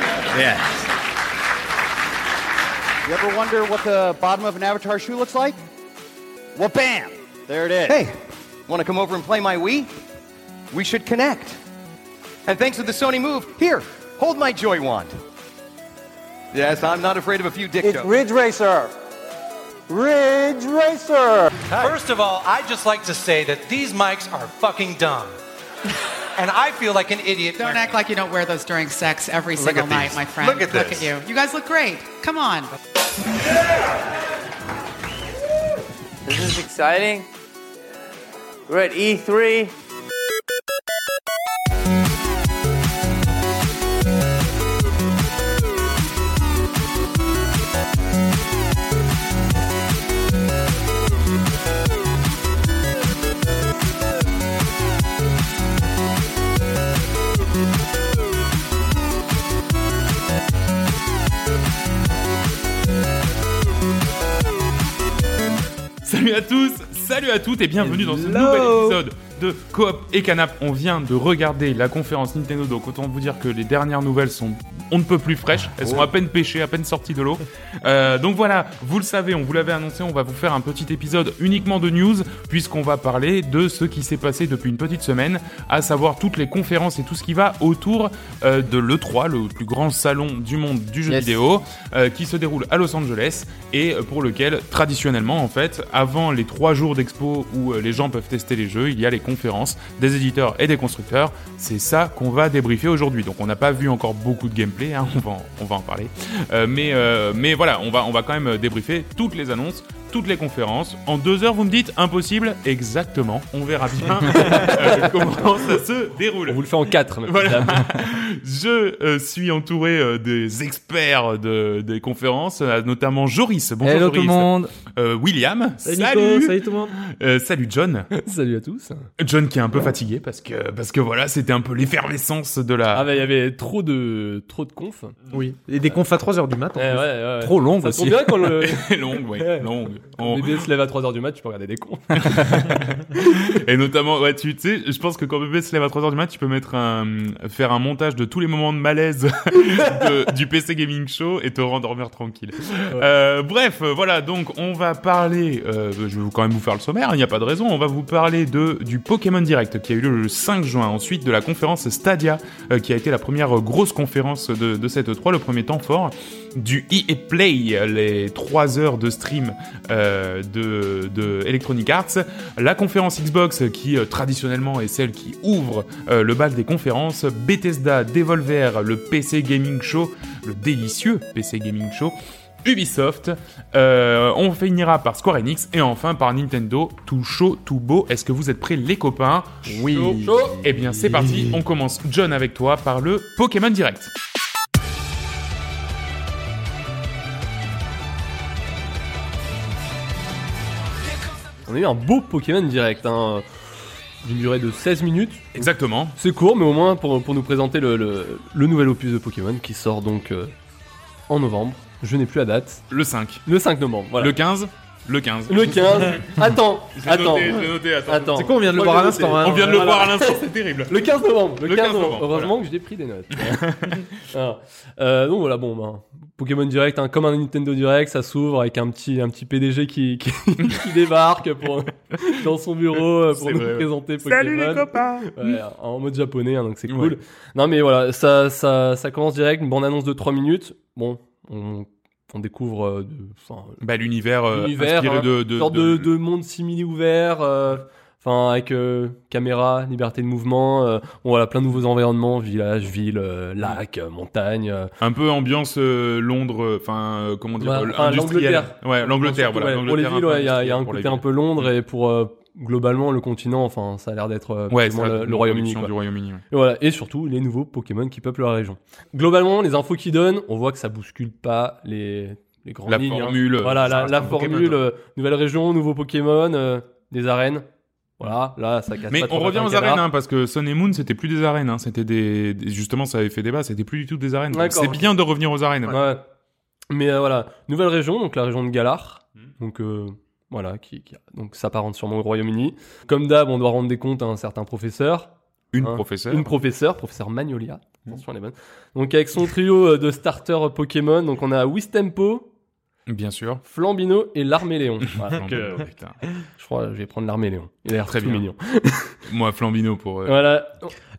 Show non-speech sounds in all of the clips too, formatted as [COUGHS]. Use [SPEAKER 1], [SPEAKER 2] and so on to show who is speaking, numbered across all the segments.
[SPEAKER 1] Yes.
[SPEAKER 2] You ever wonder what the bottom of an Avatar shoe looks like? Well, bam! There it is.
[SPEAKER 3] Hey, want to come over and play my Wii? We should connect. And thanks to the Sony Move, here, hold my Joy Wand. Yes, I'm not afraid of a few dick
[SPEAKER 4] It's
[SPEAKER 3] jokes.
[SPEAKER 4] Ridge Racer. Ridge Racer.
[SPEAKER 5] First of all, I'd just like to say that these mics are fucking dumb. and I feel like an idiot.
[SPEAKER 6] Don't act like you don't wear those during sex every
[SPEAKER 5] Look
[SPEAKER 6] single
[SPEAKER 5] at
[SPEAKER 6] night,
[SPEAKER 5] these.
[SPEAKER 6] my friend.
[SPEAKER 5] Look at
[SPEAKER 6] Look
[SPEAKER 5] this.
[SPEAKER 6] at you. You guys look great. Come on.
[SPEAKER 7] This is exciting. We're at E E3.
[SPEAKER 8] Salut à tous, salut à toutes et bienvenue dans ce nouvel épisode de Coop et Canap. On vient de regarder la conférence Nintendo, donc autant vous dire que les dernières nouvelles sont on ne peut plus fraîches, elles sont à peine pêchées, à peine sorties de l'eau. Euh, donc voilà, vous le savez, on vous l'avait annoncé, on va vous faire un petit épisode uniquement de news, puisqu'on va parler de ce qui s'est passé depuis une petite semaine, à savoir toutes les conférences et tout ce qui va autour euh, de l'E3, le plus grand salon du monde du jeu
[SPEAKER 7] Yes.
[SPEAKER 8] vidéo, euh, qui se déroule à Los Angeles et euh, pour lequel, traditionnellement en fait, avant les trois jours d'expo où euh, les gens peuvent tester les jeux, il y a les conférences des éditeurs et des constructeurs. C'est ça qu'on va débriefer aujourd'hui. Donc on n'a pas vu encore beaucoup de gameplay, hein, [LAUGHS] on, va en, on va en parler. Euh, mais, euh, mais voilà, on va, on va quand même euh, débriefer toutes les annonces, toutes les conférences. En deux heures, vous me dites impossible Exactement, on verra bien euh, comment ça se déroule.
[SPEAKER 9] On vous le fait en quatre. même.
[SPEAKER 8] Voilà. Je euh, suis entouré euh, des experts de, des conférences, euh, notamment Joris. Bonjour
[SPEAKER 9] Hello
[SPEAKER 8] Joris.
[SPEAKER 9] tout le monde.
[SPEAKER 8] Euh, William.
[SPEAKER 9] Nico,
[SPEAKER 8] salut.
[SPEAKER 9] salut tout le monde.
[SPEAKER 8] Euh, salut John.
[SPEAKER 9] salut à tous.
[SPEAKER 8] John qui est un peu fatigué parce que parce que voilà c'était un peu l'effervescence de la.
[SPEAKER 9] Ah bah il y avait trop de trop de confs.
[SPEAKER 10] Oui. Et des confs à 3h du matin.
[SPEAKER 9] Eh, ouais, ouais, ouais.
[SPEAKER 10] Trop longues
[SPEAKER 9] Ça
[SPEAKER 10] aussi.
[SPEAKER 9] tombe bien quand [LAUGHS] le
[SPEAKER 8] [LAUGHS] longue ouais longue. On-
[SPEAKER 9] bébé se lève à 3h du mat, tu peux regarder des confs.
[SPEAKER 8] Et notamment, ouais, tu tu sais, je pense que quand bébé se lève à 3h du mat, tu peux mettre un, faire un montage de tous les moments de malaise [LAUGHS] de- du PC Gaming Show et te rendormir tranquille. Euh, bref, euh, voilà, donc on va parler, euh, je vais quand même vous faire le sommaire, il n'y a pas de raison, on va vous parler de, du Pokémon Direct qui a eu lieu le 5 juin, ensuite de la conférence Stadia euh, qui a été la première euh, grosse conférence de, de cette E3, le premier temps fort du EA Play, euh, les 3 heures de stream euh, de, de Electronic Arts, la conférence Xbox euh, qui euh, traditionnellement est celle qui ouvre euh, le bal des conférences, Bethesda, Devolver, le PC Gaming Show, le délicieux PC Gaming Show, Ubisoft, euh, on finira par Square Enix et enfin par Nintendo, tout chaud, tout beau. Est-ce que vous êtes prêts les copains
[SPEAKER 10] Oui.
[SPEAKER 8] Eh bien c'est parti, on commence John avec toi par le Pokémon Direct.
[SPEAKER 9] On a eu un beau Pokémon direct, hein, d'une durée de 16 minutes.
[SPEAKER 8] Exactement.
[SPEAKER 9] C'est court, mais au moins pour, pour nous présenter le, le, le nouvel opus de Pokémon qui sort donc euh, en novembre. Je n'ai plus la date.
[SPEAKER 8] Le 5.
[SPEAKER 9] Le 5 novembre, voilà.
[SPEAKER 8] Le 15 Le 15.
[SPEAKER 9] Le
[SPEAKER 10] [LAUGHS]
[SPEAKER 9] 15. attends,
[SPEAKER 8] Je l'ai
[SPEAKER 9] attends.
[SPEAKER 8] noté, je l'ai noté, attends.
[SPEAKER 9] Attends.
[SPEAKER 10] C'est quoi, on vient de le
[SPEAKER 9] Moi,
[SPEAKER 10] voir à
[SPEAKER 9] je l'ai
[SPEAKER 10] l'instant,
[SPEAKER 9] noté.
[SPEAKER 10] hein.
[SPEAKER 8] On vient de le
[SPEAKER 9] Voilà.
[SPEAKER 8] voir à l'instant, c'est
[SPEAKER 9] [LAUGHS]
[SPEAKER 8] terrible.
[SPEAKER 9] Le 15 novembre. Le, 15 novembre. Heureusement
[SPEAKER 8] voilà.
[SPEAKER 9] que j'ai pris des notes. [LAUGHS] Ah. Euh, donc voilà, bon, ben, Pokémon Direct, hein, comme un Nintendo Direct, ça s'ouvre avec un petit, un petit PDG qui, [LAUGHS] qui, qui débarque pour, dans son bureau euh, pour
[SPEAKER 8] C'est
[SPEAKER 9] nous
[SPEAKER 8] vrai, ouais.
[SPEAKER 9] présenter Pokémon.
[SPEAKER 8] copains
[SPEAKER 9] Ouais, en mode japonais, hein, donc c'est
[SPEAKER 8] Ouais.
[SPEAKER 9] cool. Non mais voilà, ça, ça, ça commence direct, une bande-annonce de 3 minutes. Bon, on, on découvre euh, de, enfin,
[SPEAKER 8] Bah l'univers euh,
[SPEAKER 9] L'univers,
[SPEAKER 8] inspiré
[SPEAKER 9] hein,
[SPEAKER 8] de, de,
[SPEAKER 9] sorte de, de monde simili ouvert, euh, enfin avec euh, caméra, liberté de mouvement, euh, bon, voilà plein de nouveaux environnements, village, ville, euh, lac, euh, montagne. euh,
[SPEAKER 8] un peu ambiance euh, Londres, euh, enfin euh, comment dire,
[SPEAKER 9] Ouais,
[SPEAKER 8] euh,
[SPEAKER 9] Bah, enfin,
[SPEAKER 8] industrielle.
[SPEAKER 9] l'Angleterre.
[SPEAKER 8] Ouais, l'Angleterre,
[SPEAKER 9] surtout,
[SPEAKER 8] voilà.
[SPEAKER 9] ouais, pour les
[SPEAKER 8] l'Angleterre
[SPEAKER 9] villes,
[SPEAKER 8] un peu
[SPEAKER 9] ouais, il y a- il y, a un
[SPEAKER 8] industrielle pour les
[SPEAKER 9] côté un
[SPEAKER 8] villes. Mm.
[SPEAKER 9] peu Londres et pour euh, globalement le continent, enfin ça a l'air d'être euh,
[SPEAKER 8] Ouais,
[SPEAKER 9] effectivement,
[SPEAKER 8] c'est
[SPEAKER 9] le,
[SPEAKER 8] la
[SPEAKER 9] le Royaume-Uni.
[SPEAKER 8] production
[SPEAKER 9] quoi.
[SPEAKER 8] du Royaume-Uni. ouais.
[SPEAKER 9] Et voilà, et surtout les nouveaux Pokémon qui peuplent la région. Globalement, les infos qu'ils donnent, on voit que ça bouscule pas les, les grandes
[SPEAKER 8] La
[SPEAKER 9] lignes. hein.
[SPEAKER 8] formule. euh,
[SPEAKER 9] Voilà,
[SPEAKER 8] ça
[SPEAKER 9] la,
[SPEAKER 8] reste
[SPEAKER 9] la
[SPEAKER 8] un Pokémon,
[SPEAKER 9] formule,
[SPEAKER 8] quoi.
[SPEAKER 9] euh, nouvelle région, nouveau Pokémon, euh, des arènes. Voilà, là, ça casse
[SPEAKER 8] Mais
[SPEAKER 9] pas trop
[SPEAKER 8] on
[SPEAKER 9] la
[SPEAKER 8] revient aux
[SPEAKER 9] pancarte.
[SPEAKER 8] arènes, hein, parce que Sun et Moon, c'était plus des arènes, hein, c'était des, des- justement, ça avait fait débat, c'était plus du tout des arènes.
[SPEAKER 9] D'accord.
[SPEAKER 8] C'est bien de revenir aux arènes.
[SPEAKER 9] Ouais. Mais euh, voilà, nouvelle région, donc la région de Galar.
[SPEAKER 8] Mm.
[SPEAKER 9] Donc euh, voilà, qui, qui- donc s'apparente sûrement au Royaume-Uni. Comme d'hab, on doit rendre des comptes à un certain professeur.
[SPEAKER 8] Une
[SPEAKER 9] Hein.
[SPEAKER 8] professeure.
[SPEAKER 9] Une professeure, professeur Magnolia.
[SPEAKER 8] Hmm.
[SPEAKER 9] Attention, elle est bonne. Donc avec son trio euh, de starters Pokémon, donc on a Wistempo,
[SPEAKER 8] Bien
[SPEAKER 9] [LAUGHS]
[SPEAKER 8] sûr.
[SPEAKER 9] Flambino et Larméléon.
[SPEAKER 8] [LAUGHS]
[SPEAKER 9] Voilà.
[SPEAKER 8] Flambino, putain.
[SPEAKER 9] Je crois que je vais prendre Larméléon. Il a l'air
[SPEAKER 8] Très
[SPEAKER 9] très
[SPEAKER 8] bien.
[SPEAKER 9] mignon.
[SPEAKER 8] Moi, Flambino pour. euh,
[SPEAKER 9] Voilà.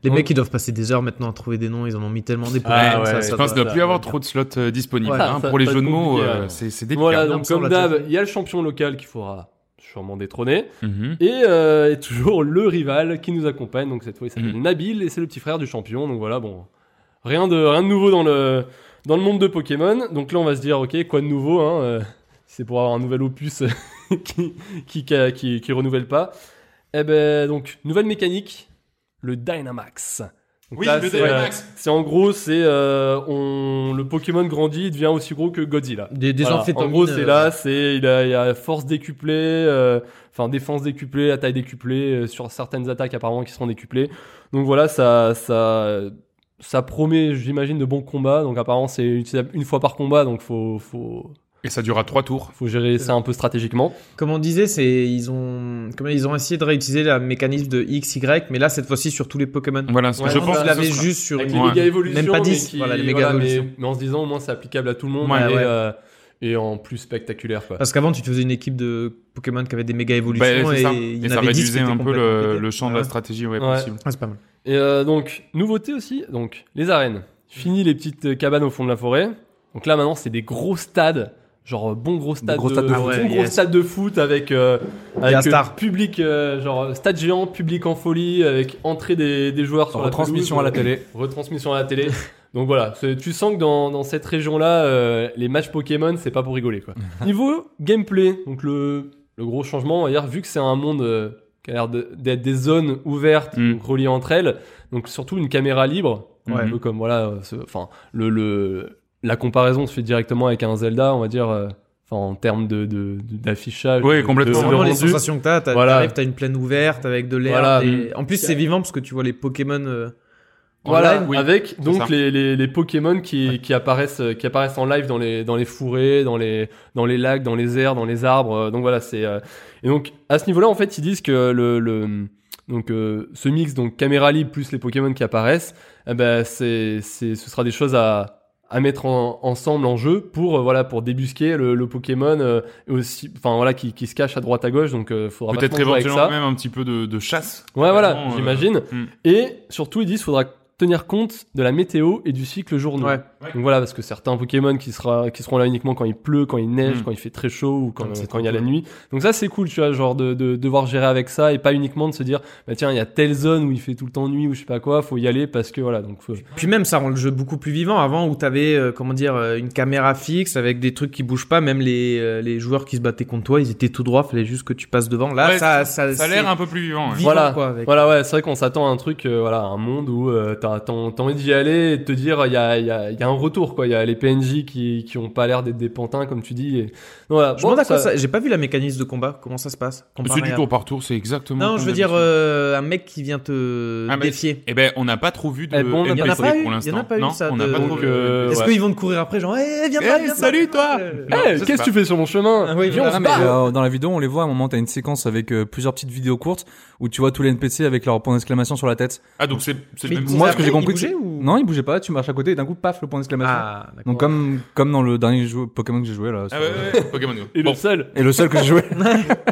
[SPEAKER 10] Les
[SPEAKER 9] On-
[SPEAKER 10] mecs, ils doivent passer des heures maintenant à trouver des noms. Ils en ont mis tellement des
[SPEAKER 9] Ah
[SPEAKER 10] Pokémon,
[SPEAKER 9] ouais,
[SPEAKER 10] ça,
[SPEAKER 8] je
[SPEAKER 10] ça
[SPEAKER 8] pense
[SPEAKER 10] doit-
[SPEAKER 8] qu'il ne doit
[SPEAKER 10] ça
[SPEAKER 8] plus
[SPEAKER 10] doit-
[SPEAKER 8] avoir trop de slots euh, disponibles.
[SPEAKER 9] Voilà,
[SPEAKER 8] hein.
[SPEAKER 9] ça
[SPEAKER 8] pour les
[SPEAKER 9] va
[SPEAKER 8] jeux
[SPEAKER 9] être
[SPEAKER 8] de mots,
[SPEAKER 9] compliqué,
[SPEAKER 8] euh,
[SPEAKER 9] ouais.
[SPEAKER 8] c'est c'est délicat.
[SPEAKER 9] Voilà,
[SPEAKER 10] Non,
[SPEAKER 9] donc
[SPEAKER 10] ça, on
[SPEAKER 9] comme
[SPEAKER 10] l'a
[SPEAKER 9] d'hab,
[SPEAKER 10] déjà
[SPEAKER 9] il y a le champion local qu'il faudra sûrement détrôner.
[SPEAKER 8] Mhm.
[SPEAKER 9] Et, euh, et toujours le rival qui nous accompagne. Donc cette fois, il s'appelle
[SPEAKER 5] Mm.
[SPEAKER 8] Mhm.
[SPEAKER 9] Nabil et c'est le petit frère du champion. Donc voilà, bon, rien de rien de nouveau dans le dans le monde de Pokémon. Donc là, on va se dire, ok, quoi de nouveau hein, euh, C'est pour avoir un nouvel opus [LAUGHS] qui, qui qui qui- qui renouvelle pas. Eh ben donc nouvelle mécanique, le Dynamax. Donc
[SPEAKER 5] Oui,
[SPEAKER 9] là,
[SPEAKER 5] le
[SPEAKER 9] c'est,
[SPEAKER 5] Dynamax.
[SPEAKER 9] euh, C'est en gros, c'est euh, on le Pokémon grandit, il devient aussi gros que Godzilla.
[SPEAKER 10] Des, des
[SPEAKER 9] Voilà.
[SPEAKER 10] amphétamines,
[SPEAKER 9] En gros, c'est
[SPEAKER 10] euh,
[SPEAKER 9] là, c'est il a, il a force décuplée, euh, enfin défense décuplée, attaque décuplée euh, sur certaines attaques apparemment qui seront décuplées. Donc voilà, ça, ça, ça promet, j'imagine, de bons combats. Donc apparemment, c'est utilisable une fois par combat, donc faut, faut,
[SPEAKER 8] Et ça durera trois tours.
[SPEAKER 9] faut gérer ça un peu stratégiquement.
[SPEAKER 10] Comme on disait, c'est ils ont comment ils ont essayé de réutiliser le mécanisme de X Y, mais là cette fois-ci sur tous les Pokémon.
[SPEAKER 8] Voilà,
[SPEAKER 9] Ouais,
[SPEAKER 8] je
[SPEAKER 9] on
[SPEAKER 8] pense
[SPEAKER 10] je
[SPEAKER 8] que
[SPEAKER 10] l'avais
[SPEAKER 8] ce sera-
[SPEAKER 10] juste sur
[SPEAKER 9] Avec
[SPEAKER 10] une-
[SPEAKER 9] les
[SPEAKER 8] Ouais.
[SPEAKER 9] méga évolutions,
[SPEAKER 10] Même pas
[SPEAKER 9] mais
[SPEAKER 10] 10,
[SPEAKER 9] qui-
[SPEAKER 10] voilà, les méga
[SPEAKER 9] mais-
[SPEAKER 10] évolutions.
[SPEAKER 9] mais en se disant au moins c'est applicable à tout le monde
[SPEAKER 10] Ouais,
[SPEAKER 9] et,
[SPEAKER 10] ouais.
[SPEAKER 9] euh, et en plus spectaculaire quoi.
[SPEAKER 10] Parce qu'avant, tu te faisais une équipe de Pokémon qui avait des méga
[SPEAKER 8] Bah,
[SPEAKER 10] évolutions
[SPEAKER 8] c'est
[SPEAKER 10] et,
[SPEAKER 8] ça.
[SPEAKER 10] il y
[SPEAKER 8] Et
[SPEAKER 10] en
[SPEAKER 8] ça
[SPEAKER 10] avait 10 qui
[SPEAKER 8] réduisait
[SPEAKER 10] étaient
[SPEAKER 8] un peu
[SPEAKER 10] complètement
[SPEAKER 8] le,
[SPEAKER 10] pétés. Ah
[SPEAKER 8] le champ de
[SPEAKER 10] Ouais.
[SPEAKER 8] la stratégie ouais,
[SPEAKER 9] Ouais.
[SPEAKER 8] possible.
[SPEAKER 10] Ah, c'est pas mal.
[SPEAKER 9] Et euh, donc, nouveauté aussi, donc les arènes. Fini les petites euh, cabanes au fond de la forêt. Donc là maintenant, c'est des gros stades, genre euh, bon gros stade
[SPEAKER 10] gros
[SPEAKER 9] de,
[SPEAKER 10] stades de
[SPEAKER 9] bon
[SPEAKER 10] foot.
[SPEAKER 9] gros
[SPEAKER 10] Ouais, yes.
[SPEAKER 9] stade de foot avec euh, avec
[SPEAKER 10] un
[SPEAKER 9] euh,
[SPEAKER 10] star.
[SPEAKER 9] public euh, genre euh, stade géant, public en folie avec entrée des, des joueurs sur la
[SPEAKER 1] Retransmission
[SPEAKER 9] pelouse.
[SPEAKER 1] à la télé.
[SPEAKER 9] Retransmission à la télé. Donc voilà, c'est- tu sens que dans, dans cette région-là, euh, les matchs Pokémon, c'est pas pour rigoler
[SPEAKER 10] [LAUGHS]
[SPEAKER 9] quoi. Niveau gameplay, donc le, le gros changement, on va dire, vu que c'est un monde euh, qui a l'air de- d'être des zones ouvertes,
[SPEAKER 8] Mm.
[SPEAKER 9] donc reliées entre elles, donc surtout une caméra libre, un
[SPEAKER 10] Ouais.
[SPEAKER 8] Mhm.
[SPEAKER 9] peu comme voilà, euh, ce- enfin le, le la comparaison se fait directement avec un Zelda, on va dire, euh, enfin en termes de de- de- d'affichage.
[SPEAKER 8] Oui,
[SPEAKER 9] de-
[SPEAKER 8] complètement.
[SPEAKER 9] de-
[SPEAKER 10] C'est
[SPEAKER 9] de
[SPEAKER 10] vraiment les
[SPEAKER 9] rendu.
[SPEAKER 10] sensations que t'as. T'as
[SPEAKER 9] Voilà.
[SPEAKER 10] t'arrives, t'as une plaine ouverte avec de l'air.
[SPEAKER 9] Voilà.
[SPEAKER 10] des- En plus, c'est vivant parce que tu vois les Pokémon. euh, en
[SPEAKER 9] Voilà,
[SPEAKER 10] live.
[SPEAKER 9] avec
[SPEAKER 8] ça.
[SPEAKER 9] donc les, les, les Pokémon qui, qui apparaissent euh, qui apparaissent en live dans les dans les fourrés, dans les dans les lacs, dans les airs, dans les arbres. euh, Donc voilà, c'est euh, et donc à ce niveau-là en fait ils disent que le, le donc euh, ce mix donc caméra libre plus les Pokémon qui apparaissent, eh ben c'est c'est ce sera des choses à à mettre en- ensemble en jeu pour euh, voilà pour débusquer le, le Pokémon euh, et aussi enfin voilà qui, qui se cache à droite à gauche donc euh, faudra
[SPEAKER 8] Peut-être
[SPEAKER 9] vachement jouer avec
[SPEAKER 8] éventuellement
[SPEAKER 9] ça.
[SPEAKER 8] même un petit peu de, de chasse.
[SPEAKER 9] Ouais, voilà,
[SPEAKER 8] Vraiment, euh,
[SPEAKER 9] j'imagine.
[SPEAKER 8] hmm.
[SPEAKER 9] Et surtout, ils disent faudra tenir compte de la météo et du cycle journaux.
[SPEAKER 10] Ouais.
[SPEAKER 9] Donc voilà, parce que certains Pokémon qui, sera, qui seront là uniquement quand il pleut, quand il neige,
[SPEAKER 8] Mm.
[SPEAKER 9] quand il fait très chaud ou quand,
[SPEAKER 10] Ouais, c'est
[SPEAKER 9] quand il y a
[SPEAKER 10] trop
[SPEAKER 9] la
[SPEAKER 10] cool.
[SPEAKER 9] nuit. Donc ça, c'est cool, tu vois, genre de, de devoir gérer avec ça et pas uniquement de se dire, bah tiens, il y a telle zone où il fait tout le temps nuit ou je sais pas quoi, faut y aller parce que voilà, donc faut...
[SPEAKER 10] Puis même, ça rend le jeu beaucoup plus vivant. Avant, où t'avais, euh, comment dire, euh, une caméra fixe avec des trucs qui bougent pas, même les, euh, les joueurs qui se battaient contre toi, ils étaient tout droits, fallait juste que tu passes devant. Là,
[SPEAKER 8] Ouais,
[SPEAKER 10] ça, ça,
[SPEAKER 8] Ça a l'air un peu plus vivant. ouais.
[SPEAKER 10] vivant,
[SPEAKER 9] Voilà.
[SPEAKER 10] quoi, avec-
[SPEAKER 9] Voilà, ouais, c'est vrai qu'on s'attend à un truc, euh, voilà, un monde où euh, t'as t'as- t'as envie d'y aller et de te dire, il y a, il y, a, il y a un retour, quoi. Il y a les PNJ qui, qui ont pas l'air d'être des pantins, comme tu dis. Et... Donc, voilà,
[SPEAKER 10] Je
[SPEAKER 9] bon,
[SPEAKER 10] me demande à quoi
[SPEAKER 9] ça-
[SPEAKER 10] ça- J'ai pas vu la mécanisme de combat. Comment ça se passe comparé
[SPEAKER 8] C'est du
[SPEAKER 10] à-
[SPEAKER 8] tour par tour, c'est exactement.
[SPEAKER 10] Non,
[SPEAKER 8] comme
[SPEAKER 10] je veux dire
[SPEAKER 8] d'habitude.
[SPEAKER 10] euh, un mec qui vient te
[SPEAKER 8] Ah, mais-
[SPEAKER 10] défier.
[SPEAKER 8] Eh ben, on n'a pas trop vu de
[SPEAKER 9] Eh bon, on n'a
[SPEAKER 10] Il y en a
[SPEAKER 8] NPC
[SPEAKER 10] pas
[SPEAKER 8] pour
[SPEAKER 10] eu. Il y
[SPEAKER 8] l'instant.
[SPEAKER 10] en a pas eu
[SPEAKER 8] Non,
[SPEAKER 10] ça.
[SPEAKER 8] on
[SPEAKER 10] de-
[SPEAKER 8] n'a pas trop
[SPEAKER 9] Donc,
[SPEAKER 8] vu.
[SPEAKER 9] euh,
[SPEAKER 10] Est-ce
[SPEAKER 9] ouais.
[SPEAKER 10] qu'ils vont te courir après, genre, eh, viens,
[SPEAKER 8] Eh,
[SPEAKER 10] pas, viens,
[SPEAKER 8] salut,
[SPEAKER 10] pas.
[SPEAKER 8] toi
[SPEAKER 10] Euh,
[SPEAKER 9] Eh,
[SPEAKER 8] Non, ça, c'est
[SPEAKER 9] qu'est-ce que
[SPEAKER 8] pas-
[SPEAKER 9] tu fais sur mon chemin
[SPEAKER 10] Ah Oui,
[SPEAKER 9] Viens, on
[SPEAKER 10] voilà,
[SPEAKER 9] se
[SPEAKER 10] mais-
[SPEAKER 9] bat.
[SPEAKER 1] Euh, dans la vidéo, on les voit à un moment, t'as une séquence avec euh, plusieurs petites vidéos courtes où tu vois tous les NPC avec leur point d'exclamation sur la tête.
[SPEAKER 8] Ah, donc c'est c'est
[SPEAKER 10] Mais
[SPEAKER 8] le même
[SPEAKER 10] ils
[SPEAKER 1] Moi,
[SPEAKER 10] bougeaient
[SPEAKER 1] ce que j'ai
[SPEAKER 10] après,
[SPEAKER 1] compris,
[SPEAKER 10] ils
[SPEAKER 1] c'est-
[SPEAKER 10] bougeaient ou-
[SPEAKER 1] Non, ils bougeaient pas, tu marches à côté et d'un coup, paf, le point d'exclamation.
[SPEAKER 10] Ah, d'accord.
[SPEAKER 1] Donc comme comme dans le dernier jeu Pokémon que j'ai joué là. sur-
[SPEAKER 8] Ah ouais, ouais, ouais, Pokémon
[SPEAKER 10] [LAUGHS]
[SPEAKER 8] Go.
[SPEAKER 9] Et
[SPEAKER 8] Bon,
[SPEAKER 9] le seul,
[SPEAKER 1] Et le seul que
[SPEAKER 8] [LAUGHS]
[SPEAKER 1] j'ai joué.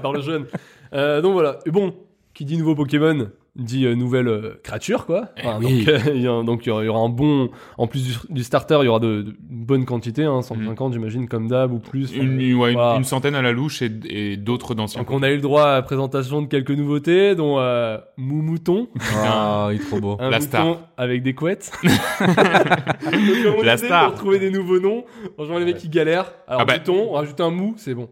[SPEAKER 9] par le jeune. Euh, donc voilà. Et bon, qui dit nouveau Pokémon dit euh, nouvelle euh, créature, quoi.
[SPEAKER 8] Eh
[SPEAKER 9] Enfin,
[SPEAKER 1] oui.
[SPEAKER 9] Donc [LAUGHS] euh, il y a- donc, il y, aura- il y aura un bon... En plus du, du starter, il y aura de, de- une bonne quantité, hein, 150 j'imagine, comme d'hab, ou plus. Enfin,
[SPEAKER 8] Mm. une, ouais, une-
[SPEAKER 9] voilà.
[SPEAKER 8] une centaine à la louche et, et d'autres d'anciens.
[SPEAKER 9] Donc on a eu le droit à la présentation de quelques nouveautés, dont euh, Moumouton,
[SPEAKER 1] Ah, il est trop beau.
[SPEAKER 9] un
[SPEAKER 8] La
[SPEAKER 9] mouton
[SPEAKER 8] star.
[SPEAKER 9] avec
[SPEAKER 8] [LAUGHS]
[SPEAKER 9] des couettes. Donc, comme on
[SPEAKER 8] La
[SPEAKER 9] disait,
[SPEAKER 8] star.
[SPEAKER 9] Pour trouver des nouveaux noms, franchement les mecs qui galèrent. Alors
[SPEAKER 8] Ah bah.
[SPEAKER 9] mouton, on rajoute un mou, c'est bon.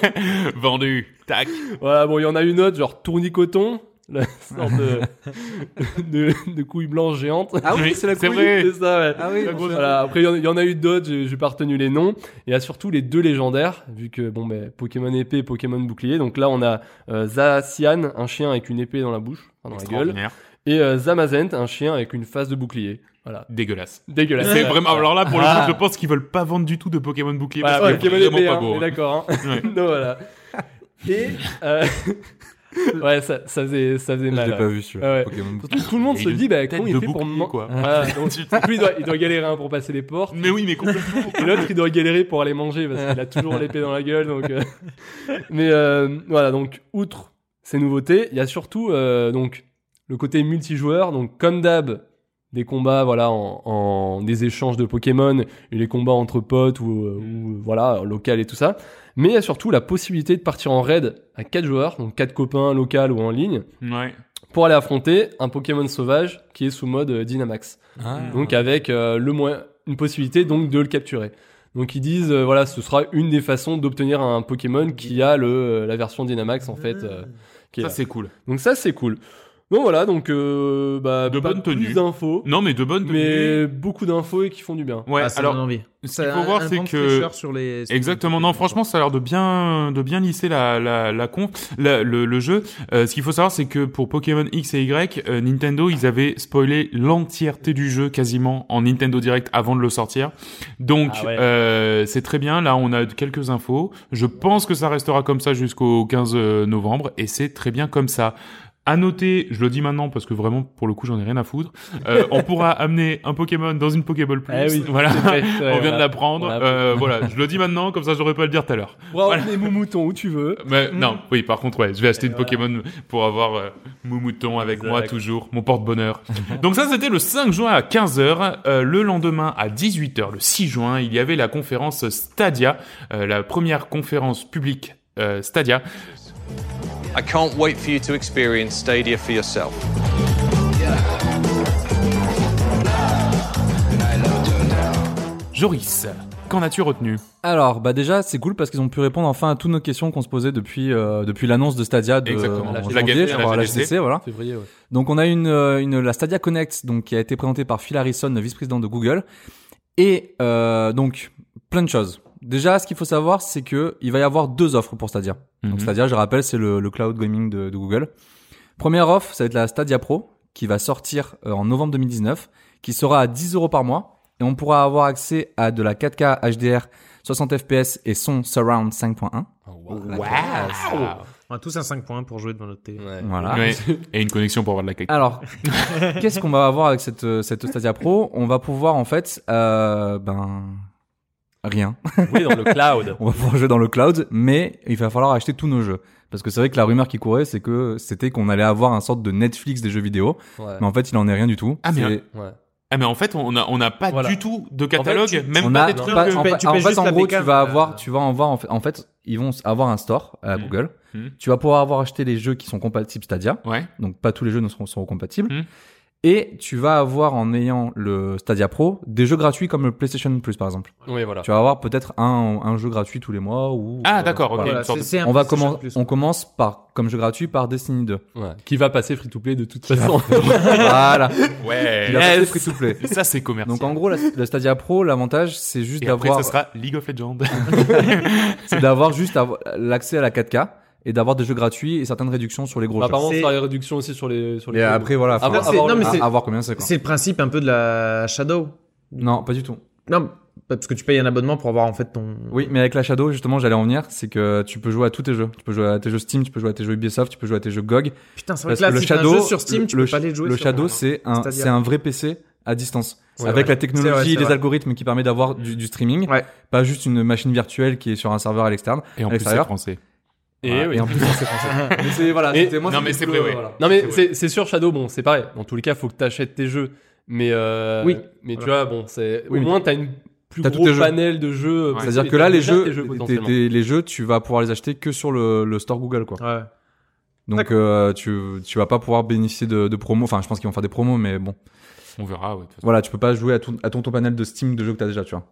[SPEAKER 8] [LAUGHS] Vendu. Tac.
[SPEAKER 9] Voilà, bon, il y en a une autre, genre tournicoton, la sorte de, de, de couille blanche géante.
[SPEAKER 1] Ah
[SPEAKER 8] oui, c'est la C'est couille. vrai.
[SPEAKER 9] [LAUGHS] C'est ça, ouais.
[SPEAKER 1] Ah oui,
[SPEAKER 9] La
[SPEAKER 1] bon,
[SPEAKER 9] grosse-
[SPEAKER 1] c'est-
[SPEAKER 9] voilà. Après, il y en a- il y, en a eu d'autres, j'ai j'ai pas retenu les noms. Et il y a surtout les deux légendaires, vu que, bon, ben, Pokémon épée et Pokémon bouclier. Donc là, on a euh, Zacian, un chien avec une épée dans la bouche, enfin, dans la gueule.
[SPEAKER 8] Extraordinaire.
[SPEAKER 9] Et euh, Zamazent, un chien avec une face de bouclier. Voilà.
[SPEAKER 8] Dégueulasse.
[SPEAKER 9] Dégueulasse.
[SPEAKER 8] C'est vraiment. Alors là, pour le
[SPEAKER 9] Euh, Ah.
[SPEAKER 8] coup, je pense qu'ils veulent pas vendre du tout de Pokémon bouclier.
[SPEAKER 9] Voilà,
[SPEAKER 8] parce que
[SPEAKER 9] Pokémon hein.
[SPEAKER 8] vraiment
[SPEAKER 9] épée, [LAUGHS]
[SPEAKER 8] pas
[SPEAKER 9] hein,
[SPEAKER 8] beau.
[SPEAKER 9] on est
[SPEAKER 8] hein.
[SPEAKER 9] d'accord. hein.
[SPEAKER 8] Ouais.
[SPEAKER 9] Donc voilà. Et euh, [LAUGHS] Ouais, ça, ça faisait, ça faisait
[SPEAKER 1] Je
[SPEAKER 9] mal.
[SPEAKER 1] l'ai
[SPEAKER 9] ouais.
[SPEAKER 1] pas vu, celui-là,
[SPEAKER 9] Ah ouais.
[SPEAKER 1] Pokémon.
[SPEAKER 9] Surtout que tout le monde
[SPEAKER 8] Il a
[SPEAKER 9] se
[SPEAKER 8] une
[SPEAKER 9] dit, bah,
[SPEAKER 8] tête
[SPEAKER 9] comment il
[SPEAKER 8] de
[SPEAKER 9] fait pour
[SPEAKER 8] bouclier,
[SPEAKER 9] man-
[SPEAKER 8] quoi.
[SPEAKER 9] Voilà, donc, lui, il doit, il doit galérer un pour passer les portes.
[SPEAKER 8] Mais oui, mais complètement.
[SPEAKER 9] [LAUGHS] Et l'autre, il doit galérer pour aller manger parce qu'il a toujours l'épée dans la gueule. Donc, euh. Mais euh, voilà, donc, outre ces nouveautés, il y a surtout euh, donc, le côté multijoueur. Donc, comme d'hab, des combats voilà, en, en- des échanges de Pokémon et les combats entre potes ou, euh, ou, voilà, local et tout ça. Mais il y a surtout la possibilité de partir en raid à 4 joueurs, donc 4 copains local ou en ligne,
[SPEAKER 8] Ouais.
[SPEAKER 9] pour aller affronter un Pokémon sauvage qui est sous mode euh, Dynamax.
[SPEAKER 1] Ah.
[SPEAKER 9] Donc avec euh, le moyen, une possibilité donc de le capturer. Donc ils disent euh, voilà, ce sera une des façons d'obtenir un Pokémon qui a le euh, la version Dynamax en fait. euh, qui est
[SPEAKER 8] Ça,
[SPEAKER 9] là.
[SPEAKER 8] c'est cool.
[SPEAKER 9] Donc ça c'est cool. Donc voilà, donc euh, bah,
[SPEAKER 8] De
[SPEAKER 9] pas
[SPEAKER 8] bonnes
[SPEAKER 9] plus
[SPEAKER 8] tenues.
[SPEAKER 9] d'infos,
[SPEAKER 8] Non, mais de bonnes tenues.
[SPEAKER 9] mais beaucoup d'infos et qui font du bien.
[SPEAKER 8] Ouais,
[SPEAKER 10] Ah, ça
[SPEAKER 8] alors,
[SPEAKER 10] donne envie.
[SPEAKER 8] ce
[SPEAKER 10] Ça
[SPEAKER 8] qu'il faut voir,
[SPEAKER 10] un
[SPEAKER 8] c'est
[SPEAKER 10] vent de
[SPEAKER 8] que.
[SPEAKER 10] fraîcheur sur les. sur les-
[SPEAKER 8] Exactement. Non, franchement, ça a l'air de bien, de bien lisser la, la, la con, la- le, le jeu. Euh, ce qu'il faut savoir, c'est que pour Pokémon X et Y, euh, Nintendo, ils avaient spoilé l'entièreté du jeu quasiment en Nintendo Direct avant de le sortir. Donc,
[SPEAKER 9] Ah ouais.
[SPEAKER 8] euh, c'est très bien. Là, on a quelques infos. Je pense que ça restera comme ça jusqu'au 15 novembre et c'est très bien comme ça. À noter, je le dis maintenant parce que vraiment pour le coup j'en ai rien à foutre. Euh, on
[SPEAKER 9] [LAUGHS]
[SPEAKER 8] pourra amener un Pokémon dans une Pokéball plus.
[SPEAKER 9] Eh oui, [LAUGHS]
[SPEAKER 8] voilà,
[SPEAKER 9] [LAUGHS] c'est vrai, c'est
[SPEAKER 8] on
[SPEAKER 9] vrai,
[SPEAKER 8] vient de
[SPEAKER 9] voilà.
[SPEAKER 8] l'apprendre.
[SPEAKER 9] On l'a appris.
[SPEAKER 8] Euh, voilà, je le dis maintenant, comme ça j'aurais pas à le dire tout à l'heure.
[SPEAKER 9] Pour avoir des moutons où tu veux.
[SPEAKER 8] Mais
[SPEAKER 1] Mm.
[SPEAKER 8] non, oui, par contre, ouais, je vais acheter une
[SPEAKER 9] voilà.
[SPEAKER 8] Pokémon pour avoir euh, Moumouton avec moi
[SPEAKER 9] Exact.
[SPEAKER 8] toujours, mon porte-bonheur. [LAUGHS] Donc ça, c'était le 5 juin à 15h. Euh, le lendemain à 18h, le 6 juin, il y avait la conférence Stadia, euh, la première conférence publique euh, Stadia.
[SPEAKER 5] I can't wait for you to experience Stadia for yourself.
[SPEAKER 8] Joris, qu'en as-tu retenu
[SPEAKER 1] Alors, bah déjà, c'est cool parce qu'ils ont pu répondre enfin à toutes nos questions qu'on se posait depuis euh, depuis l'annonce de Stadia de
[SPEAKER 8] Exactement.
[SPEAKER 1] en
[SPEAKER 8] La
[SPEAKER 1] janvier,
[SPEAKER 8] GDC,
[SPEAKER 1] enfin,
[SPEAKER 8] la
[SPEAKER 1] la
[SPEAKER 8] GDC.
[SPEAKER 1] GDC, voilà.
[SPEAKER 9] Février, ouais.
[SPEAKER 1] Donc on a une, euh, une la Stadia Connect donc qui a été présentée par Phil Harrison, le vice-président de Google et euh, donc plein de choses. Déjà, ce qu'il faut savoir, c'est que il va y avoir deux offres pour Stadia.
[SPEAKER 8] Mhm.
[SPEAKER 1] Donc Stadia, je rappelle, c'est le, le cloud gaming de, de Google. Première offre, ça va être la Stadia Pro qui va sortir euh, en novembre 2019, qui sera à 10 euros par mois et on pourra avoir accès à de la 4K HDR 60 FPS et son surround 5.1.
[SPEAKER 9] Ah,
[SPEAKER 10] On a tous un 5 points pour jouer devant notre télé.
[SPEAKER 1] Voilà.
[SPEAKER 8] Ouais.
[SPEAKER 9] [LAUGHS]
[SPEAKER 8] Et une connexion pour avoir de la cake.
[SPEAKER 1] Alors, [LAUGHS] qu'est-ce qu'on va avoir avec cette, euh, cette Stadia Pro On va pouvoir en fait, euh, ben rien.
[SPEAKER 9] Oui, dans le cloud.
[SPEAKER 1] On va pouvoir jouer dans le cloud, mais il va falloir acheter tous nos jeux. Parce que c'est vrai que la rumeur qui courait, c'est que c'était qu'on allait avoir un sorte de Netflix des jeux vidéo,
[SPEAKER 9] Ouais.
[SPEAKER 1] mais en fait, il en est rien du tout.
[SPEAKER 8] Ah, mais
[SPEAKER 1] C'est-
[SPEAKER 9] Ouais.
[SPEAKER 8] Ah mais en fait on a on a pas
[SPEAKER 9] Voilà.
[SPEAKER 8] du tout de catalogue, même
[SPEAKER 1] on
[SPEAKER 8] pas des
[SPEAKER 1] a pas-
[SPEAKER 8] trucs.
[SPEAKER 1] en,
[SPEAKER 8] euh,
[SPEAKER 10] tu payes-
[SPEAKER 1] fait-
[SPEAKER 10] tu
[SPEAKER 1] en
[SPEAKER 10] payes
[SPEAKER 1] fait,
[SPEAKER 10] juste
[SPEAKER 1] en
[SPEAKER 10] la
[SPEAKER 1] gros, tu
[SPEAKER 10] bécane,
[SPEAKER 1] vas
[SPEAKER 10] euh.
[SPEAKER 1] avoir, tu vas en voir, en fait, en fait, ils vont avoir un store à
[SPEAKER 8] Mhm.
[SPEAKER 1] Google.
[SPEAKER 8] Mhm.
[SPEAKER 1] Tu vas pouvoir avoir acheté les jeux qui sont compatibles Stadia.
[SPEAKER 8] Ouais.
[SPEAKER 1] Donc pas tous les jeux ne seront, seront compatibles.
[SPEAKER 8] Hmm.
[SPEAKER 1] Et tu vas avoir en ayant le Stadia Pro des jeux gratuits comme le PlayStation Plus par exemple.
[SPEAKER 9] Oui, voilà.
[SPEAKER 1] Tu vas avoir peut-être un, un jeu gratuit tous les mois ou
[SPEAKER 8] Ah
[SPEAKER 1] euh,
[SPEAKER 8] d'accord, ok.
[SPEAKER 1] voilà.
[SPEAKER 8] une sorte de-
[SPEAKER 1] On va commencer on commence par comme jeu gratuit par
[SPEAKER 8] [LAUGHS]
[SPEAKER 1] Destiny 2.
[SPEAKER 9] Ouais. Qui va passer free to play de toute façon.
[SPEAKER 1] voilà.
[SPEAKER 8] Ouais.
[SPEAKER 1] Il a passé
[SPEAKER 8] Yes.
[SPEAKER 1] free to play.
[SPEAKER 8] Ça c'est commercial.
[SPEAKER 1] Donc en gros la, le Stadia Pro l'avantage c'est juste
[SPEAKER 8] et après
[SPEAKER 1] d'avoir
[SPEAKER 8] ça sera League of Legends.
[SPEAKER 1] c'est d'avoir juste avo- l'accès à la 4K et d'avoir des jeux gratuits et certaines réductions sur les gros
[SPEAKER 9] Bah,
[SPEAKER 1] jeux.
[SPEAKER 9] apparemment,
[SPEAKER 10] C'est-
[SPEAKER 9] ça aura des réductions aussi sur les. Sur les
[SPEAKER 1] Mais après voilà, faut
[SPEAKER 9] Ah, bah,
[SPEAKER 1] voir-
[SPEAKER 10] c'est- non, mais
[SPEAKER 1] à-
[SPEAKER 10] c'est-
[SPEAKER 1] à voir combien c'est quoi.
[SPEAKER 10] C'est le principe un peu de la Shadow.
[SPEAKER 1] Non, pas du tout.
[SPEAKER 10] Non, parce que tu payes un abonnement pour avoir en fait ton.
[SPEAKER 1] Oui, mais avec la Shadow, justement, j'allais en venir, c'est que tu peux jouer à tous tes jeux. Tu peux jouer à tes jeux Steam, tu peux jouer à tes jeux Ubisoft, tu peux jouer à tes jeux GOG.
[SPEAKER 10] Putain, c'est vrai
[SPEAKER 1] Parce
[SPEAKER 10] que là,
[SPEAKER 1] que le
[SPEAKER 10] si t'as un
[SPEAKER 1] Shadow,
[SPEAKER 10] jeu sur Steam,
[SPEAKER 1] le,
[SPEAKER 10] tu
[SPEAKER 1] le
[SPEAKER 10] peux pas les jouer.
[SPEAKER 1] le
[SPEAKER 10] sur-
[SPEAKER 1] Shadow, c'est un,
[SPEAKER 10] Stadia.
[SPEAKER 1] c'est un vrai PC à distance.
[SPEAKER 10] Ouais,
[SPEAKER 1] avec
[SPEAKER 10] ouais.
[SPEAKER 1] la technologie,
[SPEAKER 10] C'est vrai, c'est
[SPEAKER 1] les
[SPEAKER 10] vrai.
[SPEAKER 1] algorithmes qui permettent d'avoir du, du streaming,
[SPEAKER 10] Ouais.
[SPEAKER 1] pas juste une machine virtuelle qui est sur un serveur à l'externe.
[SPEAKER 8] Et en plus c'est
[SPEAKER 1] À l'extérieur.
[SPEAKER 8] français.
[SPEAKER 10] Eh
[SPEAKER 9] Et
[SPEAKER 1] Voilà.
[SPEAKER 9] oui.
[SPEAKER 1] en plus,
[SPEAKER 10] [LAUGHS]
[SPEAKER 1] c'est français. Mais c'est- voilà,
[SPEAKER 9] Et-
[SPEAKER 1] c'était- moi,
[SPEAKER 8] non,
[SPEAKER 1] c'était
[SPEAKER 8] mais c'est
[SPEAKER 1] tout
[SPEAKER 8] vrai,
[SPEAKER 1] le-
[SPEAKER 8] ouais.
[SPEAKER 1] voilà.
[SPEAKER 9] Non mais
[SPEAKER 8] C'est
[SPEAKER 9] c'est c'est sûr Shadow bon c'est pareil dans tous les cas faut que t'achètes tes jeux mais euh,
[SPEAKER 10] Oui.
[SPEAKER 9] mais tu vois bon c'est
[SPEAKER 1] Oui,
[SPEAKER 9] au
[SPEAKER 1] mais-
[SPEAKER 9] moins t'as une plus
[SPEAKER 1] T'as tous
[SPEAKER 9] gros
[SPEAKER 1] tes jeux.
[SPEAKER 9] panel de jeux
[SPEAKER 8] Ouais.
[SPEAKER 1] C'est-à-dire
[SPEAKER 9] possibles,
[SPEAKER 1] que là,
[SPEAKER 9] t'as
[SPEAKER 1] les
[SPEAKER 9] déjà
[SPEAKER 1] jeux,
[SPEAKER 9] tes jeux
[SPEAKER 1] t'es-
[SPEAKER 9] potentiellement.
[SPEAKER 1] t'es- les jeux, tu vas pouvoir les acheter que sur le, le store Google, quoi.
[SPEAKER 10] Ouais.
[SPEAKER 1] Donc,
[SPEAKER 10] D'accord.
[SPEAKER 1] euh, tu, tu vas pas pouvoir bénéficier de, de promos. Enfin, je pense qu'ils vont faire des promos, mais bon.
[SPEAKER 8] On verra. Ouais, de toute façon.
[SPEAKER 1] Voilà, tu peux pas jouer à ton, à ton, ton panel de Steam de jeux que t'as déjà, tu vois.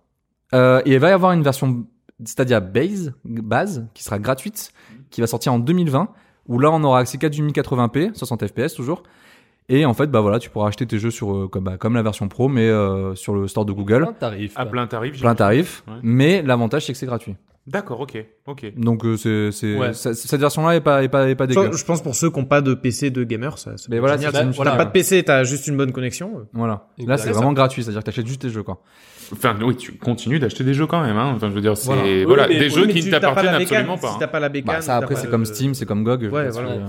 [SPEAKER 1] Euh, et il va y avoir une version Stadia Base, base qui sera gratuite, qui va sortir en 2020, où là on aura accès qu'à du 1080p, 60 fps toujours. Et en fait, bah voilà, tu pourras acheter tes jeux sur euh, comme, bah, comme la version pro, mais euh, sur le store de Google,
[SPEAKER 9] Plein de tarifs,
[SPEAKER 8] À
[SPEAKER 9] quoi.
[SPEAKER 8] plein tarif.
[SPEAKER 1] plein tarif.
[SPEAKER 8] Ouais.
[SPEAKER 1] Mais l'avantage c'est que c'est gratuit.
[SPEAKER 8] D'accord, ok, ok.
[SPEAKER 1] Donc euh, c'est, c'est,
[SPEAKER 9] Ouais.
[SPEAKER 1] ça- cette version-là est pas, est pas, est pas dégueu.
[SPEAKER 10] Je pense pour ceux qui n'ont pas de PC de gamer, ça. ça
[SPEAKER 1] Mais
[SPEAKER 10] peut
[SPEAKER 1] voilà,
[SPEAKER 10] être
[SPEAKER 1] c'est
[SPEAKER 10] génial.
[SPEAKER 1] c'est une-
[SPEAKER 9] bah, voilà.
[SPEAKER 10] T'as pas de PC, t'as juste une bonne connexion.
[SPEAKER 1] Voilà. Là,
[SPEAKER 9] Exact.
[SPEAKER 1] c'est vraiment gratuit, c'est-à-dire que t'achètes juste tes jeux, quoi.
[SPEAKER 8] Enfin, oui, tu continues d'acheter des jeux quand même. Hein. Enfin, je veux dire, c'est
[SPEAKER 1] Voilà.
[SPEAKER 8] voilà,
[SPEAKER 10] Oui, mais-
[SPEAKER 8] des
[SPEAKER 10] oui,
[SPEAKER 8] jeux
[SPEAKER 10] mais
[SPEAKER 8] qui
[SPEAKER 10] tu-
[SPEAKER 8] ne
[SPEAKER 10] t'as pas la
[SPEAKER 8] t'appartiennent
[SPEAKER 10] bécane,
[SPEAKER 8] absolument pas.
[SPEAKER 10] Si
[SPEAKER 8] hein.
[SPEAKER 10] t'as pas la
[SPEAKER 1] Bah,
[SPEAKER 10] bécane.
[SPEAKER 1] ça
[SPEAKER 10] t'as
[SPEAKER 1] après
[SPEAKER 10] pas
[SPEAKER 1] c'est
[SPEAKER 10] le-
[SPEAKER 1] comme Steam, c'est comme GOG. je
[SPEAKER 10] euh, Ouais,
[SPEAKER 1] pense
[SPEAKER 10] voilà.
[SPEAKER 1] que-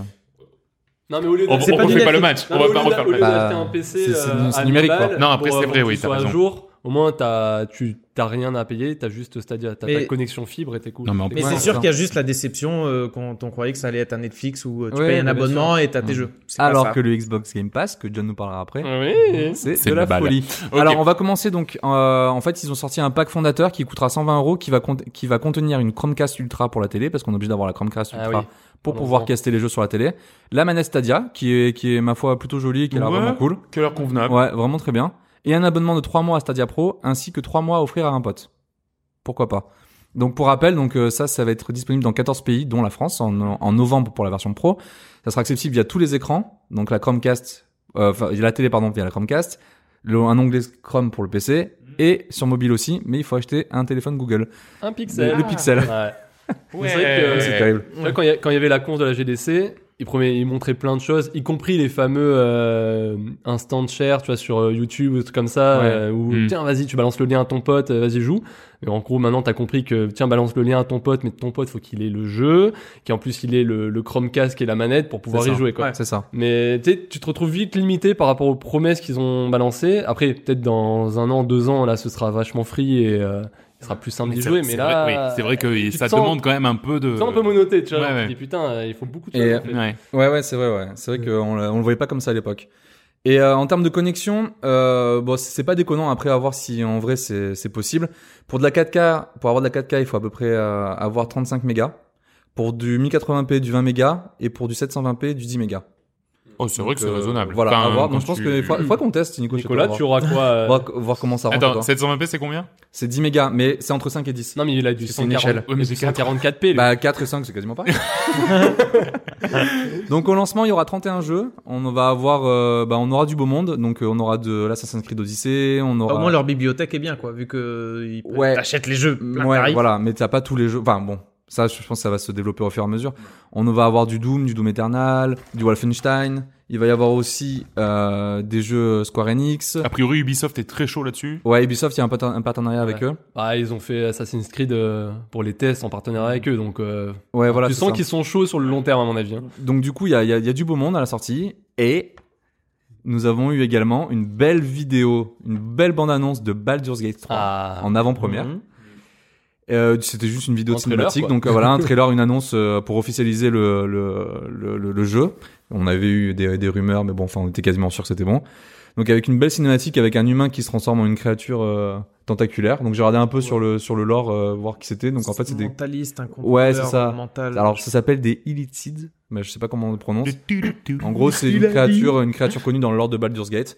[SPEAKER 9] Non, mais au lieu de-
[SPEAKER 8] On- C'est on pas refait du pas le Netflix. match,
[SPEAKER 9] Non,
[SPEAKER 8] on
[SPEAKER 9] mais
[SPEAKER 8] va
[SPEAKER 9] au
[SPEAKER 8] pas
[SPEAKER 9] lieu d'a-
[SPEAKER 8] refaire
[SPEAKER 9] Au
[SPEAKER 8] le
[SPEAKER 9] lieu
[SPEAKER 8] match.
[SPEAKER 9] d'acheter un
[SPEAKER 8] Bah,
[SPEAKER 9] PC.
[SPEAKER 1] c'est-
[SPEAKER 9] euh,
[SPEAKER 1] c'est- c'est
[SPEAKER 9] à
[SPEAKER 1] numérique, quoi.
[SPEAKER 9] 1000 balles,
[SPEAKER 8] Non, après,
[SPEAKER 9] pour-
[SPEAKER 8] c'est vrai,
[SPEAKER 9] pour
[SPEAKER 8] oui,
[SPEAKER 9] qu'il
[SPEAKER 8] t'as
[SPEAKER 9] soit à
[SPEAKER 8] raison.
[SPEAKER 9] jour, au moins, t'as, tu, t'as rien à payer, t'as juste Stadia, t'as
[SPEAKER 10] Mais-
[SPEAKER 9] ta connexion fibre et t'es cool.
[SPEAKER 8] Non, mais en
[SPEAKER 10] Mais
[SPEAKER 1] Ouais,
[SPEAKER 10] c'est
[SPEAKER 1] c'est
[SPEAKER 10] sûr
[SPEAKER 1] ça.
[SPEAKER 10] qu'il y a juste la déception euh, quand on croyait que ça allait être un Netflix où euh, tu
[SPEAKER 1] Ouais,
[SPEAKER 10] payes un
[SPEAKER 1] mais bien
[SPEAKER 10] abonnement et t'as
[SPEAKER 1] Ouais.
[SPEAKER 10] tes jeux. C'est pas
[SPEAKER 1] Alors
[SPEAKER 10] ça.
[SPEAKER 1] que le Xbox Game Pass, que John nous
[SPEAKER 10] [LAUGHS]
[SPEAKER 1] parlera après,
[SPEAKER 9] Oui.
[SPEAKER 1] c'est
[SPEAKER 8] C'est
[SPEAKER 1] de
[SPEAKER 8] de
[SPEAKER 1] la
[SPEAKER 8] la balle.
[SPEAKER 1] folie.
[SPEAKER 8] Ok.
[SPEAKER 1] Alors on va commencer donc. euh, en fait, ils ont sorti un pack fondateur qui coûtera 120 euros, qui va cont- qui va contenir une Chromecast Ultra pour la télé, parce qu'on est obligé d'avoir la Chromecast
[SPEAKER 9] Ah
[SPEAKER 1] Ultra
[SPEAKER 9] oui.
[SPEAKER 1] pour
[SPEAKER 9] Pendant
[SPEAKER 1] pouvoir
[SPEAKER 9] longtemps.
[SPEAKER 1] caster les jeux sur la télé. La manette Stadia, qui est qui est ma foi plutôt jolie, et qui a l'air
[SPEAKER 8] Ouais.
[SPEAKER 1] vraiment cool.
[SPEAKER 8] Quelle heure convenable.
[SPEAKER 1] Ouais, vraiment très bien. Et un abonnement de 3 mois à Stadia Pro, ainsi que 3 mois à offrir à un pote. Pourquoi pas Donc pour rappel, donc euh, ça, ça va être disponible dans 14 pays, dont la France, en, en novembre pour la version Pro. Ça sera accessible via tous les écrans, donc la Chromecast, euh, enfin, la télé pardon, via la Chromecast, le- un onglet Chrome pour le PC, et sur mobile aussi, mais il faut acheter un téléphone Google.
[SPEAKER 9] Un pixel.
[SPEAKER 1] Le pixel.
[SPEAKER 9] Ouais. Mais c'est vrai que-
[SPEAKER 1] C'est terrible.
[SPEAKER 9] Tu vois, quand il y a- quand il y avait la conf de la GDC, ils, promet- ils montraient plein de choses, y compris les fameux euh, instant share, tu vois, sur euh, YouTube ou des trucs comme ça,
[SPEAKER 1] Ouais.
[SPEAKER 9] euh, où
[SPEAKER 8] Mm.
[SPEAKER 9] tiens, vas-y, tu balances le lien à ton pote, euh, vas-y, joue. Mais en gros, maintenant, t'as compris que tiens, balance le lien à ton pote, mais ton pote, faut qu'il ait le jeu, qu'en plus, il ait le, le Chromecast et la manette pour pouvoir
[SPEAKER 1] C'est
[SPEAKER 9] y
[SPEAKER 1] ça.
[SPEAKER 9] jouer, quoi.
[SPEAKER 1] C'est ça.
[SPEAKER 9] Mais tu sais, tu te retrouves vite limité par rapport aux promesses qu'ils ont balancées. Après, peut-être dans un an, deux ans, là, ce sera vachement free et euh, il sera plus simple
[SPEAKER 8] Mais
[SPEAKER 9] d'y
[SPEAKER 8] c'est-
[SPEAKER 9] jouer.
[SPEAKER 8] c'est
[SPEAKER 9] Mais là,
[SPEAKER 8] vrai- oui, c'est vrai que
[SPEAKER 9] tu te
[SPEAKER 8] ça
[SPEAKER 9] sens-
[SPEAKER 8] demande quand même un peu de.
[SPEAKER 9] c'est un peu monoté, tu vois.
[SPEAKER 8] Ouais,
[SPEAKER 9] genre,
[SPEAKER 8] ouais.
[SPEAKER 9] tu dis, putain, euh, il faut beaucoup de choses.
[SPEAKER 1] Et-
[SPEAKER 9] en fait.
[SPEAKER 8] Ouais.
[SPEAKER 1] Ouais, ouais, c'est vrai, ouais. C'est vrai qu'on le- on le voyait pas comme ça à l'époque. Et euh, en termes de connexion, euh, bon, c'est pas déconnant. Après, à voir si en vrai c'est c'est possible. Pour de la 4K, pour avoir de la 4K, il faut à peu près euh, avoir 35 mégas. Pour du 1080p, du 20 mégas, et pour du 720p, du 10 mégas.
[SPEAKER 8] Oh, c'est vrai que c'est
[SPEAKER 1] Euh,
[SPEAKER 8] raisonnable.
[SPEAKER 1] Voilà,
[SPEAKER 8] Enfin,
[SPEAKER 1] à voir.
[SPEAKER 8] quand
[SPEAKER 1] Donc je pense
[SPEAKER 8] tu-
[SPEAKER 1] que faut,
[SPEAKER 8] [CLEARS THROAT]
[SPEAKER 1] faut qu'on teste, Nico. je sais
[SPEAKER 9] Nicolas,
[SPEAKER 1] pas,
[SPEAKER 9] tu auras quoi euh,
[SPEAKER 1] voir, voir, voir comment ça rentre.
[SPEAKER 8] Attends,
[SPEAKER 1] toi.
[SPEAKER 8] 720p, c'est combien
[SPEAKER 1] c'est 10 mégas, mais c'est entre 5 et 10.
[SPEAKER 9] Non, mais il a du
[SPEAKER 1] C'est une échelle.
[SPEAKER 9] 140,
[SPEAKER 8] Ouais, mais
[SPEAKER 9] du
[SPEAKER 8] c'est quatre.
[SPEAKER 9] 144p. [LAUGHS] lui.
[SPEAKER 1] Bah 4 et 5 c'est
[SPEAKER 9] [LAUGHS]
[SPEAKER 1] quasiment pareil. donc au lancement il y aura 31 jeux, on va avoir euh, bah, on aura du beau monde, donc euh, on aura de l'Assassin's Creed Odyssey, on aura
[SPEAKER 10] Au moins leur bibliothèque est bien quoi, vu que euh, ils
[SPEAKER 1] Ouais.
[SPEAKER 10] t'achètes les jeux. plein de
[SPEAKER 1] Mm, Ouais,
[SPEAKER 10] tarifs.
[SPEAKER 1] voilà, mais t'as pas tous les jeux. Enfin bon, ça je pense que ça va se développer au fur et à mesure. On va avoir du Doom, du Doom Eternal, du Wolfenstein, il va y avoir aussi euh, des jeux Square Enix.
[SPEAKER 10] Ah.
[SPEAKER 8] A priori, Ubisoft est très chaud là-dessus.
[SPEAKER 1] Ouais, Ubisoft, il y a un, pater- un partenariat avec
[SPEAKER 9] Ouais.
[SPEAKER 1] eux.
[SPEAKER 9] Bah, ils ont fait Assassin's Creed euh, pour les tests en partenariat avec eux, donc euh,
[SPEAKER 1] Ouais, voilà.
[SPEAKER 9] tu
[SPEAKER 1] c'est
[SPEAKER 9] sens
[SPEAKER 1] ça.
[SPEAKER 9] qu'ils sont chauds sur le long terme à mon avis. hein.
[SPEAKER 1] Donc du coup, il y a, il y a- il y a du beau monde à la sortie. Et nous avons eu également une belle vidéo, une belle bande-annonce de Baldur's Gate 3
[SPEAKER 9] Ah,
[SPEAKER 1] en avant-première.
[SPEAKER 10] Mhm.
[SPEAKER 1] Euh, C'était juste une vidéo
[SPEAKER 9] Un trailer,
[SPEAKER 1] cinématique,
[SPEAKER 9] quoi.
[SPEAKER 1] donc euh,
[SPEAKER 9] [LAUGHS]
[SPEAKER 1] voilà, un trailer, une annonce euh, pour officialiser le, le, le, le- le jeu. On avait eu des, des rumeurs, mais bon, enfin, on était quasiment sûr que c'était bon. Donc avec une belle cinématique, avec un humain qui se transforme en une créature euh, tentaculaire. Donc j'ai regardé un peu sur le sur le lore, euh, voir qui c'était. Donc en fait,
[SPEAKER 10] C'est
[SPEAKER 9] Mmh.
[SPEAKER 1] c'était.
[SPEAKER 10] mentaliste, un
[SPEAKER 1] Ouais, c'est ça.
[SPEAKER 10] mental.
[SPEAKER 1] Alors ça s'appelle des Illicides, mais je sais pas comment on le prononce. En
[SPEAKER 8] En
[SPEAKER 1] gros, c'est une créature, une créature connue dans le lore de Baldur's Gate.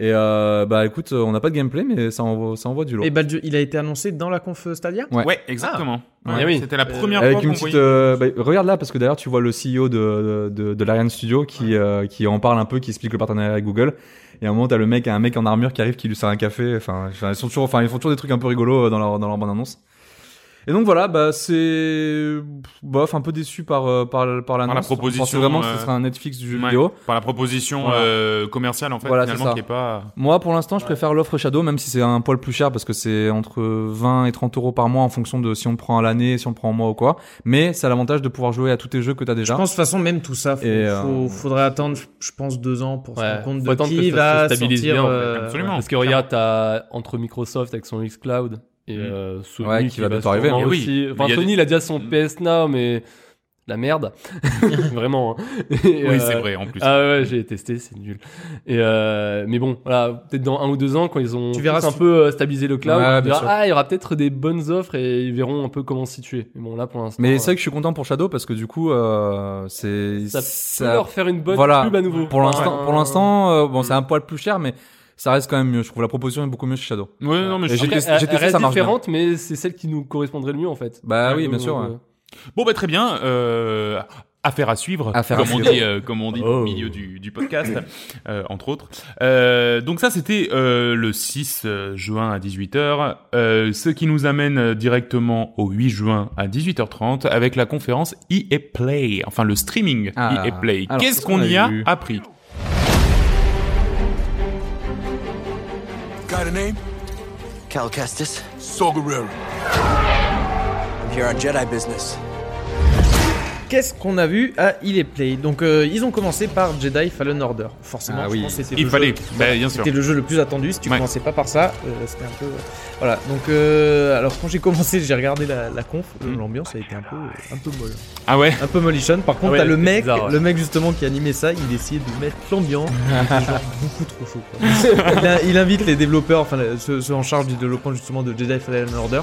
[SPEAKER 1] Et euh, bah écoute, euh, on n'a pas de gameplay, mais ça envoie, ça envoie du
[SPEAKER 8] Eh
[SPEAKER 1] lourd.
[SPEAKER 8] ben,
[SPEAKER 10] Et Baldur, il a été annoncé dans la conf euh, Stadia
[SPEAKER 1] Ouais.
[SPEAKER 8] Ouais, exactement.
[SPEAKER 9] Ah.
[SPEAKER 8] Ouais,
[SPEAKER 9] Eh oui.
[SPEAKER 8] C'était la première
[SPEAKER 1] Avec
[SPEAKER 8] fois
[SPEAKER 1] une
[SPEAKER 8] qu'on
[SPEAKER 1] petite,
[SPEAKER 8] voyait-
[SPEAKER 1] euh, bah, regarde là parce que d'ailleurs tu vois le CEO de de, de, de l'Ariane Studio qui euh, qui en parle un peu, qui explique le partenariat avec Google. Et à un moment t'as le mec, un mec en armure qui arrive, qui lui sert un café. Enfin, ils sont toujours, enfin ils font toujours des trucs un peu rigolos euh, dans leur dans leur bande annonce. Et donc voilà, bah c'est bof, un peu déçu par euh, par par l'annonce.
[SPEAKER 8] la
[SPEAKER 1] On pensait
[SPEAKER 8] proposition,
[SPEAKER 1] vraiment que
[SPEAKER 8] euh,
[SPEAKER 1] ce serait un Netflix du jeu
[SPEAKER 8] Ouais,
[SPEAKER 1] vidéo.
[SPEAKER 8] Par la proposition
[SPEAKER 1] Voilà.
[SPEAKER 8] euh, commerciale, en fait,
[SPEAKER 1] Voilà, c'est
[SPEAKER 8] finalement,
[SPEAKER 1] ça.
[SPEAKER 8] qui est pas.
[SPEAKER 1] Moi, pour l'instant, je préfère l'offre Shadow, même si c'est un poil plus cher, parce que c'est entre 20 et 30 euros par mois en fonction de si on le prend à l'année, si on le prend en mois ou quoi. Mais ça a l'avantage de pouvoir jouer à tous tes jeux que t'as déjà.
[SPEAKER 10] Je pense de toute façon même tout ça, faut,
[SPEAKER 1] Et, euh,
[SPEAKER 10] faut- faudrait attendre, je- je pense deux ans pour se
[SPEAKER 9] Ouais.
[SPEAKER 10] rendre compte
[SPEAKER 9] Faut
[SPEAKER 10] de
[SPEAKER 9] attendre que
[SPEAKER 10] qui
[SPEAKER 9] ça
[SPEAKER 10] va
[SPEAKER 9] se stabilise
[SPEAKER 10] sortir.
[SPEAKER 9] bien, en fait.
[SPEAKER 10] euh,
[SPEAKER 8] Absolument.
[SPEAKER 9] parce que regarde, t'as entre Microsoft avec son xCloud et
[SPEAKER 8] Mm.
[SPEAKER 9] euh, Sony
[SPEAKER 1] Ouais, qui va bientôt arriver,
[SPEAKER 9] sûrement
[SPEAKER 8] hein. Oui.
[SPEAKER 9] aussi. Enfin,
[SPEAKER 8] Il y a
[SPEAKER 9] Sony,
[SPEAKER 8] des-
[SPEAKER 9] il a déjà son
[SPEAKER 8] Mm.
[SPEAKER 9] PS Now, mais la merde, [LAUGHS] vraiment. hein. Et,
[SPEAKER 8] Oui,
[SPEAKER 9] euh,
[SPEAKER 8] c'est vrai, en plus.
[SPEAKER 9] Ah ouais, j'ai testé, c'est nul. Et euh, mais bon, voilà, peut-être dans un ou deux ans, quand ils ont
[SPEAKER 10] Tu verras
[SPEAKER 9] tous un
[SPEAKER 10] si-
[SPEAKER 9] peu euh, stabilisé le cloud,
[SPEAKER 1] Ouais,
[SPEAKER 9] tu verras,
[SPEAKER 1] bien sûr.
[SPEAKER 9] ah, il y aura peut-être des bonnes offres et ils verront un peu comment se situer. Mais bon, là pour l'instant,
[SPEAKER 1] Mais
[SPEAKER 9] euh,
[SPEAKER 1] c'est vrai que je suis content pour Shadow parce que du coup, euh, c'est
[SPEAKER 9] ça peut
[SPEAKER 1] ça-
[SPEAKER 9] leur faire une bonne
[SPEAKER 1] voilà.
[SPEAKER 9] pub à nouveau.
[SPEAKER 1] pour l'instant,
[SPEAKER 9] Enfin,
[SPEAKER 1] pour l'instant, euh, bon,
[SPEAKER 9] Mm.
[SPEAKER 1] c'est un poil plus cher, mais ça reste quand même mieux. Je trouve la proposition est beaucoup mieux chez Shadow.
[SPEAKER 8] Ouais, non, mais
[SPEAKER 1] Et
[SPEAKER 8] je-
[SPEAKER 1] j'ai
[SPEAKER 9] Après,
[SPEAKER 1] testé-
[SPEAKER 9] elle-
[SPEAKER 1] j'ai
[SPEAKER 9] elle
[SPEAKER 1] testé,
[SPEAKER 9] reste
[SPEAKER 1] ça marche bien.
[SPEAKER 9] différente, mais c'est celle qui nous correspondrait le mieux en fait.
[SPEAKER 1] Bah oui,
[SPEAKER 9] donc,
[SPEAKER 1] bien sûr,
[SPEAKER 9] euh,
[SPEAKER 1] ouais.
[SPEAKER 8] Bon, bah, très bien. Euh, affaire à suivre,
[SPEAKER 1] Affaire à
[SPEAKER 8] comme, on
[SPEAKER 1] suivre.
[SPEAKER 8] Dit, euh, comme on dit
[SPEAKER 1] Oh.
[SPEAKER 8] au milieu du, du podcast, euh, entre autres. Euh, donc ça, c'était euh, le 6 euh, juin à 18h, euh, ce qui nous amène euh, directement au 8 juin à 18h30 avec la conférence EA Play, enfin le streaming
[SPEAKER 1] Ah.
[SPEAKER 8] EA Play.
[SPEAKER 1] Alors,
[SPEAKER 8] Qu'est-ce qu'on y
[SPEAKER 1] a
[SPEAKER 8] a
[SPEAKER 1] eu
[SPEAKER 8] appris
[SPEAKER 11] Got a name?
[SPEAKER 2] Cal Kestis,
[SPEAKER 11] Saw Gerrera.
[SPEAKER 2] I'm here on Jedi business.
[SPEAKER 10] Qu'est-ce qu'on a vu à Il est Play Donc euh, ils ont commencé par Jedi Fallen Order. Forcément,
[SPEAKER 8] Ah
[SPEAKER 10] je
[SPEAKER 8] oui.
[SPEAKER 10] pense que c'était
[SPEAKER 8] Il
[SPEAKER 10] le
[SPEAKER 8] fallait.
[SPEAKER 10] jeu-
[SPEAKER 8] Bah,
[SPEAKER 9] Ben,
[SPEAKER 8] bien sûr.
[SPEAKER 10] C'était le jeu le plus attendu. Si tu
[SPEAKER 8] Ouais.
[SPEAKER 10] commençais pas par ça, euh, c'était un peu. Voilà. Donc euh, alors quand j'ai commencé, j'ai regardé la, la conf. euh,
[SPEAKER 9] Mm.
[SPEAKER 10] L'ambiance a été un peu un peu molle.
[SPEAKER 8] Ah ouais.
[SPEAKER 10] Un peu Molition. Par contre,
[SPEAKER 8] Ah ouais,
[SPEAKER 10] t'as le
[SPEAKER 8] c'était
[SPEAKER 10] mec,
[SPEAKER 8] bizarre, ouais.
[SPEAKER 10] le mec justement qui animait ça, il essayait de mettre l'ambiance. Il était genre beaucoup trop chaud. quoi.
[SPEAKER 8] [LAUGHS]
[SPEAKER 10] il, a- il invite les développeurs, enfin le- ceux, ceux en charge du développement justement de Jedi Fallen Order.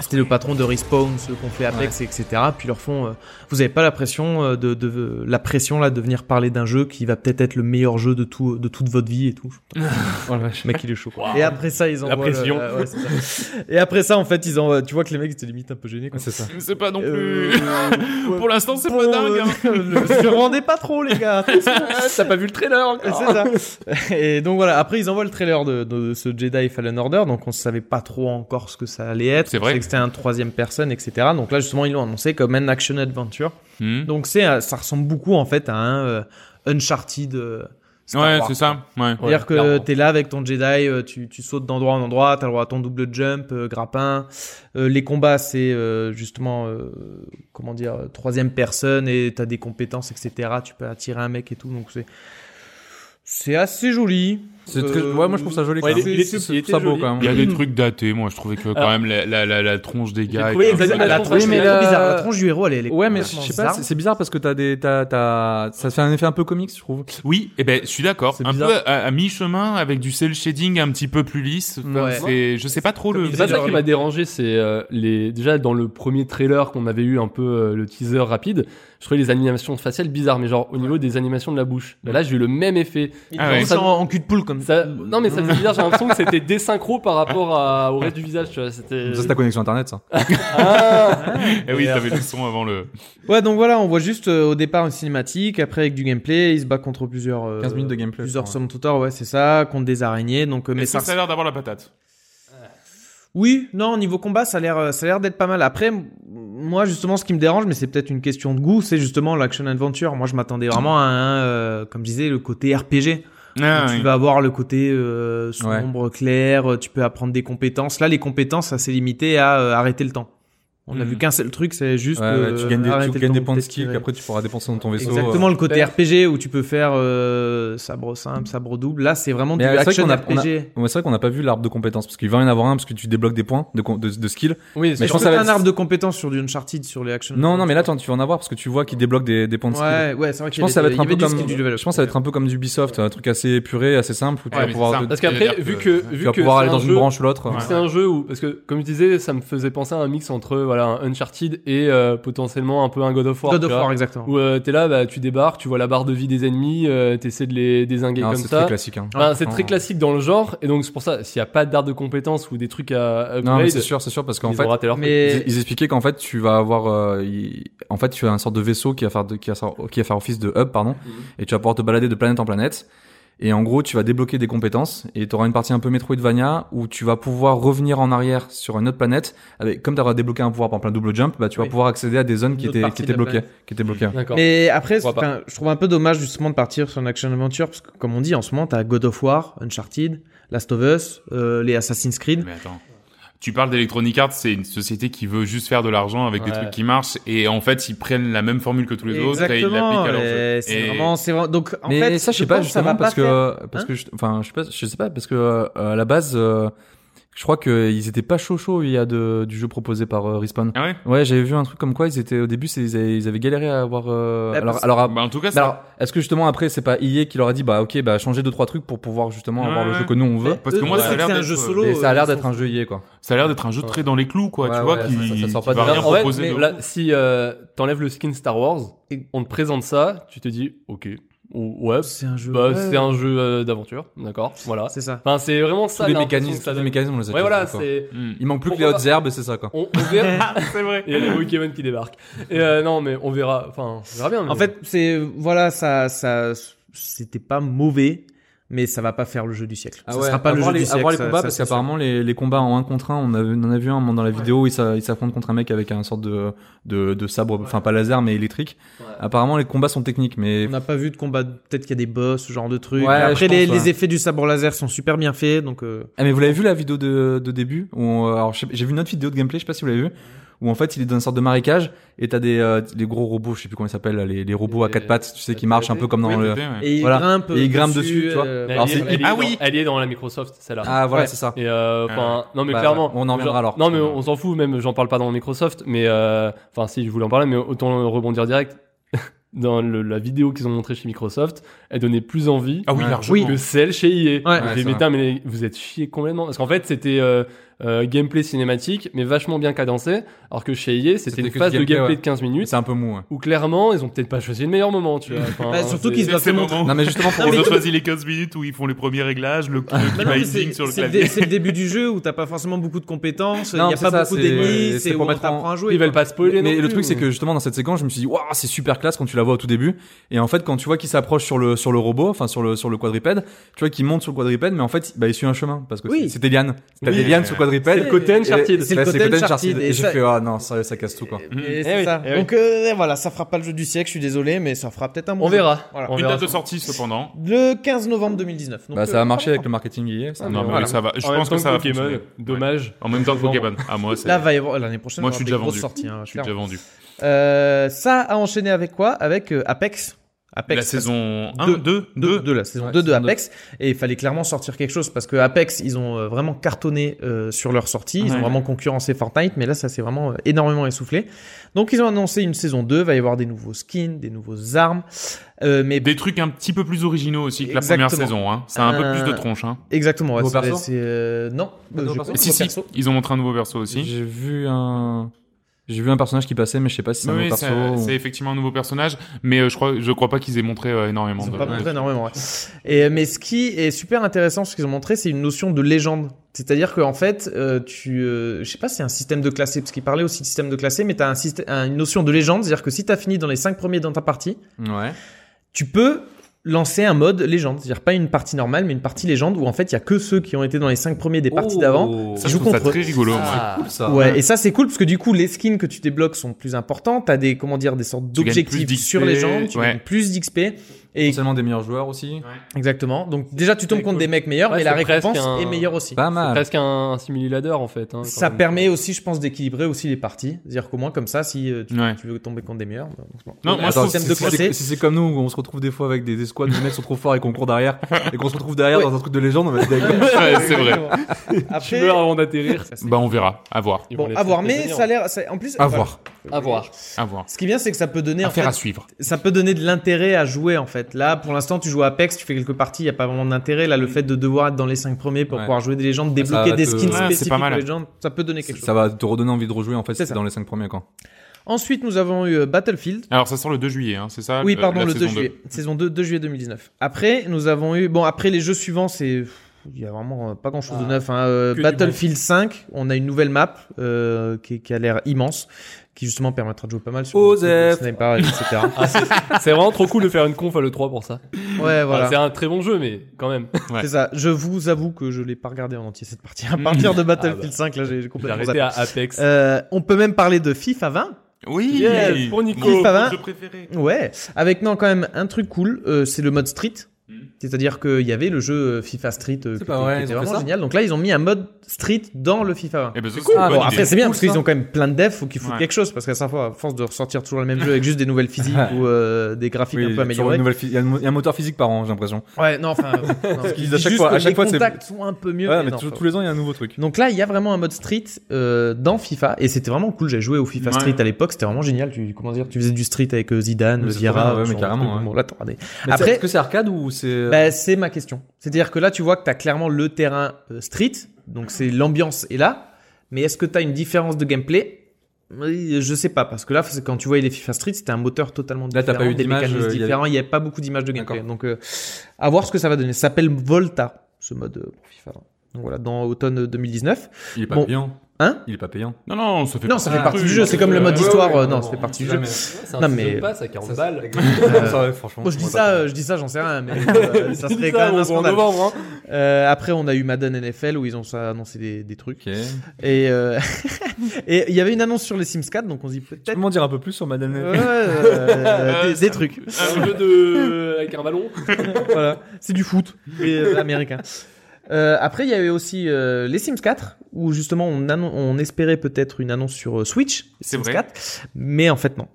[SPEAKER 10] C'était le patron de Respawn, ceux qu'on fait Apex, etc. Puis ils leur font, euh, vous avez pas la pression euh, de, de- la pression là de venir parler d'un jeu qui va peut-être être le meilleur jeu de tout, de toute votre vie et tout.
[SPEAKER 8] Ah.
[SPEAKER 10] Voilà, le mec il est chaud. quoi.
[SPEAKER 9] Wow.
[SPEAKER 10] Et après ça ils
[SPEAKER 9] La
[SPEAKER 10] envoient le- euh,
[SPEAKER 9] pression.
[SPEAKER 10] ouais, c'est ça. Et après ça en fait ils envoient, tu vois que les mecs ils étaient limite un peu gênés. quoi.
[SPEAKER 1] C'est ça.
[SPEAKER 8] C'est pas non
[SPEAKER 10] Euh,
[SPEAKER 8] plus. Pour l'instant, c'est pas
[SPEAKER 10] Bon,
[SPEAKER 8] dingue. hein.
[SPEAKER 10] euh, je me rendais pas trop, les
[SPEAKER 8] [LAUGHS]
[SPEAKER 10] gars.
[SPEAKER 9] ah, T'as pas vu le trailer
[SPEAKER 1] [LAUGHS]
[SPEAKER 10] C'est
[SPEAKER 9] encore
[SPEAKER 10] ça. [LAUGHS] Et donc voilà, après ils envoient le trailer de, de ce Jedi Fallen Order, donc on savait pas trop encore ce que ça allait être.
[SPEAKER 8] C'est
[SPEAKER 10] On
[SPEAKER 8] vrai.
[SPEAKER 10] savait que c'était un troisième personne, etc. Donc là justement ils l'ont annoncé comme un action adventure.
[SPEAKER 8] Hmm.
[SPEAKER 10] Donc c'est, euh, ça ressemble beaucoup en fait à un euh, Uncharted. euh, Star
[SPEAKER 8] Ouais,
[SPEAKER 10] Wars,
[SPEAKER 8] c'est
[SPEAKER 10] quoi.
[SPEAKER 8] ça. Ouais.
[SPEAKER 10] C'est-à-dire que
[SPEAKER 9] clairement.
[SPEAKER 10] t'es là avec ton Jedi, euh, tu, tu sautes d'endroit en endroit, t'as le droit à ton double jump, euh, grappin. Euh, les combats, c'est euh, justement, euh, comment dire, euh, troisième personne et t'as des compétences, etc. Tu peux attirer un mec et tout, donc c'est. C'est assez joli.
[SPEAKER 1] C'est très-
[SPEAKER 10] Euh,
[SPEAKER 1] ouais, moi, je trouve ça joli,
[SPEAKER 9] ouais,
[SPEAKER 1] quand
[SPEAKER 9] il-
[SPEAKER 1] même.
[SPEAKER 9] il est-
[SPEAKER 1] Je trouve
[SPEAKER 9] il était
[SPEAKER 1] ça beau,
[SPEAKER 9] joli.
[SPEAKER 1] quand
[SPEAKER 8] Il y
[SPEAKER 1] même.
[SPEAKER 8] a des trucs datés. Moi, je trouvais que quand
[SPEAKER 9] Alors-
[SPEAKER 8] même la, la, la, la tronche des gars.
[SPEAKER 9] trouvé
[SPEAKER 8] était un peu
[SPEAKER 9] exactement-
[SPEAKER 8] datée.
[SPEAKER 9] la tronche-
[SPEAKER 1] Oui, mais
[SPEAKER 10] c'est
[SPEAKER 1] la-
[SPEAKER 10] bizarre, la tronche du héros, elle, elle est.
[SPEAKER 1] Ouais, mais je
[SPEAKER 10] complètement
[SPEAKER 1] sais pas,
[SPEAKER 10] bizarre.
[SPEAKER 1] c'est c'est bizarre parce que t'as des, t'as, t'as, ça fait un effet un peu comique, je trouve.
[SPEAKER 8] Oui, eh ben, je suis d'accord.
[SPEAKER 1] C'est
[SPEAKER 8] Un
[SPEAKER 1] bizarre.
[SPEAKER 8] peu à, à mi-chemin avec du cel shading un petit peu plus lisse. Enfin,
[SPEAKER 10] Ouais. Ah
[SPEAKER 8] c'est- Je sais pas trop le.
[SPEAKER 9] C'est pas ça qui m'a dérangé, c'est euh, les déjà dans le premier trailer qu'on avait eu un peu euh, le teaser rapide, je trouvais les animations faciales bizarres, mais genre au niveau des animations de la bouche. Bah là, j'ai eu le même effet.
[SPEAKER 10] Il
[SPEAKER 8] Ah
[SPEAKER 10] te
[SPEAKER 8] ouais.
[SPEAKER 10] lance en, en cul de poule comme
[SPEAKER 9] Ça,
[SPEAKER 1] Mm.
[SPEAKER 9] non mais ça faisait bizarre, j'ai l'impression que c'était désynchro par rapport à, au reste du visage, tu vois. C'était.
[SPEAKER 1] Ça, c'est ta connexion internet, ça.
[SPEAKER 8] Eh oui, t'avais le son avant le.
[SPEAKER 10] Ouais, donc voilà, on voit juste euh, au départ une cinématique, après avec du gameplay, il se bat contre plusieurs. euh,
[SPEAKER 1] 15 minutes de gameplay,
[SPEAKER 10] Plusieurs
[SPEAKER 1] je crois,
[SPEAKER 10] somme-touteurs, ouais, c'est ça, contre des araignées. Donc, euh, mais
[SPEAKER 8] Est-ce
[SPEAKER 10] ça.
[SPEAKER 8] que ça a l'air d'avoir la patate
[SPEAKER 10] Oui, non, au niveau combat, ça a l'air, euh, ça a l'air d'être pas mal. Après, m- moi, justement, ce qui me dérange, mais c'est peut-être une question de goût, c'est justement l'action adventure. Moi, je m'attendais vraiment à un, euh, comme je disais, le côté RPG.
[SPEAKER 8] Ah,
[SPEAKER 10] Donc,
[SPEAKER 8] oui.
[SPEAKER 10] Tu vas avoir le côté euh,
[SPEAKER 1] Ouais.
[SPEAKER 10] sombre, clair, euh, tu peux apprendre des compétences. Là, les compétences, ça s'est limité à euh, arrêter le temps. On a
[SPEAKER 8] Mhm.
[SPEAKER 10] vu qu'un seul truc, c'est juste.
[SPEAKER 1] Hmm. Ouais, ouais, tu
[SPEAKER 10] euh,
[SPEAKER 1] gagnes des,
[SPEAKER 10] arrêter
[SPEAKER 1] tu
[SPEAKER 10] le
[SPEAKER 1] gagnes
[SPEAKER 10] temps
[SPEAKER 1] des
[SPEAKER 10] de
[SPEAKER 1] points de
[SPEAKER 10] t'étirer.
[SPEAKER 1] ski, puis après, tu pourras dépenser dans ton vaisseau.
[SPEAKER 10] Exactement
[SPEAKER 1] euh.
[SPEAKER 10] le côté RPG où tu peux faire euh, sabre simple, sabre double. Là, c'est vraiment
[SPEAKER 1] Mais
[SPEAKER 10] du
[SPEAKER 1] c'est vrai
[SPEAKER 10] action
[SPEAKER 1] qu'on a- on a-
[SPEAKER 10] RPG.
[SPEAKER 1] Ouais, c'est vrai qu'on n'a pas vu l'arbre de compétences parce qu'il va y en avoir un parce que tu débloques des points de, com- de, de skill.
[SPEAKER 9] Oui,
[SPEAKER 1] Mais
[SPEAKER 10] Mais
[SPEAKER 1] je
[SPEAKER 10] je
[SPEAKER 1] pense
[SPEAKER 10] pense
[SPEAKER 1] que ça va
[SPEAKER 10] un
[SPEAKER 1] être-
[SPEAKER 10] arbre de compétences sur du Uncharted, sur les action.
[SPEAKER 1] Non, non, mais là, attends, tu vas en avoir parce que tu vois qu'il débloque des, des points de skill.
[SPEAKER 10] Ouais, ouais, c'est vrai
[SPEAKER 1] Je pense que ça va être un peu comme,
[SPEAKER 10] Du
[SPEAKER 1] je pense que ça va être un peu comme du Ubisoft, un truc assez épuré, assez simple où tu
[SPEAKER 8] Ouais,
[SPEAKER 1] vas
[SPEAKER 8] mais
[SPEAKER 1] pouvoir,
[SPEAKER 8] c'est ça.
[SPEAKER 1] te-
[SPEAKER 9] Parce qu'après,
[SPEAKER 8] C'est-à-dire
[SPEAKER 9] vu
[SPEAKER 8] que-
[SPEAKER 9] que,
[SPEAKER 1] tu
[SPEAKER 9] vu
[SPEAKER 1] vas
[SPEAKER 9] que
[SPEAKER 1] pouvoir
[SPEAKER 9] c'est
[SPEAKER 1] aller
[SPEAKER 9] un
[SPEAKER 1] dans une
[SPEAKER 9] jeu-
[SPEAKER 1] branche ou l'autre.
[SPEAKER 9] C'est un jeu où, parce que comme je disais, ça me faisait penser à un mix entre voilà un Uncharted et euh, potentiellement un peu un God of War.
[SPEAKER 10] God
[SPEAKER 9] tu
[SPEAKER 10] of
[SPEAKER 9] vois,
[SPEAKER 10] War, exactement.
[SPEAKER 9] Où euh, t'es là, bah, tu débarques, tu vois la barre de vie des ennemis, euh, t'essaies de les désinguer
[SPEAKER 1] Non,
[SPEAKER 9] comme
[SPEAKER 1] c'est
[SPEAKER 9] ça.
[SPEAKER 1] très classique. hein.
[SPEAKER 9] Enfin, c'est très
[SPEAKER 1] Non.
[SPEAKER 9] classique dans le genre, et donc c'est pour ça, s'il n'y a pas d'art de compétences ou des trucs à upgrade,
[SPEAKER 1] Non, mais c'est sûr, c'est sûr parce
[SPEAKER 9] ils
[SPEAKER 1] qu'en fait,
[SPEAKER 9] ont raté leur coup.
[SPEAKER 1] Ils,
[SPEAKER 10] Mais
[SPEAKER 1] ils expliquaient qu'en fait tu vas avoir, euh, il- en fait tu as une sorte de vaisseau qui va faire de- qui va, sor- qui va faire office de hub pardon,
[SPEAKER 10] Mhm.
[SPEAKER 1] et tu vas pouvoir te balader de planète en planète. Et en gros, tu vas débloquer des compétences et tu auras une partie un peu Metroidvania où tu vas pouvoir revenir en arrière sur une autre planète. Avec, comme tu auras débloqué un pouvoir, par exemple un double jump, bah, tu vas
[SPEAKER 10] Oui.
[SPEAKER 1] pouvoir accéder à des zones
[SPEAKER 10] Une
[SPEAKER 1] qui
[SPEAKER 10] autre
[SPEAKER 1] étaient,
[SPEAKER 10] partie
[SPEAKER 1] qui
[SPEAKER 10] de
[SPEAKER 1] étaient
[SPEAKER 10] la
[SPEAKER 1] bloquées.
[SPEAKER 10] planète.
[SPEAKER 1] Qui étaient bloquées.
[SPEAKER 9] D'accord.
[SPEAKER 10] Mais après,
[SPEAKER 9] Je vois pas.
[SPEAKER 10] enfin, je trouve un peu dommage justement de partir sur une action adventure parce que, comme on dit, en ce moment, t'as God of War, Uncharted, Last of Us, euh, les Assassin's Creed.
[SPEAKER 8] Mais attends. Tu parles d'Electronic Arts, c'est une société qui veut juste faire de l'argent avec des
[SPEAKER 9] Ouais.
[SPEAKER 8] trucs qui marchent et en fait ils prennent la même formule que tous les autres et ils
[SPEAKER 10] Exactement.
[SPEAKER 8] l'appliquent à leur
[SPEAKER 10] et
[SPEAKER 8] jeu.
[SPEAKER 10] C'est
[SPEAKER 8] Et-
[SPEAKER 10] vraiment, c'est vraiment. Donc, en
[SPEAKER 1] mais
[SPEAKER 10] fait,
[SPEAKER 1] ça, je sais
[SPEAKER 10] pense
[SPEAKER 1] pas
[SPEAKER 10] que ça va
[SPEAKER 1] justement parce
[SPEAKER 10] pas faire-
[SPEAKER 1] que parce
[SPEAKER 10] Hein
[SPEAKER 1] que je- enfin je sais pas, je sais pas parce que euh, à la base, euh, je crois que ils étaient pas chaud chaud il y a de, du jeu proposé par euh, Respawn.
[SPEAKER 8] Ah ouais
[SPEAKER 1] Ouais, j'avais vu un truc comme quoi ils étaient au début, c'est- ils avaient, ils avaient galéré à avoir. euh,
[SPEAKER 10] Bah,
[SPEAKER 1] alors,
[SPEAKER 10] parce-
[SPEAKER 1] alors, à-
[SPEAKER 8] Bah, en tout cas,
[SPEAKER 1] bah,
[SPEAKER 8] ça-
[SPEAKER 1] alors, est-ce que justement après c'est pas EA qui leur a dit bah ok bah changez deux trois trucs pour pouvoir justement avoir le
[SPEAKER 8] Ouais.
[SPEAKER 1] jeu que nous on veut.
[SPEAKER 8] parce que
[SPEAKER 10] Eux,
[SPEAKER 8] moi
[SPEAKER 10] eux,
[SPEAKER 8] ça a
[SPEAKER 10] c'est que
[SPEAKER 8] l'air
[SPEAKER 10] euh, c'est un
[SPEAKER 8] d'être
[SPEAKER 10] jeu solo.
[SPEAKER 1] Et ça a
[SPEAKER 10] euh,
[SPEAKER 1] l'air
[SPEAKER 10] ils
[SPEAKER 1] d'être
[SPEAKER 10] sont-
[SPEAKER 1] un jeu EA quoi.
[SPEAKER 8] ça a l'air d'être un jeu très dans les clous quoi,
[SPEAKER 1] Ouais,
[SPEAKER 8] tu vois
[SPEAKER 1] ouais,
[SPEAKER 8] qui,
[SPEAKER 1] ça- ça- ça sort
[SPEAKER 8] qui
[SPEAKER 1] pas de
[SPEAKER 8] va
[SPEAKER 1] là.
[SPEAKER 8] rien
[SPEAKER 9] en fait,
[SPEAKER 8] proposer
[SPEAKER 9] mais
[SPEAKER 8] de-
[SPEAKER 9] là, si euh, t'enlèves le skin Star Wars,
[SPEAKER 10] Et-
[SPEAKER 9] on te présente ça, tu te dis, ok, ou- ouais,
[SPEAKER 10] C'est un jeu.
[SPEAKER 9] bah,
[SPEAKER 10] ouais,
[SPEAKER 9] c'est un jeu euh, d'aventure, d'accord, voilà.
[SPEAKER 10] C'est ça.
[SPEAKER 9] Enfin, c'est vraiment
[SPEAKER 1] Tous
[SPEAKER 9] ça.
[SPEAKER 1] les
[SPEAKER 9] l'impression
[SPEAKER 1] mécanismes,
[SPEAKER 9] que ça
[SPEAKER 1] tous les
[SPEAKER 9] donne.
[SPEAKER 1] mécanismes on les a.
[SPEAKER 9] Ouais,
[SPEAKER 1] déjà
[SPEAKER 9] voilà,
[SPEAKER 1] fait, quoi.
[SPEAKER 9] c'est.
[SPEAKER 8] Hmm.
[SPEAKER 1] Il manque plus que les
[SPEAKER 9] Pourquoi
[SPEAKER 1] hautes herbes, c'est ça quoi.
[SPEAKER 9] On, on
[SPEAKER 10] [LAUGHS]
[SPEAKER 9] verra.
[SPEAKER 8] C'est vrai.
[SPEAKER 9] Il y a les Pokémon qui débarquent. Et euh, non, mais on verra. Enfin, on verra bien. mais
[SPEAKER 10] En fait, c'est voilà, ça, ça, c'était pas mauvais, mais ça va pas faire le jeu du siècle. ça sera pas le jeu
[SPEAKER 1] les,
[SPEAKER 10] du siècle.
[SPEAKER 1] Ah avoir les
[SPEAKER 10] ça-
[SPEAKER 1] combats
[SPEAKER 10] ça,
[SPEAKER 1] parce
[SPEAKER 10] c'est sûr.
[SPEAKER 1] qu'apparemment les, les combats en 1 contre 1, on, a, on en a vu un moment dans la vidéo où il s'a- il s'affronte contre un mec avec un sorte de, de, de sabre, enfin pas laser mais électrique. Apparemment les combats sont techniques mais
[SPEAKER 10] on n'a pas vu de combat. Peut-être qu'il y a des boss, ce genre de trucs.
[SPEAKER 1] Ouais, je
[SPEAKER 10] Après, les,
[SPEAKER 1] pense, ouais.
[SPEAKER 10] les effets du sabre laser sont super bien faits, donc. euh,
[SPEAKER 1] euh, Ah mais vous l'avez vu la vidéo de, de début où on- alors je sais- j'ai vu une autre vidéo de gameplay, je sais pas si vous l'avez vu, où en fait il est dans une sorte de marécage et t'as des euh, les gros robots, je sais plus comment ils s'appellent, là, les, les robots à quatre pattes, tu sais, qui marchent un peu comme
[SPEAKER 8] Oui,
[SPEAKER 1] dans le.
[SPEAKER 8] TT, ouais.
[SPEAKER 10] Et il grimpe
[SPEAKER 1] et il grimpe
[SPEAKER 10] dessus,
[SPEAKER 1] dessus, tu vois.
[SPEAKER 10] euh,
[SPEAKER 9] Mais
[SPEAKER 1] Alors,
[SPEAKER 9] elle est-
[SPEAKER 1] c'est
[SPEAKER 9] elle est
[SPEAKER 1] hyper-
[SPEAKER 8] Ah
[SPEAKER 9] dans-
[SPEAKER 8] oui
[SPEAKER 9] Elle est dans la Microsoft, celle-là.
[SPEAKER 1] Ah voilà,
[SPEAKER 10] Ouais.
[SPEAKER 1] c'est ça.
[SPEAKER 9] Et euh, enfin, non mais
[SPEAKER 1] Bah,
[SPEAKER 9] clairement.
[SPEAKER 1] ouais, on en reviendra alors.
[SPEAKER 9] Non mais on s'en fout, même j'en parle pas dans Microsoft, mais euh, enfin si je voulais en parler, mais autant rebondir direct. [LAUGHS] Dans le- la vidéo qu'ils ont montrée chez Microsoft, elle donnait plus envie
[SPEAKER 8] Ah oui,
[SPEAKER 10] Hmm.
[SPEAKER 1] Ouais.
[SPEAKER 8] largement.
[SPEAKER 9] que celle chez E EA.
[SPEAKER 10] Ouais.
[SPEAKER 9] Je
[SPEAKER 1] Ouais,
[SPEAKER 9] fais,
[SPEAKER 1] c'est
[SPEAKER 9] mais
[SPEAKER 1] vrai.
[SPEAKER 9] tain, mais vous êtes chiés complètement. Parce qu'en fait, c'était euh, euh, gameplay cinématique, mais vachement bien cadencé. Alors que chez EA, c'était
[SPEAKER 1] C'était
[SPEAKER 9] une
[SPEAKER 1] que
[SPEAKER 9] phase
[SPEAKER 1] du
[SPEAKER 9] de
[SPEAKER 1] gameplay,
[SPEAKER 9] gameplay
[SPEAKER 1] ouais.
[SPEAKER 9] de 15 minutes
[SPEAKER 1] C'est un peu mou. ouais.
[SPEAKER 9] où clairement, ils ont peut-être pas choisi le meilleur moment, tu vois. Enfin,
[SPEAKER 1] Ah,
[SPEAKER 10] Bah, surtout
[SPEAKER 9] c'est-
[SPEAKER 10] qu'ils doivent
[SPEAKER 8] C'est
[SPEAKER 10] te
[SPEAKER 8] le
[SPEAKER 10] montrer.
[SPEAKER 8] moment.
[SPEAKER 1] Non mais justement pour
[SPEAKER 10] Non, mais-
[SPEAKER 8] Ils ont choisi les 15 minutes où ils font les premiers réglages,
[SPEAKER 10] [LAUGHS]
[SPEAKER 8] le, le
[SPEAKER 10] Bah non, mais
[SPEAKER 8] climatising
[SPEAKER 10] c'est
[SPEAKER 8] sur le
[SPEAKER 10] c'est le,
[SPEAKER 8] clavier.
[SPEAKER 10] dé- c'est le début du jeu où t'as pas forcément beaucoup de compétences, il
[SPEAKER 1] Non,
[SPEAKER 10] n'y a
[SPEAKER 1] c'est
[SPEAKER 10] pas
[SPEAKER 1] ça,
[SPEAKER 10] beaucoup
[SPEAKER 1] c'est-
[SPEAKER 10] d'ennemis,
[SPEAKER 1] c'est
[SPEAKER 10] c'est
[SPEAKER 1] pour
[SPEAKER 10] où on
[SPEAKER 1] mettre en-
[SPEAKER 10] t'apprend à jouer.
[SPEAKER 9] Ils veulent
[SPEAKER 10] quoi.
[SPEAKER 9] pas spoiler.
[SPEAKER 1] mais
[SPEAKER 9] non
[SPEAKER 1] le
[SPEAKER 9] plus,
[SPEAKER 1] truc c'est
[SPEAKER 9] mais-
[SPEAKER 1] que justement dans cette séquence je me suis dit waouh c'est super classe quand tu la vois au tout début et en fait quand tu vois qu'il s'approche sur le sur le robot enfin sur le sur le quadrupède tu vois qu'il monte sur le quadrupède mais en fait bah il suit un chemin parce que
[SPEAKER 10] Oui.
[SPEAKER 1] c'est- c'était liane t'as
[SPEAKER 8] Oui.
[SPEAKER 1] des lianes sur le quadrupède
[SPEAKER 9] C'est le côté
[SPEAKER 1] Et-
[SPEAKER 9] Uncharted.
[SPEAKER 1] ouais,
[SPEAKER 10] C'est le côté Uncharted,
[SPEAKER 1] et,
[SPEAKER 10] et
[SPEAKER 1] j'ai
[SPEAKER 10] ça-
[SPEAKER 1] fait ah non ça, ça casse tout quoi
[SPEAKER 10] Et
[SPEAKER 9] Eh
[SPEAKER 10] c'est
[SPEAKER 9] oui,
[SPEAKER 10] ça.
[SPEAKER 9] eh oui.
[SPEAKER 10] Donc euh, voilà, ça fera pas le jeu du siècle, je suis désolé, mais ça fera peut-être un bon
[SPEAKER 9] On
[SPEAKER 10] jeu.
[SPEAKER 9] verra.
[SPEAKER 10] Voilà.
[SPEAKER 9] On
[SPEAKER 8] Une
[SPEAKER 9] verra.
[SPEAKER 8] date de sortie cependant.
[SPEAKER 10] Le 15 novembre 2019. Donc,
[SPEAKER 1] bah ça
[SPEAKER 10] euh,
[SPEAKER 1] a marché avec le marketing hier
[SPEAKER 10] Ah,
[SPEAKER 1] ça,
[SPEAKER 8] Non, mais
[SPEAKER 1] voilà.
[SPEAKER 8] ça va. Je
[SPEAKER 9] En même
[SPEAKER 8] pense
[SPEAKER 9] temps
[SPEAKER 8] que ça va
[SPEAKER 9] Pokémon,
[SPEAKER 8] fonctionner.
[SPEAKER 9] Dommage.
[SPEAKER 8] En même temps que
[SPEAKER 9] Bon.
[SPEAKER 8] Pokémon. Ah, moi, c'est.
[SPEAKER 10] Là, va y avoir l'année prochaine.
[SPEAKER 8] Moi,
[SPEAKER 10] il va
[SPEAKER 8] je suis
[SPEAKER 10] y avoir
[SPEAKER 8] déjà
[SPEAKER 10] des grosses
[SPEAKER 8] vendu.
[SPEAKER 10] sorties, hein,
[SPEAKER 8] Je suis déjà
[SPEAKER 10] clairement.
[SPEAKER 8] vendu.
[SPEAKER 10] Euh, ça a enchaîné avec quoi Avec euh, Apex. Apex.
[SPEAKER 8] La
[SPEAKER 10] parce-
[SPEAKER 8] saison
[SPEAKER 10] Deux.
[SPEAKER 8] 1, 2,
[SPEAKER 10] deux
[SPEAKER 8] 2.
[SPEAKER 10] de la saison
[SPEAKER 1] Ouais,
[SPEAKER 10] 2 de
[SPEAKER 1] saison deux.
[SPEAKER 10] Apex et il fallait clairement sortir quelque chose parce que Apex ils ont euh, vraiment cartonné euh, sur leur sortie ils
[SPEAKER 8] Ouais.
[SPEAKER 10] ont vraiment concurrencé Fortnite mais là ça s'est vraiment euh, énormément essoufflé donc ils ont annoncé une saison 2 va y avoir des nouveaux skins des nouveaux armes Euh, mais
[SPEAKER 8] Des trucs un petit peu plus originaux aussi que la
[SPEAKER 10] Exactement.
[SPEAKER 8] première saison. Hein. Ça a un
[SPEAKER 10] Euh,
[SPEAKER 8] peu plus de tronche. Hein.
[SPEAKER 10] exactement ouais,
[SPEAKER 1] Nouveau
[SPEAKER 10] c'est-
[SPEAKER 1] perso
[SPEAKER 10] c'est euh, non
[SPEAKER 1] Pas de nouveau
[SPEAKER 10] je
[SPEAKER 1] perso
[SPEAKER 10] crois,
[SPEAKER 8] Si,
[SPEAKER 10] nouveau
[SPEAKER 8] si.
[SPEAKER 10] perso.
[SPEAKER 8] Ils ont montré un nouveau perso aussi.
[SPEAKER 1] j'ai vu un j'ai vu un personnage qui passait mais je sais pas si c'est un
[SPEAKER 8] Oui,
[SPEAKER 1] nouveau
[SPEAKER 8] c'est
[SPEAKER 1] perso ou-
[SPEAKER 8] c'est effectivement un nouveau personnage, mais euh, je crois, je crois pas qu'ils aient montré euh, énormément.
[SPEAKER 10] Ils ont
[SPEAKER 8] de-
[SPEAKER 10] pas
[SPEAKER 8] de-
[SPEAKER 10] montré énormément. ouais. Et, euh, mais ce qui est super intéressant, ce qu'ils ont montré, c'est une notion de légende. C'est-à-dire qu'en fait, euh, tu, euh, je sais pas, c'est un système de classé, parce qu'ils parlaient aussi de système de classé, mais tu as une notion de légende. C'est-à-dire que si tu as fini dans les 5 premiers dans ta partie,
[SPEAKER 1] ouais
[SPEAKER 10] tu peux lancer un mode légende. C'est-à-dire pas une partie normale, mais une partie légende où en fait, il y a que ceux qui ont été dans les 5 premiers des
[SPEAKER 8] Oh.
[SPEAKER 10] parties d'avant.
[SPEAKER 1] Oh.
[SPEAKER 8] Ça,
[SPEAKER 10] Ils
[SPEAKER 8] je
[SPEAKER 10] jouent
[SPEAKER 8] trouve ça
[SPEAKER 10] contre eux.
[SPEAKER 8] très rigolo. moi.
[SPEAKER 9] Ah.
[SPEAKER 1] cool ça
[SPEAKER 10] Ouais, et ça c'est cool parce que du coup les skins que tu débloques sont plus importants, t'as des comment dire des sortes
[SPEAKER 8] Tu gagnes plus
[SPEAKER 10] d'objectifs
[SPEAKER 8] d'XP,
[SPEAKER 10] sur les gens, tu
[SPEAKER 8] ouais.
[SPEAKER 10] gagnes plus d'XP et
[SPEAKER 1] seulement des meilleurs joueurs aussi
[SPEAKER 10] Exactement. Donc déjà tu tombes
[SPEAKER 9] très
[SPEAKER 10] contre
[SPEAKER 9] cool.
[SPEAKER 10] des mecs meilleurs,
[SPEAKER 9] Ouais,
[SPEAKER 10] mais la
[SPEAKER 9] c'est presque
[SPEAKER 10] récompense
[SPEAKER 9] un-
[SPEAKER 10] est meilleure aussi.
[SPEAKER 1] pas mal
[SPEAKER 9] Presque un simili ladder en fait. hein,
[SPEAKER 10] Ça
[SPEAKER 9] quand même.
[SPEAKER 10] permet aussi, je pense, d'équilibrer aussi les parties. C'est-à-dire qu'au moins comme ça, si euh, tu,
[SPEAKER 8] Ouais.
[SPEAKER 10] tu veux tomber contre des meilleurs, bah, bon,
[SPEAKER 8] Non,
[SPEAKER 10] bon,
[SPEAKER 8] moi,
[SPEAKER 10] attends,
[SPEAKER 8] je trouve
[SPEAKER 10] système
[SPEAKER 1] si
[SPEAKER 10] de
[SPEAKER 1] c'est-
[SPEAKER 10] classé.
[SPEAKER 1] Si c'est comme nous, où on se retrouve des fois avec des, des squads, les mecs sont trop forts et qu'on court derrière, et qu'on se retrouve derrière
[SPEAKER 10] Ouais.
[SPEAKER 1] dans un truc de légende, on va
[SPEAKER 10] [LAUGHS]
[SPEAKER 1] se dégueuler.
[SPEAKER 8] [LAUGHS] Ouais, c'est vrai.
[SPEAKER 9] [LAUGHS] Tu
[SPEAKER 10] Après,
[SPEAKER 9] meurs avant d'atterrir.
[SPEAKER 8] Bah, on verra. À voir.
[SPEAKER 9] Ils vont
[SPEAKER 10] bon,
[SPEAKER 9] les
[SPEAKER 10] à voir.
[SPEAKER 9] faire
[SPEAKER 10] Mais
[SPEAKER 9] plaisir.
[SPEAKER 10] ça a l'air, ça- en plus,
[SPEAKER 1] À
[SPEAKER 10] enfin,
[SPEAKER 1] voir.
[SPEAKER 9] À voir.
[SPEAKER 8] À voir.
[SPEAKER 10] Ce qui est bien, c'est que ça peut donner, en
[SPEAKER 8] Affaire
[SPEAKER 10] fait,
[SPEAKER 8] à suivre.
[SPEAKER 10] ça peut donner de l'intérêt à jouer en fait. Là, pour l'instant, tu joues à Apex, tu fais quelques parties, il y a pas vraiment d'intérêt. Là, le fait de devoir être dans les 5 premiers pour
[SPEAKER 1] Ouais.
[SPEAKER 10] pouvoir jouer des légendes,
[SPEAKER 1] Ça
[SPEAKER 10] débloquer
[SPEAKER 1] va
[SPEAKER 10] des
[SPEAKER 1] te-
[SPEAKER 10] skins
[SPEAKER 1] Ouais, c'est
[SPEAKER 8] pas
[SPEAKER 10] spécifiques
[SPEAKER 8] mal.
[SPEAKER 10] aux légendes, ça peut donner quelque
[SPEAKER 1] Ça
[SPEAKER 10] chose.
[SPEAKER 1] va te redonner envie de rejouer en fait
[SPEAKER 10] C'est
[SPEAKER 1] si t'es
[SPEAKER 10] ça.
[SPEAKER 1] dans les 5 premiers quand.
[SPEAKER 10] Ensuite, nous avons eu euh, Battlefield.
[SPEAKER 8] Alors, ça sort le 2 juillet, hein, c'est
[SPEAKER 9] Ah,
[SPEAKER 8] ça
[SPEAKER 10] Oui,
[SPEAKER 8] euh,
[SPEAKER 10] pardon,
[SPEAKER 8] la
[SPEAKER 10] le 2
[SPEAKER 8] saison
[SPEAKER 10] juillet.
[SPEAKER 9] Mm.
[SPEAKER 10] Saison 2, 2 juillet 2019. Après, nous avons eu. Bon, après les jeux suivants, c'est. Il y a vraiment euh, pas grand chose de neuf. hein. Euh,
[SPEAKER 9] Ah, que du
[SPEAKER 10] Battlefield 5, on a une nouvelle map euh, qui, qui a l'air immense, qui justement permettra de jouer pas mal sur
[SPEAKER 1] Osef.
[SPEAKER 9] [LAUGHS]
[SPEAKER 10] le sniper, etc.
[SPEAKER 9] [LAUGHS] C'est vraiment trop cool de faire une conf à l'E3 pour ça.
[SPEAKER 10] ouais,
[SPEAKER 9] Enfin,
[SPEAKER 10] voilà.
[SPEAKER 9] Ah, c'est un très bon jeu, mais quand même.
[SPEAKER 8] Ouais.
[SPEAKER 10] C'est ça. Je vous avoue que je l'ai pas regardé en entier cette partie. À partir de Battlefield
[SPEAKER 9] Ah bah.
[SPEAKER 10] 5, là, j'ai j'ai
[SPEAKER 9] J'ai
[SPEAKER 10] complètement
[SPEAKER 9] arrêté
[SPEAKER 10] zappé.
[SPEAKER 9] à Apex.
[SPEAKER 10] Euh, on peut même parler de FIFA 20.
[SPEAKER 8] Oui
[SPEAKER 9] Yes, pour Nico.
[SPEAKER 8] Mon
[SPEAKER 10] Ça va
[SPEAKER 8] jeu préféré.
[SPEAKER 10] Ouais, avec non quand même un truc cool, euh, c'est le mode street. C'est-à-dire qu'il y avait le jeu euh, FIFA Street euh,
[SPEAKER 1] C'est
[SPEAKER 10] qui
[SPEAKER 1] pas
[SPEAKER 10] était-
[SPEAKER 1] vrai,
[SPEAKER 10] qui
[SPEAKER 1] ils
[SPEAKER 10] était
[SPEAKER 1] ont fait
[SPEAKER 10] vraiment
[SPEAKER 1] ça
[SPEAKER 10] génial. Donc là, ils ont mis un mode street dans le FIFA 20.
[SPEAKER 8] Eh ben, c'est
[SPEAKER 1] cool.
[SPEAKER 8] cool.
[SPEAKER 1] Ah,
[SPEAKER 10] Bon, après, c'est bien
[SPEAKER 1] cool,
[SPEAKER 10] parce qu'ils
[SPEAKER 1] ça.
[SPEAKER 10] ont quand même plein de devs, faut qu'ils foutent
[SPEAKER 8] Ouais.
[SPEAKER 10] quelque chose parce qu'à chaque fois, à force de ressortir toujours le même jeu avec juste des nouvelles
[SPEAKER 1] [LAUGHS]
[SPEAKER 10] physiques ou euh, des graphiques un peu
[SPEAKER 1] sur une
[SPEAKER 10] améliorés.
[SPEAKER 1] nouvelle phy- il y, a une- il y a un moteur physique par an, j'ai l'impression.
[SPEAKER 10] Ouais, non,
[SPEAKER 1] [LAUGHS]
[SPEAKER 10] enfin, non,
[SPEAKER 1] qu'ils
[SPEAKER 10] il
[SPEAKER 1] disent à
[SPEAKER 10] dit
[SPEAKER 1] chaque
[SPEAKER 10] juste
[SPEAKER 1] fois- à
[SPEAKER 10] que
[SPEAKER 1] chaque
[SPEAKER 10] les
[SPEAKER 1] fois, c'est-
[SPEAKER 10] contacts sont un peu mieux.
[SPEAKER 1] Ouais,
[SPEAKER 10] mais
[SPEAKER 1] mais
[SPEAKER 10] non,
[SPEAKER 1] tous
[SPEAKER 10] enfin,
[SPEAKER 1] tous les ans, il y a un nouveau truc.
[SPEAKER 10] donc là, il y a vraiment un mode street euh, dans FIFA et c'était vraiment cool. J'ai joué au FIFA
[SPEAKER 8] Ouais.
[SPEAKER 10] Street à l'époque, c'était vraiment génial. Tu comment dire, tu faisais du street avec euh, Zidane,
[SPEAKER 1] Mais c'est trop
[SPEAKER 10] Vieira,
[SPEAKER 1] bien, ouais, mais
[SPEAKER 10] ce genre de
[SPEAKER 1] carrément,
[SPEAKER 10] truc.
[SPEAKER 1] ouais. Euh.
[SPEAKER 10] Bon, là, t'en as des-
[SPEAKER 1] Mais
[SPEAKER 10] Après-
[SPEAKER 1] c'est- Est-ce que c'est arcade ou c'est.
[SPEAKER 10] Bah, c'est ma question. C'est-à-dire que là, tu vois que tu as clairement le terrain euh, street, donc c'est l'ambiance est là, mais est-ce que tu as une différence de gameplay Oui, Je sais pas, parce que là, c'est- quand tu voyais les FIFA Street, c'était un moteur totalement
[SPEAKER 1] Là,
[SPEAKER 10] différent,
[SPEAKER 1] t'as pas eu
[SPEAKER 10] des
[SPEAKER 1] d'image,
[SPEAKER 10] mécanismes
[SPEAKER 1] euh, il y avait-
[SPEAKER 10] différents, il n'y avait pas beaucoup d'images de gameplay.
[SPEAKER 1] D'accord.
[SPEAKER 10] Donc, euh, à voir ce que ça va donner. Ça s'appelle Volta, ce mode euh, pour FIFA. Donc voilà, dans automne 2019.
[SPEAKER 1] Il est pas
[SPEAKER 10] bon.
[SPEAKER 1] payant.
[SPEAKER 10] Hein
[SPEAKER 1] Il est pas payant.
[SPEAKER 8] Non, non, ça fait
[SPEAKER 10] Non,
[SPEAKER 8] partie
[SPEAKER 10] ça fait
[SPEAKER 8] du
[SPEAKER 10] partie
[SPEAKER 8] truc.
[SPEAKER 10] du jeu, c'est comme le mode
[SPEAKER 9] Ouais,
[SPEAKER 10] histoire,
[SPEAKER 9] ouais,
[SPEAKER 10] euh, non,
[SPEAKER 9] ouais,
[SPEAKER 10] ça fait
[SPEAKER 9] ouais,
[SPEAKER 10] partie du jeu.
[SPEAKER 9] jamais. C'est un
[SPEAKER 10] Non,
[SPEAKER 9] non,
[SPEAKER 10] mais-
[SPEAKER 9] mais... pass à 40 balles. [LAUGHS]
[SPEAKER 1] Ça, ouais, franchement.
[SPEAKER 10] Euh, Moi, je dis
[SPEAKER 1] moi,
[SPEAKER 10] ça,
[SPEAKER 1] pas-
[SPEAKER 10] euh, je dis ça, j'en sais rien,
[SPEAKER 8] [LAUGHS]
[SPEAKER 10] mais euh, ça
[SPEAKER 9] Tu
[SPEAKER 10] serait
[SPEAKER 9] dis
[SPEAKER 10] quand même
[SPEAKER 9] on
[SPEAKER 10] un
[SPEAKER 9] joue en
[SPEAKER 10] scandale.
[SPEAKER 9] novembre. hein.
[SPEAKER 10] Euh, après, on a eu Madden NFL où ils ont ça annoncé des, des trucs.
[SPEAKER 1] Ok. Tu
[SPEAKER 10] Et euh, [LAUGHS] et il y avait une annonce sur les Sims 4, donc on se dit
[SPEAKER 1] peux
[SPEAKER 10] peut-être
[SPEAKER 1] m'en dire un peu plus sur Madame
[SPEAKER 10] Ouais,
[SPEAKER 8] [LAUGHS]
[SPEAKER 10] euh, des, des trucs.
[SPEAKER 8] Ah
[SPEAKER 9] Un jeu de... avec un ballon.
[SPEAKER 10] voilà, c'est du foot mais, euh, américain. Euh, après, il y avait aussi euh, les Sims 4 où justement on, annon- on espérait peut-être une annonce sur euh, Switch,
[SPEAKER 8] C'est
[SPEAKER 10] Sims
[SPEAKER 8] vrai.
[SPEAKER 10] 4, mais en fait non.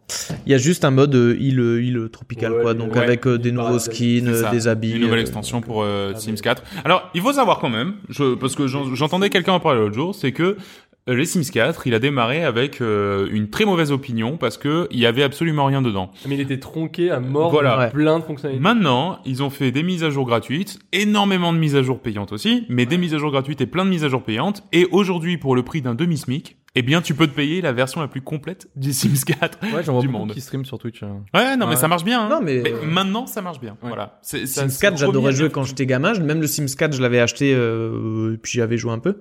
[SPEAKER 10] Il y a juste un mode euh, île, île tropicale
[SPEAKER 8] Ouais,
[SPEAKER 10] quoi, donc
[SPEAKER 8] ouais. Bah,
[SPEAKER 10] avec euh, des nouveaux skins,
[SPEAKER 8] C'est
[SPEAKER 10] euh,
[SPEAKER 8] ça,
[SPEAKER 10] des habits.
[SPEAKER 8] Une nouvelle
[SPEAKER 10] euh,
[SPEAKER 8] extension pour euh, Sims 4. Alors, il faut savoir quand même, je, parce que j'en- j'entendais quelqu'un en parler l'autre jour, c'est que euh, les Sims 4, il a démarré avec euh, une très mauvaise opinion parce que il y avait absolument rien dedans.
[SPEAKER 9] Mais il était tronqué à
[SPEAKER 10] Oh,
[SPEAKER 9] mort,
[SPEAKER 8] Voilà.
[SPEAKER 9] dans plein de fonctionnalités.
[SPEAKER 8] Maintenant, ils ont fait des mises à jour gratuites, énormément de mises à jour payantes aussi, mais des mises à jour gratuites et plein de mises à jour payantes. Et aujourd'hui, pour le prix d'un demi smic, eh bien, tu peux te payer la version la plus complète du Sims 4
[SPEAKER 1] Ouais, j'en vois
[SPEAKER 8] du
[SPEAKER 1] beaucoup
[SPEAKER 8] monde.
[SPEAKER 1] qui stream sur Twitch. euh.
[SPEAKER 8] Ouais, non, mais
[SPEAKER 1] Ouais.
[SPEAKER 8] ça marche bien. hein.
[SPEAKER 10] Non, mais- euh,
[SPEAKER 8] maintenant, ça marche bien. Voilà. C'est- ça-
[SPEAKER 10] Sims
[SPEAKER 8] c'est
[SPEAKER 10] 4, j'adorais
[SPEAKER 8] remis à
[SPEAKER 10] jouer quand j'étais gamin. Même le Sims 4, je l'avais acheté, euh, et puis j'avais joué un peu.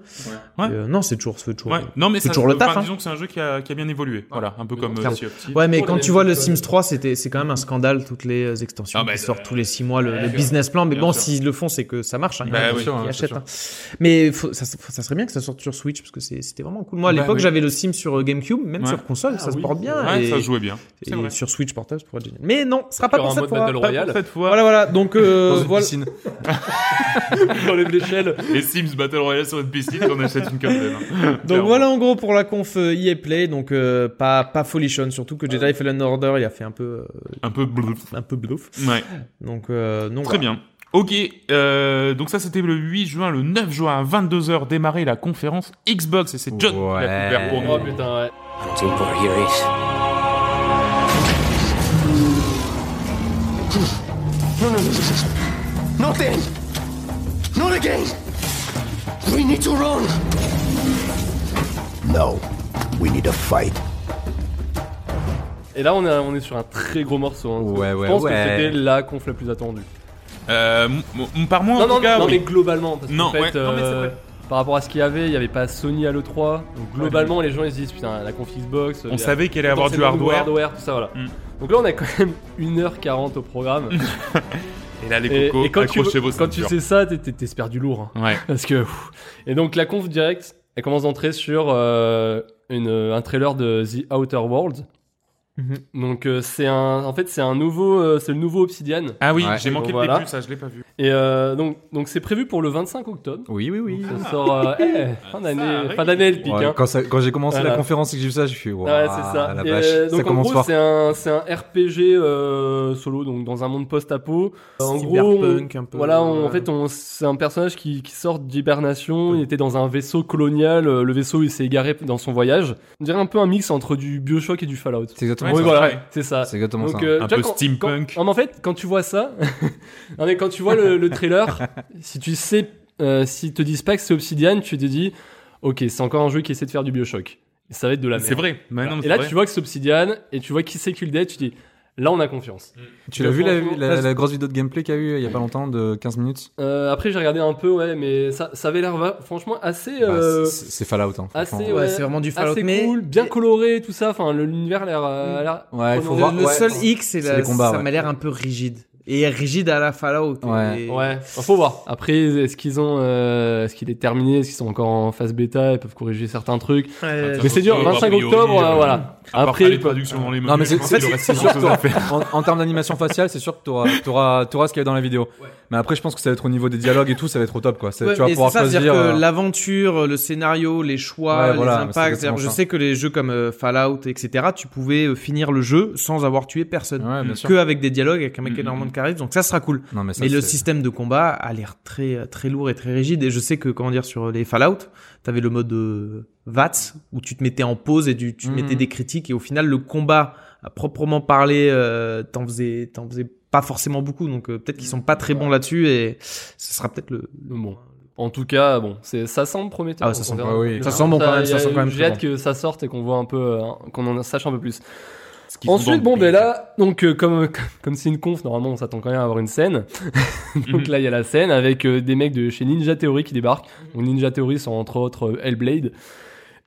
[SPEAKER 8] Ouais.
[SPEAKER 10] Et, euh, non, c'est toujours, c'est toujours,
[SPEAKER 8] Ouais, non mais
[SPEAKER 10] c'est
[SPEAKER 8] ça,
[SPEAKER 10] toujours le
[SPEAKER 8] enfin,
[SPEAKER 10] taf. hein.
[SPEAKER 8] Disons que c'est un jeu qui a, qui a bien évolué,
[SPEAKER 9] Ah,
[SPEAKER 8] voilà, un peu comme euh,
[SPEAKER 10] Clairement.
[SPEAKER 8] Sea of Thieves.
[SPEAKER 10] Ouais, mais quand tu vois le Sims 3, c'était, c'est quand même un scandale toutes les euh, extensions
[SPEAKER 8] Ah, bah,
[SPEAKER 10] qui sortent tous les 6 mois le, le business plan. Mais
[SPEAKER 8] Bien
[SPEAKER 10] bon,
[SPEAKER 8] sûr.
[SPEAKER 10] s'ils le font, c'est que ça marche. Hein, Il y en
[SPEAKER 8] Bah
[SPEAKER 10] a
[SPEAKER 8] oui,
[SPEAKER 10] qui
[SPEAKER 8] sûr, hein, c'est
[SPEAKER 10] achètent,
[SPEAKER 8] sûr.
[SPEAKER 10] hein. Mais faut- ça, ça serait bien que ça sorte sur Switch parce que c'est- c'était vraiment cool. Moi, à
[SPEAKER 8] Bah
[SPEAKER 10] l'époque,
[SPEAKER 8] oui.
[SPEAKER 10] j'avais le Sims sur euh, GameCube, même
[SPEAKER 8] Ouais. Ah
[SPEAKER 10] sur console, ça se porte bien.
[SPEAKER 8] Ouais,
[SPEAKER 10] et,
[SPEAKER 8] ça se jouait bien.
[SPEAKER 10] et
[SPEAKER 8] C'est vrai.
[SPEAKER 10] sur Switch portable, ça pourrait être génial. Mais non, ce sera pas
[SPEAKER 9] Sur
[SPEAKER 10] pour
[SPEAKER 9] un
[SPEAKER 10] cette
[SPEAKER 9] mode
[SPEAKER 10] fois.
[SPEAKER 9] Battle
[SPEAKER 10] Pas
[SPEAKER 9] Royale.
[SPEAKER 10] pour cette fois. Voilà, voilà. Donc, euh,
[SPEAKER 1] Dans une
[SPEAKER 10] voilà.
[SPEAKER 1] piscine.
[SPEAKER 9] Dans les échelles.
[SPEAKER 8] Les Sims Battle Royale sur une piscine, on achète une quinzaine. hein.
[SPEAKER 10] [LAUGHS] Donc
[SPEAKER 8] Clairement.
[SPEAKER 10] voilà en gros pour la conf euh, EA Play, donc euh, pas pas folichon, surtout que Jedi Fallen Order il a fait un peu euh,
[SPEAKER 8] Un peu bleu.
[SPEAKER 10] un peu bluff.
[SPEAKER 8] Ouais.
[SPEAKER 10] Donc euh, non.
[SPEAKER 8] Très bien. Ok, euh, donc ça c'était le 8 juin, le 9 juin à 22h démarrait la conférence Xbox et c'est John qui l'a couvert pour
[SPEAKER 9] [LAUGHS] Oh
[SPEAKER 8] nous.
[SPEAKER 9] putain, ouais.
[SPEAKER 3] Nothing! Not again! We need to run!
[SPEAKER 2] No, we need to fight.
[SPEAKER 9] Et là, on est, on est sur un très gros morceau. hein.
[SPEAKER 1] Ouais, ouais,
[SPEAKER 9] je pense
[SPEAKER 1] ouais.
[SPEAKER 9] que c'était la conf la plus attendue.
[SPEAKER 8] Euh, m- m- par moi en
[SPEAKER 9] non,
[SPEAKER 8] tout
[SPEAKER 9] non,
[SPEAKER 8] cas,
[SPEAKER 9] non,
[SPEAKER 8] oui.
[SPEAKER 9] mais globalement, parce
[SPEAKER 8] Non,
[SPEAKER 9] qu'en fait,
[SPEAKER 8] ouais, non, mais c'est
[SPEAKER 9] euh,
[SPEAKER 8] vrai.
[SPEAKER 9] par rapport à ce qu'il y avait, il n'y avait pas Sony à l'E3. Donc globalement, les gens ils se disent putain, la conf Xbox.
[SPEAKER 8] on savait qu'elle allait avoir du hardware.
[SPEAKER 9] hardware, tout ça, voilà.
[SPEAKER 8] Mm.
[SPEAKER 9] Donc là, on a quand même 1h40 au programme.
[SPEAKER 8] [LAUGHS] Et là les
[SPEAKER 9] et,
[SPEAKER 8] cocos,
[SPEAKER 9] et quand, tu,
[SPEAKER 8] accrochez vos
[SPEAKER 9] quand tu
[SPEAKER 8] ceintures.
[SPEAKER 9] sais ça, t'es- t'es- t'espères du lourd. hein.
[SPEAKER 8] Ouais.
[SPEAKER 9] Parce que. pff. Et donc la conf directe, elle commence d'entrer sur euh, une, un trailer de The Outer Worlds.
[SPEAKER 10] Mhm.
[SPEAKER 9] Donc euh, c'est un, en fait c'est un nouveau, euh, c'est le nouveau Obsidian.
[SPEAKER 8] Ah oui,
[SPEAKER 1] Ouais.
[SPEAKER 8] j'ai manqué
[SPEAKER 9] Bon,
[SPEAKER 8] le
[SPEAKER 9] voilà.
[SPEAKER 8] début, ça je l'ai pas vu.
[SPEAKER 9] Et euh, donc donc c'est prévu pour le 25 octobre.
[SPEAKER 1] Oui, oui, oui.
[SPEAKER 9] Ça sort euh, eh, fin d'année,
[SPEAKER 8] arrive.
[SPEAKER 9] fin d'année elle pique.
[SPEAKER 1] Ouais,
[SPEAKER 9] hein.
[SPEAKER 1] quand ça- quand j'ai commencé la
[SPEAKER 9] Voilà.
[SPEAKER 1] conférence et que j'ai vu ça, j'ai fait wow,
[SPEAKER 9] Ouais, c'est ça.
[SPEAKER 1] la
[SPEAKER 9] Et,
[SPEAKER 1] vache.
[SPEAKER 9] euh, donc
[SPEAKER 1] ça
[SPEAKER 9] en
[SPEAKER 1] commence
[SPEAKER 9] gros,
[SPEAKER 1] fort.
[SPEAKER 9] c'est un, c'est un RPG euh, solo, donc dans un monde post-apo. Euh, En gros, on-
[SPEAKER 10] Cyberpunk, un peu, euh,
[SPEAKER 9] voilà, on- en
[SPEAKER 10] ouais.
[SPEAKER 9] fait, on- c'est un personnage qui, qui sort d'hibernation. Il était dans un vaisseau colonial. euh, Le vaisseau, il s'est égaré dans son voyage. On dirait un peu un mix entre du Bioshock et du Fallout.
[SPEAKER 1] C'est exactement
[SPEAKER 8] Ouais,
[SPEAKER 9] Oui,
[SPEAKER 1] ça.
[SPEAKER 9] voilà,
[SPEAKER 8] ouais.
[SPEAKER 9] c'est ça.
[SPEAKER 1] C'est exactement
[SPEAKER 9] Donc,
[SPEAKER 1] ça.
[SPEAKER 9] euh,
[SPEAKER 8] Un
[SPEAKER 9] tu vois,
[SPEAKER 8] peu
[SPEAKER 9] quand-
[SPEAKER 8] steampunk.
[SPEAKER 9] quand- en fait, quand tu vois ça, [LAUGHS] non, mais quand tu vois le, le trailer, si tu sais, euh, s'ils te disent pas que c'est Obsidian, tu te dis, ok, c'est encore un jeu qui essaie de faire du Bioshock. Et ça va être de la merde.
[SPEAKER 8] C'est vrai. Mais non, mais
[SPEAKER 9] Ah, et
[SPEAKER 8] c'est
[SPEAKER 9] là,
[SPEAKER 8] vrai.
[SPEAKER 9] tu vois que c'est Obsidian, et tu vois qui c'est qui le dead, tu dis, là, on a confiance.
[SPEAKER 8] Mm.
[SPEAKER 1] Tu l'as vu la,
[SPEAKER 9] franchement,
[SPEAKER 1] la-
[SPEAKER 9] là,
[SPEAKER 1] la grosse vidéo de gameplay qu'il y a eu il y a pas longtemps de 15 minutes
[SPEAKER 9] Euh, après, j'ai regardé un peu, ouais, mais ça, ça avait l'air va- franchement assez,
[SPEAKER 1] Bah,
[SPEAKER 9] euh,
[SPEAKER 1] c'est- C'est c'est Fallout. Hein,
[SPEAKER 9] assez,
[SPEAKER 1] franchement.
[SPEAKER 10] Ouais,
[SPEAKER 9] ouais,
[SPEAKER 10] c'est vraiment du Fallout
[SPEAKER 9] assez
[SPEAKER 10] mais
[SPEAKER 9] cool, bien coloré, tout ça. Enfin, le- l'univers a l'air, euh, a l'air.
[SPEAKER 1] Ouais, il faut
[SPEAKER 9] Le-
[SPEAKER 1] voir.
[SPEAKER 10] le, le
[SPEAKER 1] ouais.
[SPEAKER 10] seul hic c'est
[SPEAKER 1] C'est
[SPEAKER 10] la-
[SPEAKER 1] les combats,
[SPEAKER 10] ça
[SPEAKER 1] ouais.
[SPEAKER 10] m'a l'air un peu rigide et rigide à la Fallout.
[SPEAKER 1] Ouais.
[SPEAKER 8] Mm.
[SPEAKER 10] Et-
[SPEAKER 9] Ouais, enfin, faut voir. Après, est-ce qu'ils ont, euh, est-ce qu'il est terminé, est-ce qu'ils sont encore en phase bêta, ils peuvent corriger certains trucs.
[SPEAKER 10] Ouais.
[SPEAKER 9] Mais c'est dur,
[SPEAKER 8] Euh,
[SPEAKER 9] 25
[SPEAKER 8] Gabriel,
[SPEAKER 9] octobre,
[SPEAKER 8] euh,
[SPEAKER 9] euh, voilà.
[SPEAKER 8] À part
[SPEAKER 9] Après,
[SPEAKER 8] faire les
[SPEAKER 9] ils peuvent-
[SPEAKER 8] traductions dans les menus.
[SPEAKER 1] Non, mais c'est-
[SPEAKER 8] je pense qu'il
[SPEAKER 1] c'est-
[SPEAKER 8] aurait
[SPEAKER 1] c'est
[SPEAKER 8] quelque
[SPEAKER 1] sûr
[SPEAKER 8] chose à faire.
[SPEAKER 1] En, en termes d'animation faciale, c'est sûr que t'auras auras, ce qu'il y a dans la vidéo. Mais après, je pense que ça va être au niveau des dialogues et tout, ça va être au top quoi. Ça-
[SPEAKER 10] Ouais,
[SPEAKER 1] tu vas
[SPEAKER 10] mais
[SPEAKER 1] pouvoir
[SPEAKER 10] c'est ça,
[SPEAKER 1] choisir.
[SPEAKER 10] c'est-à-dire que
[SPEAKER 1] euh,
[SPEAKER 10] l'aventure, le scénario, les choix,
[SPEAKER 1] Ouais,
[SPEAKER 10] les
[SPEAKER 1] voilà, c'est
[SPEAKER 10] impacts.
[SPEAKER 1] exactement
[SPEAKER 10] c'est-à-dire, Je
[SPEAKER 1] ça.
[SPEAKER 10] sais que les jeux comme euh, Fallout, etc., tu pouvais euh, finir le jeu sans avoir tué personne,
[SPEAKER 1] euh, Ouais, bien sûr. Mm-hmm.
[SPEAKER 10] que avec des dialogues, avec un mec
[SPEAKER 8] Mm,
[SPEAKER 10] énormément
[SPEAKER 8] mm,
[SPEAKER 10] de charisme. Donc ça sera cool.
[SPEAKER 1] Non,
[SPEAKER 9] Ah,
[SPEAKER 1] mais ça,
[SPEAKER 10] mais le
[SPEAKER 1] c'est-
[SPEAKER 10] système de combat a l'air très très lourd et très rigide. Et je sais que comment dire sur les Fallout, t'avais le mode euh, VATS où tu te mettais en pause et du- tu
[SPEAKER 1] Mhm.
[SPEAKER 10] mettais des critiques et au final le combat à proprement parler, euh, t'en faisais t'en faisais pas forcément beaucoup. Donc euh, peut-être qu'ils sont pas très bons là-dessus et ce sera peut-être le
[SPEAKER 9] Bon. En tout cas, bon, c'est, ça semble prometteur.
[SPEAKER 10] Ah ouais, ça
[SPEAKER 9] On
[SPEAKER 10] sent-
[SPEAKER 9] verra.
[SPEAKER 1] ah oui.
[SPEAKER 10] Ça sent bon quand même,
[SPEAKER 9] y
[SPEAKER 10] ça
[SPEAKER 9] a-
[SPEAKER 10] sent quand même
[SPEAKER 9] J'ai
[SPEAKER 10] très
[SPEAKER 9] hâte
[SPEAKER 10] bon.
[SPEAKER 9] que ça sorte et qu'on voit un peu, hein, qu'on en sache un peu plus.
[SPEAKER 8] Ce qu'ils font dans le
[SPEAKER 9] Ensuite, bon,
[SPEAKER 8] pays.
[SPEAKER 9] ben là, donc euh, comme [LAUGHS] comme c'est une conf, normalement, on s'attend quand même à avoir une scène. [LAUGHS] donc
[SPEAKER 8] Mhm.
[SPEAKER 9] là, il y a la scène avec euh, des mecs de chez Ninja Theory qui débarquent. Donc, Ninja Theory sont entre autres euh, Hellblade.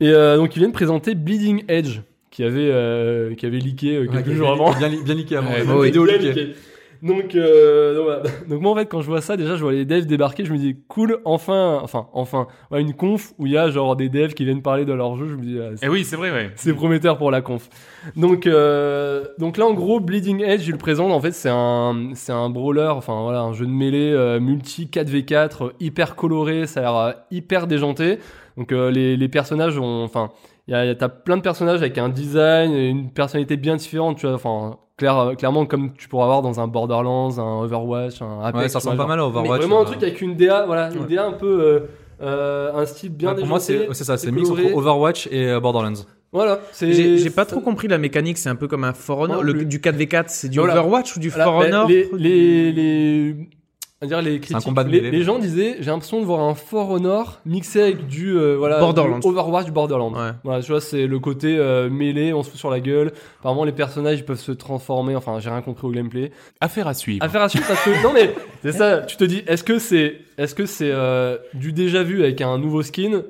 [SPEAKER 9] Et euh, donc ils viennent présenter Bleeding Edge, qui avait euh, qui avait leaké euh,
[SPEAKER 1] Ouais,
[SPEAKER 9] quelques
[SPEAKER 1] bien-
[SPEAKER 9] jours
[SPEAKER 1] [LAUGHS]
[SPEAKER 9] avant.
[SPEAKER 1] Bien, li- bien liqué avant.
[SPEAKER 8] Ouais,
[SPEAKER 1] Bien
[SPEAKER 10] bah oui.
[SPEAKER 1] vidéo
[SPEAKER 9] Bien
[SPEAKER 1] liquée.
[SPEAKER 9] niqué. Donc, euh, donc, voilà. [LAUGHS] Donc moi en fait quand je vois ça déjà je vois les devs débarquer je me dis cool enfin enfin enfin ouais, une conf où il y a genre des devs qui viennent parler de leur jeu je me dis ah, c'est-
[SPEAKER 8] Eh oui, c'est vrai, ouais.
[SPEAKER 9] c'est prometteur pour la conf. Donc, euh, donc là, en gros, Bleeding Edge, je le présente. En fait, c'est un, c'est un brawler, enfin voilà, un jeu de mêlée euh, multi 4v4, euh, hyper coloré, ça a l'air euh, hyper déjanté. Donc euh, les, les personnages ont, enfin, il y a, y a- t'as plein de personnages avec un design, et une personnalité bien différente, tu vois. Enfin, clair- euh, clairement comme tu pourras avoir dans un Borderlands, un Overwatch, un Apex.
[SPEAKER 1] Ouais, ça
[SPEAKER 9] tu vois,
[SPEAKER 1] ressemble pas
[SPEAKER 9] genre.
[SPEAKER 1] mal à Overwatch, euh,
[SPEAKER 9] Mais vraiment un
[SPEAKER 1] ouais.
[SPEAKER 9] truc avec une DA, voilà, une DA un peu, euh, euh, un style bien.
[SPEAKER 1] Ouais, pour moi,
[SPEAKER 9] déjanté,
[SPEAKER 1] c'est c'est ça, c'est mix
[SPEAKER 9] décoloré.
[SPEAKER 1] entre Overwatch et euh, Borderlands.
[SPEAKER 9] Voilà, c'est.
[SPEAKER 10] J'ai j'ai pas trop compris la mécanique, c'est un peu comme un For Honor.
[SPEAKER 9] Moi
[SPEAKER 10] Le,
[SPEAKER 9] non plus.
[SPEAKER 10] du 4v4, c'est du
[SPEAKER 9] Voilà.
[SPEAKER 10] Overwatch ou du
[SPEAKER 9] Voilà,
[SPEAKER 10] For
[SPEAKER 9] ben,
[SPEAKER 10] Honor
[SPEAKER 9] les, les, les- à dire les critiques,
[SPEAKER 1] combat de
[SPEAKER 9] les,
[SPEAKER 1] mêlée,
[SPEAKER 9] les
[SPEAKER 1] mais-
[SPEAKER 9] gens disaient j'ai l'impression de voir un For Honor mixé avec du euh, voilà
[SPEAKER 10] Borderlands.
[SPEAKER 9] du Overwatch du Borderlands.
[SPEAKER 10] Ouais.
[SPEAKER 9] Voilà, tu vois, c'est le côté euh, mêlé, on se fout sur la gueule. Apparemment, les personnages ils peuvent se transformer. Enfin, j'ai rien compris au gameplay.
[SPEAKER 8] Affaire à suivre.
[SPEAKER 9] Affaire à suivre parce que non mais c'est ça. Tu te dis, est-ce que c'est est-ce que c'est euh, du déjà vu avec un nouveau skin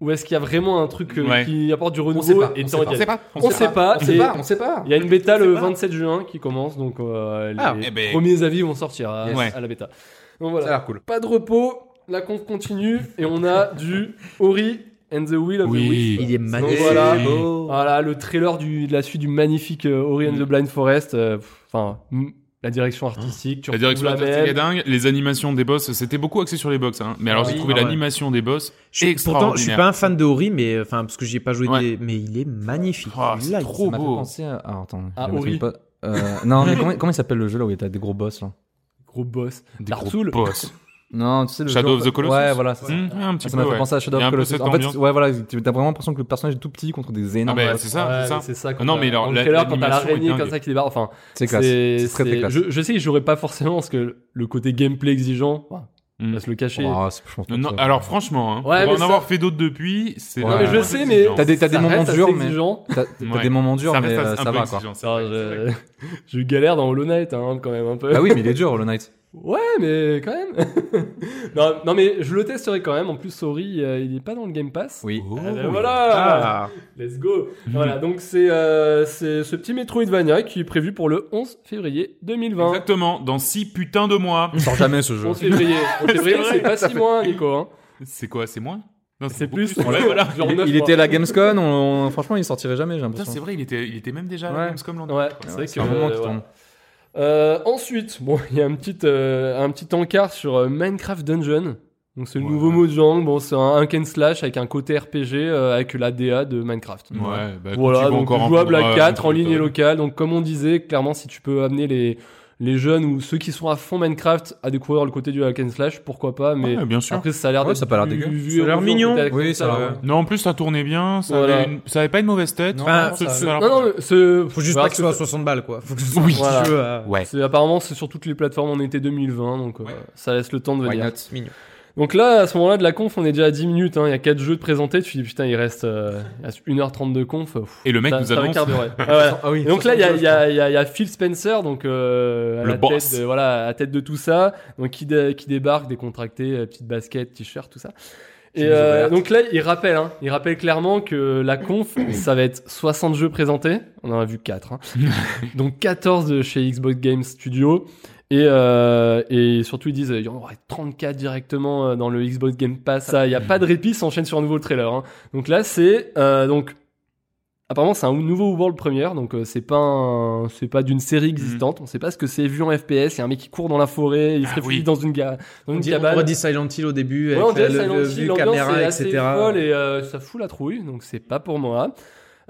[SPEAKER 9] ou est-ce qu'il y a vraiment un truc euh,
[SPEAKER 8] Ouais.
[SPEAKER 9] qui apporte du renouveau
[SPEAKER 1] sait pas,
[SPEAKER 9] et
[SPEAKER 1] on
[SPEAKER 9] de
[SPEAKER 1] sait pas.
[SPEAKER 9] temps
[SPEAKER 1] On
[SPEAKER 9] en temps
[SPEAKER 1] sait pas,
[SPEAKER 9] On, sait pas.
[SPEAKER 1] On sait
[SPEAKER 9] et-
[SPEAKER 1] pas, on sait pas.
[SPEAKER 9] il y a une bêta le
[SPEAKER 10] pas.
[SPEAKER 9] 27 juin qui commence, donc euh,
[SPEAKER 10] Ah,
[SPEAKER 9] les
[SPEAKER 8] eh ben.
[SPEAKER 9] premiers avis vont sortir à,
[SPEAKER 8] Yes.
[SPEAKER 9] à la bêta. Donc
[SPEAKER 1] Ça a
[SPEAKER 9] voilà.
[SPEAKER 1] l'air cool.
[SPEAKER 9] Pas de repos, la conf continue et on a du Ori and the Will of
[SPEAKER 8] Oui.
[SPEAKER 9] the Wisp.
[SPEAKER 10] Il est
[SPEAKER 9] Donc
[SPEAKER 10] magnifique.
[SPEAKER 9] Voilà,
[SPEAKER 8] Oui.
[SPEAKER 9] Voilà, le trailer du, de la suite du magnifique euh, Ori
[SPEAKER 8] Mm.
[SPEAKER 9] and the Blind Forest. euh, pff, Enfin, mm, la
[SPEAKER 8] Hein
[SPEAKER 9] direction artistique, tu
[SPEAKER 8] La
[SPEAKER 9] retrouves
[SPEAKER 8] direction
[SPEAKER 9] la
[SPEAKER 8] artistique
[SPEAKER 9] même.
[SPEAKER 8] est dingue, les animations des boss, c'était beaucoup axé sur les boss, hein. mais alors
[SPEAKER 9] Ah
[SPEAKER 8] j'ai
[SPEAKER 9] oui.
[SPEAKER 8] trouvé
[SPEAKER 10] Ah ouais.
[SPEAKER 8] l'animation des boss
[SPEAKER 10] Je suis-
[SPEAKER 8] extraordinaire.
[SPEAKER 10] Pourtant, je suis pas un fan de Ori, mais euh, enfin parce que j'y ai pas joué,
[SPEAKER 8] Ouais.
[SPEAKER 10] des- mais il est magnifique.
[SPEAKER 8] Oh,
[SPEAKER 10] Il
[SPEAKER 8] c'est
[SPEAKER 10] like.
[SPEAKER 8] trop
[SPEAKER 1] Ça m'a fait
[SPEAKER 8] beau.
[SPEAKER 1] penser à. Ah, attends.
[SPEAKER 9] Ah,
[SPEAKER 1] je vais mettre
[SPEAKER 9] Ori.
[SPEAKER 1] une pa- Euh, non, mais comment, comment il s'appelle le jeu là où t'as des gros boss là
[SPEAKER 9] Gros boss.
[SPEAKER 8] Des
[SPEAKER 9] Dark
[SPEAKER 8] gros
[SPEAKER 9] Souls.
[SPEAKER 8] boss.
[SPEAKER 1] Non, tu sais le
[SPEAKER 8] Shadow
[SPEAKER 1] jeu-
[SPEAKER 8] of the Colossus
[SPEAKER 1] Ouais, voilà, c'est ça.
[SPEAKER 8] Hmm, un petit
[SPEAKER 1] Ça
[SPEAKER 8] peu,
[SPEAKER 1] m'a fait
[SPEAKER 8] ouais.
[SPEAKER 1] penser à Shadow
[SPEAKER 8] Il y a
[SPEAKER 1] of
[SPEAKER 8] un peu
[SPEAKER 1] Colossus.
[SPEAKER 8] cette
[SPEAKER 1] En fait,
[SPEAKER 8] ambiance.
[SPEAKER 1] ouais, voilà, tu- t'as vraiment l'impression que le personnage est tout petit contre des
[SPEAKER 8] Ah
[SPEAKER 1] énormes.
[SPEAKER 8] bah,
[SPEAKER 1] boss.
[SPEAKER 8] c'est ça,
[SPEAKER 9] Ouais,
[SPEAKER 8] c'est ça.
[SPEAKER 9] mais c'est ça.
[SPEAKER 8] Ah non, mais
[SPEAKER 9] alors,
[SPEAKER 8] alors, la-
[SPEAKER 9] trailer, quand t'as
[SPEAKER 8] l'animation est
[SPEAKER 9] l'araignée
[SPEAKER 8] dingue.
[SPEAKER 9] comme ça qui débarque, enfin,
[SPEAKER 1] c'est classe. C'est très très
[SPEAKER 9] c'est-
[SPEAKER 1] classe.
[SPEAKER 9] Je, je sais que j'aurais pas forcément parce que le côté gameplay exigeant, enfin, on
[SPEAKER 8] Mm.
[SPEAKER 9] va se le cacher.
[SPEAKER 1] Oh, c'est- je pense pas que
[SPEAKER 8] Non,
[SPEAKER 1] ça-
[SPEAKER 8] alors franchement, hein,
[SPEAKER 9] Ouais,
[SPEAKER 8] pour
[SPEAKER 9] mais
[SPEAKER 8] en
[SPEAKER 9] ça-
[SPEAKER 8] avoir fait d'autres depuis, c'est.
[SPEAKER 1] Non, mais je
[SPEAKER 8] Ouais.
[SPEAKER 9] sais, mais-
[SPEAKER 1] T'as des, t'as des
[SPEAKER 9] Ça
[SPEAKER 1] moments
[SPEAKER 9] reste assez
[SPEAKER 1] durs, mais.
[SPEAKER 9] exigeant.
[SPEAKER 1] T'as t'as
[SPEAKER 8] Ouais.
[SPEAKER 1] des moments durs,
[SPEAKER 8] ça
[SPEAKER 1] mais
[SPEAKER 8] reste
[SPEAKER 1] euh,
[SPEAKER 8] un
[SPEAKER 1] ça
[SPEAKER 8] peu
[SPEAKER 1] va quoi.
[SPEAKER 8] exigeant, c'est
[SPEAKER 9] Ça, euh,
[SPEAKER 8] vrai, c'est vrai.
[SPEAKER 9] [LAUGHS] je- J'ai eu galère dans Hollow Knight hein, quand même un peu.
[SPEAKER 1] Ah oui, mais il est dur, Hollow Knight.
[SPEAKER 9] Ouais, mais quand même. [LAUGHS] non, non, mais je le testerai quand même. En plus, Ori, euh, il est pas dans le Game Pass.
[SPEAKER 1] Oui.
[SPEAKER 8] Oh.
[SPEAKER 9] Ah, ben voilà.
[SPEAKER 10] Ah.
[SPEAKER 9] Let's
[SPEAKER 1] [LAUGHS]
[SPEAKER 9] go. Voilà, donc c'est euh, c'est ce petit Metroidvania qui est prévu pour le 11 février 2020.
[SPEAKER 8] Exactement, dans 6 putains de mois.
[SPEAKER 1] Sors jamais ce jeu.
[SPEAKER 9] 11
[SPEAKER 1] [LAUGHS]
[SPEAKER 9] février. 11 février,
[SPEAKER 8] vrai,
[SPEAKER 9] c'est pas si moins, Nico. hein.
[SPEAKER 8] C'est quoi, c'est moins Non,
[SPEAKER 9] C'est
[SPEAKER 8] beaucoup
[SPEAKER 9] plus.
[SPEAKER 8] Ouais, voilà.
[SPEAKER 9] Genre
[SPEAKER 1] Il,
[SPEAKER 9] neuf
[SPEAKER 1] il était
[SPEAKER 9] mois.
[SPEAKER 1] à la Gamescom, on- on- franchement, il sortirait jamais, j'ai
[SPEAKER 8] Putain, c'est
[SPEAKER 1] l'impression.
[SPEAKER 8] vrai, il était, il était même déjà à la
[SPEAKER 1] Ouais.
[SPEAKER 8] Gamescom l'an
[SPEAKER 9] Ouais,
[SPEAKER 8] dernier.
[SPEAKER 9] c'est vrai que.
[SPEAKER 1] C'est un moment
[SPEAKER 9] euh,
[SPEAKER 1] qui
[SPEAKER 9] voilà.
[SPEAKER 1] tourne.
[SPEAKER 9] Euh, ensuite, bon, [LAUGHS] il y a un petit, euh, un petit encart sur euh, Minecraft Dungeon. Donc c'est le
[SPEAKER 8] Ouais.
[SPEAKER 9] nouveau mot de genre. Bon, c'est un hack and slash avec un côté RPG euh, avec la DA de Minecraft.
[SPEAKER 8] Ouais, bah, tu
[SPEAKER 9] Voilà,
[SPEAKER 8] vas
[SPEAKER 9] donc
[SPEAKER 8] encore
[SPEAKER 9] jouable
[SPEAKER 8] entendre,
[SPEAKER 9] à
[SPEAKER 8] euh,
[SPEAKER 9] 4 en
[SPEAKER 8] un truc,
[SPEAKER 9] ligne et
[SPEAKER 8] euh,
[SPEAKER 9] locale. Donc comme on disait, clairement, si tu peux amener les les jeunes ou ceux qui sont à fond Minecraft à découvrir le côté du hack and slash, pourquoi pas. Mais
[SPEAKER 8] Ouais, bien sûr.
[SPEAKER 9] après, ça a l'air
[SPEAKER 1] Ouais,
[SPEAKER 9] d'être
[SPEAKER 1] ça a pas l'air
[SPEAKER 9] plus
[SPEAKER 1] dégueu.
[SPEAKER 9] vu
[SPEAKER 10] Ça a l'air
[SPEAKER 9] au jeu,
[SPEAKER 10] mignon.
[SPEAKER 9] le côté hack and
[SPEAKER 1] Oui, ça a
[SPEAKER 9] slash.
[SPEAKER 1] l'air-
[SPEAKER 8] Non, en plus, ça tournait bien, ça,
[SPEAKER 9] Voilà.
[SPEAKER 8] avait, une- ça avait pas une mauvaise tête.
[SPEAKER 1] Non.
[SPEAKER 10] Enfin,
[SPEAKER 8] ce-
[SPEAKER 1] ça-
[SPEAKER 8] ce-
[SPEAKER 9] Non, non, mais ce-
[SPEAKER 10] Faut juste
[SPEAKER 9] voilà,
[SPEAKER 10] pas que ce soit à
[SPEAKER 9] ce-
[SPEAKER 10] 60 balles quoi. Faut que ce
[SPEAKER 8] Oui.
[SPEAKER 10] soit un petit jeu à-
[SPEAKER 8] Ouais.
[SPEAKER 9] c'est- apparemment, c'est sur toutes les plateformes en été 2020, donc euh,
[SPEAKER 8] Ouais.
[SPEAKER 9] ça laisse le temps de
[SPEAKER 1] Why
[SPEAKER 9] venir.
[SPEAKER 1] not
[SPEAKER 10] Mignon.
[SPEAKER 9] Donc là, à ce moment-là de la conf, on est déjà à 10 minutes. hein. Il y a 4 jeux de présentés. Tu dis, putain, il reste, euh, il reste 1h30 de conf. Pff,
[SPEAKER 8] Et le mec
[SPEAKER 9] ça-
[SPEAKER 8] nous
[SPEAKER 9] ça va
[SPEAKER 8] annonce. [LAUGHS]
[SPEAKER 9] carburer. Ouais, voilà.
[SPEAKER 1] Ah oui,
[SPEAKER 9] Et donc là, il y a, il y a- il y a- il y a Phil Spencer, donc euh, à
[SPEAKER 8] Le
[SPEAKER 9] la
[SPEAKER 8] boss.
[SPEAKER 9] tête de, voilà, à la tête de tout ça, donc qui, dé- qui débarque, décontracté, euh, petite basket, t-shirt, tout ça. Et
[SPEAKER 1] Chemise
[SPEAKER 9] euh,
[SPEAKER 1] ouverte.
[SPEAKER 9] donc là, il rappelle, hein, il rappelle clairement que
[SPEAKER 8] [COUGHS]
[SPEAKER 9] la conf, ça va être 60 jeux présentés. On en a vu
[SPEAKER 8] [LAUGHS]
[SPEAKER 9] 4. Hein. donc 14 de chez Xbox Game Studio. Et, euh, et surtout, ils disent, euh, il y en aura 34 directement euh, dans le Xbox Game Pass. Ça, Il n'y a pas de répit, ça enchaîne sur un nouveau trailer. hein. Donc là, c'est euh, donc Apparemment, c'est un nouveau world premiere, donc euh, c'est pas un- c'est pas d'une série
[SPEAKER 10] Mhm.
[SPEAKER 9] existante. On sait pas ce que c'est vu en FPS. Il y a un mec qui court dans la forêt, il se
[SPEAKER 8] Ah
[SPEAKER 9] réfugie
[SPEAKER 8] oui.
[SPEAKER 9] dans une ga- dans
[SPEAKER 10] On
[SPEAKER 9] une
[SPEAKER 10] dit-
[SPEAKER 9] cabane.
[SPEAKER 10] on redit Silent Hill au début
[SPEAKER 9] Ouais,
[SPEAKER 10] avec
[SPEAKER 9] on dirait
[SPEAKER 10] la,
[SPEAKER 9] Silent
[SPEAKER 10] le, le
[SPEAKER 9] Hill,
[SPEAKER 10] vue
[SPEAKER 9] l'ambiance
[SPEAKER 10] caméra,
[SPEAKER 9] est
[SPEAKER 10] etc.
[SPEAKER 9] assez folle et euh, ça fout la trouille, donc c'est pas pour moi.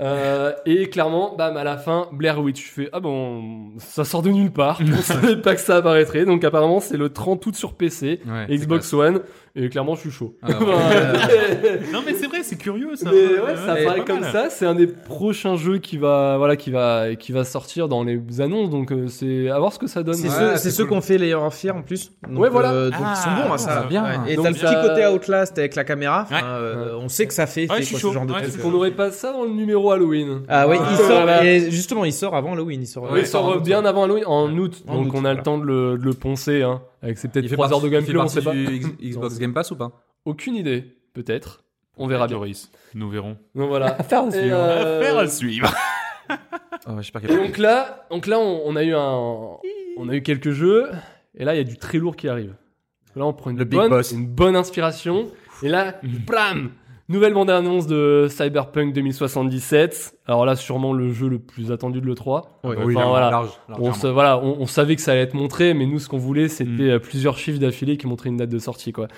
[SPEAKER 9] Euh, et clairement, bam, à la fin, Blair Witch. Je fais, ah bon, ça sort de nulle
[SPEAKER 10] [LAUGHS]
[SPEAKER 9] part. On savait pas que ça apparaîtrait. Donc apparemment, c'est le 30 août sur PC,
[SPEAKER 1] Ouais, c'est
[SPEAKER 9] Xbox One. Et clairement, je suis chaud. [LAUGHS]
[SPEAKER 1] Ah, ouais.
[SPEAKER 10] Euh,
[SPEAKER 9] Voilà.
[SPEAKER 8] Non, mais c'est vrai, c'est curieux ça.
[SPEAKER 9] Mais ouais, ça
[SPEAKER 8] c'est
[SPEAKER 9] paraît
[SPEAKER 8] pas
[SPEAKER 9] comme
[SPEAKER 8] mal.
[SPEAKER 9] ça. C'est un des prochains jeux qui va, voilà, qui va, qui va sortir dans les annonces. Donc euh, c'est à voir ce que ça donne.
[SPEAKER 10] C'est
[SPEAKER 1] Ouais,
[SPEAKER 10] ceux, c'est
[SPEAKER 1] c'est
[SPEAKER 10] ceux
[SPEAKER 1] cool.
[SPEAKER 10] qu'on fait Layer of Fear en plus. Donc,
[SPEAKER 9] Ouais, voilà.
[SPEAKER 10] euh, donc
[SPEAKER 8] Ah,
[SPEAKER 10] ils sont bons à
[SPEAKER 8] non,
[SPEAKER 10] ça.
[SPEAKER 1] c'est bien.
[SPEAKER 10] Ouais. Et
[SPEAKER 9] Donc,
[SPEAKER 10] t'as le
[SPEAKER 9] ça-
[SPEAKER 10] petit côté Outlast avec la caméra. Enfin,
[SPEAKER 8] Ouais.
[SPEAKER 10] euh, on sait que ça fait,
[SPEAKER 8] Ouais,
[SPEAKER 10] fait
[SPEAKER 8] je suis
[SPEAKER 10] quoi,
[SPEAKER 8] chaud.
[SPEAKER 10] ce genre de
[SPEAKER 8] Ouais,
[SPEAKER 10] truc.
[SPEAKER 8] c'est
[SPEAKER 9] Est-ce
[SPEAKER 8] euh,
[SPEAKER 9] qu'on n'aurait pas ça dans le numéro Halloween
[SPEAKER 10] Ah ouais, il
[SPEAKER 9] Ah,
[SPEAKER 10] sort.
[SPEAKER 9] voilà.
[SPEAKER 10] et justement, il sort avant Halloween. Il sort.
[SPEAKER 9] Oui, il sort bien avant Halloween en août,
[SPEAKER 10] En
[SPEAKER 9] donc
[SPEAKER 10] août,
[SPEAKER 9] on a
[SPEAKER 10] voilà.
[SPEAKER 9] le temps de le, de le poncer. Hein, avec c'est peut-être
[SPEAKER 1] Il fait
[SPEAKER 9] 3 heures de
[SPEAKER 1] partie- il fait
[SPEAKER 9] gameplay, on
[SPEAKER 1] partie
[SPEAKER 9] sait pas.
[SPEAKER 1] du
[SPEAKER 9] [LAUGHS]
[SPEAKER 1] X- Xbox Game Pass ou pas
[SPEAKER 9] Aucune idée, peut-être. On verra bien.
[SPEAKER 8] Doris, nous verrons.
[SPEAKER 9] Donc voilà. Affaire euh,
[SPEAKER 8] Affaire à suivre.
[SPEAKER 1] Ah ouais, J'espère qu'il
[SPEAKER 9] Et
[SPEAKER 1] y a
[SPEAKER 9] donc là, donc là, on, on a eu un, on a eu quelques jeux, et là il y a du très lourd qui arrive. Là on prend une
[SPEAKER 1] Le big
[SPEAKER 9] bonne,
[SPEAKER 1] boss.
[SPEAKER 9] une bonne inspiration, et
[SPEAKER 1] [LAUGHS]
[SPEAKER 9] là, blam, nouvelle bande annonce de Cyberpunk 2077. Alors là, sûrement le jeu le plus attendu de le 3.
[SPEAKER 1] pas.
[SPEAKER 9] Enfin, voilà.
[SPEAKER 1] large. large.
[SPEAKER 9] On, sa- voilà, on, on savait que ça allait être montré, mais nous ce qu'on voulait, c'était
[SPEAKER 8] Mm.
[SPEAKER 9] euh, plusieurs chiffres d'affilée qui montraient une date de sortie, quoi.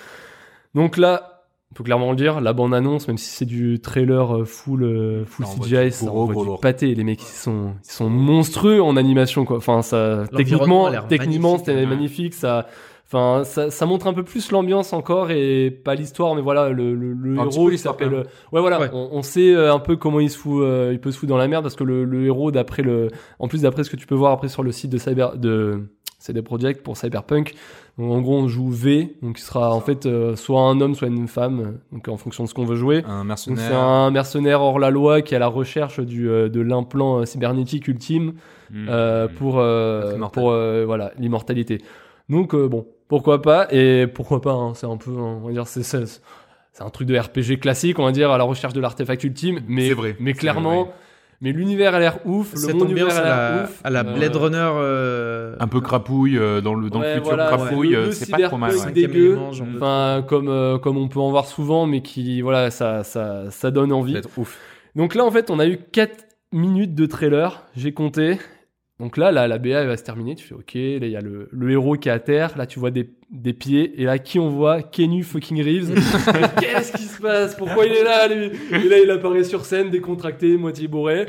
[SPEAKER 9] Donc là, on peut clairement le dire, la bande-annonce, même si c'est du trailer euh, full, euh, full
[SPEAKER 11] Ça envoie
[SPEAKER 9] CGI,
[SPEAKER 11] du
[SPEAKER 9] ça
[SPEAKER 11] gros,
[SPEAKER 9] envoie
[SPEAKER 11] gros
[SPEAKER 9] du
[SPEAKER 11] lourd.
[SPEAKER 9] pâté. Les mecs, ils sont, ils sont monstrueux en animation, quoi. Enfin, ça,
[SPEAKER 10] L'environnement
[SPEAKER 9] techniquement,
[SPEAKER 10] a l'air
[SPEAKER 9] techniquement,
[SPEAKER 10] magnifique,
[SPEAKER 9] c'était
[SPEAKER 10] hein.
[SPEAKER 9] magnifique. Ça, enfin, ça, ça montre un peu plus l'ambiance encore et pas l'histoire, mais voilà, le, le, le
[SPEAKER 11] Un petit
[SPEAKER 9] héros,
[SPEAKER 11] peu
[SPEAKER 9] il
[SPEAKER 11] l'histoire,
[SPEAKER 9] s'appelle.
[SPEAKER 11] quand
[SPEAKER 9] euh,
[SPEAKER 11] même.
[SPEAKER 9] Ouais, voilà, On, on sait euh, un peu comment il se fout, euh, il peut se foutre dans la merde parce que le, le héros, d'après le, en plus d'après ce que tu peux voir après sur le site de Cyber, de CD Projekt pour Cyberpunk, donc, en gros, on joue V, donc il sera en fait euh, soit un homme, soit une femme, euh, donc en fonction de ce qu'on veut jouer.
[SPEAKER 1] Un mercenaire.
[SPEAKER 9] Donc, C'est un mercenaire hors la loi qui est à la recherche du, euh, de l'implant euh, cybernétique ultime
[SPEAKER 1] Mmh.
[SPEAKER 8] Hmm.
[SPEAKER 9] euh, pour, euh, pour euh, voilà l'immortalité. Donc euh, bon, pourquoi pas et pourquoi pas, hein, c'est un peu, hein, on va dire, c'est c'est- c'est un truc de RPG classique, on va dire, à la recherche de l'artefact ultime, mais
[SPEAKER 8] vrai,
[SPEAKER 9] mais
[SPEAKER 8] c'est
[SPEAKER 9] clairement. Mais l'univers a l'air ouf, le
[SPEAKER 10] Cette
[SPEAKER 9] monde
[SPEAKER 10] ambiance
[SPEAKER 9] ouvert a
[SPEAKER 10] à
[SPEAKER 9] l'air
[SPEAKER 10] la,
[SPEAKER 9] ouf.
[SPEAKER 10] à la
[SPEAKER 9] Euh,
[SPEAKER 10] Blade Runner. euh,
[SPEAKER 8] Un peu crapouille euh, dans le, dans
[SPEAKER 9] Ouais,
[SPEAKER 8] le futur.
[SPEAKER 9] voilà,
[SPEAKER 8] crapouille,
[SPEAKER 9] le-
[SPEAKER 8] euh,
[SPEAKER 9] le
[SPEAKER 8] c'est pas trop mal.
[SPEAKER 9] cyberpunk
[SPEAKER 8] ouais.
[SPEAKER 9] dégueu,
[SPEAKER 10] élément, genre de
[SPEAKER 9] enfin, comme, euh, comme on peut en voir souvent, mais qui, voilà, ça, ça, ça donne envie. Donc là, en fait, on a eu 4 minutes de trailer, j'ai compté. Donc là, là, la BA elle va se terminer, tu fais ok, là il y a le, le héros qui est à terre, là tu vois des, des pieds, et là qui on voit Kenu fucking
[SPEAKER 10] [LAUGHS]
[SPEAKER 9] Reeves. Qu'est-ce qui se passe Pourquoi il est là lui Et là il apparaît sur scène, décontracté, moitié bourré.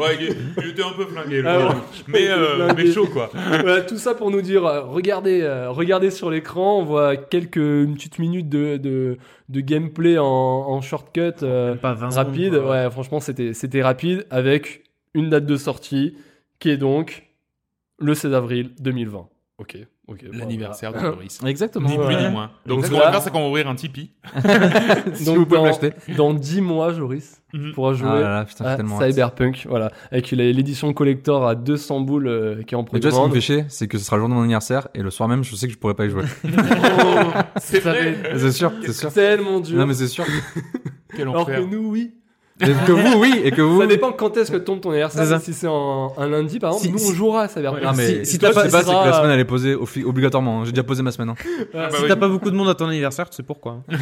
[SPEAKER 8] Ouais, il- il était un peu flingué. le
[SPEAKER 9] Ah
[SPEAKER 8] pauvre.
[SPEAKER 9] ouais.
[SPEAKER 8] Mais, euh, mais chaud, quoi.
[SPEAKER 9] Voilà, tout ça pour nous dire, euh, regardez, euh, regardez sur l'écran, on voit quelques une petite minute de, de, de gameplay en, en shortcut euh,
[SPEAKER 10] secondes,
[SPEAKER 9] rapide.
[SPEAKER 10] quoi.
[SPEAKER 9] ouais, franchement, c'était c'était rapide avec une date de sortie qui est donc le 16 avril 2020. Ok, ok.
[SPEAKER 8] L'anniversaire
[SPEAKER 9] voilà.
[SPEAKER 8] de Boris.
[SPEAKER 1] Exactement.
[SPEAKER 8] Ni plus
[SPEAKER 9] Ah, Ouais.
[SPEAKER 8] ni moins. Donc,
[SPEAKER 9] Donc
[SPEAKER 8] ce qu'on
[SPEAKER 9] là-
[SPEAKER 8] va faire, c'est qu'on va ouvrir un Tipeee.
[SPEAKER 1] [LAUGHS] Si
[SPEAKER 9] Donc
[SPEAKER 1] vous pouvez
[SPEAKER 9] dans,
[SPEAKER 1] me l'acheter.
[SPEAKER 9] dans 10 mois, Joris, tu pourras jouer
[SPEAKER 1] Ah là là, putain, j'ai
[SPEAKER 9] à
[SPEAKER 1] tellement hâte.
[SPEAKER 9] Cyberpunk, voilà, avec la- l'édition collector à 200 boules euh, qui est en
[SPEAKER 1] Et tu vois, ce qui me
[SPEAKER 9] précommande. [LAUGHS]
[SPEAKER 1] fait chier, c'est que ce sera le jour de mon anniversaire et le soir même, je sais que je pourrais pas y jouer.
[SPEAKER 9] C'est vrai.
[SPEAKER 1] c'est sûr, c'est sûr.
[SPEAKER 9] Tellement dur.
[SPEAKER 1] Non, mais c'est sûr.
[SPEAKER 8] Quel
[SPEAKER 9] Alors que
[SPEAKER 8] enfer.
[SPEAKER 9] nous, oui.
[SPEAKER 1] Et que vous, oui, et que vous.
[SPEAKER 9] Ça dépend quand est-ce que tombe ton anniversaire.
[SPEAKER 1] C'est ça.
[SPEAKER 9] Si c'est en- un lundi, par exemple,
[SPEAKER 1] Si-
[SPEAKER 9] nous on
[SPEAKER 1] si-
[SPEAKER 9] jouera à Cyberpunk.
[SPEAKER 1] Non, mais
[SPEAKER 9] si,
[SPEAKER 1] si
[SPEAKER 9] toi,
[SPEAKER 1] t'as pas,
[SPEAKER 9] tu
[SPEAKER 1] c'est pas, c'est
[SPEAKER 9] seras- euh,
[SPEAKER 1] que la semaine elle est posée au- obligatoirement. hein. J'ai déjà posé ma semaine. hein.
[SPEAKER 9] Ah,
[SPEAKER 8] bah
[SPEAKER 10] Si
[SPEAKER 8] oui.
[SPEAKER 10] t'as pas beaucoup de monde à ton anniversaire, tu sais pourquoi. hein.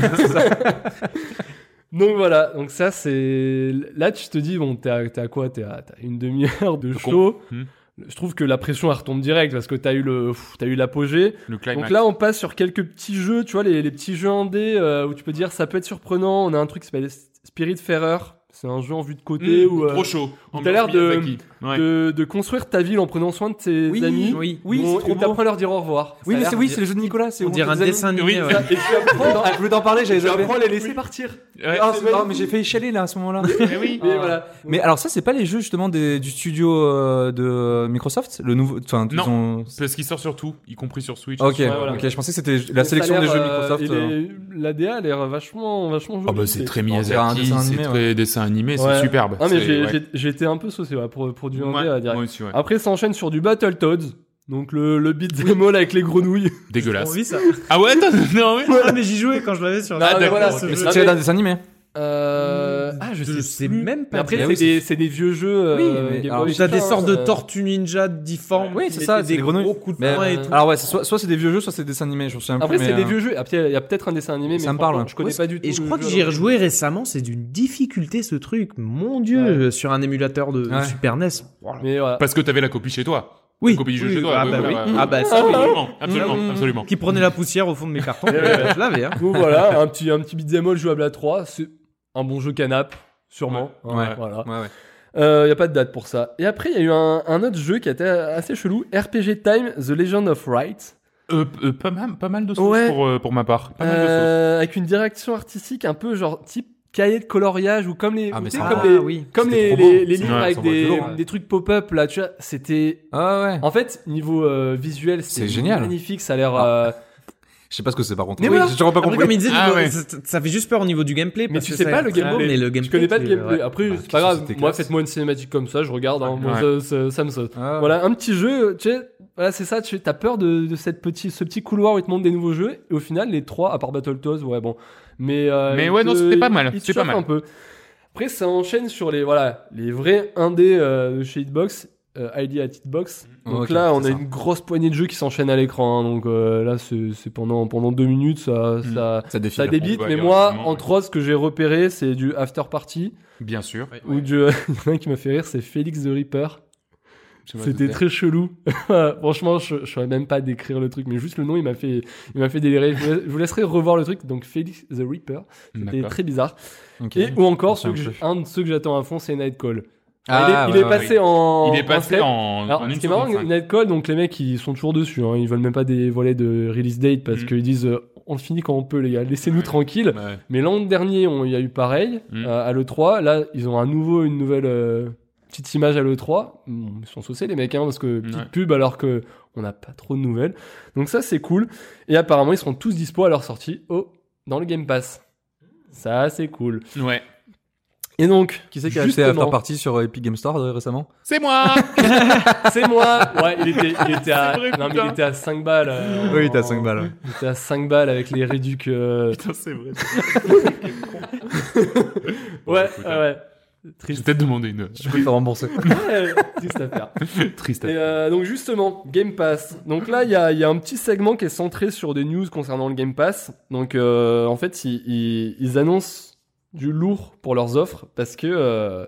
[SPEAKER 9] Donc voilà, donc ça c'est. Là, tu te dis, bon, t'es à, t'es à quoi T'es à, t'as une demi-heure de show.
[SPEAKER 8] Hmm.
[SPEAKER 9] Je trouve que la pression elle retombe direct parce que t'as eu le, pff, t'as eu l'apogée.
[SPEAKER 8] Le climax.
[SPEAKER 9] Donc là, on passe sur quelques petits jeux, tu vois, les, les petits jeux indés euh, où tu peux dire ça peut être surprenant. On a un truc qui s'appelle Spirit C'est un jeu en vue de côté
[SPEAKER 1] Hmm,
[SPEAKER 8] Mmh,
[SPEAKER 9] où. euh,
[SPEAKER 8] Trop chaud.
[SPEAKER 9] où
[SPEAKER 8] En
[SPEAKER 9] t'as l'air de-
[SPEAKER 8] Miyazaki. Ouais.
[SPEAKER 9] de, de construire ta ville en prenant soin de tes
[SPEAKER 1] Oui,
[SPEAKER 9] amis.
[SPEAKER 1] oui, oui,
[SPEAKER 9] Bon,
[SPEAKER 1] c'est trop
[SPEAKER 9] et t'apprends
[SPEAKER 1] beau.
[SPEAKER 9] à leur dire au revoir. Ça a l'air-
[SPEAKER 1] le jeu de Nicolas. C'est
[SPEAKER 10] On dirait un dessin animé.
[SPEAKER 8] Oui,
[SPEAKER 10] ouais.
[SPEAKER 9] Et tu apprends, à-
[SPEAKER 1] Oh, ah, voulais t'en parler, j'avais
[SPEAKER 9] tu apprends à les laisser partir.
[SPEAKER 8] Ouais.
[SPEAKER 1] Ah, c'est- ah, mais j'ai failli chialer là à ce moment-là.
[SPEAKER 8] Mais oui.
[SPEAKER 9] Mais voilà.
[SPEAKER 1] mais alors, ça, c'est pas les jeux justement des- du studio euh, de Microsoft Le nouveau. Enfin, ils
[SPEAKER 8] Non.
[SPEAKER 1] ont-
[SPEAKER 8] Parce qu'il sort sur tout, y compris sur Switch.
[SPEAKER 1] Ok,
[SPEAKER 8] sur-
[SPEAKER 9] voilà.
[SPEAKER 1] ok, je pensais que c'était la
[SPEAKER 9] Et ça
[SPEAKER 1] sélection
[SPEAKER 9] a
[SPEAKER 1] des
[SPEAKER 9] l'air,
[SPEAKER 1] jeux
[SPEAKER 9] euh,
[SPEAKER 1] Microsoft.
[SPEAKER 9] il est- L'ADA a l'air vachement, vachement jolie.
[SPEAKER 8] Ah bah c'est très
[SPEAKER 1] dirait un
[SPEAKER 8] Miyazaki,
[SPEAKER 1] dessin
[SPEAKER 8] c'est
[SPEAKER 1] animé,
[SPEAKER 8] très dessin animé,
[SPEAKER 9] Ouais.
[SPEAKER 8] c'est superbe.
[SPEAKER 9] Ah,
[SPEAKER 8] C'est-
[SPEAKER 9] mais j'ai
[SPEAKER 8] ouais.
[SPEAKER 9] j'ai- j'ai été un peu saucé ouais, pour, pour du
[SPEAKER 8] Ouais,
[SPEAKER 9] 1D à dire.
[SPEAKER 8] moi aussi, ouais.
[SPEAKER 9] Après, ça enchaîne sur du Battletoads. Donc le, le beat them all avec les grenouilles.
[SPEAKER 10] On
[SPEAKER 8] Dégueulasse.
[SPEAKER 10] vit ça.
[SPEAKER 8] Ah ouais, [LAUGHS] attends, non mais...
[SPEAKER 10] Ah, mais j'y jouais quand je l'avais sur
[SPEAKER 9] Ah,
[SPEAKER 10] la.
[SPEAKER 9] mais voilà,
[SPEAKER 10] ce
[SPEAKER 9] c'est-
[SPEAKER 1] Mais
[SPEAKER 10] jeu.
[SPEAKER 1] c'est tiré d'un dessin animé.
[SPEAKER 9] Euh... Ah, je sais,
[SPEAKER 10] Je sais
[SPEAKER 9] plus.
[SPEAKER 10] même
[SPEAKER 9] Mais
[SPEAKER 10] pas.
[SPEAKER 9] après,
[SPEAKER 1] Ah
[SPEAKER 9] c'est
[SPEAKER 1] oui,
[SPEAKER 9] des, c'est des vieux jeux.
[SPEAKER 1] Oui,
[SPEAKER 9] euh,
[SPEAKER 1] mais
[SPEAKER 9] Game
[SPEAKER 1] alors,
[SPEAKER 9] Boy
[SPEAKER 10] T'as des
[SPEAKER 9] Advance,
[SPEAKER 10] sortes de
[SPEAKER 9] euh,
[SPEAKER 10] tortues ninja difformes.
[SPEAKER 1] Oui,
[SPEAKER 10] qui
[SPEAKER 1] c'est
[SPEAKER 10] mettaient
[SPEAKER 1] ça, c'est
[SPEAKER 10] Des
[SPEAKER 1] les grenouilles.
[SPEAKER 10] gros coups de
[SPEAKER 1] Mais-
[SPEAKER 10] poing et tout.
[SPEAKER 1] Alors ouais, c'est soit, soit c'est des vieux jeux, soit c'est des dessins animés. Je me souviens
[SPEAKER 9] Après,
[SPEAKER 1] plus,
[SPEAKER 9] c'est
[SPEAKER 1] mais,
[SPEAKER 9] des
[SPEAKER 1] euh,
[SPEAKER 9] vieux jeux. Après, il y a peut-être un dessin animé, mais
[SPEAKER 1] Ça me parle,
[SPEAKER 9] franchement, Je connais
[SPEAKER 1] ouais.
[SPEAKER 9] pas du tout.
[SPEAKER 10] Et je
[SPEAKER 9] le
[SPEAKER 10] crois que
[SPEAKER 9] jeu.
[SPEAKER 10] j'y ai rejoué récemment, c'est d'une difficulté ce truc. Mon dieu, euh, sur un émulateur de
[SPEAKER 1] Ouais.
[SPEAKER 10] Super NES.
[SPEAKER 9] Mais voilà.
[SPEAKER 8] Parce que t'avais la copie chez toi.
[SPEAKER 10] Oui.
[SPEAKER 8] La copie du jeu
[SPEAKER 10] oui,
[SPEAKER 8] chez toi.
[SPEAKER 10] Ah
[SPEAKER 8] ouais,
[SPEAKER 10] bah
[SPEAKER 8] ouais,
[SPEAKER 10] oui.
[SPEAKER 8] ouais, ouais.
[SPEAKER 10] Ah bah ça, oui.
[SPEAKER 8] Absolument, absolument, absolument.
[SPEAKER 10] Qui prenait la poussière au fond de mes cartons. je l'avais. hein.
[SPEAKER 9] Donc voilà, un petit, un petit beat'em all jouable à 3, c'est un bon jeu canap, sûrement.
[SPEAKER 1] Ouais,
[SPEAKER 9] Hein, Voilà.
[SPEAKER 1] Ouais, ouais.
[SPEAKER 9] Euh, y a pas de date pour ça. Et après, il y a eu un, un autre jeu qui était assez chelou, RPG Time, The Legend of Right,
[SPEAKER 8] Euh, euh, pas, mal, pas mal de sauce
[SPEAKER 9] Ouais.
[SPEAKER 8] pour, euh, pour ma part. Pas mal de sauce.
[SPEAKER 9] Euh, avec une direction artistique un peu genre type cahier de coloriage ou comme les,
[SPEAKER 1] Ah,
[SPEAKER 9] ou
[SPEAKER 1] mais
[SPEAKER 9] tu
[SPEAKER 1] ça-
[SPEAKER 9] sais, comme
[SPEAKER 1] Ah,
[SPEAKER 9] les,
[SPEAKER 10] oui.
[SPEAKER 9] comme
[SPEAKER 1] C'était
[SPEAKER 9] les,
[SPEAKER 1] trop beau.
[SPEAKER 9] les- les livres
[SPEAKER 8] Ouais,
[SPEAKER 9] avec
[SPEAKER 8] ça envoie
[SPEAKER 9] des,
[SPEAKER 8] du lourd,
[SPEAKER 1] ouais.
[SPEAKER 9] des trucs pop-up là, tu vois, c'était...
[SPEAKER 1] Ah ouais.
[SPEAKER 9] En fait, niveau euh, visuel,
[SPEAKER 1] C'est
[SPEAKER 9] c'était
[SPEAKER 1] génial.
[SPEAKER 9] magnifique, ça a l'air...
[SPEAKER 1] Ah.
[SPEAKER 9] euh,
[SPEAKER 1] Je sais pas ce que c'est par contre.
[SPEAKER 9] Mais voilà.
[SPEAKER 1] J'ai toujours pas
[SPEAKER 10] Après,
[SPEAKER 1] compris.
[SPEAKER 10] comme il disait,
[SPEAKER 8] Ah
[SPEAKER 10] tu-
[SPEAKER 8] ouais.
[SPEAKER 10] ça, ça fait juste peur au niveau du gameplay.
[SPEAKER 9] Mais
[SPEAKER 10] parce
[SPEAKER 9] tu
[SPEAKER 10] que
[SPEAKER 9] sais
[SPEAKER 10] ça a
[SPEAKER 9] pas
[SPEAKER 10] l'air
[SPEAKER 9] le
[SPEAKER 10] très
[SPEAKER 9] gameplay.
[SPEAKER 10] beau, Mais le
[SPEAKER 9] Je
[SPEAKER 10] gameplay.
[SPEAKER 9] connais pas le
[SPEAKER 10] tu-
[SPEAKER 9] gameplay.
[SPEAKER 10] ouais.
[SPEAKER 9] Après,
[SPEAKER 1] Bah,
[SPEAKER 9] c'est pas grave.
[SPEAKER 1] c'était
[SPEAKER 9] Moi,
[SPEAKER 1] classe.
[SPEAKER 9] faites-moi une cinématique comme ça, je regarde. hein. Moi,
[SPEAKER 8] Ouais.
[SPEAKER 9] ça- ça- ça me saute.
[SPEAKER 1] Ah,
[SPEAKER 9] Voilà, un petit jeu, euh, tu sais, voilà, c'est ça, tu as peur de, de cette petit, ce petit couloir où ils te montrent des nouveaux jeux, et au final, les trois, à part Battletoads, ouais, bon. Mais, euh,
[SPEAKER 8] Mais
[SPEAKER 9] ils
[SPEAKER 8] ouais,
[SPEAKER 9] te-
[SPEAKER 8] non, c'était pas mal,
[SPEAKER 9] ils te
[SPEAKER 8] c'était pas
[SPEAKER 9] chauffent
[SPEAKER 8] mal.
[SPEAKER 9] un peu. Après, ça enchaîne sur les, voilà, les vrais indés euh, de chez Hitbox, euh, ID at Hitbox. Donc
[SPEAKER 1] Ok,
[SPEAKER 9] là, on a
[SPEAKER 1] c'est ça.
[SPEAKER 9] une grosse poignée de jeux qui s'enchaînent à l'écran, hein. donc euh, là, c'est c'est pendant, pendant deux minutes, ça,
[SPEAKER 8] Mm.
[SPEAKER 9] ça,
[SPEAKER 1] Ça défile.
[SPEAKER 9] ça débite,
[SPEAKER 8] Ouais,
[SPEAKER 9] mais
[SPEAKER 8] ouais,
[SPEAKER 9] moi,
[SPEAKER 8] vraiment,
[SPEAKER 9] en
[SPEAKER 8] ouais.
[SPEAKER 9] trois, ce que j'ai repéré, c'est du After Party,
[SPEAKER 8] Bien sûr.
[SPEAKER 9] [LAUGHS] ou du, il y en a un qui m'a fait rire, c'est Félix the Reaper.
[SPEAKER 8] Je sais pas,
[SPEAKER 9] C'était très chelou. [LAUGHS] Franchement, je, je saurais même pas décrire le truc, mais juste le nom, il m'a fait, il m'a fait délirer. Je vous, je vous laisserai revoir le truc. Donc, Felix the Reaper, c'était
[SPEAKER 8] D'accord.
[SPEAKER 9] très bizarre.
[SPEAKER 1] Ok.
[SPEAKER 9] Et ou encore,
[SPEAKER 1] C'est
[SPEAKER 9] ceux
[SPEAKER 1] un
[SPEAKER 9] que
[SPEAKER 1] jeu.
[SPEAKER 9] je- un de ceux que j'attends à fond, c'est Night Call.
[SPEAKER 1] Ah,
[SPEAKER 9] il est,
[SPEAKER 1] ouais,
[SPEAKER 9] il est
[SPEAKER 1] ouais,
[SPEAKER 9] passé
[SPEAKER 1] oui.
[SPEAKER 9] en.
[SPEAKER 8] Il est passé
[SPEAKER 9] slap.
[SPEAKER 8] en,
[SPEAKER 9] Alors,
[SPEAKER 8] en
[SPEAKER 9] ce
[SPEAKER 8] une
[SPEAKER 9] qui est marrant,
[SPEAKER 8] seconde cinq.
[SPEAKER 9] Night Call, donc les mecs, ils sont toujours dessus. Hein. Ils veulent même pas des volets de release date parce
[SPEAKER 8] Mhm.
[SPEAKER 9] qu'ils disent euh, on le finit quand on peut, les gars, laissez-nous
[SPEAKER 8] Ouais.
[SPEAKER 9] tranquille.
[SPEAKER 8] Ouais.
[SPEAKER 9] Mais l'an dernier, on- il y a eu pareil
[SPEAKER 8] Mhm.
[SPEAKER 9] euh, à l'E3. Là, ils ont à nouveau une nouvelle euh, petite image à l'E3. Bon, Ils sont saucés, les mecs, hein, parce que petite
[SPEAKER 8] Ouais.
[SPEAKER 9] pub alors que on n'a pas trop de nouvelles. Donc, ça, c'est cool. Et apparemment, ils seront tous dispo à leur sortie au, dans le Game Pass. Ça, c'est cool.
[SPEAKER 8] Ouais.
[SPEAKER 9] Et donc,
[SPEAKER 1] Qui c'est qui a acheté After Party sur Epic Game Store euh, récemment
[SPEAKER 8] C'est moi
[SPEAKER 9] [LAUGHS] C'est moi Ouais, il était, il était
[SPEAKER 8] [LAUGHS]
[SPEAKER 9] à,
[SPEAKER 8] C'est vrai,
[SPEAKER 9] non, mais
[SPEAKER 8] putain.
[SPEAKER 9] il était à 5 balles. euh,
[SPEAKER 1] Oui, t'as
[SPEAKER 9] en-
[SPEAKER 1] 5 balles.
[SPEAKER 9] Il était à 5 balles avec les réducs. euh,
[SPEAKER 8] Putain, [LAUGHS] c'est vrai.
[SPEAKER 9] Ouais,
[SPEAKER 8] écoute,
[SPEAKER 9] ouais, ouais.
[SPEAKER 8] Je vais peut-être demander une.
[SPEAKER 1] [LAUGHS] Je peux te faire rembourser.
[SPEAKER 9] Ouais, Triste affaire.
[SPEAKER 8] Triste.
[SPEAKER 9] Et euh, donc justement, Game Pass. Donc là, il y a, il y a un petit segment qui est centré sur des news concernant le Game Pass. Donc euh, en fait, ils, ils- ils annoncent du lourd pour leurs offres parce que euh,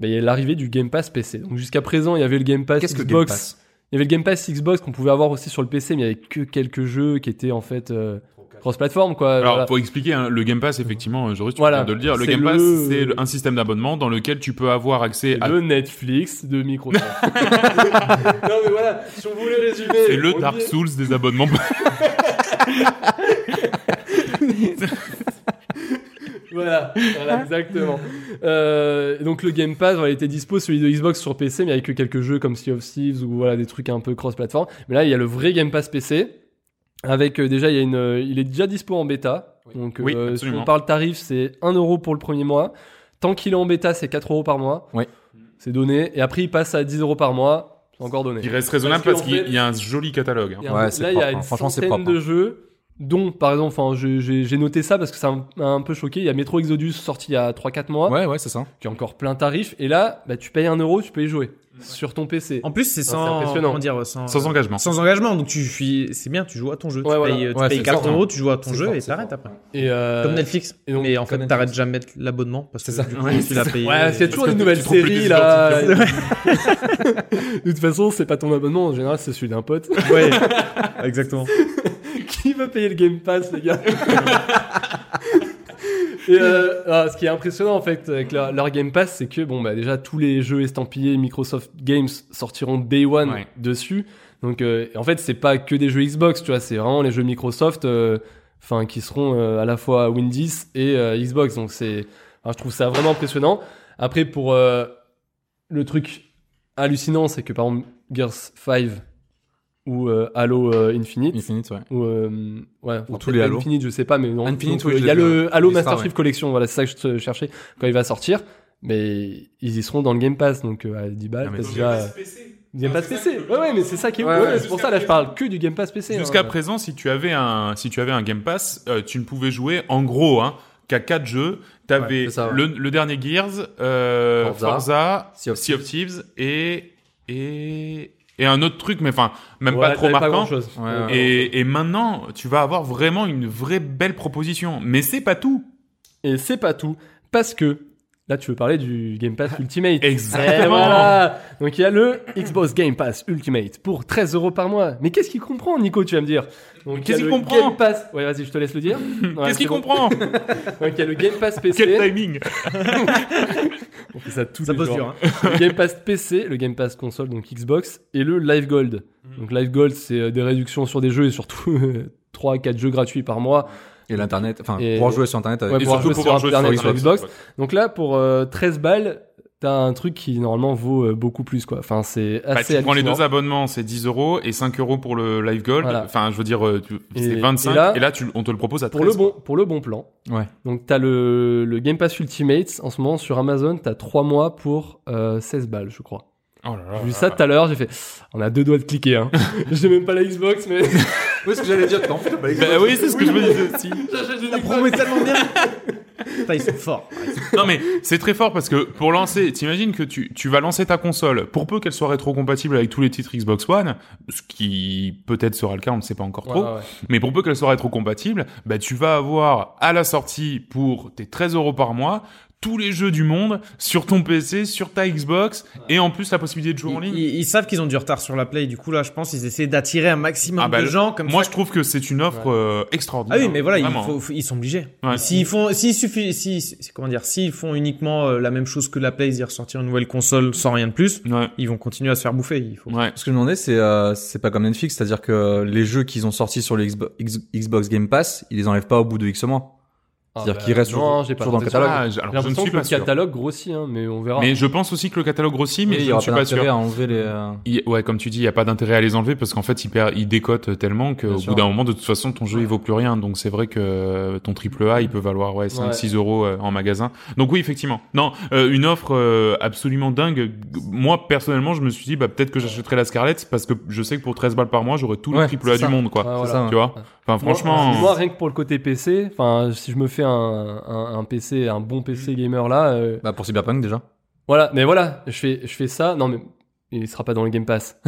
[SPEAKER 9] bah, il y a l'arrivée du Game Pass PC. Donc jusqu'à présent, il y avait le Game Pass
[SPEAKER 1] Qu'est-ce que
[SPEAKER 9] Xbox.
[SPEAKER 1] Game Pass
[SPEAKER 9] Il y avait le Game Pass Xbox qu'on pouvait avoir aussi sur le PC, mais il y avait que quelques jeux qui étaient en fait euh, cross-platform quoi.
[SPEAKER 8] Alors,
[SPEAKER 9] Euh, Voilà.
[SPEAKER 8] pour expliquer, hein, le Game Pass, effectivement, Joris, tu viens
[SPEAKER 9] Voilà.
[SPEAKER 8] de le dire, le
[SPEAKER 9] C'est
[SPEAKER 8] Game
[SPEAKER 9] le-
[SPEAKER 8] Pass, c'est le- un système d'abonnement dans lequel tu peux avoir accès à
[SPEAKER 9] de Netflix, de Microsoft. non mais voilà, si on voulait résumer.
[SPEAKER 8] C'est le
[SPEAKER 9] on
[SPEAKER 8] Dark
[SPEAKER 9] dit-
[SPEAKER 8] Souls des abonnements.
[SPEAKER 9] [LAUGHS] Voilà, voilà, exactement. Euh, donc le Game Pass, voilà, il était dispo celui de Xbox sur PC, mais avec que quelques jeux comme Sea of Thieves ou voilà des trucs un peu cross-platform. Mais là, il y a le vrai Game Pass PC. Avec euh, déjà, il y a une, euh, il est déjà dispo en bêta. Donc,
[SPEAKER 8] Oui,
[SPEAKER 9] euh, si
[SPEAKER 8] absolument.
[SPEAKER 9] on parle tarif, c'est 1 euro pour le premier mois. Tant qu'il est en bêta, c'est 4 euros par mois.
[SPEAKER 1] Ouais.
[SPEAKER 9] C'est donné. Et après, il passe à 10 euros par mois. C'est encore donné.
[SPEAKER 8] Il reste raisonnable
[SPEAKER 9] Parce
[SPEAKER 8] parce,
[SPEAKER 9] qu'en
[SPEAKER 8] qu'il
[SPEAKER 9] fait-
[SPEAKER 8] y a un joli catalogue. hein.
[SPEAKER 9] Il y a un-
[SPEAKER 1] Ouais, c'est
[SPEAKER 9] là, il y a
[SPEAKER 1] propre,
[SPEAKER 9] une
[SPEAKER 1] hein. Franchement, c'est
[SPEAKER 9] centaine
[SPEAKER 1] propre, hein.
[SPEAKER 9] de jeux, dont, par exemple, enfin, j'ai- j'ai j'ai noté ça parce que ça m'a un peu choqué. Il y a Metro Exodus sorti il y a 3-4 mois,
[SPEAKER 1] Ouais, ouais, c'est ça.
[SPEAKER 9] qui est encore plein tarif. Et là, bah, tu payes un euro, tu peux y jouer sur ton PC.
[SPEAKER 10] En plus, c'est
[SPEAKER 9] c'est
[SPEAKER 10] sans,
[SPEAKER 9] impressionnant.
[SPEAKER 10] comment dire, sans,
[SPEAKER 8] Sans engagement.
[SPEAKER 10] sans engagement. Donc tu suis, c'est bien, tu joues à ton jeu.
[SPEAKER 9] Ouais,
[SPEAKER 10] tu
[SPEAKER 9] voilà.
[SPEAKER 10] payes, tu
[SPEAKER 1] Ouais,
[SPEAKER 10] payes
[SPEAKER 1] c'est
[SPEAKER 10] 4
[SPEAKER 1] fort.
[SPEAKER 10] euros, tu joues à ton
[SPEAKER 1] C'est
[SPEAKER 10] jeu
[SPEAKER 1] fort,
[SPEAKER 10] et
[SPEAKER 1] c'est
[SPEAKER 10] t'arrêtes
[SPEAKER 1] fort.
[SPEAKER 10] après.
[SPEAKER 9] Et, euh,
[SPEAKER 10] Comme Netflix.
[SPEAKER 9] et donc,
[SPEAKER 10] mais en fait,
[SPEAKER 1] comme
[SPEAKER 10] t'arrêtes
[SPEAKER 1] Netflix.
[SPEAKER 10] jamais l'abonnement parce que
[SPEAKER 1] C'est ça.
[SPEAKER 10] du coup,
[SPEAKER 8] Ouais,
[SPEAKER 10] tu
[SPEAKER 8] c'est
[SPEAKER 10] [LAUGHS] l'as
[SPEAKER 8] ça.
[SPEAKER 10] payé.
[SPEAKER 9] Ouais, parce qu'il y a toujours
[SPEAKER 8] que
[SPEAKER 9] des
[SPEAKER 8] tu
[SPEAKER 9] nouvelles
[SPEAKER 8] trouves plus
[SPEAKER 9] séries
[SPEAKER 8] des
[SPEAKER 9] là. [LAUGHS] De toute façon, c'est pas ton abonnement. En général, c'est celui d'un pote.
[SPEAKER 10] euh, Ouais, exactement.
[SPEAKER 9] Qui veut payer le Game Pass, les gars [LAUGHS] Et euh, ah, ce qui est impressionnant en fait avec leur, leur Game Pass, c'est que bon bah déjà tous les jeux estampillés Microsoft Games sortiront day one
[SPEAKER 8] Ouais.
[SPEAKER 9] dessus. Donc euh, en fait c'est pas que des jeux Xbox, tu vois, c'est vraiment les jeux Microsoft, euh, enfin qui seront euh, à la fois Windows et euh, Xbox. Donc c'est, enfin, je trouve ça vraiment impressionnant. Après pour euh, le truc hallucinant, c'est que par exemple Gears 5 ou euh, Halo euh, Infinite,
[SPEAKER 1] Infinite, ouais.
[SPEAKER 9] ou euh, ouais, enfin,
[SPEAKER 1] tous les
[SPEAKER 9] peut-être
[SPEAKER 1] Halo.
[SPEAKER 9] Infinite, je sais pas, mais non.
[SPEAKER 1] Infinite,
[SPEAKER 9] Donc, euh,
[SPEAKER 1] oui, je
[SPEAKER 9] il y a
[SPEAKER 1] l'ai vu,
[SPEAKER 9] le
[SPEAKER 1] ouais.
[SPEAKER 9] Halo
[SPEAKER 1] Il est
[SPEAKER 9] Master
[SPEAKER 1] star,
[SPEAKER 9] Chief Collection, voilà, c'est ça que je te cherchais quand il va sortir. Mais ils y seront dans le Game Pass, donc euh, à 10 balles,
[SPEAKER 1] Non, mais
[SPEAKER 9] t'as
[SPEAKER 1] c'est
[SPEAKER 9] déjà. Game Pass PC. Ouais, ouais, mais c'est ça qui est.
[SPEAKER 1] Ouais,
[SPEAKER 9] ouais,
[SPEAKER 1] ouais.
[SPEAKER 9] c'est pour ça là, je parle que du Game Pass PC. hein.
[SPEAKER 8] Jusqu'à présent, si tu avais un, si tu avais un Game Pass, euh, tu ne pouvais jouer, en gros, hein, qu'à quatre jeux. T'avais
[SPEAKER 1] Ouais, c'est ça, ouais.
[SPEAKER 8] le, le dernier Gears, euh,
[SPEAKER 1] Forza,
[SPEAKER 8] Forza,
[SPEAKER 1] Sea
[SPEAKER 8] sea,
[SPEAKER 1] of
[SPEAKER 8] of Thieves et, et, et un autre truc, mais enfin, même
[SPEAKER 9] Ouais,
[SPEAKER 8] pas trop
[SPEAKER 9] t'avais
[SPEAKER 8] marquant.
[SPEAKER 9] grand-chose.
[SPEAKER 1] Ouais, ouais.
[SPEAKER 8] et, et maintenant, tu vas avoir vraiment une vraie belle proposition. Mais c'est pas tout.
[SPEAKER 9] Et c'est pas tout, parce que là, tu veux parler du Game
[SPEAKER 1] [LAUGHS]
[SPEAKER 9] Pass Ultimate. Eh
[SPEAKER 8] Exactement.
[SPEAKER 9] voilà Donc il y a le Xbox Game Pass Ultimate pour 13 euros par mois. Mais qu'est-ce qu'il comprend, Nico, tu vas me dire Donc, il y a
[SPEAKER 8] Qu'est-ce qu'il
[SPEAKER 9] le
[SPEAKER 8] comprend
[SPEAKER 9] Game Pass. Ouais, vas-y, je te laisse le dire.
[SPEAKER 8] [LAUGHS]
[SPEAKER 9] Ouais,
[SPEAKER 8] Qu'est-ce
[SPEAKER 9] [LAUGHS] c'est
[SPEAKER 8] qu'il
[SPEAKER 9] bon.
[SPEAKER 8] comprend
[SPEAKER 9] Donc il y a le Game Pass
[SPEAKER 8] [LAUGHS] Quel
[SPEAKER 9] PC.
[SPEAKER 8] timing
[SPEAKER 9] On fait ça tous
[SPEAKER 10] Ça
[SPEAKER 9] les
[SPEAKER 10] bosse
[SPEAKER 9] jours.
[SPEAKER 10] dur. hein.
[SPEAKER 9] [LAUGHS] Le Game Pass PC, le Game Pass console, donc Xbox, et le Live Gold.
[SPEAKER 8] Mm.
[SPEAKER 9] Donc Live Gold, c'est euh, des réductions sur des jeux et surtout [LAUGHS] 3 à 4 jeux gratuits par mois.
[SPEAKER 1] Et l'internet, enfin,
[SPEAKER 9] Et-
[SPEAKER 1] pouvoir jouer sur internet avec.
[SPEAKER 9] Ouais,
[SPEAKER 8] Et
[SPEAKER 9] pouvoir
[SPEAKER 8] surtout
[SPEAKER 9] jouer
[SPEAKER 8] pouvoir
[SPEAKER 9] sur
[SPEAKER 8] jouer sur
[SPEAKER 9] Internet, sur
[SPEAKER 8] Xbox.
[SPEAKER 9] Donc là, pour euh, 13 balles, t'as un truc qui normalement vaut euh, beaucoup plus, quoi. Enfin, c'est
[SPEAKER 8] Bah,
[SPEAKER 9] assez
[SPEAKER 8] tu prends les
[SPEAKER 9] hallucinant.
[SPEAKER 8] deux abonnements, c'est 10 euros et 5 euros pour le Live Gold.
[SPEAKER 9] Voilà.
[SPEAKER 8] Enfin, je veux dire, euh, tu-
[SPEAKER 9] Et-
[SPEAKER 8] c'est 25
[SPEAKER 9] et
[SPEAKER 8] et
[SPEAKER 9] là-
[SPEAKER 8] là, tu, on te le propose à 13.
[SPEAKER 9] pour le bon, pour le bon plan.
[SPEAKER 1] Ouais.
[SPEAKER 9] Donc t'as le, le Game Pass Ultimate en ce moment sur Amazon, t'as 3 mois pour euh, 16 balles, je crois.
[SPEAKER 8] Oh là là.
[SPEAKER 9] J'ai vu ça tout à l'heure, j'ai fait, on a deux doigts de cliquer. Hein. [LAUGHS] J'ai même pas la Xbox, mais
[SPEAKER 1] Oui, ce que j'allais dire, t'en
[SPEAKER 8] Bah oui, c'est ce que je me disais
[SPEAKER 9] [LAUGHS]
[SPEAKER 8] aussi.
[SPEAKER 10] [LAUGHS] La promo est tellement bien. [LAUGHS] Putain, ils sont forts.
[SPEAKER 8] Non mais c'est très fort parce que pour lancer, t'imagines que tu, tu vas lancer ta console, pour peu qu'elle soit rétro-compatible avec tous les titres Xbox One, ce qui peut-être sera le cas, on ne sait pas encore [LAUGHS] trop,
[SPEAKER 9] Ouais, ouais.
[SPEAKER 8] mais pour peu qu'elle soit rétro-compatible, bah tu vas avoir à la sortie pour tes 13 euros par mois tous les jeux du monde sur ton PC, sur ta Xbox, et en plus la possibilité de jouer en ligne.
[SPEAKER 10] Ils, ils savent qu'ils ont du retard sur la play, du coup là, je pense, ils essaient d'attirer un maximum
[SPEAKER 8] Ah bah,
[SPEAKER 10] de gens comme
[SPEAKER 8] moi,
[SPEAKER 10] ça.
[SPEAKER 8] je trouve que c'est une offre euh,
[SPEAKER 10] Ah
[SPEAKER 8] extraordinaire.
[SPEAKER 10] oui, mais voilà, il
[SPEAKER 8] Vraiment.
[SPEAKER 10] faut- faut- ils sont obligés.
[SPEAKER 8] Ouais.
[SPEAKER 10] Et S'ils font, s'ils suffit, si, si- comment dire, s'ils font uniquement euh, la même chose que la play, c'est-à-dire sortir une nouvelle console sans rien de plus, ils vont continuer à se faire bouffer. Il faut.
[SPEAKER 1] Ce que je me demandais, c'est euh, c'est pas comme Netflix, c'est-à-dire que les jeux qu'ils ont sortis sur le Xbo- X- Xbox Game Pass, ils les enlèvent pas au bout de X mois. C'est-à-dire qu'ils restent
[SPEAKER 9] non,
[SPEAKER 1] toujours,
[SPEAKER 9] j'ai pas
[SPEAKER 1] toujours dans le
[SPEAKER 9] l'impression.
[SPEAKER 1] catalogue.
[SPEAKER 8] Ah, je-
[SPEAKER 9] J'ai
[SPEAKER 8] alors, je ne
[SPEAKER 9] l'impression
[SPEAKER 8] suis
[SPEAKER 9] que
[SPEAKER 8] pas
[SPEAKER 9] le
[SPEAKER 8] sûr.
[SPEAKER 9] catalogue grossit, hein, mais on verra.
[SPEAKER 8] Mais je pense aussi que le catalogue grossit, mais
[SPEAKER 1] Oui, il y
[SPEAKER 8] je ne
[SPEAKER 1] aura
[SPEAKER 8] suis
[SPEAKER 1] pas
[SPEAKER 8] pas
[SPEAKER 1] d'intérêt
[SPEAKER 8] sûr.
[SPEAKER 1] à enlever les, euh,
[SPEAKER 8] Il- ouais, comme tu dis, il n'y a pas d'intérêt à les enlever parce qu'en fait, ils, perd- ils décotent tellement
[SPEAKER 1] Bien
[SPEAKER 8] qu'au
[SPEAKER 1] sûr.
[SPEAKER 8] bout d'un moment, de toute façon, ton jeu, il vaut plus rien. Donc, c'est vrai que euh, ton triple A, il peut valoir ouais, 5,
[SPEAKER 1] Ouais.
[SPEAKER 8] 6 euros euh, en magasin. Donc, oui, effectivement. Non, euh, une offre euh, absolument dingue. Moi, personnellement, je me suis dit, bah, peut-être que j'achèterai la Scarlett parce que je sais que pour 13 balles par mois, j'aurai tout le
[SPEAKER 9] Ouais,
[SPEAKER 8] triple A
[SPEAKER 9] c'est
[SPEAKER 8] du
[SPEAKER 9] ça.
[SPEAKER 8] monde, quoi.
[SPEAKER 9] Ouais, voilà.
[SPEAKER 8] Tu vois? Enfin, franchement. euh,
[SPEAKER 9] Moi, moi, rien que pour le côté PC, enfin, si je me fais un, un, un PC, un bon
[SPEAKER 8] Mm.
[SPEAKER 9] PC gamer là. euh,
[SPEAKER 1] Bah, pour Cyberpunk déjà.
[SPEAKER 9] Voilà, mais voilà, je fais, je fais ça. Non, mais il sera pas dans le Game Pass.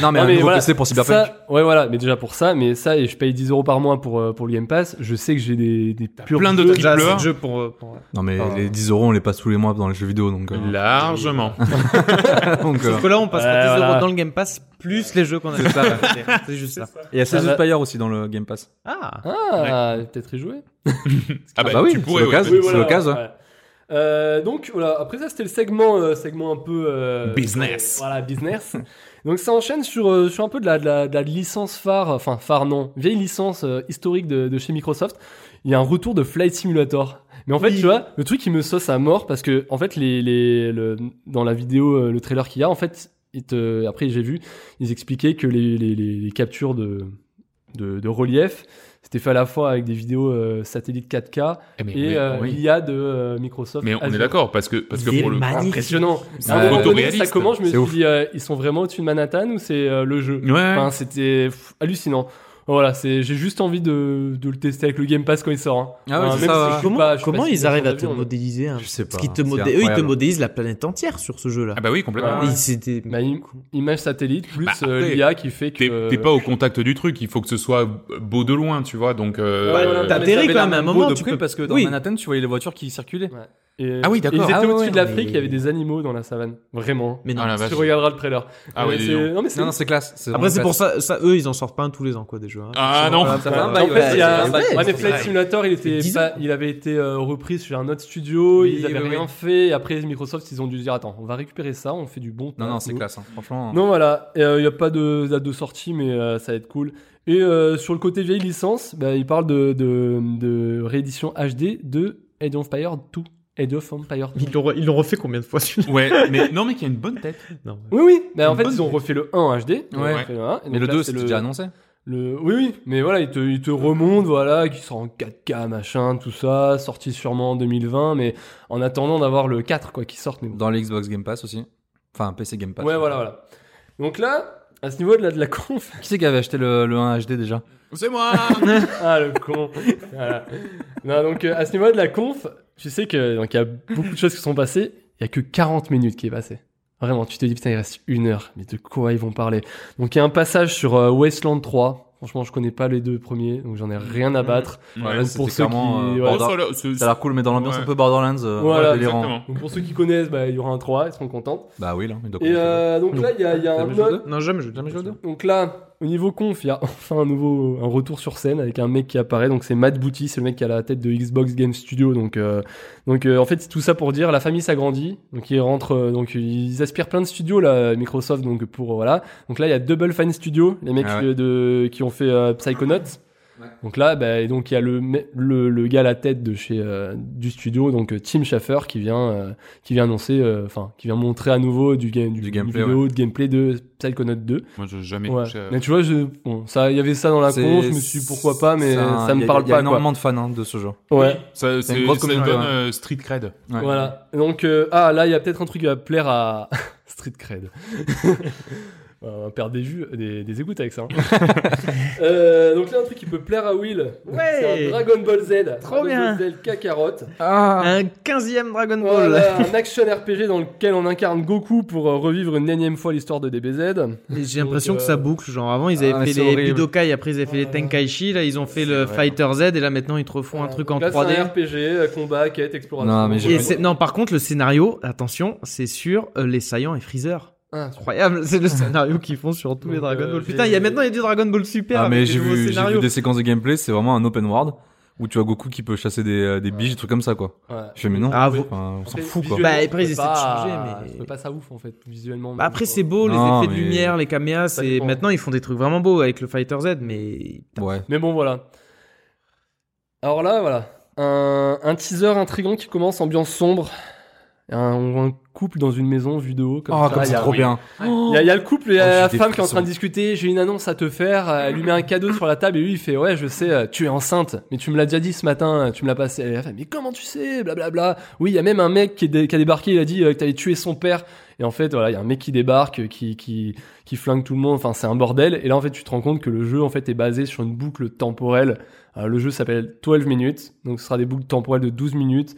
[SPEAKER 1] Non, mais un nouveau PC pour Cyberpunk.
[SPEAKER 9] ça- Ah. ouais, voilà, mais déjà pour ça, mais ça, et je paye 10 euros par mois pour, euh, pour le Game Pass, je sais que j'ai des, des purs
[SPEAKER 8] plein de
[SPEAKER 9] jeux.
[SPEAKER 8] triple A. Déjà, c'est le
[SPEAKER 10] jeu pour, euh, pour-
[SPEAKER 1] Non, mais les 10 euros, on les passe tous les mois dans les jeux vidéo, donc. euh,
[SPEAKER 8] [LAUGHS]
[SPEAKER 9] [LAUGHS]
[SPEAKER 8] Largement.
[SPEAKER 1] [LAUGHS] donc, euh,
[SPEAKER 10] [LAUGHS] Sauf que là, on passe
[SPEAKER 1] Ouais,
[SPEAKER 10] pas 10
[SPEAKER 1] voilà.
[SPEAKER 10] euros dans le Game Pass plus les jeux qu'on a.
[SPEAKER 1] C'est ça, ouais.
[SPEAKER 10] C'est- C'est juste ça.
[SPEAKER 1] Et il y a
[SPEAKER 10] Ça
[SPEAKER 1] Sales
[SPEAKER 10] va-
[SPEAKER 1] of Spire aussi dans le Game Pass.
[SPEAKER 10] Ah,
[SPEAKER 9] Ah, peut-être y jouer.
[SPEAKER 1] Ah bah oui,
[SPEAKER 8] tu
[SPEAKER 1] c'est
[SPEAKER 8] pourrais,
[SPEAKER 1] l'occasion,
[SPEAKER 8] ouais.
[SPEAKER 1] c'est l'occasion, ouais.
[SPEAKER 9] Euh, donc voilà, après ça c'était le segment, euh, segment un peu euh,
[SPEAKER 8] Business.
[SPEAKER 9] euh, voilà business. [LAUGHS] donc ça enchaîne sur euh, sur un peu de la, de la, de la licence phare, enfin phare non, vieille licence euh, historique de, de chez Microsoft. Il y a un retour de Flight Simulator. Mais en fait, tu vois, le truc qui me sauce à mort parce que en fait les les le- dans la vidéo euh, le trailer qu'il y a en fait, il te- après j'ai vu, ils expliquaient que les les, les, les captures de de, de relief c'était fait à la fois avec des vidéos euh, satellites 4K
[SPEAKER 8] Eh ben,
[SPEAKER 9] et
[SPEAKER 8] mais-
[SPEAKER 9] euh,
[SPEAKER 8] oui.
[SPEAKER 9] l'IA de euh, Microsoft.
[SPEAKER 8] Mais on
[SPEAKER 9] Azure.
[SPEAKER 8] est d'accord, parce que- parce que Il est pour le- magnifique.
[SPEAKER 9] impressionnant.
[SPEAKER 8] C'est
[SPEAKER 9] À un moment donné,
[SPEAKER 8] Euh, photoréaliste.
[SPEAKER 9] ça commence, je me
[SPEAKER 8] C'est
[SPEAKER 9] suis
[SPEAKER 8] ouf.
[SPEAKER 9] dit, euh, ils sont vraiment au-dessus de Manhattan ou c'est euh, le jeu
[SPEAKER 8] Ouais.
[SPEAKER 9] Enfin, c'était pff, hallucinant. Oh, Voilà, c'est j'ai juste envie de, de le tester avec le Game Pass quand il sort. hein.
[SPEAKER 1] Ah
[SPEAKER 8] Ah
[SPEAKER 9] Enfin, même si je suis
[SPEAKER 10] Comment,
[SPEAKER 9] pas- Bah, je suis
[SPEAKER 10] comment
[SPEAKER 9] pas
[SPEAKER 10] ils
[SPEAKER 9] sûr
[SPEAKER 10] arrivent à
[SPEAKER 9] d'avis,
[SPEAKER 10] te
[SPEAKER 9] on est-
[SPEAKER 10] modéliser un... Je sais
[SPEAKER 1] pas,
[SPEAKER 10] Parce qu'ils te
[SPEAKER 1] c'est
[SPEAKER 10] modé- eux, ils te
[SPEAKER 1] incroyable.
[SPEAKER 10] modélisent la planète entière sur ce jeu-là.
[SPEAKER 8] Ah bah oui, complètement.
[SPEAKER 10] Et c'était-
[SPEAKER 9] Bah, im- image satellite plus
[SPEAKER 8] Bah,
[SPEAKER 9] euh,
[SPEAKER 8] après,
[SPEAKER 9] l'IA qui fait que
[SPEAKER 8] T'es pas au contact du truc, il faut que ce soit beau de loin, tu vois. Donc, euh,
[SPEAKER 10] Bah,
[SPEAKER 1] Ouais,
[SPEAKER 8] euh,
[SPEAKER 1] voilà. Mais ça avait l'air beau de près parce que dans Manhattan, tu voyais les voitures qui circulaient.
[SPEAKER 9] Et-
[SPEAKER 1] Ah oui, d'accord.
[SPEAKER 9] Ils étaient
[SPEAKER 1] Ah ouais,
[SPEAKER 9] au-dessus de
[SPEAKER 1] ouais.
[SPEAKER 9] l'Afrique, il y avait des animaux dans la savane. Vraiment.
[SPEAKER 10] Mais non.
[SPEAKER 1] Ah la
[SPEAKER 9] tu
[SPEAKER 1] vache.
[SPEAKER 9] regarderas le trailer.
[SPEAKER 1] Ah
[SPEAKER 9] Mais
[SPEAKER 1] ouais, dis
[SPEAKER 9] c'est-
[SPEAKER 1] donc.
[SPEAKER 9] non, mais c'est
[SPEAKER 1] Non, non, c'est classe, c'est
[SPEAKER 10] Après, c'est pour ça, ça, eux, ils en sortent pas un tous les ans, quoi, des jeux. hein.
[SPEAKER 8] Ah,
[SPEAKER 10] Ils
[SPEAKER 8] non.
[SPEAKER 10] sont pas-
[SPEAKER 8] Ça
[SPEAKER 10] pas-
[SPEAKER 8] va,
[SPEAKER 10] pas-
[SPEAKER 8] bah,
[SPEAKER 9] en fait, il y a,
[SPEAKER 1] euh,
[SPEAKER 10] Ouais, ouais,
[SPEAKER 9] ouais, mais
[SPEAKER 10] c'est
[SPEAKER 9] Flight
[SPEAKER 10] vrai.
[SPEAKER 9] Simulator, il, était pas- il avait été euh, repris sur un autre studio, ils avaient rien fait, et après Microsoft, ils ont dû dire attends, on va récupérer ça, on fait du bon
[SPEAKER 1] Non,
[SPEAKER 9] taf,
[SPEAKER 1] non, c'est
[SPEAKER 9] nous.
[SPEAKER 1] classe, hein. Franchement.
[SPEAKER 9] Non, voilà, euh, il n'y a pas de date de sortie, mais euh, ça va être cool. Et euh, sur le côté vieille licence, bah, il parle de, de, de réédition HD de Age of Empire 2. Age of Empire 2.
[SPEAKER 10] Ils l'ont re- ils l'ont refait combien de fois celui-là
[SPEAKER 8] Ouais, mais non, mais qui a une bonne tête.
[SPEAKER 10] Non.
[SPEAKER 9] Oui, oui. Mais en
[SPEAKER 8] Une
[SPEAKER 9] fait,
[SPEAKER 8] bonne
[SPEAKER 9] ils ont
[SPEAKER 8] idée.
[SPEAKER 9] refait le 1 en HD. Ils ont
[SPEAKER 1] Ouais.
[SPEAKER 9] refait le 1, et
[SPEAKER 1] Mais
[SPEAKER 9] donc
[SPEAKER 1] le
[SPEAKER 9] là,
[SPEAKER 1] 2,
[SPEAKER 9] c'est
[SPEAKER 1] c'était déjà annoncé.
[SPEAKER 9] le- Oui, oui. Mais voilà, ils te, ils te remontent, voilà, qui sort en 4K, machin, tout ça, sorti sûrement en 2020, mais en attendant d'avoir le 4, quoi, qui sorte. Mais bon.
[SPEAKER 1] Dans l'Xbox Game Pass aussi. Enfin, PC Game Pass.
[SPEAKER 9] Ouais, voilà, voilà. Donc là, à ce niveau de la, de la conf. [LAUGHS]
[SPEAKER 1] Qui c'est qui avait acheté le, le 1 HD déjà
[SPEAKER 8] C'est [LAUGHS] moi
[SPEAKER 9] Ah, le con Voilà. Non, donc euh, à ce niveau de la conf, tu sais que donc il y a beaucoup de choses qui sont passées, il y a que 40 minutes qui est passé. Vraiment, tu te dis putain, il reste une heure, mais de quoi ils vont parler Donc il y a un passage sur euh, Wasteland 3. Franchement, je connais pas les deux premiers, donc j'en ai rien à battre.
[SPEAKER 1] Ouais,
[SPEAKER 9] Donc,
[SPEAKER 1] là, c'était clairement, euh,
[SPEAKER 9] voilà.
[SPEAKER 1] Border-
[SPEAKER 8] Oh, ça, là,
[SPEAKER 1] Ça a l'air cool, mais dans l'ambiance
[SPEAKER 8] Ouais.
[SPEAKER 1] un peu Borderlands, euh,
[SPEAKER 9] Voilà,
[SPEAKER 1] délirant.
[SPEAKER 8] exactement.
[SPEAKER 9] Donc, pour ceux qui connaissent, bah, il y aura un 3, ils seront contents.
[SPEAKER 1] Bah oui, là. il doit
[SPEAKER 9] Et euh, donc
[SPEAKER 1] Non.
[SPEAKER 9] là, il y a, il y a un
[SPEAKER 1] T'as jamais joué au
[SPEAKER 9] autre-
[SPEAKER 10] Non, jamais joué. Jamais joué.
[SPEAKER 9] donc là, au niveau conf, il y a [LAUGHS] enfin un nouveau un retour sur scène avec un mec qui apparaît. Donc c'est Matt Booty, c'est le mec qui a la tête de Xbox Game Studio. Donc euh, donc euh, en fait c'est tout ça pour dire la famille s'agrandit. Donc ils rentrent, euh, donc ils aspirent plein de studios là, Microsoft. Donc pour euh, voilà. Donc là il y a Double Fine Studio, les mecs
[SPEAKER 1] Ah ouais.
[SPEAKER 9] euh, de qui ont fait euh, Psychonauts. Donc là, bah, et donc il y a le, me- le, le gars à la tête de chez euh, du studio, donc euh, Tim Schafer, qui vient euh, qui vient annoncer, euh, enfin qui vient montrer à nouveau du, game du,
[SPEAKER 1] gameplay,
[SPEAKER 9] vidéo, de gameplay de Psychonauts 2.
[SPEAKER 8] Moi, j'ai jamais
[SPEAKER 9] Ouais.
[SPEAKER 8] touché à-
[SPEAKER 9] Mais tu vois, je, bon, ça, il y avait ça dans la
[SPEAKER 1] C'est-
[SPEAKER 9] conf, je me suis dit pourquoi pas, mais
[SPEAKER 1] c'est un-
[SPEAKER 9] ça
[SPEAKER 1] y
[SPEAKER 9] me
[SPEAKER 1] a-
[SPEAKER 9] parle
[SPEAKER 1] y a
[SPEAKER 9] pas.
[SPEAKER 1] énormément
[SPEAKER 9] Quoi.
[SPEAKER 1] de fans hein, de ce jeu.
[SPEAKER 9] Ouais.
[SPEAKER 8] Ça,
[SPEAKER 1] C'est
[SPEAKER 8] c'est-
[SPEAKER 1] une grosse
[SPEAKER 8] ça
[SPEAKER 1] communauté,
[SPEAKER 8] donne
[SPEAKER 1] ouais.
[SPEAKER 8] euh, street cred.
[SPEAKER 1] Ouais.
[SPEAKER 9] [LAUGHS] Voilà. Donc, euh, ah, là, il y a peut-être un truc qui va plaire à Street Cred. On perd des, jus, des, des égouttes avec ça. hein. Euh, donc là, un truc qui peut plaire à Will. C'est un Dragon Ball Z.
[SPEAKER 10] Trop
[SPEAKER 9] Dragon
[SPEAKER 10] bien. Oh
[SPEAKER 9] Ball Z cacarotte.
[SPEAKER 1] Ah,
[SPEAKER 10] Un 15ème Dragon Ball.
[SPEAKER 9] Voilà, un action RPG dans lequel on incarne Goku pour euh, revivre une énième fois l'histoire de DBZ.
[SPEAKER 10] [LAUGHS] Et J'ai
[SPEAKER 9] Donc,
[SPEAKER 10] l'impression que
[SPEAKER 9] euh,
[SPEAKER 10] ça boucle. Genre avant ils avaient
[SPEAKER 1] Ah, mais
[SPEAKER 10] fait
[SPEAKER 1] c'est
[SPEAKER 10] les
[SPEAKER 1] horrible.
[SPEAKER 10] Budokai, après ils avaient fait les Tenkaichi, là ils ont fait le Fighter Z et là maintenant ils te refont un truc en
[SPEAKER 9] Là,
[SPEAKER 10] 3D.
[SPEAKER 9] c'est un RPG, euh, combat, quête, exploration.
[SPEAKER 1] Non, mais j'ai
[SPEAKER 10] Et c'est- non, par contre, le scénario, attention, c'est sur euh, les saillants et Freezer.
[SPEAKER 9] Ah,
[SPEAKER 10] Incroyable, c'est le scénario qu'ils font sur tous les
[SPEAKER 9] Donc,
[SPEAKER 10] Dragon
[SPEAKER 9] euh,
[SPEAKER 10] Ball.
[SPEAKER 9] j'ai-
[SPEAKER 10] Putain, il y a maintenant il y a du Dragon Ball Super.
[SPEAKER 1] Ah, mais
[SPEAKER 10] avec des
[SPEAKER 1] j'ai
[SPEAKER 10] nouveaux
[SPEAKER 1] vu, j'ai
[SPEAKER 10] scénarios.
[SPEAKER 1] vu des séquences de gameplay, c'est vraiment un open world où tu as Goku qui peut chasser des, euh, des biches, des trucs comme ça, quoi.
[SPEAKER 9] Ouais.
[SPEAKER 1] Je fais, mais non,
[SPEAKER 10] Ah, vous-
[SPEAKER 1] enfin, on s'en
[SPEAKER 9] Après,
[SPEAKER 1] fout, quoi.
[SPEAKER 9] visuellement,
[SPEAKER 10] Bah, après, ils
[SPEAKER 9] je peux
[SPEAKER 10] essaient de
[SPEAKER 9] pas-
[SPEAKER 10] changer, mais-
[SPEAKER 9] Je peux pas ça ouf en fait, visuellement.
[SPEAKER 10] Bah, après, c'est beau,
[SPEAKER 1] Non,
[SPEAKER 10] les effets
[SPEAKER 1] mais-
[SPEAKER 10] de lumière, les caméas,
[SPEAKER 9] Ça
[SPEAKER 10] c'est
[SPEAKER 9] dépend.
[SPEAKER 10] maintenant ils font des trucs vraiment beaux avec le Fighter Z, mais
[SPEAKER 1] Ouais.
[SPEAKER 9] Mais bon, voilà. Alors là, voilà. Un, un teaser intrigant qui commence, ambiance sombre. Un, on voit un couple dans une maison vue de haut.
[SPEAKER 10] Ah,
[SPEAKER 9] Comme
[SPEAKER 1] Oh,
[SPEAKER 9] ça,
[SPEAKER 1] comme
[SPEAKER 9] il Ah, y
[SPEAKER 1] c'est
[SPEAKER 9] a-
[SPEAKER 1] trop bien.
[SPEAKER 9] Il y, a- il y a le couple et
[SPEAKER 1] Oh, j'ai
[SPEAKER 9] la
[SPEAKER 1] des
[SPEAKER 9] femme qui est en train
[SPEAKER 1] frissons.
[SPEAKER 9] de discuter. J'ai une annonce à te faire. Euh, Elle lui met un cadeau sur la table et lui il fait ouais je sais euh, tu es enceinte mais tu me l'as déjà dit ce matin euh, tu me l'as passé. Elle fait mais comment tu sais blablabla. Oui il y a même un mec qui, est dé- qui a débarqué il a dit euh, que t'allais tuer son père et en fait voilà il y a un mec qui débarque euh, qui qui qui flingue tout le monde. Enfin c'est un bordel et là en fait tu te rends compte que le jeu en fait est basé sur une boucle temporelle. Euh, le jeu s'appelle 12 minutes donc ce sera des boucles temporelles de 12 minutes.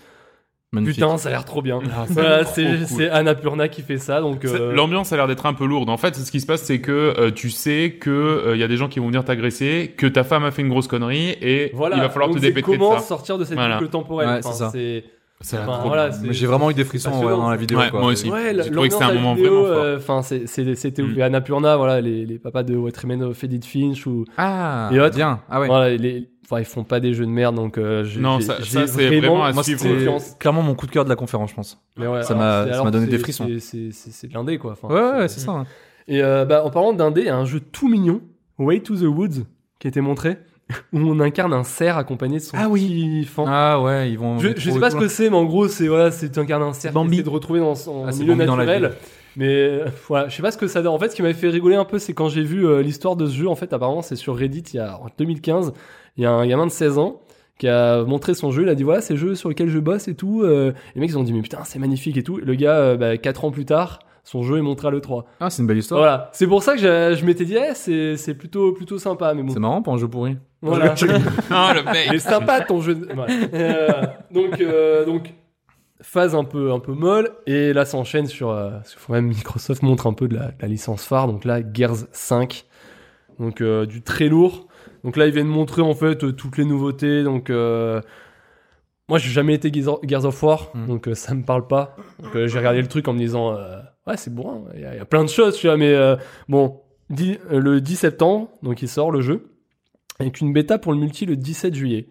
[SPEAKER 1] Magnifique.
[SPEAKER 9] Putain ça a l'air trop bien.
[SPEAKER 8] Ah, ça a
[SPEAKER 9] Voilà,
[SPEAKER 8] l'air trop
[SPEAKER 9] c'est
[SPEAKER 8] cool.
[SPEAKER 9] c'est Annapurna qui fait ça donc.
[SPEAKER 8] C'est-
[SPEAKER 9] euh,
[SPEAKER 8] L'ambiance a l'air d'être un peu lourde. En fait, ce qui se passe, c'est que euh, tu sais que euh, y a des gens qui vont venir t'agresser, que ta femme a fait une grosse connerie et
[SPEAKER 9] Voilà.
[SPEAKER 8] il va falloir
[SPEAKER 9] Donc,
[SPEAKER 8] te
[SPEAKER 9] c'est
[SPEAKER 8] dépêter de
[SPEAKER 9] Comment
[SPEAKER 8] ça.
[SPEAKER 9] sortir de cette
[SPEAKER 8] Voilà.
[SPEAKER 9] boucle temporelle
[SPEAKER 1] Ouais,
[SPEAKER 9] Enfin,
[SPEAKER 1] c'est ça.
[SPEAKER 9] c'est
[SPEAKER 8] Ça a l'air
[SPEAKER 9] enfin,
[SPEAKER 8] trop
[SPEAKER 9] voilà,
[SPEAKER 1] Mais
[SPEAKER 9] c'est-
[SPEAKER 1] J'ai vraiment eu des frissons ouais,
[SPEAKER 9] passionnant.
[SPEAKER 1] dans la vidéo.
[SPEAKER 8] Ouais,
[SPEAKER 1] quoi.
[SPEAKER 8] moi aussi.
[SPEAKER 9] Ouais,
[SPEAKER 8] J'ai trouvé que
[SPEAKER 9] l'ambiance
[SPEAKER 8] c'était un
[SPEAKER 9] à
[SPEAKER 8] moment
[SPEAKER 9] vidéo,
[SPEAKER 8] vraiment fort.
[SPEAKER 9] euh, Enfin, c'est- c'est- c'était
[SPEAKER 8] Mm.
[SPEAKER 9] ouvert à Napurna, voilà, les, les papas de What Remains of Edith Finch ou
[SPEAKER 1] Ah,
[SPEAKER 9] Et autres.
[SPEAKER 1] bien. Ah ouais.
[SPEAKER 9] voilà, les, enfin, ils font pas des jeux de merde, donc euh, j'ai-
[SPEAKER 8] Non,
[SPEAKER 9] j'ai-
[SPEAKER 8] ça-
[SPEAKER 9] j'ai
[SPEAKER 8] ça, c'est vraiment à
[SPEAKER 1] Moi,
[SPEAKER 8] suivre.
[SPEAKER 1] c'était
[SPEAKER 9] confiance.
[SPEAKER 1] clairement mon coup de cœur de la conférence, je pense.
[SPEAKER 9] Mais ouais,
[SPEAKER 1] Ça
[SPEAKER 9] alors,
[SPEAKER 1] m'a-
[SPEAKER 9] c'est-
[SPEAKER 1] ça
[SPEAKER 9] alors
[SPEAKER 1] m'a donné
[SPEAKER 9] c'est-
[SPEAKER 1] des frissons.
[SPEAKER 9] c'est- C'est c'est- c'est de l'indé, quoi. Enfin,
[SPEAKER 1] Ouais, ouais, c'est ça. hein.
[SPEAKER 9] Et euh, bah, en parlant d'indé, il y a un jeu tout mignon, Way to the Woods, qui a été montré, [LAUGHS] où on incarne un cerf accompagné de son
[SPEAKER 1] Ah oui.
[SPEAKER 9] petit fan.
[SPEAKER 1] Ah ouais, ils vont.
[SPEAKER 9] Je, je sais pas ce que c'est, mais en gros, c'est voilà, c'est un cadre cercle
[SPEAKER 1] Bambi.
[SPEAKER 9] de retrouver dans son
[SPEAKER 1] Ah, c'est
[SPEAKER 9] milieu
[SPEAKER 1] Bambi dans la
[SPEAKER 9] naturel.
[SPEAKER 1] ville.
[SPEAKER 9] mais euh, voilà, je sais pas ce que ça donne. En fait, ce qui m'avait fait rigoler un peu, c'est quand j'ai vu euh, l'histoire de ce jeu. En fait, apparemment, c'est sur Reddit il y a en 2015. Il y a un gamin de 16 ans qui a montré son jeu. Il a dit voilà, c'est le jeu sur lequel je bosse et tout. Euh, les mecs ils ont dit mais putain, c'est magnifique et tout. Le gars, euh, bah, 4 ans plus tard, son jeu est montré à le 3.
[SPEAKER 1] Ah, c'est une belle histoire.
[SPEAKER 9] Voilà, c'est pour ça que j'ai- je m'étais dit eh, c'est c'est plutôt plutôt sympa. Mais bon,
[SPEAKER 1] C'est marrant pour un jeu pourri.
[SPEAKER 9] voilà.
[SPEAKER 8] [LAUGHS] Ah, le mec.
[SPEAKER 9] Il est sympa ton jeu. de- Voilà. Euh, donc, euh, donc, phase un peu, un peu molle. Et là, ça enchaîne sur. euh, parce qu'il faut même Microsoft montre un peu de la, de la licence phare. Donc là, Gears 5. Donc, euh, du très lourd. Donc là, ils viennent montrer en fait euh, toutes les nouveautés. Donc. euh, moi, j'ai jamais été Gears of- Gears of War,
[SPEAKER 1] Mm.
[SPEAKER 9] donc euh, ça me parle pas. Donc euh, j'ai regardé le truc en me disant, euh, ouais, c'est bon, il y, a- il y a plein de choses, tu vois, mais euh, bon, dix- euh, le 10 septembre, donc il sort le jeu, avec une bêta pour le multi le 17 juillet.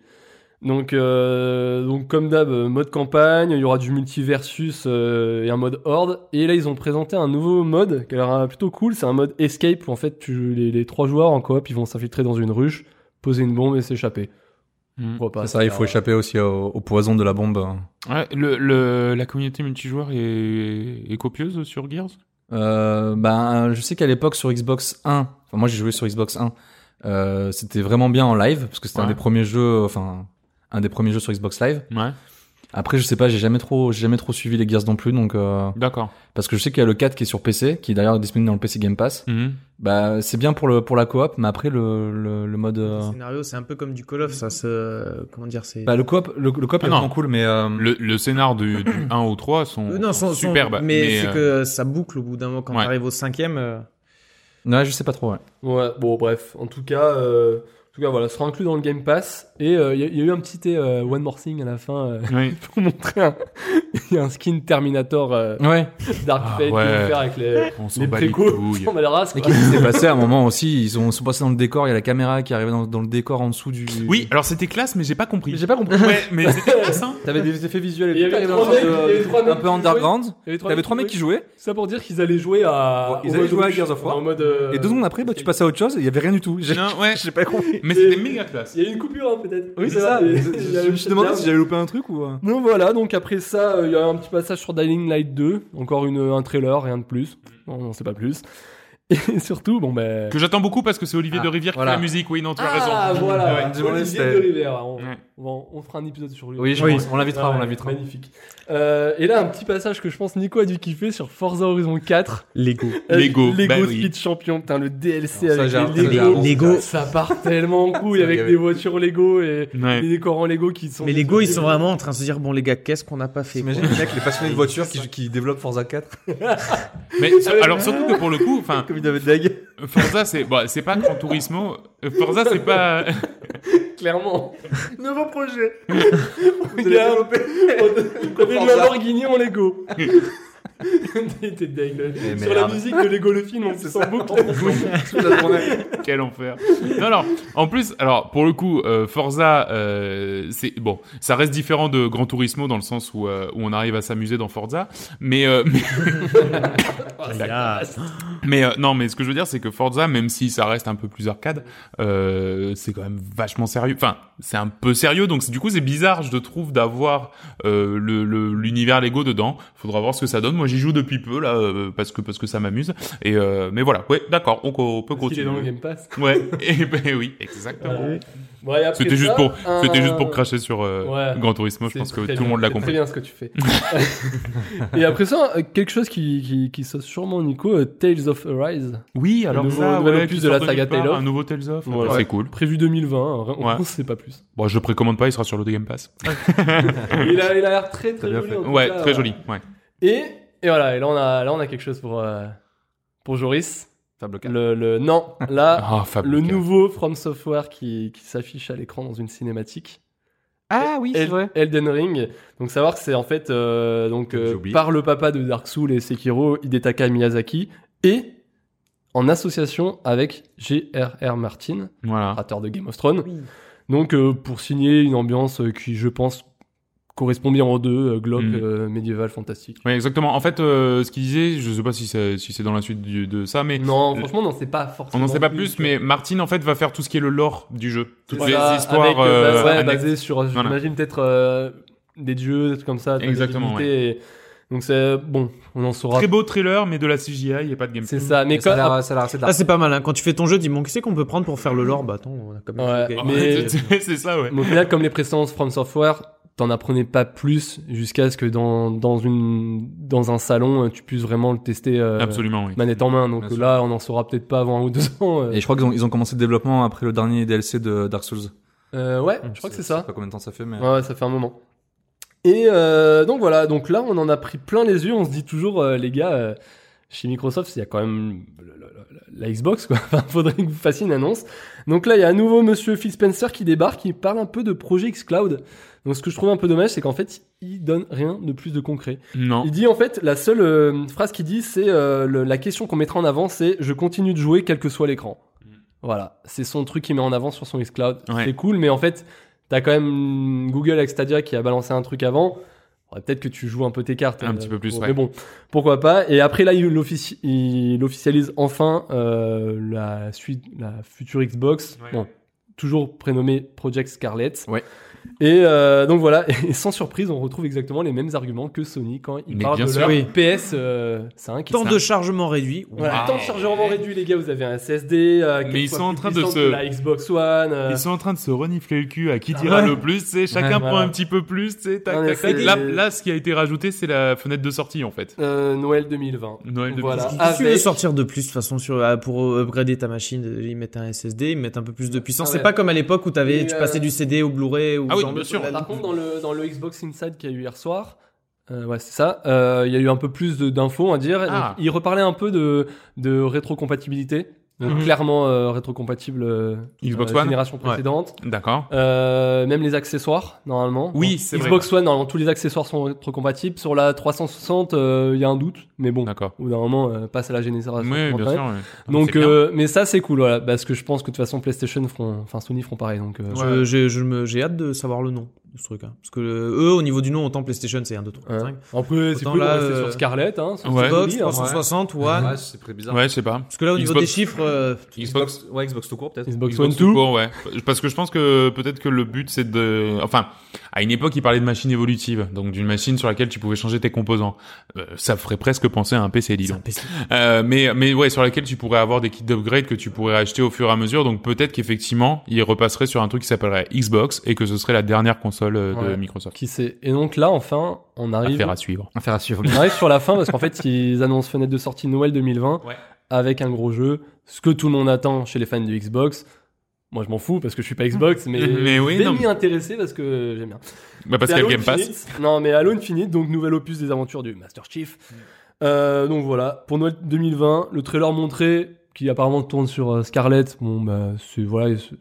[SPEAKER 9] Donc, euh, donc comme d'hab, euh, mode campagne, il y aura du multi versus euh, et un mode horde. Et là, ils ont présenté un nouveau mode qui a l'air euh, plutôt cool. C'est un mode escape où en fait, tu, les, les trois joueurs en coop, ils vont s'infiltrer dans une ruche, poser une bombe et s'échapper.
[SPEAKER 8] Mm.
[SPEAKER 9] Pourquoi pas
[SPEAKER 1] Bah, C'est ça, il faut
[SPEAKER 9] euh,
[SPEAKER 1] échapper aussi au, au poison de la bombe. hein.
[SPEAKER 8] Ouais, le, le- la communauté multijoueur est, est copieuse sur Gears
[SPEAKER 1] Euh, ben, je sais qu'à l'époque sur Xbox 1, enfin, moi j'ai joué sur Xbox 1, euh, c'était vraiment bien en live parce que c'était un
[SPEAKER 8] Ouais.
[SPEAKER 1] des premiers jeux, enfin un des premiers jeux sur Xbox Live.
[SPEAKER 8] Ouais,
[SPEAKER 1] Après, je sais pas, j'ai jamais trop, j'ai jamais trop suivi les Gears non plus, donc euh,
[SPEAKER 8] d'accord.
[SPEAKER 1] parce que je sais qu'il y a le 4 qui est sur PC, qui est d'ailleurs disponible dans le PC Game Pass.
[SPEAKER 8] Mhm.
[SPEAKER 1] Bah, c'est bien pour le pour la coop, mais après le le, le mode, euh,
[SPEAKER 10] Le scénario, c'est un peu comme du Call of, ça se. Comment dire, c'est.
[SPEAKER 1] bah le coop, le, le coop
[SPEAKER 8] Ah
[SPEAKER 1] est
[SPEAKER 8] non.
[SPEAKER 1] vraiment cool, mais euh,
[SPEAKER 8] Le, le scénar du, du 1 au 3 sont,
[SPEAKER 10] Euh, non,
[SPEAKER 8] sont
[SPEAKER 10] son- son-
[SPEAKER 8] superbes.
[SPEAKER 10] mais,
[SPEAKER 8] mais,
[SPEAKER 10] c'est
[SPEAKER 8] euh,
[SPEAKER 10] que ça boucle au bout d'un moment quand
[SPEAKER 8] ouais.
[SPEAKER 10] t'arrives au cinquième. euh,
[SPEAKER 1] ouais, je sais pas trop. Ouais.
[SPEAKER 9] Ouais, bon, bref. En tout cas, euh, en tout cas voilà, ce sera inclus dans le Game Pass. Et euh, il y, a- il y a eu un petit euh, One More Thing à la fin euh,
[SPEAKER 8] [LAUGHS]
[SPEAKER 9] [LAUGHS]
[SPEAKER 8] oui.
[SPEAKER 9] pour montrer un, [LAUGHS] il y a un skin Terminator euh,
[SPEAKER 1] Ouais.
[SPEAKER 9] Dark
[SPEAKER 8] Ah,
[SPEAKER 9] Fate qu'ils vont
[SPEAKER 8] ouais.
[SPEAKER 9] faire avec les,
[SPEAKER 8] On s'en
[SPEAKER 9] les
[SPEAKER 8] bat les
[SPEAKER 9] précaux.
[SPEAKER 8] couilles.
[SPEAKER 9] On va les races,
[SPEAKER 1] Et
[SPEAKER 9] quoi.
[SPEAKER 1] qu'est-ce qui s'est passé à un moment aussi Ils ont, sont passés dans le décor, il y a la caméra qui arrivait dans, dans le décor en dessous du.
[SPEAKER 8] Oui, alors c'était classe, mais j'ai pas compris.
[SPEAKER 1] Mais j'ai pas compris.
[SPEAKER 8] Ouais, mais c'était classe, hein.
[SPEAKER 1] T'avais des effets visuels
[SPEAKER 9] Et il y
[SPEAKER 1] tout,
[SPEAKER 9] avait
[SPEAKER 1] t'arrivais
[SPEAKER 9] trois
[SPEAKER 1] dans un
[SPEAKER 9] mecs- il
[SPEAKER 1] truc,
[SPEAKER 9] y avait trois
[SPEAKER 1] euh, un
[SPEAKER 9] mecs
[SPEAKER 1] peu
[SPEAKER 9] qui
[SPEAKER 1] underground.
[SPEAKER 9] Il y avait trois
[SPEAKER 1] T'avais
[SPEAKER 9] mecs
[SPEAKER 1] trois mecs qui jouaient.
[SPEAKER 9] Ça pour dire qu'ils allaient jouer à.
[SPEAKER 1] Ils
[SPEAKER 9] au
[SPEAKER 1] allaient
[SPEAKER 9] mode
[SPEAKER 1] jouer à
[SPEAKER 9] rush,
[SPEAKER 1] Gears of War.
[SPEAKER 9] en mode, euh,
[SPEAKER 1] Et deux secondes après, bah, tu passais à autre chose et il y avait rien du tout. J'ai [LAUGHS]
[SPEAKER 8] Non, ouais,
[SPEAKER 1] j'ai pas compris.
[SPEAKER 8] mais c'était méga classe.
[SPEAKER 9] Il y a eu une coupure, hein, peut-être.
[SPEAKER 1] Oui,
[SPEAKER 9] Je
[SPEAKER 1] c'est
[SPEAKER 9] sais
[SPEAKER 1] ça.
[SPEAKER 9] pas, il y a- il y a
[SPEAKER 1] Je
[SPEAKER 9] eu
[SPEAKER 1] me suis demandé
[SPEAKER 9] cette
[SPEAKER 1] si
[SPEAKER 9] germe.
[SPEAKER 1] j'avais loupé un truc ou. euh.
[SPEAKER 9] Donc voilà, donc après ça, euh, il y a un petit passage sur Dying Light 2, encore une, un trailer, rien de plus, on n'en sait pas plus. Et [LAUGHS] surtout, bon ben.
[SPEAKER 8] Que j'attends beaucoup parce que c'est Olivier de Rivière
[SPEAKER 9] voilà.
[SPEAKER 8] qui fait la musique. Oui, non, tu as raison.
[SPEAKER 9] Ah voilà,
[SPEAKER 8] Ouais.
[SPEAKER 9] Olivier
[SPEAKER 1] c'était-
[SPEAKER 9] de Rivera. On,
[SPEAKER 8] Ouais.
[SPEAKER 9] on va- on fera un épisode sur lui.
[SPEAKER 1] Oui, je pense. On l'invitera,
[SPEAKER 9] Ouais,
[SPEAKER 1] on l'invitera.
[SPEAKER 9] Magnifique. Euh, et là, un petit passage que je pense Nico a dû kiffer sur Forza Horizon 4.
[SPEAKER 10] Lego.
[SPEAKER 1] Euh,
[SPEAKER 8] Lego,
[SPEAKER 9] Lego
[SPEAKER 8] bah oui.
[SPEAKER 9] Speed Champion. Putain, le DLC
[SPEAKER 1] Alors, ça,
[SPEAKER 9] avec
[SPEAKER 1] j'ai-
[SPEAKER 9] les
[SPEAKER 1] ça, j'ai
[SPEAKER 9] Lego.
[SPEAKER 1] un-
[SPEAKER 10] Lego.
[SPEAKER 9] Ça part tellement en couille avec
[SPEAKER 1] gavé.
[SPEAKER 9] des voitures Lego et
[SPEAKER 8] Ouais.
[SPEAKER 9] des décors en Lego qui sont.
[SPEAKER 10] Mais Lego, ils sont vraiment en train de se dire bon les gars, qu'est-ce qu'on n'a pas fait quoi.
[SPEAKER 1] T'imagines les mecs, les passionnés de voiture qui, qui développent
[SPEAKER 9] [LAUGHS]
[SPEAKER 1] Forza 4
[SPEAKER 8] Mais sur- alors surtout que pour le coup, enfin,
[SPEAKER 1] Comme ils doivent être dingues.
[SPEAKER 8] Forza c'est bah, c'est pas Gran Turismo. Euh, Forza c'est pas
[SPEAKER 9] Clairement. [LAUGHS] Nouveau [LAUGHS] projet. Regarde. [LAUGHS] On a une
[SPEAKER 1] Forza.
[SPEAKER 9] Lamborghini en [LAUGHS] Lego. T'es t'es dingue.
[SPEAKER 1] Eh,
[SPEAKER 9] Sur la
[SPEAKER 1] merde.
[SPEAKER 9] musique de Lego le film, on se sent [LAUGHS] boucle.
[SPEAKER 8] quel enfer. Non alors en plus alors pour le coup euh, Forza euh, c'est bon ça reste différent de Gran Turismo dans le sens où euh, où on arrive à s'amuser dans Forza mais euh, mais,
[SPEAKER 10] Les gars,
[SPEAKER 8] mais, euh, non mais ce que je veux dire c'est que Forza même si ça reste un peu plus arcade euh, c'est quand même vachement sérieux enfin c'est un peu sérieux donc c'est- du coup c'est bizarre je trouve d'avoir euh, le- le- l'univers Lego dedans faudra voir ce que ça donne moi j'y joue depuis peu là euh, parce que parce que ça m'amuse et euh, mais voilà ouais d'accord on, co- on peut
[SPEAKER 9] Il est
[SPEAKER 8] continuer
[SPEAKER 9] dans le Game Pass.
[SPEAKER 8] Ouais, [LAUGHS] et ben oui, exactement.
[SPEAKER 9] Ouais. Bon, et après
[SPEAKER 8] C'était juste
[SPEAKER 9] ça,
[SPEAKER 8] pour,
[SPEAKER 9] un-
[SPEAKER 8] c'était juste pour cracher sur euh,
[SPEAKER 9] Ouais.
[SPEAKER 8] Gran Turismo. Je
[SPEAKER 9] C'est
[SPEAKER 8] pense que
[SPEAKER 9] très
[SPEAKER 8] tout le
[SPEAKER 9] bien,
[SPEAKER 8] monde l'a
[SPEAKER 9] c'est
[SPEAKER 8] compris.
[SPEAKER 9] Très bien ce que tu
[SPEAKER 8] [LAUGHS]
[SPEAKER 9] fais. et après ça, euh, quelque chose qui, qui, qui sauce sûrement Nico, euh, Tales of Arise,
[SPEAKER 8] Oui,
[SPEAKER 9] alors
[SPEAKER 8] alors
[SPEAKER 9] nouveau- ça,
[SPEAKER 8] ça,
[SPEAKER 9] nouvel ouais, opus qui de sort la de saga nulle part, Tale of.
[SPEAKER 8] un
[SPEAKER 9] un
[SPEAKER 8] nouveau Tales of.
[SPEAKER 9] Voilà.
[SPEAKER 8] C'est cool.
[SPEAKER 9] prévu 2020. hein, on
[SPEAKER 8] Ouais.
[SPEAKER 9] ne sait
[SPEAKER 8] [LAUGHS]
[SPEAKER 9] pas plus.
[SPEAKER 8] Bon, je le précommande pas, il sera sur le Game Pass.
[SPEAKER 9] il a il a l'air très très
[SPEAKER 1] bien
[SPEAKER 9] joli.
[SPEAKER 1] fait.
[SPEAKER 9] en tout
[SPEAKER 8] Ouais,
[SPEAKER 9] cas,
[SPEAKER 8] très
[SPEAKER 9] euh,
[SPEAKER 8] joli. Ouais.
[SPEAKER 9] Et, et voilà, et là on a là on a quelque chose pour euh, pour Joris.
[SPEAKER 1] Table 4.
[SPEAKER 9] Le, le non, là
[SPEAKER 8] [LAUGHS] Ah, Fab
[SPEAKER 9] le
[SPEAKER 8] Lucas.
[SPEAKER 9] nouveau From Software qui, qui s'affiche à l'écran dans une cinématique.
[SPEAKER 1] Ah oui,
[SPEAKER 9] El- Elden Ring. Donc savoir que c'est en fait euh, donc
[SPEAKER 1] J'ai
[SPEAKER 9] euh,
[SPEAKER 1] oublié.
[SPEAKER 9] par le papa de Dark Souls et Sekiro, Hidetaka Miyazaki et en association avec J.R.R. Martin,
[SPEAKER 8] Voilà.
[SPEAKER 9] créateur de Game of Thrones. Donc euh, pour signer une ambiance euh, qui je pense correspond bien aux deux euh, glauque,
[SPEAKER 8] Mm.
[SPEAKER 9] euh, médiéval, fantastique.
[SPEAKER 8] Ouais, exactement. En fait, euh, ce qu'il disait, je sais pas si c'est, si c'est dans la suite du- de ça, mais
[SPEAKER 9] non,
[SPEAKER 8] le-
[SPEAKER 9] franchement, non, c'est pas
[SPEAKER 8] on
[SPEAKER 9] forcément.
[SPEAKER 8] n'en sait pas plus.
[SPEAKER 9] tu
[SPEAKER 8] Mais Martine, en fait, va faire tout ce qui est le lore du jeu, toutes
[SPEAKER 9] vois.
[SPEAKER 8] les
[SPEAKER 9] Voilà,
[SPEAKER 8] histoires.
[SPEAKER 9] avec, euh,
[SPEAKER 8] euh,
[SPEAKER 9] ouais,
[SPEAKER 8] annexes.
[SPEAKER 9] basées sur,
[SPEAKER 8] Voilà.
[SPEAKER 9] j'imagine peut-être euh, des dieux, des trucs comme ça. des
[SPEAKER 8] Exactement,
[SPEAKER 9] divinités, et- Donc c'est bon, on en saura.
[SPEAKER 8] Très beau trailer, mais de la CGI et pas de gameplay.
[SPEAKER 9] C'est ça, mais
[SPEAKER 1] Ça a
[SPEAKER 9] comme-
[SPEAKER 1] l'air- ça a l'air assez
[SPEAKER 10] Ah
[SPEAKER 1] dark.
[SPEAKER 10] c'est pas mal. Hein. Quand tu fais ton jeu, dis-moi qu'est-ce qu'on peut prendre pour faire le lore. Bah attends, on a quand même.
[SPEAKER 9] Ouais.
[SPEAKER 10] fait-
[SPEAKER 8] En
[SPEAKER 9] mais-
[SPEAKER 8] fait, [LAUGHS] c'est, c'est ça, ouais.
[SPEAKER 9] Mais au final, comme les précédentes From Software, t'en apprenais pas plus jusqu'à ce que dans, dans, une, dans un salon, euh, tu puisses vraiment le tester euh,
[SPEAKER 8] Absolument, oui.
[SPEAKER 9] manette en main. Donc
[SPEAKER 1] Bien sûr.
[SPEAKER 9] là, on en saura peut-être pas avant un ou deux ans. euh.
[SPEAKER 1] Et je crois qu'ils ont, ils ont commencé le développement après le dernier DLC de Dark Souls.
[SPEAKER 9] Euh, ouais, je crois que c'est
[SPEAKER 1] Je
[SPEAKER 9] ça.
[SPEAKER 1] Mm. sais pas combien de temps ça fait, mais.
[SPEAKER 9] Ouais, ouais, ça fait un moment. Et euh, donc voilà, donc là, on en a pris plein les yeux. On se dit toujours, euh, les gars, euh, chez Microsoft, il y a quand même le- le- le- la Xbox, quoi. [LAUGHS] Enfin, faudrait que vous fassiez une annonce. Donc là, il y a à nouveau Monsieur Phil Spencer qui débarque, qui parle un peu de projet xCloud. Donc ce que je trouve un peu dommage, c'est qu'en fait, il donne rien de plus de concret.
[SPEAKER 8] Non.
[SPEAKER 9] Il dit en fait, la seule euh, phrase qu'il dit, c'est euh, le- la question qu'on mettra en avant, c'est je continue de jouer quel que soit l'écran. Voilà, c'est son truc qu'il met en avant sur son xCloud.
[SPEAKER 8] Mm. Ouais.
[SPEAKER 9] C'est cool, mais en fait, t'as quand même mm, Google avec Stadia qui a balancé un truc avant. Ouais, Peut-être que tu joues un peu tes cartes.
[SPEAKER 8] Un petit peu plus,
[SPEAKER 9] bon,
[SPEAKER 8] ouais.
[SPEAKER 9] Mais bon, pourquoi pas. Et après, là, il, l'offici- il officialise enfin euh, la suite, la future Xbox.
[SPEAKER 8] Ouais.
[SPEAKER 9] Bon, toujours prénommée Project Scarlett.
[SPEAKER 1] Ouais.
[SPEAKER 9] Et euh, donc voilà, [LAUGHS] et sans surprise, on retrouve exactement les mêmes arguments que Sony quand il
[SPEAKER 8] Mais
[SPEAKER 9] parle
[SPEAKER 8] bien
[SPEAKER 9] de
[SPEAKER 8] sûr.
[SPEAKER 9] leur euh,
[SPEAKER 10] Oui.
[SPEAKER 9] PS5. qui
[SPEAKER 10] Temps de chargement réduit.
[SPEAKER 9] voilà,
[SPEAKER 8] Wow.
[SPEAKER 9] tant de chargement réduit, les gars, vous avez un SSD. euh,
[SPEAKER 8] Mais
[SPEAKER 9] quatre
[SPEAKER 8] ils
[SPEAKER 9] fois
[SPEAKER 8] sont en
[SPEAKER 9] plus
[SPEAKER 8] train de
[SPEAKER 9] puissant
[SPEAKER 8] se-
[SPEAKER 9] que la Xbox One. euh, Ah
[SPEAKER 8] Ils sont en train de se renifler le cul à qui dira le plus, c'est chacun
[SPEAKER 9] voilà.
[SPEAKER 8] prend un petit peu plus, c'est tac,
[SPEAKER 9] Non, Ah mais
[SPEAKER 8] tac, tac.
[SPEAKER 9] c'est-
[SPEAKER 8] Là, là, ce qui a été rajouté, c'est la fenêtre de sortie en fait.
[SPEAKER 9] euh, Noël 2020.
[SPEAKER 8] Noël de
[SPEAKER 9] Voilà.
[SPEAKER 10] Qu'est-ce que tu veux
[SPEAKER 9] Avec-
[SPEAKER 10] sortir de plus de toute façon sur, ah, pour upgrader ta machine euh, Ils mettent un SSD, ils mettent un peu plus de puissance.
[SPEAKER 9] Ah ouais.
[SPEAKER 10] C'est pas comme à l'époque où
[SPEAKER 9] Et,
[SPEAKER 10] avais, tu
[SPEAKER 9] euh,
[SPEAKER 10] passais du CD au Blu-ray ou
[SPEAKER 8] Ah oui,
[SPEAKER 10] genre
[SPEAKER 8] bien
[SPEAKER 10] de-
[SPEAKER 8] sûr.
[SPEAKER 10] la-
[SPEAKER 9] Par contre, dans le, dans le Xbox Inside qu'il y a eu hier soir, euh, ouais, c'est ça, euh, il y a eu un peu plus de- d'infos à dire.
[SPEAKER 8] Ah.
[SPEAKER 9] Il reparlait un peu de, de rétrocompatibilité. Donc, clairement, euh, rétrocompatible euh,
[SPEAKER 8] Mhm. Xbox
[SPEAKER 9] euh,
[SPEAKER 8] One
[SPEAKER 9] génération précédente.
[SPEAKER 8] D'accord.
[SPEAKER 9] Euh, même les accessoires, normalement.
[SPEAKER 8] Oui,
[SPEAKER 9] Donc,
[SPEAKER 8] c'est vrai.
[SPEAKER 9] Xbox One, normalement, tous les accessoires sont rétrocompatibles. Sur la 360, euh, il y a un doute, mais bon.
[SPEAKER 8] D'accord.
[SPEAKER 9] Au bout d'un moment, euh, passe à la génération.
[SPEAKER 8] Oui, bien
[SPEAKER 9] suivante.
[SPEAKER 8] sûr. ouais. Ah,
[SPEAKER 9] Donc,
[SPEAKER 8] C'est bien.
[SPEAKER 9] euh, mais ça, c'est cool, voilà, parce que je pense que de toute façon, PlayStation feront, enfin Sony feront pareil. Donc, euh,
[SPEAKER 10] Je- j'ai- je me- J'ai hâte de savoir le nom. ce truc. hein. Parce que euh, eux, au niveau du nom, autant PlayStation, c'est 1, 2, 3, 4, 5.
[SPEAKER 9] En plus, c'est
[SPEAKER 10] Autant
[SPEAKER 9] cool de
[SPEAKER 10] là,
[SPEAKER 9] rester
[SPEAKER 10] euh,
[SPEAKER 9] sur Scarlett, hein. sur
[SPEAKER 8] Ouais.
[SPEAKER 9] Xbox, hein.
[SPEAKER 10] Xbox, 360, One.
[SPEAKER 1] Ouais, c'est très bizarre.
[SPEAKER 8] Ouais, je sais pas.
[SPEAKER 10] Parce que là, au niveau
[SPEAKER 8] Xbox-
[SPEAKER 10] des chiffres, euh,
[SPEAKER 1] Xbox, ouais, Xbox tout court peut-être.
[SPEAKER 9] Xbox One
[SPEAKER 8] Xbox
[SPEAKER 9] Two.
[SPEAKER 8] tout court, ouais. Parce que je pense que peut-être que le but c'est de, enfin, à une époque ils parlaient de machine évolutive, donc d'une machine sur laquelle tu pouvais changer tes composants. Euh, ça ferait presque penser à un PC, dis
[SPEAKER 10] c'est un
[SPEAKER 8] donc.
[SPEAKER 10] PC.
[SPEAKER 8] Euh, mais mais ouais, sur laquelle tu pourrais avoir des kits d'upgrade que tu pourrais acheter au fur et à mesure. Donc peut-être qu'effectivement ils repasseraient sur un truc qui s'appellerait Xbox et que ce serait la dernière console euh, de
[SPEAKER 9] Ouais.
[SPEAKER 8] Microsoft.
[SPEAKER 9] Qui sait. Et donc là, enfin, on arrive.
[SPEAKER 8] Affaire à
[SPEAKER 9] [LAUGHS]
[SPEAKER 8] suivre.
[SPEAKER 1] Affaire à suivre.
[SPEAKER 9] On arrive sur la fin parce qu'en fait, ils annoncent fenêtre de sortie Noël 2020
[SPEAKER 8] Ouais.
[SPEAKER 9] avec un gros jeu, ce que tout le monde attend chez les fans de Xbox. Moi, je m'en fous parce que je suis pas
[SPEAKER 8] [LAUGHS]
[SPEAKER 9] Xbox, mais,
[SPEAKER 8] Mais oui,
[SPEAKER 9] je vais
[SPEAKER 8] non,
[SPEAKER 9] m'y
[SPEAKER 8] mais-
[SPEAKER 9] intéresser parce que j'aime bien.
[SPEAKER 8] Bah parce
[SPEAKER 9] C'est
[SPEAKER 8] qu'il y a
[SPEAKER 9] Halo
[SPEAKER 8] le Game Pass.
[SPEAKER 9] Infinite. Non, mais Halo Infinite, donc nouvel opus des aventures du Master Chief.
[SPEAKER 8] Mm.
[SPEAKER 9] Euh, donc voilà, pour Noël 2020, le trailer montré qui apparemment tourne sur euh, Scarlett. Bon bah c'est voilà, c'est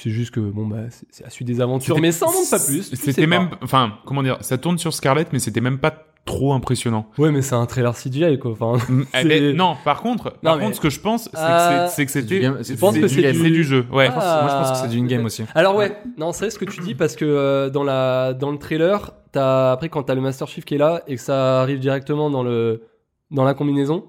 [SPEAKER 9] c'est juste que bon bah c'est c'est la suite des aventures, mais ça en montre pas plus. tu sais
[SPEAKER 8] C'était
[SPEAKER 9] pas.
[SPEAKER 8] même, enfin, comment dire, ça tourne sur Scarlett, mais c'était même pas trop impressionnant.
[SPEAKER 9] Ouais, mais c'est un trailer CGI quoi. Enfin,
[SPEAKER 8] Mm, eh
[SPEAKER 9] [LAUGHS] C'est-
[SPEAKER 8] ben, non, par contre, par
[SPEAKER 9] Non, mais-
[SPEAKER 8] contre, ce que je pense, c'est que
[SPEAKER 9] Euh,
[SPEAKER 8] c'est- c'est que
[SPEAKER 1] du
[SPEAKER 8] c'était,
[SPEAKER 1] game-
[SPEAKER 8] c'est
[SPEAKER 1] je pense
[SPEAKER 9] que
[SPEAKER 8] du-
[SPEAKER 9] c'est
[SPEAKER 8] c'est
[SPEAKER 9] du-
[SPEAKER 8] du jeu. Ouais.
[SPEAKER 9] Ah.
[SPEAKER 1] Moi je pense que c'est du in-game aussi.
[SPEAKER 9] Alors ouais, non, c'est vrai ce que tu dis parce que euh, dans la dans le trailer, t'as après quand t'as le Master Chief qui est là et que ça arrive directement dans le dans la combinaison,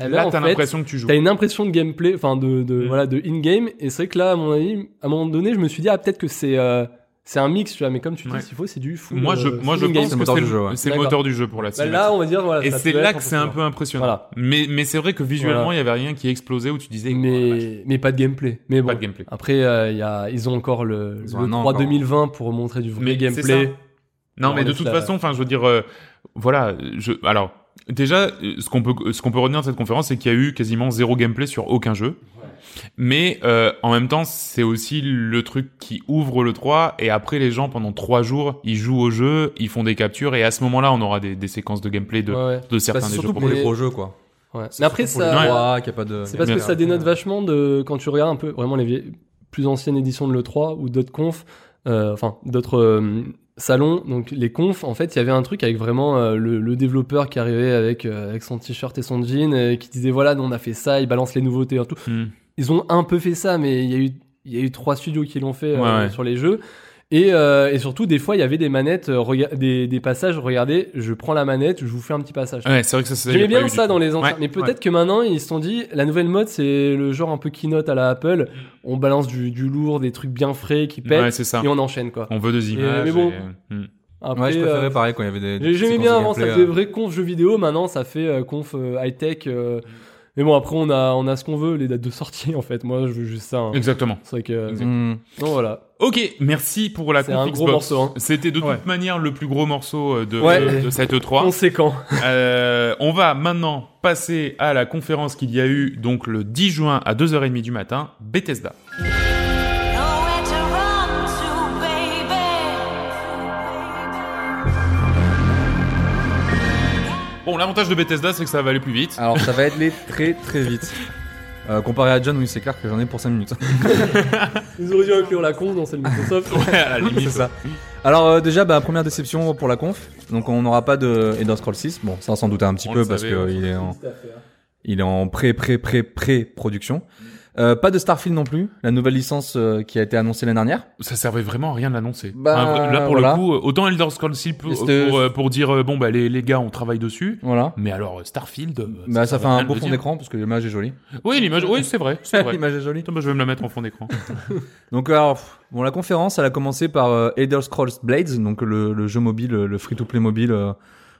[SPEAKER 9] eh ben,
[SPEAKER 8] Là,
[SPEAKER 9] en
[SPEAKER 8] t'as
[SPEAKER 9] fait,
[SPEAKER 8] l'impression que tu joues.
[SPEAKER 9] t'as une impression de gameplay, enfin de, de
[SPEAKER 8] Mm.
[SPEAKER 9] voilà de in game et c'est vrai que là à mon avis, à un moment donné, je me suis dit ah peut-être que c'est euh, c'est un mix tu vois, mais comme tu dis
[SPEAKER 8] Ouais.
[SPEAKER 9] s'il faut c'est du full,
[SPEAKER 8] Moi,
[SPEAKER 9] euh,
[SPEAKER 8] je, moi,
[SPEAKER 9] full
[SPEAKER 8] je
[SPEAKER 9] in-game.
[SPEAKER 8] pense
[SPEAKER 1] le
[SPEAKER 8] que
[SPEAKER 1] moteur
[SPEAKER 8] c'est
[SPEAKER 1] du jeu,
[SPEAKER 8] le,
[SPEAKER 1] ouais.
[SPEAKER 8] c'est le
[SPEAKER 9] D'accord.
[SPEAKER 8] moteur du jeu pour la
[SPEAKER 9] Bah,
[SPEAKER 8] cinématique.
[SPEAKER 9] là on va dire voilà.
[SPEAKER 8] Et
[SPEAKER 9] ça
[SPEAKER 8] c'est
[SPEAKER 9] peut
[SPEAKER 8] là
[SPEAKER 9] être
[SPEAKER 8] que c'est un peu impressionnant.
[SPEAKER 9] Voilà.
[SPEAKER 8] Mais, mais c'est vrai que visuellement, il
[SPEAKER 9] Voilà.
[SPEAKER 8] y avait rien qui explosait où tu disais. oh, la vache.
[SPEAKER 9] mais mais pas de gameplay. Mais bon.
[SPEAKER 8] Pas de gameplay.
[SPEAKER 9] Après euh, il y a ils ont encore le,
[SPEAKER 1] Ils ont
[SPEAKER 9] le
[SPEAKER 1] un an
[SPEAKER 9] 3
[SPEAKER 1] encore.
[SPEAKER 9] 2020 pour montrer du vrai
[SPEAKER 8] Mais c'est
[SPEAKER 9] gameplay.
[SPEAKER 8] ça. Non,
[SPEAKER 9] On
[SPEAKER 8] mais de
[SPEAKER 9] laisse
[SPEAKER 8] toute
[SPEAKER 9] la-
[SPEAKER 8] façon, enfin, je veux dire, euh, voilà, je, alors, déjà, euh, ce qu'on peut, ce qu'on peut retenir de cette conférence, c'est qu'il y a eu quasiment zéro gameplay sur aucun jeu. Mais euh, en même temps, c'est aussi le truc qui ouvre le 3 et après les gens pendant 3 jours, ils jouent au jeu, ils font des captures et à ce moment-là, on aura des, des séquences de gameplay de,
[SPEAKER 9] Ouais, ouais.
[SPEAKER 8] de certains
[SPEAKER 1] Bah, c'est
[SPEAKER 8] des
[SPEAKER 1] surtout
[SPEAKER 8] jeux.
[SPEAKER 1] pour
[SPEAKER 9] proposés.
[SPEAKER 1] les gros jeux quoi.
[SPEAKER 9] Ouais.
[SPEAKER 1] C'est
[SPEAKER 9] Mais après,
[SPEAKER 1] surtout pour les euh,
[SPEAKER 9] ça,
[SPEAKER 1] droits, qu'il y a pas de.
[SPEAKER 9] c'est parce que
[SPEAKER 8] Bien
[SPEAKER 9] ça dénote vachement de quand tu regardes un peu vraiment les vieilles- plus anciennes éditions de l'E3 ou d'autres confs, euh, enfin d'autres euh, salons. Donc les confs, en fait, il y avait un truc avec vraiment euh, le, le développeur qui arrivait avec, euh, avec son t-shirt et son jean et qui disait voilà, nous on a fait ça, il balance les nouveautés et tout.
[SPEAKER 8] Hmm.
[SPEAKER 9] Ils ont un peu fait ça, mais il y a eu il y a eu trois studios qui l'ont fait euh,
[SPEAKER 8] Ouais, ouais.
[SPEAKER 9] sur les jeux. Et, euh, et surtout, des fois, il y avait des manettes, euh, rega- des, des passages. Regardez, je prends la manette, je vous fais un petit passage.
[SPEAKER 8] Ouais, c'est vrai que ça, ça, il y a
[SPEAKER 9] J'aimais
[SPEAKER 8] pas
[SPEAKER 9] bien
[SPEAKER 8] eu du
[SPEAKER 9] ça
[SPEAKER 8] tout.
[SPEAKER 9] dans les anciens,
[SPEAKER 8] Ouais,
[SPEAKER 9] mais peut-être
[SPEAKER 8] ouais.
[SPEAKER 9] que maintenant ils se sont dit la nouvelle mode c'est le genre un peu keynote à la Apple, on balance du, du lourd, des trucs bien frais qui
[SPEAKER 8] Ouais,
[SPEAKER 9] pètent
[SPEAKER 8] c'est ça.
[SPEAKER 9] et on enchaîne quoi.
[SPEAKER 8] On veut des images.
[SPEAKER 9] mais bon.
[SPEAKER 8] et- hmm.
[SPEAKER 9] Après,
[SPEAKER 1] Ouais, je préférais
[SPEAKER 9] euh,
[SPEAKER 1] pareil quand il y avait des. des
[SPEAKER 9] j'aimais
[SPEAKER 1] séquences
[SPEAKER 9] bien
[SPEAKER 1] de
[SPEAKER 9] avant ça
[SPEAKER 1] gameplay,
[SPEAKER 9] faisait
[SPEAKER 1] euh,
[SPEAKER 9] vrai conf jeux vidéo, maintenant ça fait euh, conf euh, high tech. euh, Mais bon après on a on a ce qu'on veut les dates de sortie [LAUGHS] en fait. Moi je veux juste ça. hein.
[SPEAKER 8] Exactement.
[SPEAKER 9] C'est vrai que euh,
[SPEAKER 1] hum.
[SPEAKER 9] non voilà.
[SPEAKER 8] Ok, merci pour la
[SPEAKER 9] C'est
[SPEAKER 8] conf
[SPEAKER 9] un gros
[SPEAKER 8] Xbox.
[SPEAKER 9] morceau, hein.
[SPEAKER 8] C'était de toute
[SPEAKER 10] Ouais.
[SPEAKER 8] manière le plus gros morceau euh, de,
[SPEAKER 9] Ouais.
[SPEAKER 8] de cette 3.
[SPEAKER 9] Conséquent.
[SPEAKER 8] Euh, on va maintenant passer à la conférence qu'il y a eu donc le 10 juin à 2h30 du matin, Bethesda.
[SPEAKER 11] Nowhere to run to, baby.
[SPEAKER 8] Bon, l'avantage de Bethesda, c'est que ça va aller plus vite.
[SPEAKER 1] Alors ça va être les très très vite. Euh, comparé à John, oui, c'est clair que j'en ai pour 5 minutes.
[SPEAKER 9] [LAUGHS] Ils auraient dû inclure la conf dans celle Microsoft.
[SPEAKER 8] [LAUGHS] Ouais, à la limite.
[SPEAKER 1] Ah. C'est ça. Alors euh, déjà, bah, première déception pour la conf. Donc on n'aura pas de Elder Scrolls 6. Bon, ça on s'en doutait un petit
[SPEAKER 8] On
[SPEAKER 1] peu
[SPEAKER 8] le
[SPEAKER 1] parce
[SPEAKER 8] savait, hein. on
[SPEAKER 1] qu'il est en, il est en pré pré pré pré production. Euh, pas de Starfield non plus, la nouvelle licence euh, qui a été annoncée l'année dernière.
[SPEAKER 8] Ça servait vraiment à rien de l'annoncer.
[SPEAKER 1] Bah,
[SPEAKER 8] Enfin, là, pour
[SPEAKER 1] voilà.
[SPEAKER 8] le coup, euh, autant Elder Scrolls 6 pour,
[SPEAKER 1] Et c'était-
[SPEAKER 8] pour, euh, pour dire euh, bon, bah les, les gars, on travaille dessus.
[SPEAKER 1] Voilà.
[SPEAKER 8] Mais alors, euh, Starfield. euh,
[SPEAKER 1] Bah ça,
[SPEAKER 8] servait
[SPEAKER 1] fait
[SPEAKER 8] à
[SPEAKER 1] un
[SPEAKER 8] rien de
[SPEAKER 1] beau
[SPEAKER 8] le
[SPEAKER 1] fond
[SPEAKER 8] dire.
[SPEAKER 1] d'écran parce que l'image est jolie.
[SPEAKER 8] Oui, l'image. Oui, c'est vrai. [LAUGHS]
[SPEAKER 1] [LAUGHS]
[SPEAKER 8] c'est vrai.
[SPEAKER 1] l'image est jolie.
[SPEAKER 8] Attends, bah, je vais me la mettre en fond d'écran.
[SPEAKER 1] Donc alors, pff, bon, la conférence, elle a commencé par euh, Elder Scrolls Blades, donc le, le jeu mobile, le free-to-play mobile, euh,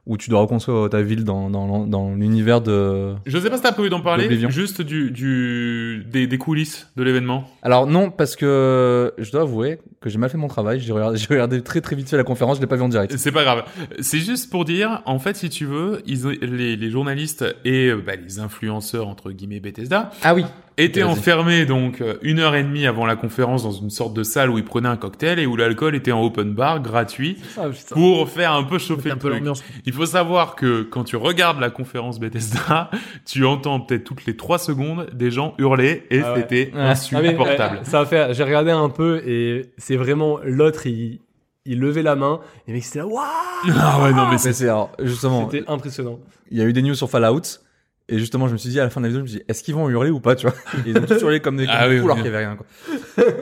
[SPEAKER 1] où tu dois reconstruire ta ville dans, dans, l'en- dans l'univers de...
[SPEAKER 8] Je sais pas si t'as prévu d'en parler,
[SPEAKER 1] D'Oblivion.
[SPEAKER 8] juste du, du, des, des coulisses de l'événement.
[SPEAKER 1] Alors non, parce que je dois avouer que j'ai mal fait mon travail, j'ai regardé, [LAUGHS] j'ai regardé très très vite fait la conférence, je l'ai pas vu en direct.
[SPEAKER 8] C'est pas grave. C'est juste pour dire, en fait, si tu veux, ils ont- les, les journalistes et euh, bah, les influenceurs, entre guillemets, Bethesda,
[SPEAKER 1] Ah oui
[SPEAKER 8] étaient
[SPEAKER 1] vas-y.
[SPEAKER 8] enfermés donc euh, une heure et demie avant la conférence dans une sorte de salle où ils prenaient un cocktail et où l'alcool était en open bar, gratuit,
[SPEAKER 9] Ah, putain.
[SPEAKER 8] pour faire un peu
[SPEAKER 10] Mettre
[SPEAKER 8] chauffer
[SPEAKER 10] un
[SPEAKER 8] le
[SPEAKER 10] peu
[SPEAKER 8] truc.
[SPEAKER 10] l'ambiance.
[SPEAKER 8] Il faut savoir que quand tu regardes la conférence Bethesda, [LAUGHS] tu entends peut-être toutes les trois secondes des gens hurler et
[SPEAKER 9] Ah ouais.
[SPEAKER 8] c'était
[SPEAKER 1] Ah, mais-
[SPEAKER 9] Ah, mais,
[SPEAKER 8] insupportable.
[SPEAKER 9] ouais, ça a fait. J'ai regardé un peu et c'est vraiment l'autre. Il, il levait la main. Et mec, c'était là. Waouh
[SPEAKER 8] Ah ouais, non mais c'est
[SPEAKER 1] Mais c'est alors, justement,
[SPEAKER 9] C'était impressionnant.
[SPEAKER 1] il y a eu des news sur Fallout, Et justement, je me suis dit à la fin de la vidéo, je me suis dit, est-ce qu'ils vont hurler ou pas, tu vois Et Ils ont tous hurlé comme des
[SPEAKER 8] Ah
[SPEAKER 1] comme des
[SPEAKER 8] oui,
[SPEAKER 1] fous, alors
[SPEAKER 8] oui.
[SPEAKER 1] qu'il y avait rien. Quoi.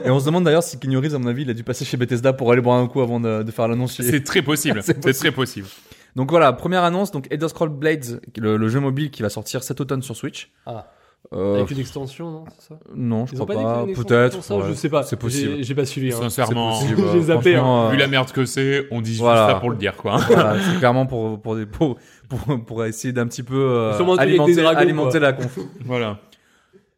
[SPEAKER 1] Et on se demande d'ailleurs si Keanu Reeves, à mon avis, il a dû passer chez Bethesda pour aller boire un coup avant de, de faire l'annonce. chez-
[SPEAKER 8] C'est très
[SPEAKER 1] [LAUGHS]
[SPEAKER 8] possible. C'est très possible.
[SPEAKER 1] Donc voilà, première annonce, donc Elder Scrolls Blades, le, le jeu mobile qui va sortir cet automne sur Switch.
[SPEAKER 9] Ah.
[SPEAKER 1] Euh,
[SPEAKER 9] Avec une extension, non C'est ça
[SPEAKER 1] Non, je
[SPEAKER 9] Ils ont pas
[SPEAKER 1] crois pas.
[SPEAKER 9] déclaré une extension
[SPEAKER 1] Peut-être.
[SPEAKER 9] pour ça, je sais pas.
[SPEAKER 1] C'est possible.
[SPEAKER 9] J'ai- j'ai pas suivi, hein.
[SPEAKER 8] Sincèrement,
[SPEAKER 9] C'est possible. J'ai zappé, hein.
[SPEAKER 1] Franchement, euh,
[SPEAKER 8] vu la merde que c'est, on dit juste
[SPEAKER 1] voilà.
[SPEAKER 8] ça pour le dire,
[SPEAKER 1] [LAUGHS]
[SPEAKER 8] quoi.
[SPEAKER 9] [LAUGHS]
[SPEAKER 1] Voilà, c'est clairement pour pour, des- pour pour pour essayer d'un petit peu euh,
[SPEAKER 9] Sûrement un truc avec
[SPEAKER 1] alimenter
[SPEAKER 9] des dragons,
[SPEAKER 1] alimenter
[SPEAKER 9] quoi.
[SPEAKER 1] la conf.
[SPEAKER 8] voilà.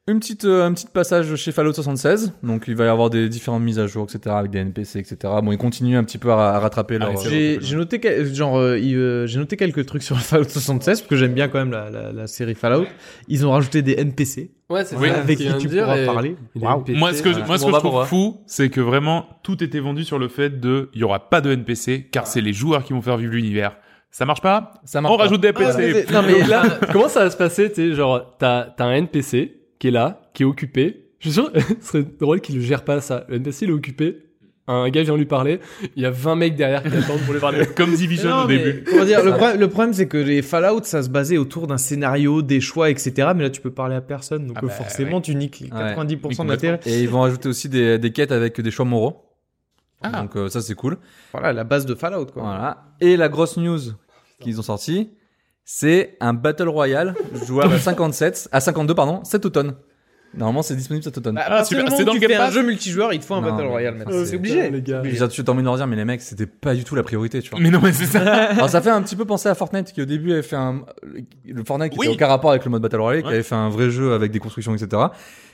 [SPEAKER 1] Une petite, euh, un petit passage chez Fallout 76. Donc, il va y avoir des différentes mises à jour, etc., avec des NPC, etc. Bon, ils continuent un petit peu à, à rattraper
[SPEAKER 8] Ah,
[SPEAKER 1] leur.
[SPEAKER 10] J'ai j'ai noté, quel- genre, euh, il, euh, j'ai noté quelques trucs sur [LAUGHS] Fallout 76 parce que j'aime bien quand même la, la- la série Fallout. Ils ont rajouté des NPC.
[SPEAKER 9] Ouais, c'est
[SPEAKER 10] Oui.
[SPEAKER 9] ça,
[SPEAKER 10] Avec
[SPEAKER 9] ce qu'il
[SPEAKER 10] qui
[SPEAKER 9] vient
[SPEAKER 10] tu
[SPEAKER 9] de dire,
[SPEAKER 10] pourras
[SPEAKER 9] et-
[SPEAKER 10] parler.
[SPEAKER 9] il est
[SPEAKER 10] Waouh.
[SPEAKER 9] pété.
[SPEAKER 8] Moi, ce que je, moi, ce que
[SPEAKER 9] Bon,
[SPEAKER 8] je
[SPEAKER 9] bah,
[SPEAKER 8] trouve
[SPEAKER 9] pour voir.
[SPEAKER 8] fou, c'est que vraiment, tout était vendu sur le fait de, il y aura pas de NPC, car c'est les joueurs qui vont faire vivre l'univers. Ça marche pas?
[SPEAKER 1] Ça Ah,
[SPEAKER 8] On rajoute des NPC.
[SPEAKER 9] Non, mais là, [LAUGHS] comment ça va se passer T'es genre, t'as t'as un NPC qui est là, qui est occupé. Je suis sûr, [LAUGHS] ce serait drôle qu'il le gère pas ça. Le NPC, il est occupé. Un gars vient lui parler. Il y a 20 mecs derrière qui [LAUGHS] attendent pour lui parler.
[SPEAKER 8] Comme Division
[SPEAKER 10] Non,
[SPEAKER 8] au
[SPEAKER 10] mais
[SPEAKER 8] début.
[SPEAKER 10] Comment dire, le, problème, le problème, c'est que les Fallout, ça se basait autour d'un scénario, des choix, etc. Mais là, tu peux parler à personne, donc euh,
[SPEAKER 8] Ah bah,
[SPEAKER 10] forcément,
[SPEAKER 8] ouais.
[SPEAKER 10] tu niques les 90%
[SPEAKER 1] Ouais.
[SPEAKER 10] de
[SPEAKER 1] Complètement.
[SPEAKER 10] la terre.
[SPEAKER 1] Et ils vont rajouter aussi des, des quêtes avec des choix moraux.
[SPEAKER 10] Ah.
[SPEAKER 1] Donc, euh, ça, c'est cool.
[SPEAKER 10] Voilà, la base de Fallout, quoi.
[SPEAKER 1] Voilà. Et la grosse news qu'ils ont sorti, c'est un Battle Royale
[SPEAKER 8] [LAUGHS]
[SPEAKER 1] jouable 57, à 52, pardon, cet automne. Normalement, c'est disponible cet automne.
[SPEAKER 10] Bah, à partir
[SPEAKER 8] super.
[SPEAKER 10] du moment
[SPEAKER 8] C'est
[SPEAKER 10] où
[SPEAKER 8] dans
[SPEAKER 10] tu
[SPEAKER 8] le Game
[SPEAKER 10] fais un
[SPEAKER 8] Pass
[SPEAKER 10] jeu multijoueur, il te faut un
[SPEAKER 1] Non,
[SPEAKER 10] Battle
[SPEAKER 1] mais
[SPEAKER 10] Royale maintenant.
[SPEAKER 1] c'est-
[SPEAKER 10] C'est obligé.
[SPEAKER 9] les gars.
[SPEAKER 1] Je veux dire, tu as envie de leur dire, mais les mecs, c'était pas du tout la priorité, tu vois.
[SPEAKER 8] Euh, Mais non, mais c'est ça.
[SPEAKER 1] [LAUGHS] Alors ça fait un petit peu penser à Fortnite qui au début avait fait un le- le Fortnite qui
[SPEAKER 8] Oui.
[SPEAKER 1] n'avait aucun rapport avec le mode Battle Royale qui
[SPEAKER 8] Ouais.
[SPEAKER 1] avait fait un vrai jeu avec des constructions etc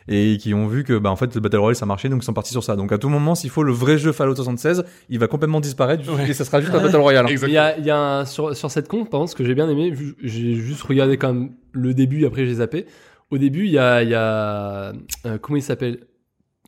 [SPEAKER 1] et qui ont vu que bah en fait le Battle Royale ça marchait donc ils sont partis sur ça donc à tout moment s'il faut le vrai jeu Fallout 76 il va complètement disparaître
[SPEAKER 8] Ouais.
[SPEAKER 1] et ça sera juste un Battle Royale
[SPEAKER 8] Exactement.
[SPEAKER 9] Il y a, il y a un- sur, sur cette compte, par exemple, ce que j'ai bien aimé, vu- j'ai juste regardé quand même le début, après j'ai zappé. Au début, il y a, il y a euh, comment il s'appelle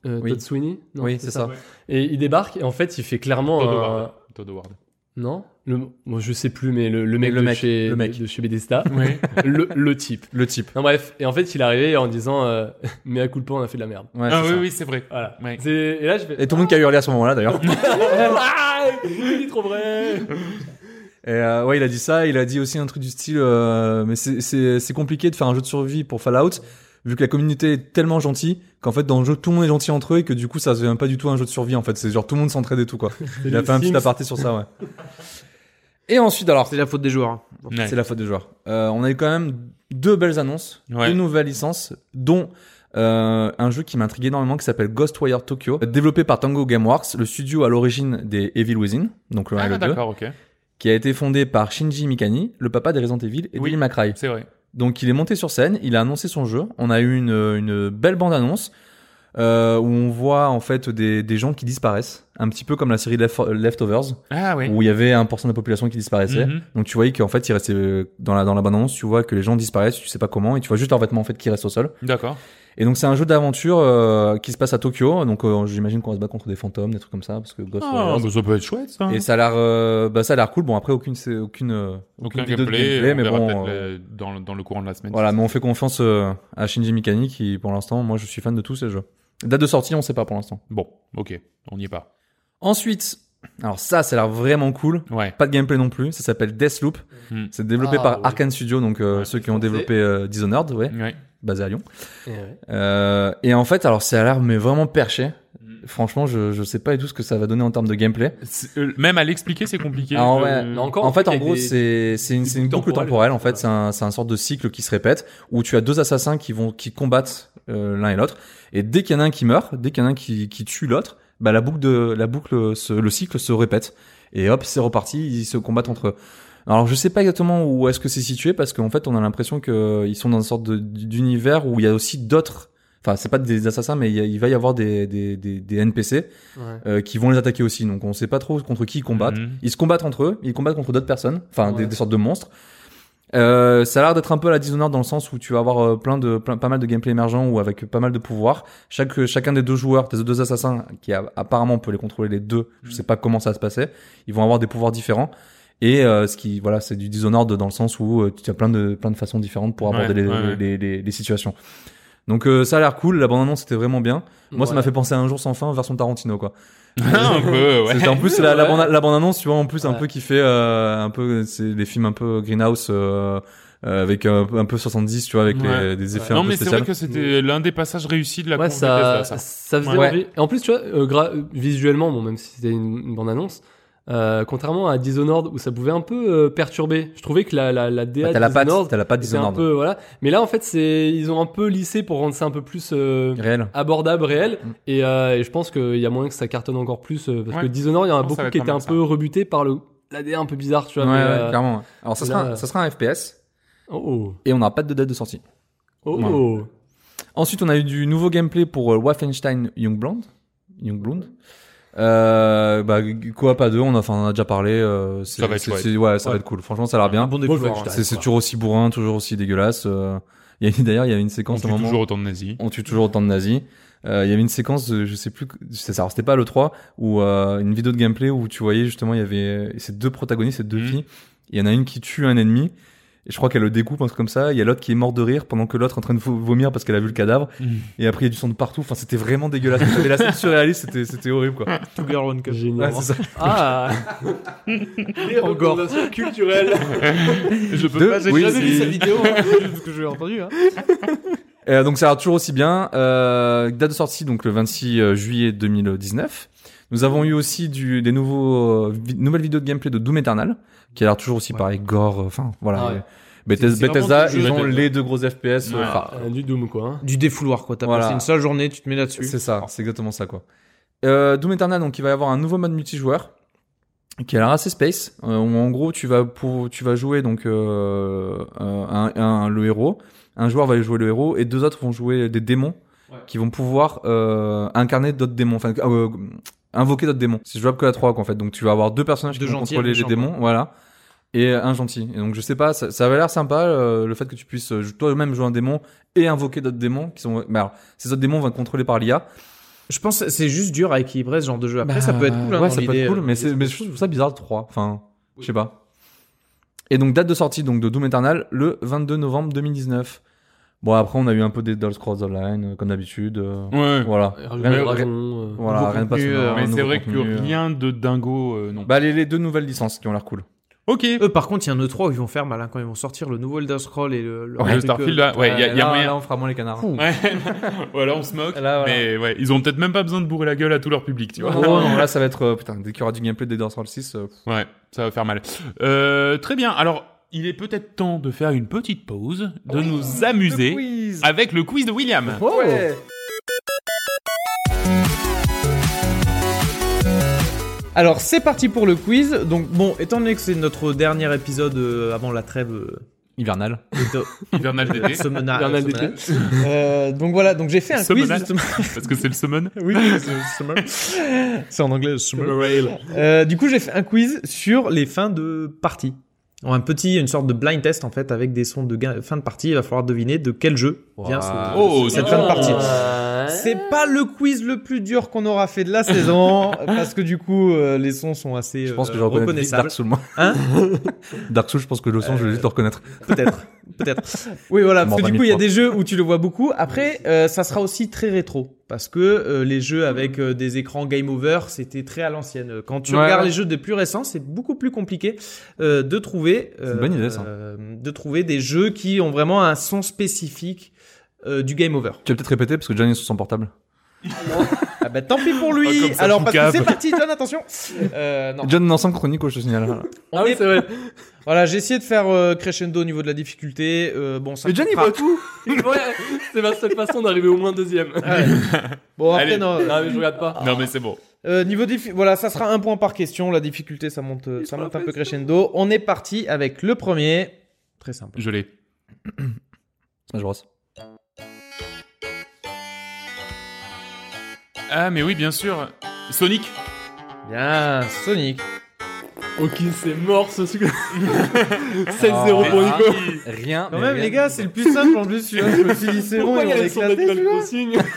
[SPEAKER 9] Euh,
[SPEAKER 1] Oui.
[SPEAKER 9] Todd Sweeney Non,
[SPEAKER 1] Oui, c'est ça.
[SPEAKER 9] Et il débarque et en fait, il fait clairement
[SPEAKER 8] Todd
[SPEAKER 1] euh,
[SPEAKER 9] un-
[SPEAKER 8] Howard. Todd Howard.
[SPEAKER 9] non, le, moi je sais plus, mais le, le mec,
[SPEAKER 1] Le
[SPEAKER 9] de
[SPEAKER 1] mec,
[SPEAKER 9] chez
[SPEAKER 1] le mec.
[SPEAKER 9] de chez Bethesda,
[SPEAKER 8] Ouais.
[SPEAKER 9] [LAUGHS] le, le type.
[SPEAKER 1] le type
[SPEAKER 9] Non bref, et en fait, il est arrivé en disant, euh, [LAUGHS] mais à coup de on a fait de la merde.
[SPEAKER 1] ouais,
[SPEAKER 8] ah
[SPEAKER 1] c'est
[SPEAKER 8] oui,
[SPEAKER 1] ça.
[SPEAKER 8] oui, c'est vrai.
[SPEAKER 9] Voilà.
[SPEAKER 8] Ouais.
[SPEAKER 9] C'est- Et là, je fais. [LAUGHS]
[SPEAKER 1] et tout le monde qui a hurlé à ce moment là d'ailleurs
[SPEAKER 9] Ah, il est trop vrai.
[SPEAKER 1] Et euh, ouais, il a dit ça. Il a dit aussi un truc du style, euh, mais c'est- c'est c'est compliqué de faire un jeu de survie pour Fallout, vu que la communauté est tellement gentille qu'en fait dans le jeu tout le monde est gentil entre eux et que du coup ça devient pas du tout un jeu de survie. En fait, c'est genre tout le monde s'entraide et tout [LAUGHS] quoi. il a
[SPEAKER 9] les
[SPEAKER 1] fait un petit
[SPEAKER 9] Sims.
[SPEAKER 1] aparté sur ça, ouais. [LAUGHS] Et ensuite, alors
[SPEAKER 10] C'est la faute des joueurs. hein.
[SPEAKER 8] Ouais.
[SPEAKER 1] c'est la faute des joueurs. Euh, on a eu quand même deux belles annonces,
[SPEAKER 8] Ouais.
[SPEAKER 1] une nouvelle licence, dont euh, un jeu qui m'intrigue énormément qui s'appelle Ghostwire Tokyo, développé par Tango Gameworks, le studio à l'origine des Evil Within, donc le 1 et
[SPEAKER 8] Ah,
[SPEAKER 1] le 2
[SPEAKER 8] d'accord, ok.
[SPEAKER 1] qui a été fondé par Shinji Mikami, le papa des Resident Evil et
[SPEAKER 8] Oui.
[SPEAKER 1] Billy McRae.
[SPEAKER 8] C'est vrai.
[SPEAKER 1] Donc il est monté sur scène, il a annoncé son jeu, on a eu une, une belle bande-annonce euh, où on voit en fait des, des gens qui disparaissent, un petit peu comme la série Lef- Leftovers,
[SPEAKER 8] Ah, oui.
[SPEAKER 1] où il y avait 1% de la population qui disparaissait.
[SPEAKER 8] Mhm.
[SPEAKER 1] Donc tu voyais qu'en fait, il restait euh, dans la, dans la bande-annonce, tu vois que les gens disparaissent, tu sais pas comment, et tu vois juste leurs vêtements en fait qui restent au sol.
[SPEAKER 8] D'accord.
[SPEAKER 1] Et donc c'est un jeu d'aventure euh, qui se passe à Tokyo, donc euh, j'imagine qu'on va se battre contre des fantômes, des trucs comme ça, parce que Ghost
[SPEAKER 8] Ah,
[SPEAKER 1] Warriors,
[SPEAKER 8] bah, ça peut être chouette, ça.
[SPEAKER 1] et ça a l'air, euh, bah ça a l'air cool. Bon après aucune, c'est- aucune, euh,
[SPEAKER 8] Aucun
[SPEAKER 1] aucune vidéo de
[SPEAKER 8] gameplay,
[SPEAKER 1] gameplay,
[SPEAKER 8] on
[SPEAKER 1] mais
[SPEAKER 8] verra
[SPEAKER 1] bon,
[SPEAKER 8] peut-être
[SPEAKER 1] euh,
[SPEAKER 8] le- dans, le- dans le courant de la semaine.
[SPEAKER 1] voilà. Mais on fait confiance euh, à Shinji Mikami qui, pour l'instant, moi je suis fan de tous ces jeux. Date de sortie, on sait pas pour l'instant.
[SPEAKER 8] Bon, ok, on n'y est pas.
[SPEAKER 1] Ensuite, alors ça, ça a l'air vraiment cool.
[SPEAKER 8] Ouais.
[SPEAKER 1] Pas de gameplay non plus. Ça s'appelle Deathloop.
[SPEAKER 8] Hmm.
[SPEAKER 1] C'est développé
[SPEAKER 9] Ah,
[SPEAKER 1] par
[SPEAKER 9] oui.
[SPEAKER 1] Arkane Studio, donc euh,
[SPEAKER 8] Ouais, Hmm.
[SPEAKER 1] ceux qui ont
[SPEAKER 9] français.
[SPEAKER 1] développé euh, Dishonored, ouais,
[SPEAKER 8] Ouais.
[SPEAKER 1] basé à Lyon.
[SPEAKER 9] Et ouais.
[SPEAKER 1] Euh, et en fait, alors ça a l'air mais vraiment perché.
[SPEAKER 8] Hmm.
[SPEAKER 1] Franchement, je je sais pas du tout ce que ça va donner en termes de gameplay.
[SPEAKER 8] C'est- euh, Même à l'expliquer, c'est compliqué.
[SPEAKER 1] Alors, Ah, ouais.
[SPEAKER 8] Euh,
[SPEAKER 9] Mais encore hein,
[SPEAKER 1] en
[SPEAKER 9] un
[SPEAKER 1] fait,
[SPEAKER 9] truc
[SPEAKER 1] en
[SPEAKER 9] avec
[SPEAKER 1] gros,
[SPEAKER 9] des-
[SPEAKER 1] c'est c'est une,
[SPEAKER 9] des
[SPEAKER 1] c'est une
[SPEAKER 9] boucles
[SPEAKER 1] boucle
[SPEAKER 9] temporelles.
[SPEAKER 1] temporelle en fait.
[SPEAKER 9] Voilà.
[SPEAKER 1] C'est un, c'est un sorte de cycle qui se répète où tu as deux assassins qui vont qui combattent euh, l'un et l'autre et dès qu'il y en a un qui meurt, dès qu'il y en a un qui, qui tue l'autre, bah la boucle de la boucle se- le cycle se répète et hop c'est reparti ils se combattent entre eux. Alors je sais pas exactement où est-ce que c'est situé parce qu'en fait on a l'impression que euh, ils sont dans une sorte de- d'univers où il y a aussi d'autres. Enfin c'est pas des assassins mais il, y a- il va y avoir des des, des, des NPC
[SPEAKER 9] Ouais.
[SPEAKER 1] euh, qui vont les attaquer aussi donc on sait pas trop contre qui ils combattent.
[SPEAKER 8] Mhm.
[SPEAKER 1] Ils se combattent entre eux, ils combattent contre d'autres personnes, enfin des,
[SPEAKER 9] Ouais.
[SPEAKER 1] des sortes de monstres. Euh, ça a l'air d'être un peu à la Dishonored dans le sens où tu vas avoir euh, plein de plein, pas mal de gameplay émergent ou avec pas mal de pouvoirs. Chaque chacun des deux joueurs, des deux assassins qui a- apparemment on peut les contrôler les deux. Je
[SPEAKER 8] Mhm.
[SPEAKER 1] sais pas comment ça va se passer. Ils vont avoir des pouvoirs différents et euh, ce qui voilà c'est du Dishonored dans le sens où euh, tu as plein de plein de façons différentes pour aborder
[SPEAKER 8] Ouais,
[SPEAKER 1] les,
[SPEAKER 8] ouais, ouais.
[SPEAKER 1] Les, les- les situations. Donc euh, ça a l'air cool. La bande annonce c'était vraiment bien. Moi ça
[SPEAKER 9] Ouais.
[SPEAKER 1] m'a fait penser à un jour sans fin version Tarantino quoi.
[SPEAKER 8] [LAUGHS] un peu, [LAUGHS] ouais.
[SPEAKER 1] C'était en plus la, la
[SPEAKER 9] Ouais.
[SPEAKER 1] bande, la bande annonce, tu vois, en plus un
[SPEAKER 9] Ouais.
[SPEAKER 1] peu qui fait euh, un peu c'est des films un peu greenhouse euh, euh, avec un, un peu 70, tu vois, avec les,
[SPEAKER 8] Ouais.
[SPEAKER 1] des effets
[SPEAKER 8] Non,
[SPEAKER 1] un peu
[SPEAKER 8] mais c'est
[SPEAKER 1] spéciaux.
[SPEAKER 8] vrai que c'était
[SPEAKER 1] Mm.
[SPEAKER 8] l'un des passages réussis de la
[SPEAKER 9] ouais,
[SPEAKER 8] course
[SPEAKER 9] ça,
[SPEAKER 8] de Tesla, ça.
[SPEAKER 9] ça faisait
[SPEAKER 8] Ouais.
[SPEAKER 9] envie. Et En plus, tu vois, euh, gra- euh, visuellement, bon, même si c'était une, une bande-annonce, euh, contrairement à Dishonored où ça pouvait un peu euh, perturber, je trouvais que la la la DA
[SPEAKER 1] Bah, t'as la patte,
[SPEAKER 9] Dishonored,
[SPEAKER 1] t'as la patte
[SPEAKER 9] était un
[SPEAKER 1] Dishonored.
[SPEAKER 9] peu voilà. Mais là, en fait, c'est ils ont un peu lissé pour rendre ça un peu plus euh,
[SPEAKER 1] Réel.
[SPEAKER 9] abordable, réel.
[SPEAKER 1] Mm.
[SPEAKER 9] Et, euh, et je pense qu'il y a moyen que ça cartonne encore plus euh, parce
[SPEAKER 1] Ouais.
[SPEAKER 9] que Dishonored, il y en a
[SPEAKER 1] Je pense
[SPEAKER 9] beaucoup
[SPEAKER 1] que ça va
[SPEAKER 9] qui
[SPEAKER 1] être
[SPEAKER 9] étaient un
[SPEAKER 1] pas mal,
[SPEAKER 9] peu rebutés par le la DA un peu bizarre, tu vois.
[SPEAKER 1] Ouais,
[SPEAKER 9] mais,
[SPEAKER 1] ouais,
[SPEAKER 9] euh,
[SPEAKER 1] clairement. Alors, ça
[SPEAKER 9] là,
[SPEAKER 1] sera,
[SPEAKER 9] euh,
[SPEAKER 1] un- ça sera un FPS.
[SPEAKER 9] Oh.
[SPEAKER 1] Et on n'aura pas de date de sortie.
[SPEAKER 9] Oh.
[SPEAKER 1] Voilà. Ensuite, on a eu du nouveau gameplay pour euh, Wolfenstein Youngblood. Youngblood. Euh, bah, quoi, pas deux, on, a- enfin, on en a déjà parlé. euh, c'est-
[SPEAKER 8] Ça va être
[SPEAKER 1] c'est-
[SPEAKER 8] chouette.
[SPEAKER 1] c'est- Ouais, ça
[SPEAKER 8] Ouais.
[SPEAKER 1] va être cool. Franchement, ça a l'air bien.
[SPEAKER 8] Un bon découvert,
[SPEAKER 1] Wolfenstein, C'est c'est
[SPEAKER 8] quoi.
[SPEAKER 1] toujours aussi bourrin, toujours aussi dégueulasse. euh. Il y a- [LAUGHS] D'ailleurs, il y avait une séquence
[SPEAKER 8] On
[SPEAKER 1] au
[SPEAKER 8] tue
[SPEAKER 1] moment-
[SPEAKER 8] toujours autant de nazis.
[SPEAKER 1] On tue toujours autant de nazis. Euh, il y avait une séquence, de- je sais plus, que- c'est ça, alors c'était pas le 3, où euh, une vidéo de gameplay où tu voyais justement, il y avait euh, ces deux protagonistes, ces deux filles. Il y en a une qui tue un ennemi. Et je crois qu'elle le découpe, un truc comme ça. Il y a l'autre qui est mort de rire pendant que l'autre est en train de vo- vomir parce qu'elle a vu le cadavre.
[SPEAKER 8] Mhm.
[SPEAKER 1] Et après, il y a du sang de partout. Enfin, c'était vraiment dégueulasse. C'était la scène surréaliste, c'était, c'était horrible, quoi.
[SPEAKER 10] Two girl, one cup.
[SPEAKER 1] Génial. Ouais, c'est ça. [LAUGHS]
[SPEAKER 9] Ah. Les
[SPEAKER 10] Encore.
[SPEAKER 9] recommandations culturelles.
[SPEAKER 8] [LAUGHS] Je peux
[SPEAKER 1] Deux,
[SPEAKER 8] pas, j'ai
[SPEAKER 1] oui,
[SPEAKER 8] jamais vu
[SPEAKER 1] c'est-
[SPEAKER 8] cette vidéo.
[SPEAKER 9] [LAUGHS]
[SPEAKER 10] ce que j'ai entendu. Hein.
[SPEAKER 1] Euh, donc ça a l'air toujours aussi bien. Euh, date de sortie donc le 26 euh, juillet 2019. Nous avons eu aussi du, des nouveaux euh, vi- nouvelles vidéos de gameplay de Doom Eternal qui a l'air toujours aussi pareil gore. euh, Enfin voilà.
[SPEAKER 9] Ah ouais.
[SPEAKER 1] Bethes-
[SPEAKER 10] C'est- c'est
[SPEAKER 1] Bethesda
[SPEAKER 10] vraiment deux
[SPEAKER 1] ils
[SPEAKER 10] jeux
[SPEAKER 1] ont
[SPEAKER 10] de-
[SPEAKER 1] les deux gros FPS. euh,
[SPEAKER 10] Ouais.
[SPEAKER 1] enfin,
[SPEAKER 9] Euh, du Doom quoi. hein.
[SPEAKER 10] Du défouloir, quoi. T'as
[SPEAKER 1] Voilà.
[SPEAKER 10] passé une seule journée, tu te mets là-dessus.
[SPEAKER 1] C'est ça, c'est exactement ça quoi. Euh, Doom Eternal, donc il va y avoir un nouveau mode multijoueur qui a l'air assez space. euh, où en gros, tu vas pour, tu vas jouer donc euh, euh, un, un- le héros, un joueur va jouer le héros et deux autres vont jouer des démons qui vont pouvoir euh, incarner d'autres démons, enfin euh, invoquer d'autres démons. C'est jouable que à trois quoi, en fait. Donc tu vas avoir deux personnages
[SPEAKER 10] Deux
[SPEAKER 1] qui vont
[SPEAKER 10] gentils et
[SPEAKER 1] contrôler
[SPEAKER 10] un
[SPEAKER 1] les
[SPEAKER 10] méchant,
[SPEAKER 1] démons,
[SPEAKER 10] quoi.
[SPEAKER 1] voilà. Et un gentil. Et donc je sais pas, ça, ça avait l'air sympa euh, le fait que tu puisses euh, toi-même jouer un démon et invoquer d'autres démons qui sont. Mais alors, ces autres démons vont être contrôlés par l'IA.
[SPEAKER 10] Je pense que c'est juste dur à équilibrer ce genre de jeu. Après, ça peut être cool. hein,
[SPEAKER 1] Bah, ouais,
[SPEAKER 10] dans
[SPEAKER 1] ça peut
[SPEAKER 10] l'idée,
[SPEAKER 1] être cool,
[SPEAKER 10] euh,
[SPEAKER 1] mais, c'est- mais je trouve ça bizarre le 3. Enfin, je sais pas. Et donc, date de sortie donc, de Doom Eternal, le 22 novembre 2019. Bon, après, on a eu un peu des Dolls Cross Online, euh, comme d'habitude. euh,
[SPEAKER 8] Ouais.
[SPEAKER 1] Voilà.
[SPEAKER 9] Rajoute
[SPEAKER 1] Rien-
[SPEAKER 9] des
[SPEAKER 1] rien-
[SPEAKER 9] dragons, euh,
[SPEAKER 1] Voilà,
[SPEAKER 8] Mmh. nouveau
[SPEAKER 1] rien
[SPEAKER 8] contenu,
[SPEAKER 1] de passionnant,
[SPEAKER 8] euh,
[SPEAKER 1] un
[SPEAKER 8] mais c'est
[SPEAKER 1] nouveau
[SPEAKER 8] vrai que
[SPEAKER 1] contenu, euh.
[SPEAKER 8] rien de dingo, euh, non.
[SPEAKER 1] Bah, les, les deux nouvelles licences qui ont l'air cool.
[SPEAKER 8] Ok.
[SPEAKER 1] Euh,
[SPEAKER 10] Eux, par contre, il y en a trois où ils vont faire mal hein, quand ils vont sortir le nouveau Elder Scroll et le,
[SPEAKER 8] Ouais,
[SPEAKER 10] truc,
[SPEAKER 8] le Starfield,
[SPEAKER 10] euh,
[SPEAKER 8] là, ouais, il y a, il y a
[SPEAKER 1] là,
[SPEAKER 8] moyen.
[SPEAKER 1] là, on fera moins les canards.
[SPEAKER 10] Ouh.
[SPEAKER 8] [LAUGHS] Ouais. ouais, là, on se moque.
[SPEAKER 1] Là, voilà.
[SPEAKER 8] Mais ouais, ils ont peut-être même pas besoin de bourrer la gueule à tout leur public, tu
[SPEAKER 1] Oh
[SPEAKER 8] vois.
[SPEAKER 1] non, là, ça va être. euh, putain, dès qu'il y aura du gameplay des Dolls Cross 6. euh,
[SPEAKER 8] Ouais, ça va faire mal. Euh, très bien. Alors, il est peut-être temps de faire une petite pause, de nous amuser avec le quiz de William.
[SPEAKER 1] Oh.
[SPEAKER 10] Oh. Alors, c'est parti pour le quiz. Donc, bon, étant donné que c'est notre dernier épisode euh, avant la trêve. euh,
[SPEAKER 1] Hivernal. [LAUGHS]
[SPEAKER 10] auto-
[SPEAKER 8] Hivernal d'été.
[SPEAKER 10] Semena-
[SPEAKER 9] Hivernal d'été.
[SPEAKER 10] Semena- Euh, donc voilà, donc j'ai fait un quiz
[SPEAKER 8] Summonal.
[SPEAKER 10] justement.
[SPEAKER 8] Parce que c'est le summon.
[SPEAKER 10] Oui, c'est- summer. [LAUGHS] c'est en anglais. summer. Euh, du coup, j'ai fait un quiz sur les fins de partie. En Un petit, une sorte de blind test en fait, avec des sons de gain- fin de partie. Il va falloir deviner de quel jeu vient ce-
[SPEAKER 8] Oh,
[SPEAKER 10] cette
[SPEAKER 8] dis
[SPEAKER 10] fin de
[SPEAKER 8] donc.
[SPEAKER 10] partie. C'est pas le quiz le plus dur qu'on aura fait de la saison, parce que du coup, euh, les sons sont assez
[SPEAKER 1] Je pense que
[SPEAKER 10] euh,
[SPEAKER 1] je reconnais Bah, vite
[SPEAKER 10] reconnaissables.
[SPEAKER 1] Dark Souls, moi. [LAUGHS]
[SPEAKER 10] Hein
[SPEAKER 1] Dark Souls, je pense que le son,
[SPEAKER 10] Euh,
[SPEAKER 1] je vais juste le reconnaître. [LAUGHS]
[SPEAKER 10] Peut-être. Peut-être. Oui, voilà. Parce
[SPEAKER 1] Je m'en
[SPEAKER 10] que du
[SPEAKER 1] remets
[SPEAKER 10] coup, il y a
[SPEAKER 1] trois.
[SPEAKER 10] des jeux où tu le vois beaucoup. Après, euh, ça sera aussi très rétro. Parce que euh, les jeux avec euh, des écrans game over, c'était très à l'ancienne. Quand tu
[SPEAKER 1] Ouais,
[SPEAKER 10] regardes
[SPEAKER 1] ouais.
[SPEAKER 10] les jeux des plus récents, c'est beaucoup plus compliqué euh, de trouver.
[SPEAKER 1] C'est une bonne idée, ça.
[SPEAKER 10] euh, de trouver des jeux qui ont vraiment un son spécifique euh, du game over.
[SPEAKER 1] Tu vas peut-être répéter parce que John est sur son portable.
[SPEAKER 10] Ah bah tant pis
[SPEAKER 1] [LAUGHS]
[SPEAKER 10] pour
[SPEAKER 8] Ah,
[SPEAKER 10] lui.
[SPEAKER 8] comme ça,
[SPEAKER 10] Alors
[SPEAKER 8] tout
[SPEAKER 10] parce que
[SPEAKER 8] cave.
[SPEAKER 10] c'est parti, John, attention. Euh, non.
[SPEAKER 1] John Nansan Chronico, je te signale.
[SPEAKER 10] On est-
[SPEAKER 9] Ah vrai.
[SPEAKER 10] Voilà, j'ai essayé de faire euh, crescendo au niveau de la difficulté. Euh, bon, ça.
[SPEAKER 1] Mais John, il
[SPEAKER 10] coûtera-
[SPEAKER 1] voit tout
[SPEAKER 9] [LAUGHS] Ouais, c'est ma seule façon d'arriver au moins deuxième.
[SPEAKER 10] Ah
[SPEAKER 1] [LAUGHS]
[SPEAKER 10] Bon après
[SPEAKER 8] Allez.
[SPEAKER 10] non.
[SPEAKER 9] non mais je regarde pas.
[SPEAKER 8] Non, mais c'est bon.
[SPEAKER 10] Euh, niveau diffi- voilà, ça sera un point par question. La difficulté, ça monte, euh, ça monte un peu crescendo. On est parti avec le premier. Très simple.
[SPEAKER 8] Je l'ai.
[SPEAKER 1] Smash Bros.
[SPEAKER 8] Ah, mais oui, bien sûr. Sonic.
[SPEAKER 10] Bien, Sonic.
[SPEAKER 9] Ok, c'est mort ce truc. 7-0 pour Nico.
[SPEAKER 1] Rien.
[SPEAKER 10] Quand
[SPEAKER 1] mais
[SPEAKER 10] même,
[SPEAKER 1] rien.
[SPEAKER 10] les gars, c'est le plus simple en plus. celui-là. Je me suis dit, c'est bon,
[SPEAKER 9] Pourquoi
[SPEAKER 10] ils
[SPEAKER 9] il y
[SPEAKER 10] vont
[SPEAKER 9] a le son
[SPEAKER 10] l'éclater.
[SPEAKER 9] d'Animal
[SPEAKER 10] celui-là.
[SPEAKER 9] Crossing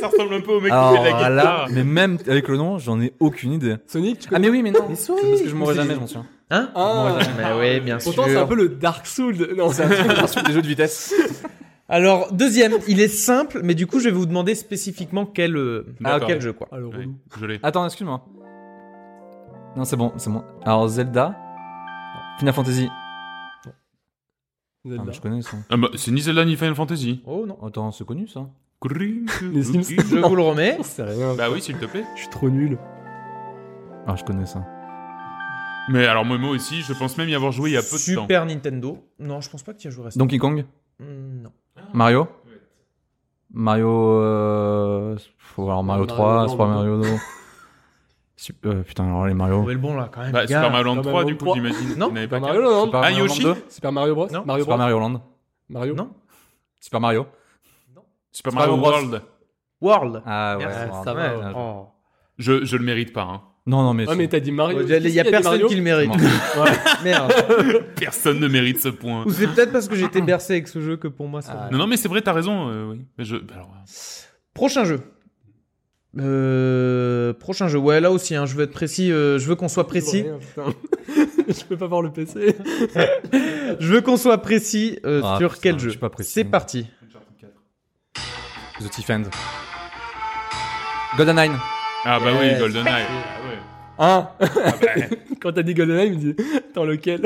[SPEAKER 8] ça ressemble un peu au mec qui fait
[SPEAKER 1] Alors
[SPEAKER 8] de la
[SPEAKER 9] [LAUGHS]
[SPEAKER 8] guitare.
[SPEAKER 1] Oh là, mais même avec le nom, j'en ai aucune idée.
[SPEAKER 9] Sonic, tu
[SPEAKER 1] Ah
[SPEAKER 9] connais
[SPEAKER 1] mais oui, mais non.
[SPEAKER 10] Mais
[SPEAKER 1] C'est
[SPEAKER 10] Sonic,
[SPEAKER 1] parce que je m'aurais
[SPEAKER 10] mais c'est-
[SPEAKER 1] jamais, j'en souviens.
[SPEAKER 10] Hein
[SPEAKER 9] Ah.
[SPEAKER 10] Mais oui, bien sûr.
[SPEAKER 9] Pourtant, c'est un peu le Dark Souls. de- Non, c'est un truc Dark Souls des jeux de vitesse.
[SPEAKER 10] Alors deuxième, il est simple, mais du coup, je vais vous demander spécifiquement quel, euh,
[SPEAKER 8] D'accord.
[SPEAKER 10] quel jeu quoi.
[SPEAKER 9] Alors,
[SPEAKER 8] Ouais, je l'ai.
[SPEAKER 1] Attends, excuse-moi. Non, c'est bon, c'est bon. Alors Zelda, Final Fantasy. Ah, mais je connais ça.
[SPEAKER 8] Ah bah, c'est ni Zelda ni Final Fantasy.
[SPEAKER 10] Oh non.
[SPEAKER 1] Attends, c'est connu ça.
[SPEAKER 8] Les [LAUGHS]
[SPEAKER 9] Sims.
[SPEAKER 10] Je vous
[SPEAKER 9] [LAUGHS]
[SPEAKER 10] le remets.
[SPEAKER 8] Bah oui, s'il te plaît.
[SPEAKER 9] Je suis trop nul.
[SPEAKER 1] Ah, je connais ça.
[SPEAKER 8] Mais alors, Momo aussi, je pense même y avoir joué il y a peu de temps.
[SPEAKER 10] Super Nintendo. Non, je pense pas que tu as joué à ça.
[SPEAKER 1] Donkey Kong
[SPEAKER 10] Hmm, Non.
[SPEAKER 1] Mario Mario. Euh... Faut voir Mario
[SPEAKER 9] Mario
[SPEAKER 1] 3,
[SPEAKER 9] Land,
[SPEAKER 1] Super
[SPEAKER 9] non.
[SPEAKER 1] Mario. non. [LAUGHS] Sup- euh, putain, alors les Mario.
[SPEAKER 10] Trouvez le bon là quand même.
[SPEAKER 8] Bah,
[SPEAKER 10] les gars.
[SPEAKER 8] Super Mario Land
[SPEAKER 9] Super
[SPEAKER 8] 3,
[SPEAKER 9] Mario
[SPEAKER 8] du coup,
[SPEAKER 9] Land
[SPEAKER 8] j'imagine.
[SPEAKER 10] Non.
[SPEAKER 8] Vous n'avez
[SPEAKER 9] Super
[SPEAKER 8] pas
[SPEAKER 9] Mario Land.
[SPEAKER 1] Super
[SPEAKER 8] Ah,
[SPEAKER 1] Mario
[SPEAKER 8] Yoshi
[SPEAKER 1] Land 2
[SPEAKER 9] Super Mario Bros.
[SPEAKER 10] Non.
[SPEAKER 9] Mario
[SPEAKER 1] Super
[SPEAKER 9] Bros.
[SPEAKER 1] Mario Land.
[SPEAKER 9] Mario.
[SPEAKER 10] Non.
[SPEAKER 1] Super Mario.
[SPEAKER 8] Super
[SPEAKER 1] Mario
[SPEAKER 8] Mario
[SPEAKER 1] Bros.
[SPEAKER 8] World.
[SPEAKER 10] World. Oh.
[SPEAKER 1] Ah ouais,
[SPEAKER 10] Merci.
[SPEAKER 1] c'est
[SPEAKER 9] Ah,
[SPEAKER 1] marrant.
[SPEAKER 9] ça va.
[SPEAKER 1] Ouais.
[SPEAKER 9] ouais.
[SPEAKER 8] Je, je le mérite pas, hein.
[SPEAKER 1] Non, non, mais.
[SPEAKER 9] Ouais, Ah, mais t'as dit Mario.
[SPEAKER 10] Il y a,
[SPEAKER 9] Si,
[SPEAKER 10] il y a
[SPEAKER 9] dit
[SPEAKER 10] personne
[SPEAKER 9] Mario.
[SPEAKER 10] qui le mérite. Merde.
[SPEAKER 8] Personne ne mérite ce point.
[SPEAKER 10] Ou c'est peut-être parce que j'ai été bercé avec ce jeu que pour moi ça.
[SPEAKER 9] Ah,
[SPEAKER 8] Non, non, mais c'est vrai, t'as raison. euh, oui. Mais je, bah, alors, euh,
[SPEAKER 10] Prochain jeu. Euh, prochain jeu. Ouais, là aussi, hein, je veux être précis. euh, je veux qu'on soit précis.
[SPEAKER 9] Rien, putain. [LAUGHS] je peux pas voir le PC.
[SPEAKER 10] Je veux qu'on soit précis euh,
[SPEAKER 1] Ah,
[SPEAKER 10] sur
[SPEAKER 1] putain,
[SPEAKER 10] quel
[SPEAKER 1] je
[SPEAKER 10] jeu.
[SPEAKER 1] suis pas précis.
[SPEAKER 10] C'est parti.
[SPEAKER 8] euh.
[SPEAKER 1] The Thief End. GoldenEye.
[SPEAKER 8] Ah, bah
[SPEAKER 10] Yes.
[SPEAKER 8] oui, GoldenEye. Ah ouais.
[SPEAKER 9] Hein Quand t'as dit GoldenEye, il me dit Attends,
[SPEAKER 10] [LAUGHS]
[SPEAKER 9] lequel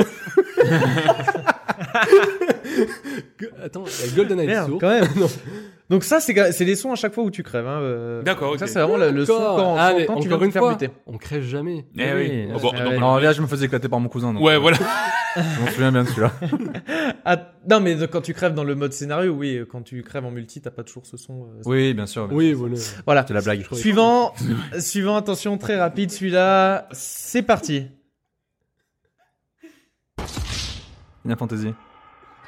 [SPEAKER 9] Go- Attends, il y a GoldenEye
[SPEAKER 10] Merde,
[SPEAKER 9] sourd.
[SPEAKER 10] quand
[SPEAKER 8] [LAUGHS]
[SPEAKER 10] même. Donc ça, c'est ga- c'est les sons à chaque fois où tu crèves. hein, euh.
[SPEAKER 8] D'accord, ok.
[SPEAKER 10] Ça, c'est vraiment le, le son
[SPEAKER 9] Encore.
[SPEAKER 10] quand,
[SPEAKER 9] Ah,
[SPEAKER 10] quand-
[SPEAKER 9] mais
[SPEAKER 10] quand tu
[SPEAKER 9] encore
[SPEAKER 10] viens de
[SPEAKER 9] une
[SPEAKER 10] te faire
[SPEAKER 9] fois,
[SPEAKER 10] buter.
[SPEAKER 9] On crève jamais.
[SPEAKER 8] Eh oui. Oh, bon,
[SPEAKER 10] Ouais,
[SPEAKER 8] non,
[SPEAKER 10] ouais.
[SPEAKER 8] non.
[SPEAKER 1] Non, là, je me faisais éclater par mon cousin. donc,
[SPEAKER 8] Ouais,
[SPEAKER 1] euh,
[SPEAKER 8] voilà.
[SPEAKER 1] Je m'en souviens bien
[SPEAKER 8] [LAUGHS]
[SPEAKER 1] de celui-là.
[SPEAKER 10] Ah, non, mais de- quand tu crèves dans le mode scénario, oui. euh, Quand tu crèves en multi, t'as pas toujours ce son. euh,
[SPEAKER 1] Oui, bien sûr. bien
[SPEAKER 9] Oui, voilà.
[SPEAKER 1] sûr.
[SPEAKER 10] Voilà.
[SPEAKER 1] C'est la blague.
[SPEAKER 10] Suivant, suivant, attention, très rapide celui-là. C'est parti.
[SPEAKER 1] Final Fantasy.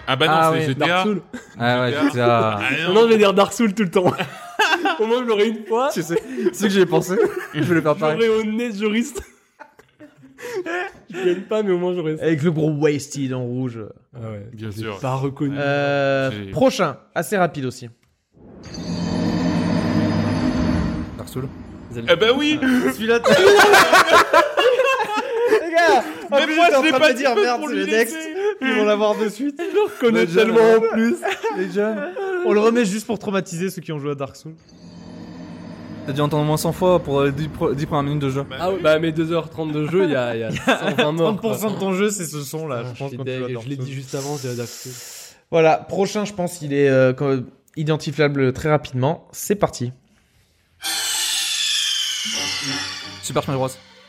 [SPEAKER 8] Ah, bah non,
[SPEAKER 1] Ah
[SPEAKER 8] c'est
[SPEAKER 1] ouais,
[SPEAKER 8] GTA.
[SPEAKER 9] Dark Souls.
[SPEAKER 1] Ah ouais,
[SPEAKER 8] Super.
[SPEAKER 1] GTA.
[SPEAKER 8] [LAUGHS] Ah,
[SPEAKER 9] Non, je vais dire Dark Souls tout le temps. [LAUGHS] Au moins, je l'aurais une fois.
[SPEAKER 1] tu sais, tu sais que j'y ai pensé. [LAUGHS] je voulais faire pareil.
[SPEAKER 9] J'aurais au nez de juriste. je gagne pas, mais au moins, j'aurais ça.
[SPEAKER 10] Avec le gros wasted en rouge.
[SPEAKER 9] Ah ouais,
[SPEAKER 8] Bien
[SPEAKER 9] j'ai
[SPEAKER 8] sûr.
[SPEAKER 9] Pas reconnu.
[SPEAKER 10] Euh,
[SPEAKER 8] J'ai-
[SPEAKER 10] prochain, assez rapide aussi.
[SPEAKER 1] Dark Souls.
[SPEAKER 8] Eh bah oui
[SPEAKER 10] Celui-là, t'as- Les gars, en
[SPEAKER 8] Mais
[SPEAKER 10] plus,
[SPEAKER 8] moi,
[SPEAKER 10] j'étais
[SPEAKER 8] je
[SPEAKER 10] en
[SPEAKER 8] l'ai
[SPEAKER 10] train de
[SPEAKER 8] pas
[SPEAKER 10] me dire
[SPEAKER 8] dit
[SPEAKER 10] merde,
[SPEAKER 8] pour
[SPEAKER 10] c'est
[SPEAKER 8] lui
[SPEAKER 10] le
[SPEAKER 8] laisser.
[SPEAKER 10] next. Ils vont l'avoir de suite.
[SPEAKER 9] Je connais tellement en
[SPEAKER 1] euh,
[SPEAKER 9] plus.
[SPEAKER 10] Les jeunes. On le remet juste pour traumatiser ceux qui ont joué à Dark Souls.
[SPEAKER 1] T'as dû entendre moins 100 fois pour les 10, pro- 10 premières minutes de jeu.
[SPEAKER 9] Ah ouais, bah mes 2h30 de jeu, il y a, il y a 120
[SPEAKER 8] Oh.
[SPEAKER 9] morts. quoi.
[SPEAKER 10] 30% de ton jeu, c'est ce son-là.
[SPEAKER 9] Ah,
[SPEAKER 10] je pense
[SPEAKER 9] suis
[SPEAKER 10] quand tu
[SPEAKER 9] deg,
[SPEAKER 10] vas à Dark
[SPEAKER 9] je l'ai
[SPEAKER 10] Souls.
[SPEAKER 9] dit juste avant, c'est Dark Souls.
[SPEAKER 10] Voilà, prochain, je pense, il est euh, quand- identifiable très rapidement. C'est parti.
[SPEAKER 1] Super Smash Bros.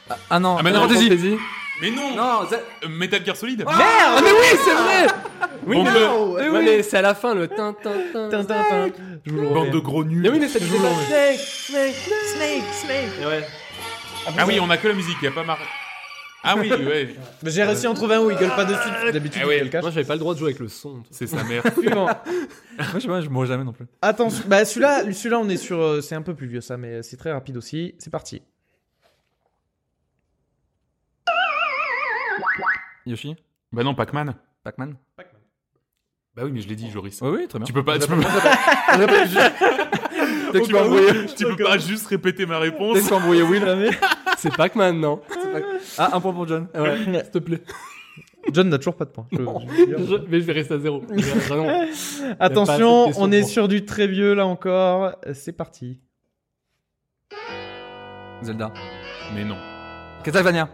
[SPEAKER 1] Ah, ah non,
[SPEAKER 8] Ah, mais non,
[SPEAKER 1] Final
[SPEAKER 8] Fantasy.
[SPEAKER 1] Fantasy. [LAUGHS]
[SPEAKER 8] Mais non,
[SPEAKER 1] Non, c'est-
[SPEAKER 8] Euh, Metal Gear Solid Ah.
[SPEAKER 9] Ah, mais oui, c'est vrai Oui,
[SPEAKER 8] Bon,
[SPEAKER 9] mais-
[SPEAKER 8] non
[SPEAKER 9] Ouais, mais c'est à la fin le tin tin tin.
[SPEAKER 10] Tin, tin, tin. Je vous le remets.
[SPEAKER 8] Bande de gros nuls.
[SPEAKER 9] Mais oui, mais ça te fait pas-
[SPEAKER 10] Snake, Snake, Snake, Snake.
[SPEAKER 8] Ah oui, on a que la musique, y a pas marre. Ah oui, ouais,
[SPEAKER 10] Mais J'ai réussi à en trouver un où il gueule pas dessus. D'habitude,
[SPEAKER 8] Eh oui.
[SPEAKER 10] il gueule cache.
[SPEAKER 9] Moi, j'avais pas le droit de jouer avec le son. toi.
[SPEAKER 8] c'est sa mère.
[SPEAKER 10] Suivant.
[SPEAKER 1] Moi, je sais pas, je mourrai jamais non plus.
[SPEAKER 10] Attention, bah celui-là, celui-là, on est sur, euh, c'est un peu plus vieux ça, mais c'est très rapide aussi. C'est parti.
[SPEAKER 1] Yoshi
[SPEAKER 8] Bah non, Pac-Man.
[SPEAKER 1] Pac-Man
[SPEAKER 8] Bah oui, mais je l'ai dit, Joris.
[SPEAKER 1] Oui, oui, très bien.
[SPEAKER 8] Tu peux pas, tu peux pas, [LAUGHS]
[SPEAKER 1] Peut-être
[SPEAKER 8] tu peux, tu peux pas juste répéter ma réponse.
[SPEAKER 1] embrouiller Will.
[SPEAKER 9] C'est Pac-Man, non
[SPEAKER 1] Ah, un point pour John.
[SPEAKER 9] Ouais, s'il te plaît.
[SPEAKER 10] [LAUGHS] John n'a toujours pas de points. Je- je veux dire.
[SPEAKER 9] Je- Mais je vais rester à zéro. [LAUGHS] Vraiment. pas
[SPEAKER 10] Attention,
[SPEAKER 9] assez de
[SPEAKER 10] on est
[SPEAKER 9] questions
[SPEAKER 10] sur du très vieux là encore. Euh, C'est parti.
[SPEAKER 1] Zelda.
[SPEAKER 8] Mais non.
[SPEAKER 1] Castlevania.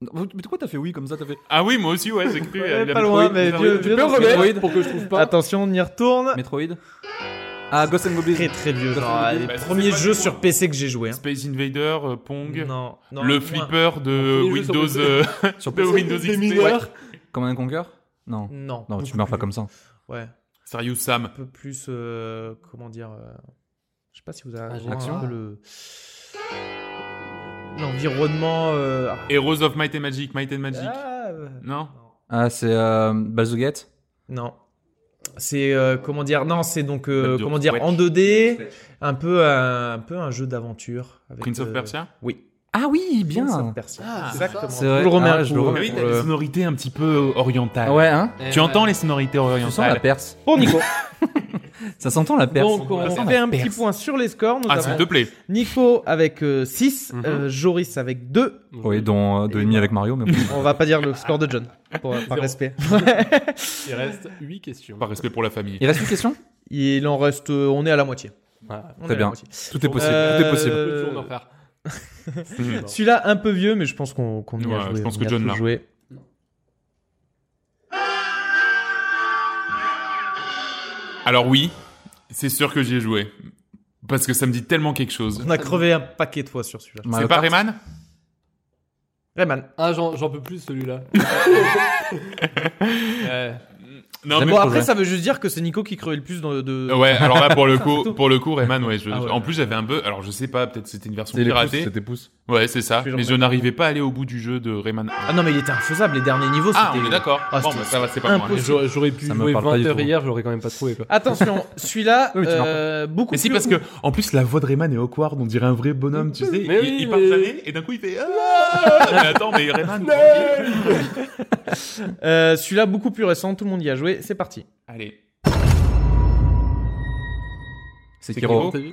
[SPEAKER 1] Non, Mais pourquoi t'as fait oui comme ça T'as fait.
[SPEAKER 8] Ah oui, moi aussi, ouais, j'ai cru.
[SPEAKER 10] Ouais,
[SPEAKER 8] euh, la
[SPEAKER 10] pas
[SPEAKER 8] Metroid,
[SPEAKER 10] loin, mais
[SPEAKER 8] la Metroid.
[SPEAKER 10] Dieu- Dieu-
[SPEAKER 9] Tu peux
[SPEAKER 10] Metroid.
[SPEAKER 9] remettre pour que je trouve pas.
[SPEAKER 10] Attention, on y retourne.
[SPEAKER 1] Metroid Ah, Ghost and Goblins.
[SPEAKER 10] Très très vieux. Genre,
[SPEAKER 1] Bah,
[SPEAKER 10] les
[SPEAKER 8] c'est
[SPEAKER 10] premiers
[SPEAKER 8] pas
[SPEAKER 10] jeux
[SPEAKER 8] du
[SPEAKER 10] sur PC que j'ai joué. hein.
[SPEAKER 8] Space Invader, euh, Pong,
[SPEAKER 10] Non, non,
[SPEAKER 8] le
[SPEAKER 10] moins.
[SPEAKER 8] flipper de
[SPEAKER 9] premier jeu sur
[SPEAKER 8] Windows,
[SPEAKER 9] PC.
[SPEAKER 8] euh,
[SPEAKER 1] Sur
[SPEAKER 8] de
[SPEAKER 1] PC.
[SPEAKER 8] Windows XP.
[SPEAKER 9] Des
[SPEAKER 8] Ouais.
[SPEAKER 9] mineurs.
[SPEAKER 1] Command and Conquer Non.
[SPEAKER 10] Non.
[SPEAKER 1] Non, tu
[SPEAKER 10] beaucoup
[SPEAKER 1] meurs pas
[SPEAKER 10] plus
[SPEAKER 1] comme ça.
[SPEAKER 10] vieux. Ouais,
[SPEAKER 8] Serious
[SPEAKER 10] un
[SPEAKER 8] Sam.
[SPEAKER 10] peu plus. euh, comment dire euh, Je sais pas si vous avez
[SPEAKER 9] j'ai-
[SPEAKER 10] un
[SPEAKER 1] Action
[SPEAKER 10] peu le l'environnement. euh,
[SPEAKER 8] Heroes of Might and Magic, Might and Magic.
[SPEAKER 10] ah, euh,
[SPEAKER 8] Non
[SPEAKER 1] Ah, c'est euh, Baldur's Gate
[SPEAKER 10] Non. C'est euh, comment dire Non, c'est donc euh,
[SPEAKER 8] Baldur's
[SPEAKER 10] comment dire en
[SPEAKER 8] Wedge.
[SPEAKER 10] 2D, un peu euh, un, un peu un jeu d'aventure. avec,
[SPEAKER 8] Prince of
[SPEAKER 10] euh,
[SPEAKER 8] Persia
[SPEAKER 10] Oui.
[SPEAKER 1] Ah oui, bien
[SPEAKER 10] Prince of Persia. Exactement.
[SPEAKER 1] C'est vrai.
[SPEAKER 10] Je le remets
[SPEAKER 1] Ah,
[SPEAKER 10] un
[SPEAKER 1] je
[SPEAKER 10] coup,
[SPEAKER 1] le
[SPEAKER 10] euh,
[SPEAKER 1] remets.
[SPEAKER 8] Mais oui,
[SPEAKER 10] pour
[SPEAKER 8] t'as des
[SPEAKER 10] le-
[SPEAKER 8] sonorités un petit peu orientales.
[SPEAKER 1] Ouais, hein
[SPEAKER 8] Tu entends les sonorités
[SPEAKER 1] Tu sens la
[SPEAKER 8] orientales
[SPEAKER 1] Perse
[SPEAKER 10] Pour Nico.
[SPEAKER 1] Ça s'entend la Perse
[SPEAKER 10] Donc on fait un petit point sur les scores. Nous
[SPEAKER 8] Ah, s'il
[SPEAKER 10] avons
[SPEAKER 8] te plaît.
[SPEAKER 10] Nico avec 6,
[SPEAKER 9] Mhm.
[SPEAKER 10] Joris avec 2.
[SPEAKER 1] Oui, dont euh, deux et demi avec Mario, mais bon.
[SPEAKER 10] On va pas dire le score de John, pour, par respect.
[SPEAKER 9] Il reste 8 questions.
[SPEAKER 8] Par respect pour la famille.
[SPEAKER 1] Il reste une question
[SPEAKER 10] Il en reste, euh, on est à la moitié.
[SPEAKER 9] Voilà.
[SPEAKER 10] On
[SPEAKER 1] Très
[SPEAKER 10] est à la
[SPEAKER 1] bien.
[SPEAKER 10] moitié.
[SPEAKER 1] Tout est possible.
[SPEAKER 10] Euh,
[SPEAKER 1] Tout est possible.
[SPEAKER 9] Deux tours d'en faire.
[SPEAKER 10] Celui-là un peu vieux, mais je pense qu'on qu'on y a
[SPEAKER 8] Ouais,
[SPEAKER 10] joué.
[SPEAKER 8] je pense
[SPEAKER 10] on
[SPEAKER 8] que
[SPEAKER 10] y a
[SPEAKER 8] John
[SPEAKER 10] tous
[SPEAKER 8] l'a.
[SPEAKER 10] joué.
[SPEAKER 8] Alors oui, c'est sûr que j'y ai joué. Parce que ça me dit tellement quelque chose.
[SPEAKER 10] On a crevé un paquet de fois sur celui-là.
[SPEAKER 8] C'est pas Rayman
[SPEAKER 10] Rayman.
[SPEAKER 9] Ah, j'en j'en peux plus celui-là. Ouais.
[SPEAKER 8] Non, mais-
[SPEAKER 10] bon, après, ça veut juste dire que c'est Nico qui crevait le plus dans le- de.
[SPEAKER 8] Ouais, alors là pour le coup,
[SPEAKER 10] Surtout.
[SPEAKER 8] pour le coup, Rayman, ouais, je-
[SPEAKER 10] Ah ouais.
[SPEAKER 8] En plus, j'avais un peu. Alors je sais pas, peut-être c'était une version
[SPEAKER 1] C'était les pouces,
[SPEAKER 8] piratée.
[SPEAKER 1] c'était pouces.
[SPEAKER 8] Ouais, c'est ça.
[SPEAKER 10] Celui-là,
[SPEAKER 8] Mais
[SPEAKER 10] on
[SPEAKER 8] je
[SPEAKER 10] a-
[SPEAKER 8] n'arrivais pas à aller au bout du jeu de Rayman.
[SPEAKER 10] Ah non, mais il était infaisable, les derniers niveaux.
[SPEAKER 8] Ah,
[SPEAKER 10] c'était-
[SPEAKER 8] on est d'accord.
[SPEAKER 10] Ah,
[SPEAKER 8] bon,
[SPEAKER 10] c'était-
[SPEAKER 8] bah, ça va, c'est pas moi.
[SPEAKER 10] impossible.
[SPEAKER 9] J'aurais j'aurais pu
[SPEAKER 10] Ça me
[SPEAKER 9] jouer
[SPEAKER 10] parle pas du
[SPEAKER 9] 20 heures
[SPEAKER 10] tout.
[SPEAKER 9] hier, je l'aurais quand même pas trouvé quoi.
[SPEAKER 10] [LAUGHS] Attention, celui-là,
[SPEAKER 9] Oui, tu l'as
[SPEAKER 10] euh, beaucoup
[SPEAKER 8] Mais si,
[SPEAKER 10] plus-
[SPEAKER 8] parce que, en plus, la voix de Rayman est awkward, on dirait un vrai bonhomme, tu sais. il,
[SPEAKER 9] Mais oui,
[SPEAKER 8] il part
[SPEAKER 9] mais-
[SPEAKER 8] planer, et d'un coup, il fait. Ah mais attends, mais Rayman,
[SPEAKER 10] Euh, celui-là, beaucoup plus récent, tout le monde y a joué, c'est parti.
[SPEAKER 8] Allez.
[SPEAKER 1] C'est
[SPEAKER 8] Sekiro.
[SPEAKER 1] Kiro.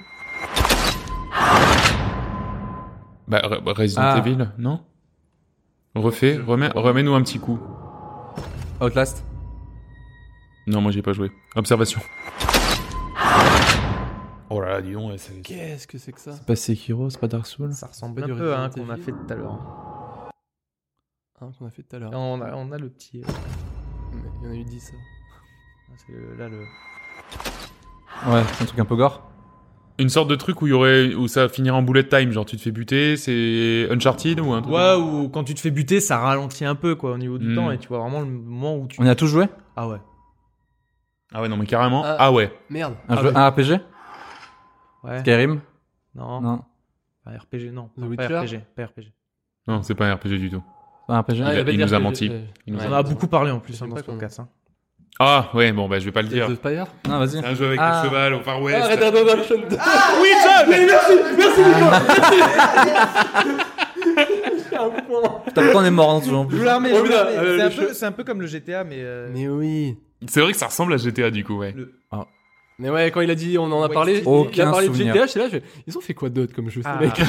[SPEAKER 8] Bah, Re- bah, Resident
[SPEAKER 1] Ah.
[SPEAKER 8] Evil, non Refais, remets- remets-nous un petit coup.
[SPEAKER 1] Outlast.
[SPEAKER 8] Non, moi, j'ai pas joué. Observation. Oh là là, dis donc, ouais, c'est.
[SPEAKER 9] Qu'est-ce que c'est que ça
[SPEAKER 8] C'est pas Sekiro, c'est pas Dark Souls
[SPEAKER 10] Ça ressemble
[SPEAKER 9] Pas
[SPEAKER 10] un
[SPEAKER 9] du
[SPEAKER 10] peu à un
[SPEAKER 9] Resident
[SPEAKER 10] qu'on a
[SPEAKER 9] Evil.
[SPEAKER 10] fait tout à l'heure.
[SPEAKER 9] Hein, qu'on a fait tout à l'heure.
[SPEAKER 10] On a, on a le petit. euh,
[SPEAKER 9] Il y en a eu 10. ça.
[SPEAKER 10] c'est le- là le.
[SPEAKER 1] Ouais, c'est un truc un peu gore.
[SPEAKER 8] Une sorte de truc où, il y aurait, où ça finirait en bullet time, genre tu te fais buter, c'est Uncharted ou un truc
[SPEAKER 10] Ouais, ou quand tu te fais buter, ça ralentit un peu quoi au niveau du
[SPEAKER 8] Mm.
[SPEAKER 10] temps et tu vois vraiment le moment où tu.
[SPEAKER 1] On y a tous joué
[SPEAKER 10] Hmm. Ah ouais.
[SPEAKER 8] Ah ouais, non, mais carrément.
[SPEAKER 9] Ah.
[SPEAKER 8] Ah, ouais.
[SPEAKER 9] Merde.
[SPEAKER 1] Un,
[SPEAKER 10] Ah
[SPEAKER 1] jeu,
[SPEAKER 10] ouais.
[SPEAKER 1] un RPG
[SPEAKER 10] Ouais.
[SPEAKER 1] Skyrim
[SPEAKER 10] Non.
[SPEAKER 1] Non.
[SPEAKER 10] Pas RPG, non.
[SPEAKER 9] The
[SPEAKER 10] Non, pas
[SPEAKER 9] Witcher
[SPEAKER 10] RPG. Pas RPG.
[SPEAKER 8] Non, c'est pas un RPG du tout.
[SPEAKER 1] Pas un
[SPEAKER 8] il,
[SPEAKER 9] Ah,
[SPEAKER 1] RPG
[SPEAKER 8] a-
[SPEAKER 9] avait
[SPEAKER 8] il
[SPEAKER 9] dit
[SPEAKER 8] nous a
[SPEAKER 9] RPG,
[SPEAKER 8] menti.
[SPEAKER 9] euh,
[SPEAKER 8] Il nous a
[SPEAKER 10] On en
[SPEAKER 8] menti.
[SPEAKER 10] a beaucoup parlé en plus
[SPEAKER 9] Je
[SPEAKER 10] hein,
[SPEAKER 9] sais
[SPEAKER 10] dans
[SPEAKER 9] pas
[SPEAKER 10] ce
[SPEAKER 9] comment.
[SPEAKER 10] podcast. hein.
[SPEAKER 8] Ah ouais, bon, bah je vais pas le dire.
[SPEAKER 9] The Spire
[SPEAKER 1] Non, vas-y.
[SPEAKER 8] C'est un jeu avec
[SPEAKER 1] Ah.
[SPEAKER 8] le cheval au Far West.
[SPEAKER 9] Arrête, attends, attends, attends.
[SPEAKER 10] Oui, John
[SPEAKER 1] Putain, pourtant, on est mort hein, en ce jeu, en plus.
[SPEAKER 10] Je vous la remets, je
[SPEAKER 9] Oh,
[SPEAKER 10] vous la
[SPEAKER 9] putain,
[SPEAKER 10] remets.
[SPEAKER 9] euh,
[SPEAKER 10] C'est un
[SPEAKER 9] le
[SPEAKER 10] peu- C'est un peu comme le GTA, mais. euh,
[SPEAKER 9] Mais oui.
[SPEAKER 8] C'est vrai que ça ressemble à GTA du coup, ouais.
[SPEAKER 9] Mais ouais, quand il a dit, on en a parlé, il a
[SPEAKER 1] Aucun
[SPEAKER 9] parlé
[SPEAKER 1] souvenir.
[SPEAKER 9] de GTA, j'étais là, je fais, ils ont fait quoi d'autre comme jeu, ces
[SPEAKER 10] Ah.
[SPEAKER 9] mecs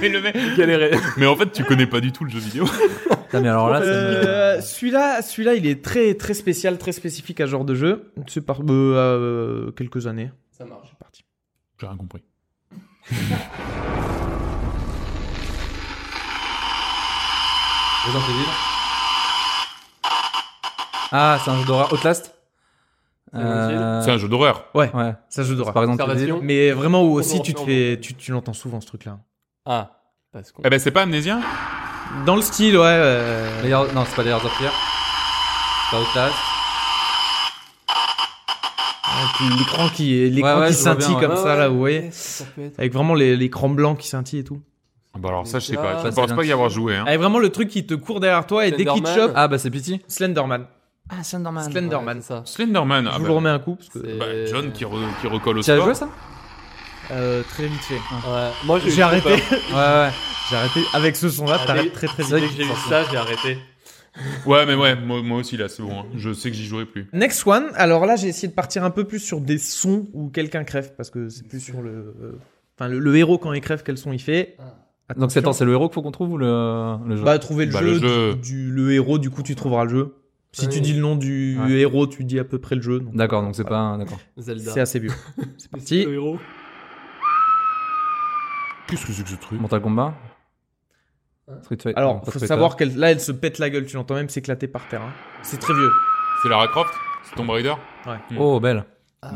[SPEAKER 9] [LAUGHS]
[SPEAKER 8] mais, le mec-
[SPEAKER 9] Galéré.
[SPEAKER 8] mais en fait, tu connais pas du tout le jeu vidéo. [LAUGHS]
[SPEAKER 1] Putain, mais alors là, Ah, ça me-
[SPEAKER 10] Euh, celui-là, celui-là, il est très très spécial, très spécifique à ce genre de jeu. C'est par euh, euh, quelques années.
[SPEAKER 9] Ça marche.
[SPEAKER 10] C'est parti.
[SPEAKER 8] J'ai rien compris.
[SPEAKER 9] Resident Evil.
[SPEAKER 1] Ah, c'est un jeu d'horreur. Outlast
[SPEAKER 9] C'est un jeu
[SPEAKER 1] Euh,
[SPEAKER 8] C'est un jeu d'horreur.
[SPEAKER 10] Ouais,
[SPEAKER 1] Ouais.
[SPEAKER 10] ça joue
[SPEAKER 1] C'est
[SPEAKER 10] d'horreur.
[SPEAKER 1] Par exemple,
[SPEAKER 9] Observation.
[SPEAKER 10] Mais vraiment où
[SPEAKER 9] On
[SPEAKER 10] aussi
[SPEAKER 9] en
[SPEAKER 10] tu te
[SPEAKER 9] fait, on en
[SPEAKER 10] fais,
[SPEAKER 9] fait.
[SPEAKER 10] tu, tu l'entends souvent ce truc-là.
[SPEAKER 9] Ah. Parce qu'on.
[SPEAKER 8] Eh ben, c'est pas Amnésia
[SPEAKER 10] Dans le style, ouais. euh,
[SPEAKER 1] Layer- Non, c'est pas Layers of Fear. C'est pas Outlast.
[SPEAKER 10] avec L'écran qui, l'écran
[SPEAKER 1] Ouais, ouais,
[SPEAKER 10] qui
[SPEAKER 1] je vois
[SPEAKER 10] scintille
[SPEAKER 1] bien,
[SPEAKER 10] comme
[SPEAKER 1] ouais.
[SPEAKER 10] ça là, vous voyez.
[SPEAKER 9] Ça peut être.
[SPEAKER 10] Avec vraiment les- l'écran blanc qui scintille et tout.
[SPEAKER 8] Ah Bah alors ça, je sais pas.
[SPEAKER 9] Ah,
[SPEAKER 8] Je
[SPEAKER 1] ça,
[SPEAKER 8] pense
[SPEAKER 1] c'est
[SPEAKER 8] pas y
[SPEAKER 1] bien.
[SPEAKER 8] avoir joué. Hein.
[SPEAKER 10] Avec vraiment le truc qui te court derrière toi et dès qu'il te
[SPEAKER 9] Slenderman.
[SPEAKER 10] chope,
[SPEAKER 1] Ah, bah, c'est Pity.
[SPEAKER 10] Slenderman.
[SPEAKER 1] Ah, Slenderman.
[SPEAKER 10] Slenderman.
[SPEAKER 9] Ouais, c'est ça.
[SPEAKER 8] Slenderman.
[SPEAKER 10] Je
[SPEAKER 8] Ah
[SPEAKER 10] vous
[SPEAKER 8] bah,
[SPEAKER 10] le remets un coup parce que
[SPEAKER 9] C'est-
[SPEAKER 8] bah, John qui, re- qui recolle au
[SPEAKER 1] Tu as
[SPEAKER 8] sport.
[SPEAKER 1] joué ça
[SPEAKER 10] euh, très vite fait.
[SPEAKER 9] Ouais. Moi, j'ai eu
[SPEAKER 10] J'ai
[SPEAKER 9] trop
[SPEAKER 10] arrêté.
[SPEAKER 9] peur.
[SPEAKER 1] Ouais, ouais.
[SPEAKER 10] J'ai arrêté. Avec ce son-là,
[SPEAKER 9] Ah,
[SPEAKER 10] t'arrêtes
[SPEAKER 9] dès-
[SPEAKER 10] très très
[SPEAKER 9] C'est vrai que
[SPEAKER 10] vite.
[SPEAKER 9] j'ai eu ça, j'ai arrêté.
[SPEAKER 8] Ouais, mais ouais, moi, moi aussi là, c'est bon. hein. Je sais que j'y jouerai plus.
[SPEAKER 10] Next one. Alors là, j'ai essayé de partir un peu plus sur des sons où quelqu'un crève parce que c'est plus sur le. euh, Enfin, le, le héros quand il crève, quel son il fait.
[SPEAKER 1] Donc, c'est attends, c'est le héros qu'il faut qu'on trouve ou le, le jeu
[SPEAKER 10] Bah, trouver le
[SPEAKER 8] Bah, le
[SPEAKER 10] jeu,
[SPEAKER 8] jeu.
[SPEAKER 10] Du, du- le héros, du coup, tu trouveras le jeu. Si tu
[SPEAKER 9] Ouais.
[SPEAKER 10] dis le nom du
[SPEAKER 1] Ouais.
[SPEAKER 10] héros, tu dis à peu près le jeu. donc
[SPEAKER 1] D'accord, donc c'est pas un. D'accord.
[SPEAKER 9] Zelda.
[SPEAKER 10] C'est assez vieux. c'est parti.
[SPEAKER 9] Le héros.
[SPEAKER 8] Qu'est-ce que c'est que ce truc
[SPEAKER 1] Mortal Kombat Street Fighter.
[SPEAKER 10] Alors,
[SPEAKER 1] non, pas
[SPEAKER 10] faut
[SPEAKER 1] Street
[SPEAKER 10] savoir qu'elle, là, elle se pète la gueule. Tu l'entends même s'éclater par terre. hein. C'est très vieux.
[SPEAKER 8] C'est Lara Croft C'est Tomb Raider
[SPEAKER 1] Fighter. Oh, belle.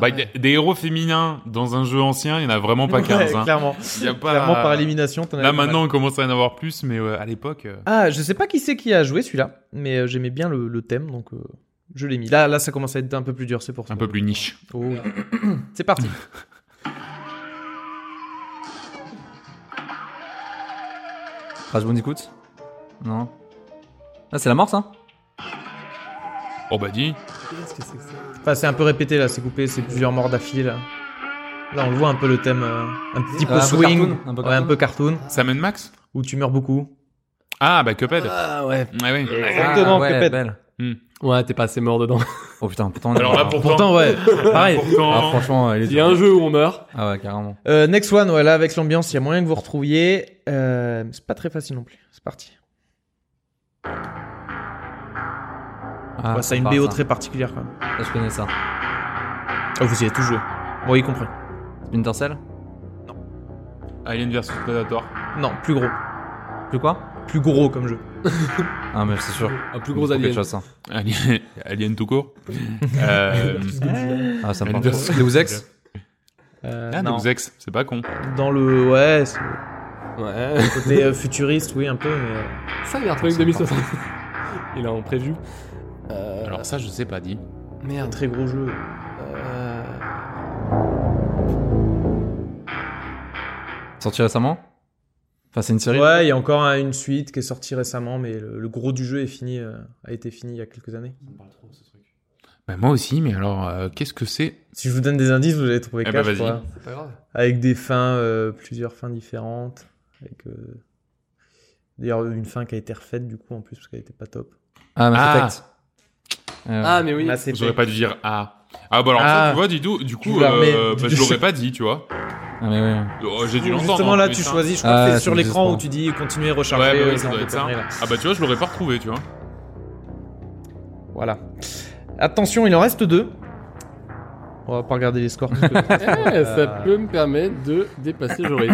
[SPEAKER 8] Bah, y a- Des héros féminins dans un jeu ancien, il y en a vraiment pas 15.
[SPEAKER 10] [LAUGHS] Ouais,
[SPEAKER 8] hein.
[SPEAKER 10] Clairement.
[SPEAKER 8] Y a pas-
[SPEAKER 10] Clairement par élimination. t'en
[SPEAKER 8] Là
[SPEAKER 10] avais pas mal.
[SPEAKER 8] maintenant, on commence à en avoir plus, mais euh, à l'époque. euh,
[SPEAKER 10] Ah, je sais pas qui c'est qui a joué celui-là, mais euh, j'aimais bien le, le thème, donc euh, je l'ai mis. Là, là, ça commence à être un peu plus dur, c'est pour ça.
[SPEAKER 8] Un peu plus niche.
[SPEAKER 10] Oh oui. [COUGHS] c'est parti.
[SPEAKER 1] Crash Bandicoot Non. Là, c'est la mort, ça
[SPEAKER 8] Oh bah dis.
[SPEAKER 9] Qu'est-ce que c'est que ça
[SPEAKER 10] Enfin, c'est un peu répété là, c'est coupé, c'est plusieurs morts d'affilée là. Là, on le voit un peu le thème, euh, un petit peu
[SPEAKER 1] Euh, un peu
[SPEAKER 10] swing,
[SPEAKER 1] cartoon, un peu
[SPEAKER 10] ouais, un peu cartoon,
[SPEAKER 8] Ça mène Max
[SPEAKER 10] où tu meurs beaucoup.
[SPEAKER 8] Ah bah Cuphead.
[SPEAKER 9] Ah ouais.
[SPEAKER 8] Ah ouais.
[SPEAKER 10] Exactement,
[SPEAKER 1] Ah, ouais,
[SPEAKER 10] Cuphead.
[SPEAKER 1] belle.
[SPEAKER 9] Ouais, t'es pas assez mort dedans.
[SPEAKER 1] Oh putain, pourtant. on est
[SPEAKER 8] Alors là
[SPEAKER 1] pas-
[SPEAKER 8] pourtant.
[SPEAKER 10] Pourtant,
[SPEAKER 1] [LAUGHS]
[SPEAKER 10] ouais, pareil.
[SPEAKER 1] Ah,
[SPEAKER 8] pourtant-
[SPEAKER 1] franchement, il est
[SPEAKER 9] Il y a un jeu où on meurt.
[SPEAKER 1] Ah ouais, carrément.
[SPEAKER 10] Euh, next one, ouais, là, avec l'ambiance, il y a moyen que vous retrouviez. Euh, c'est pas très facile non plus. C'est parti.
[SPEAKER 1] Ah,
[SPEAKER 10] Ouais, ça a une
[SPEAKER 1] part,
[SPEAKER 10] BO
[SPEAKER 1] ça.
[SPEAKER 10] très particulière quand même.
[SPEAKER 1] Là, je connais ça.
[SPEAKER 10] Ah, vous y avez tout joué. Bon, y compris.
[SPEAKER 1] Splinter Cell
[SPEAKER 8] Alien vs Predator.
[SPEAKER 10] Non, plus gros.
[SPEAKER 1] Plus quoi
[SPEAKER 10] Plus gros comme jeu.
[SPEAKER 1] Ah, mais c'est sûr.
[SPEAKER 9] Un plus gros alien.
[SPEAKER 1] Quelque chose, ça.
[SPEAKER 8] Alien, alien tout
[SPEAKER 10] [LAUGHS]
[SPEAKER 8] court. euh,
[SPEAKER 1] Ah, ça me parle.
[SPEAKER 8] Alien-
[SPEAKER 1] Les Ouzex
[SPEAKER 10] Euh,
[SPEAKER 8] Ah,
[SPEAKER 10] non.
[SPEAKER 8] les ex, c'est pas con.
[SPEAKER 10] Dans le. Ouais. c'est-
[SPEAKER 9] Ouais.
[SPEAKER 10] Côté euh, futuriste, oui, un peu, mais. euh,
[SPEAKER 9] Ça, il a retrouvé que 2060. [LAUGHS] Il est en preview. Euh,
[SPEAKER 8] Alors ça, je sais pas, dit.
[SPEAKER 10] Un
[SPEAKER 9] merde.
[SPEAKER 10] très gros jeu.
[SPEAKER 9] Euh,
[SPEAKER 1] Sorti récemment Enfin, c'est une série
[SPEAKER 10] Ouais, il y a encore un- une suite qui est sortie récemment, mais le, le gros du jeu est fini, euh, a été fini il y a quelques années.
[SPEAKER 8] Bah, moi aussi, mais alors, euh, qu'est-ce que c'est
[SPEAKER 10] Si je vous donne des indices, vous allez trouver
[SPEAKER 8] Eh
[SPEAKER 10] quatre,
[SPEAKER 8] ben,
[SPEAKER 10] je
[SPEAKER 8] vas-y.
[SPEAKER 10] crois.
[SPEAKER 9] C'est pas grave.
[SPEAKER 10] Avec des fins, euh, plusieurs fins différentes. Avec, euh, D'ailleurs, une fin qui a été refaite, du coup, en plus, parce qu'elle était pas top.
[SPEAKER 1] Ah, Mass
[SPEAKER 8] Ah.
[SPEAKER 1] Effect. Euh,
[SPEAKER 9] Ah, mais oui.
[SPEAKER 10] Mass Effect.
[SPEAKER 8] J'aurais pas dû dire ah. Ah bah alors
[SPEAKER 10] Ah.
[SPEAKER 8] ça, tu vois, du, tout- du coup,
[SPEAKER 10] Tu l'as
[SPEAKER 8] euh,
[SPEAKER 10] remis.
[SPEAKER 8] bah, je l'aurais pas dit, tu vois.
[SPEAKER 1] ah, mais oui.
[SPEAKER 8] Oh, J'ai dû l'entendre.
[SPEAKER 10] Justement,
[SPEAKER 8] hein,
[SPEAKER 10] là,
[SPEAKER 8] mais
[SPEAKER 10] tu
[SPEAKER 8] ça-
[SPEAKER 10] choisis, je crois
[SPEAKER 1] Ah,
[SPEAKER 10] que c'est
[SPEAKER 1] ça
[SPEAKER 10] sur
[SPEAKER 1] me
[SPEAKER 10] l'écran
[SPEAKER 1] désespère.
[SPEAKER 10] où tu dis continuez,
[SPEAKER 8] Ouais,
[SPEAKER 10] recharger.
[SPEAKER 8] bah
[SPEAKER 10] euh,
[SPEAKER 8] oui, ça
[SPEAKER 10] non,
[SPEAKER 8] doit
[SPEAKER 10] des
[SPEAKER 8] être ça.
[SPEAKER 10] conneries, là.
[SPEAKER 8] Ah bah tu vois, je l'aurais pas retrouvé, tu vois.
[SPEAKER 10] Voilà. Attention, il en reste deux. On va pas regarder les [LAUGHS] scores. parce que-
[SPEAKER 9] Eh, ça peut me permettre de dépasser Joris.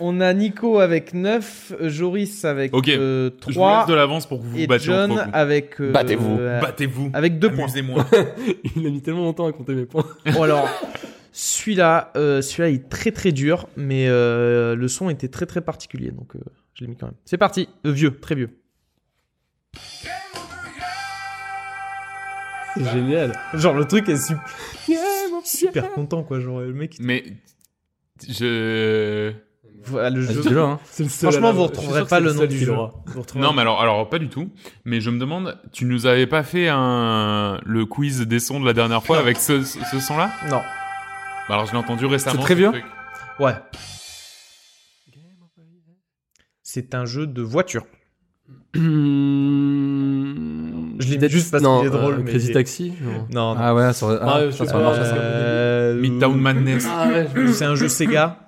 [SPEAKER 10] On a Nico avec 9, Joris avec
[SPEAKER 8] Ok. Je vous
[SPEAKER 10] 3
[SPEAKER 8] laisse de l'avance pour que vous vous
[SPEAKER 10] et
[SPEAKER 8] battiez
[SPEAKER 10] John
[SPEAKER 8] entre vous.
[SPEAKER 10] avec euh,
[SPEAKER 8] Battez-vous.
[SPEAKER 10] euh,
[SPEAKER 8] Battez-vous.
[SPEAKER 10] avec 2 points.
[SPEAKER 8] Amusez-moi.
[SPEAKER 9] Il a mis tellement longtemps à compter mes points. [LAUGHS]
[SPEAKER 10] Bon, alors celui-là euh, celui-là il est très très dur mais euh, le son était très très particulier donc euh, je l'ai mis quand même. C'est parti, Euh, vieux, très vieux.
[SPEAKER 9] C'est génial.
[SPEAKER 10] Genre le truc est sup- super content quoi, genre le mec il-
[SPEAKER 8] Mais je.
[SPEAKER 10] Voilà, le
[SPEAKER 1] Ah,
[SPEAKER 10] jeu.
[SPEAKER 1] c'est là, hein.
[SPEAKER 9] C'est le seul.
[SPEAKER 10] Franchement, vous
[SPEAKER 9] retrouverez
[SPEAKER 10] retrouverez pas le nom du jeu. Vous retrouverez-
[SPEAKER 8] Non, mais alors, alors pas du tout. Mais je me demande, tu nous avais pas fait un le quiz des sons de la dernière fois avec ce, ce- ce son-là
[SPEAKER 10] non.
[SPEAKER 8] Bah alors je l'ai entendu récemment.
[SPEAKER 1] C'est très
[SPEAKER 8] ce
[SPEAKER 1] vieux
[SPEAKER 8] truc.
[SPEAKER 10] Ouais. C'est un jeu de voiture. Je l'ai dit juste parce
[SPEAKER 9] Hmm. non,
[SPEAKER 10] qu'il est drôle,
[SPEAKER 9] euh,
[SPEAKER 10] mais il
[SPEAKER 9] Crazy
[SPEAKER 10] est-
[SPEAKER 9] Taxi. Non.
[SPEAKER 10] Non, non.
[SPEAKER 1] Ah, ouais, ça aurait- ah,
[SPEAKER 9] Ouais, je
[SPEAKER 1] ça,
[SPEAKER 9] sais
[SPEAKER 1] ça
[SPEAKER 9] pas,
[SPEAKER 1] marche.
[SPEAKER 9] ça serait-
[SPEAKER 10] Euh,
[SPEAKER 8] Midtown Madness.
[SPEAKER 9] Ah ouais. je-
[SPEAKER 10] [LAUGHS] C'est un jeu Sega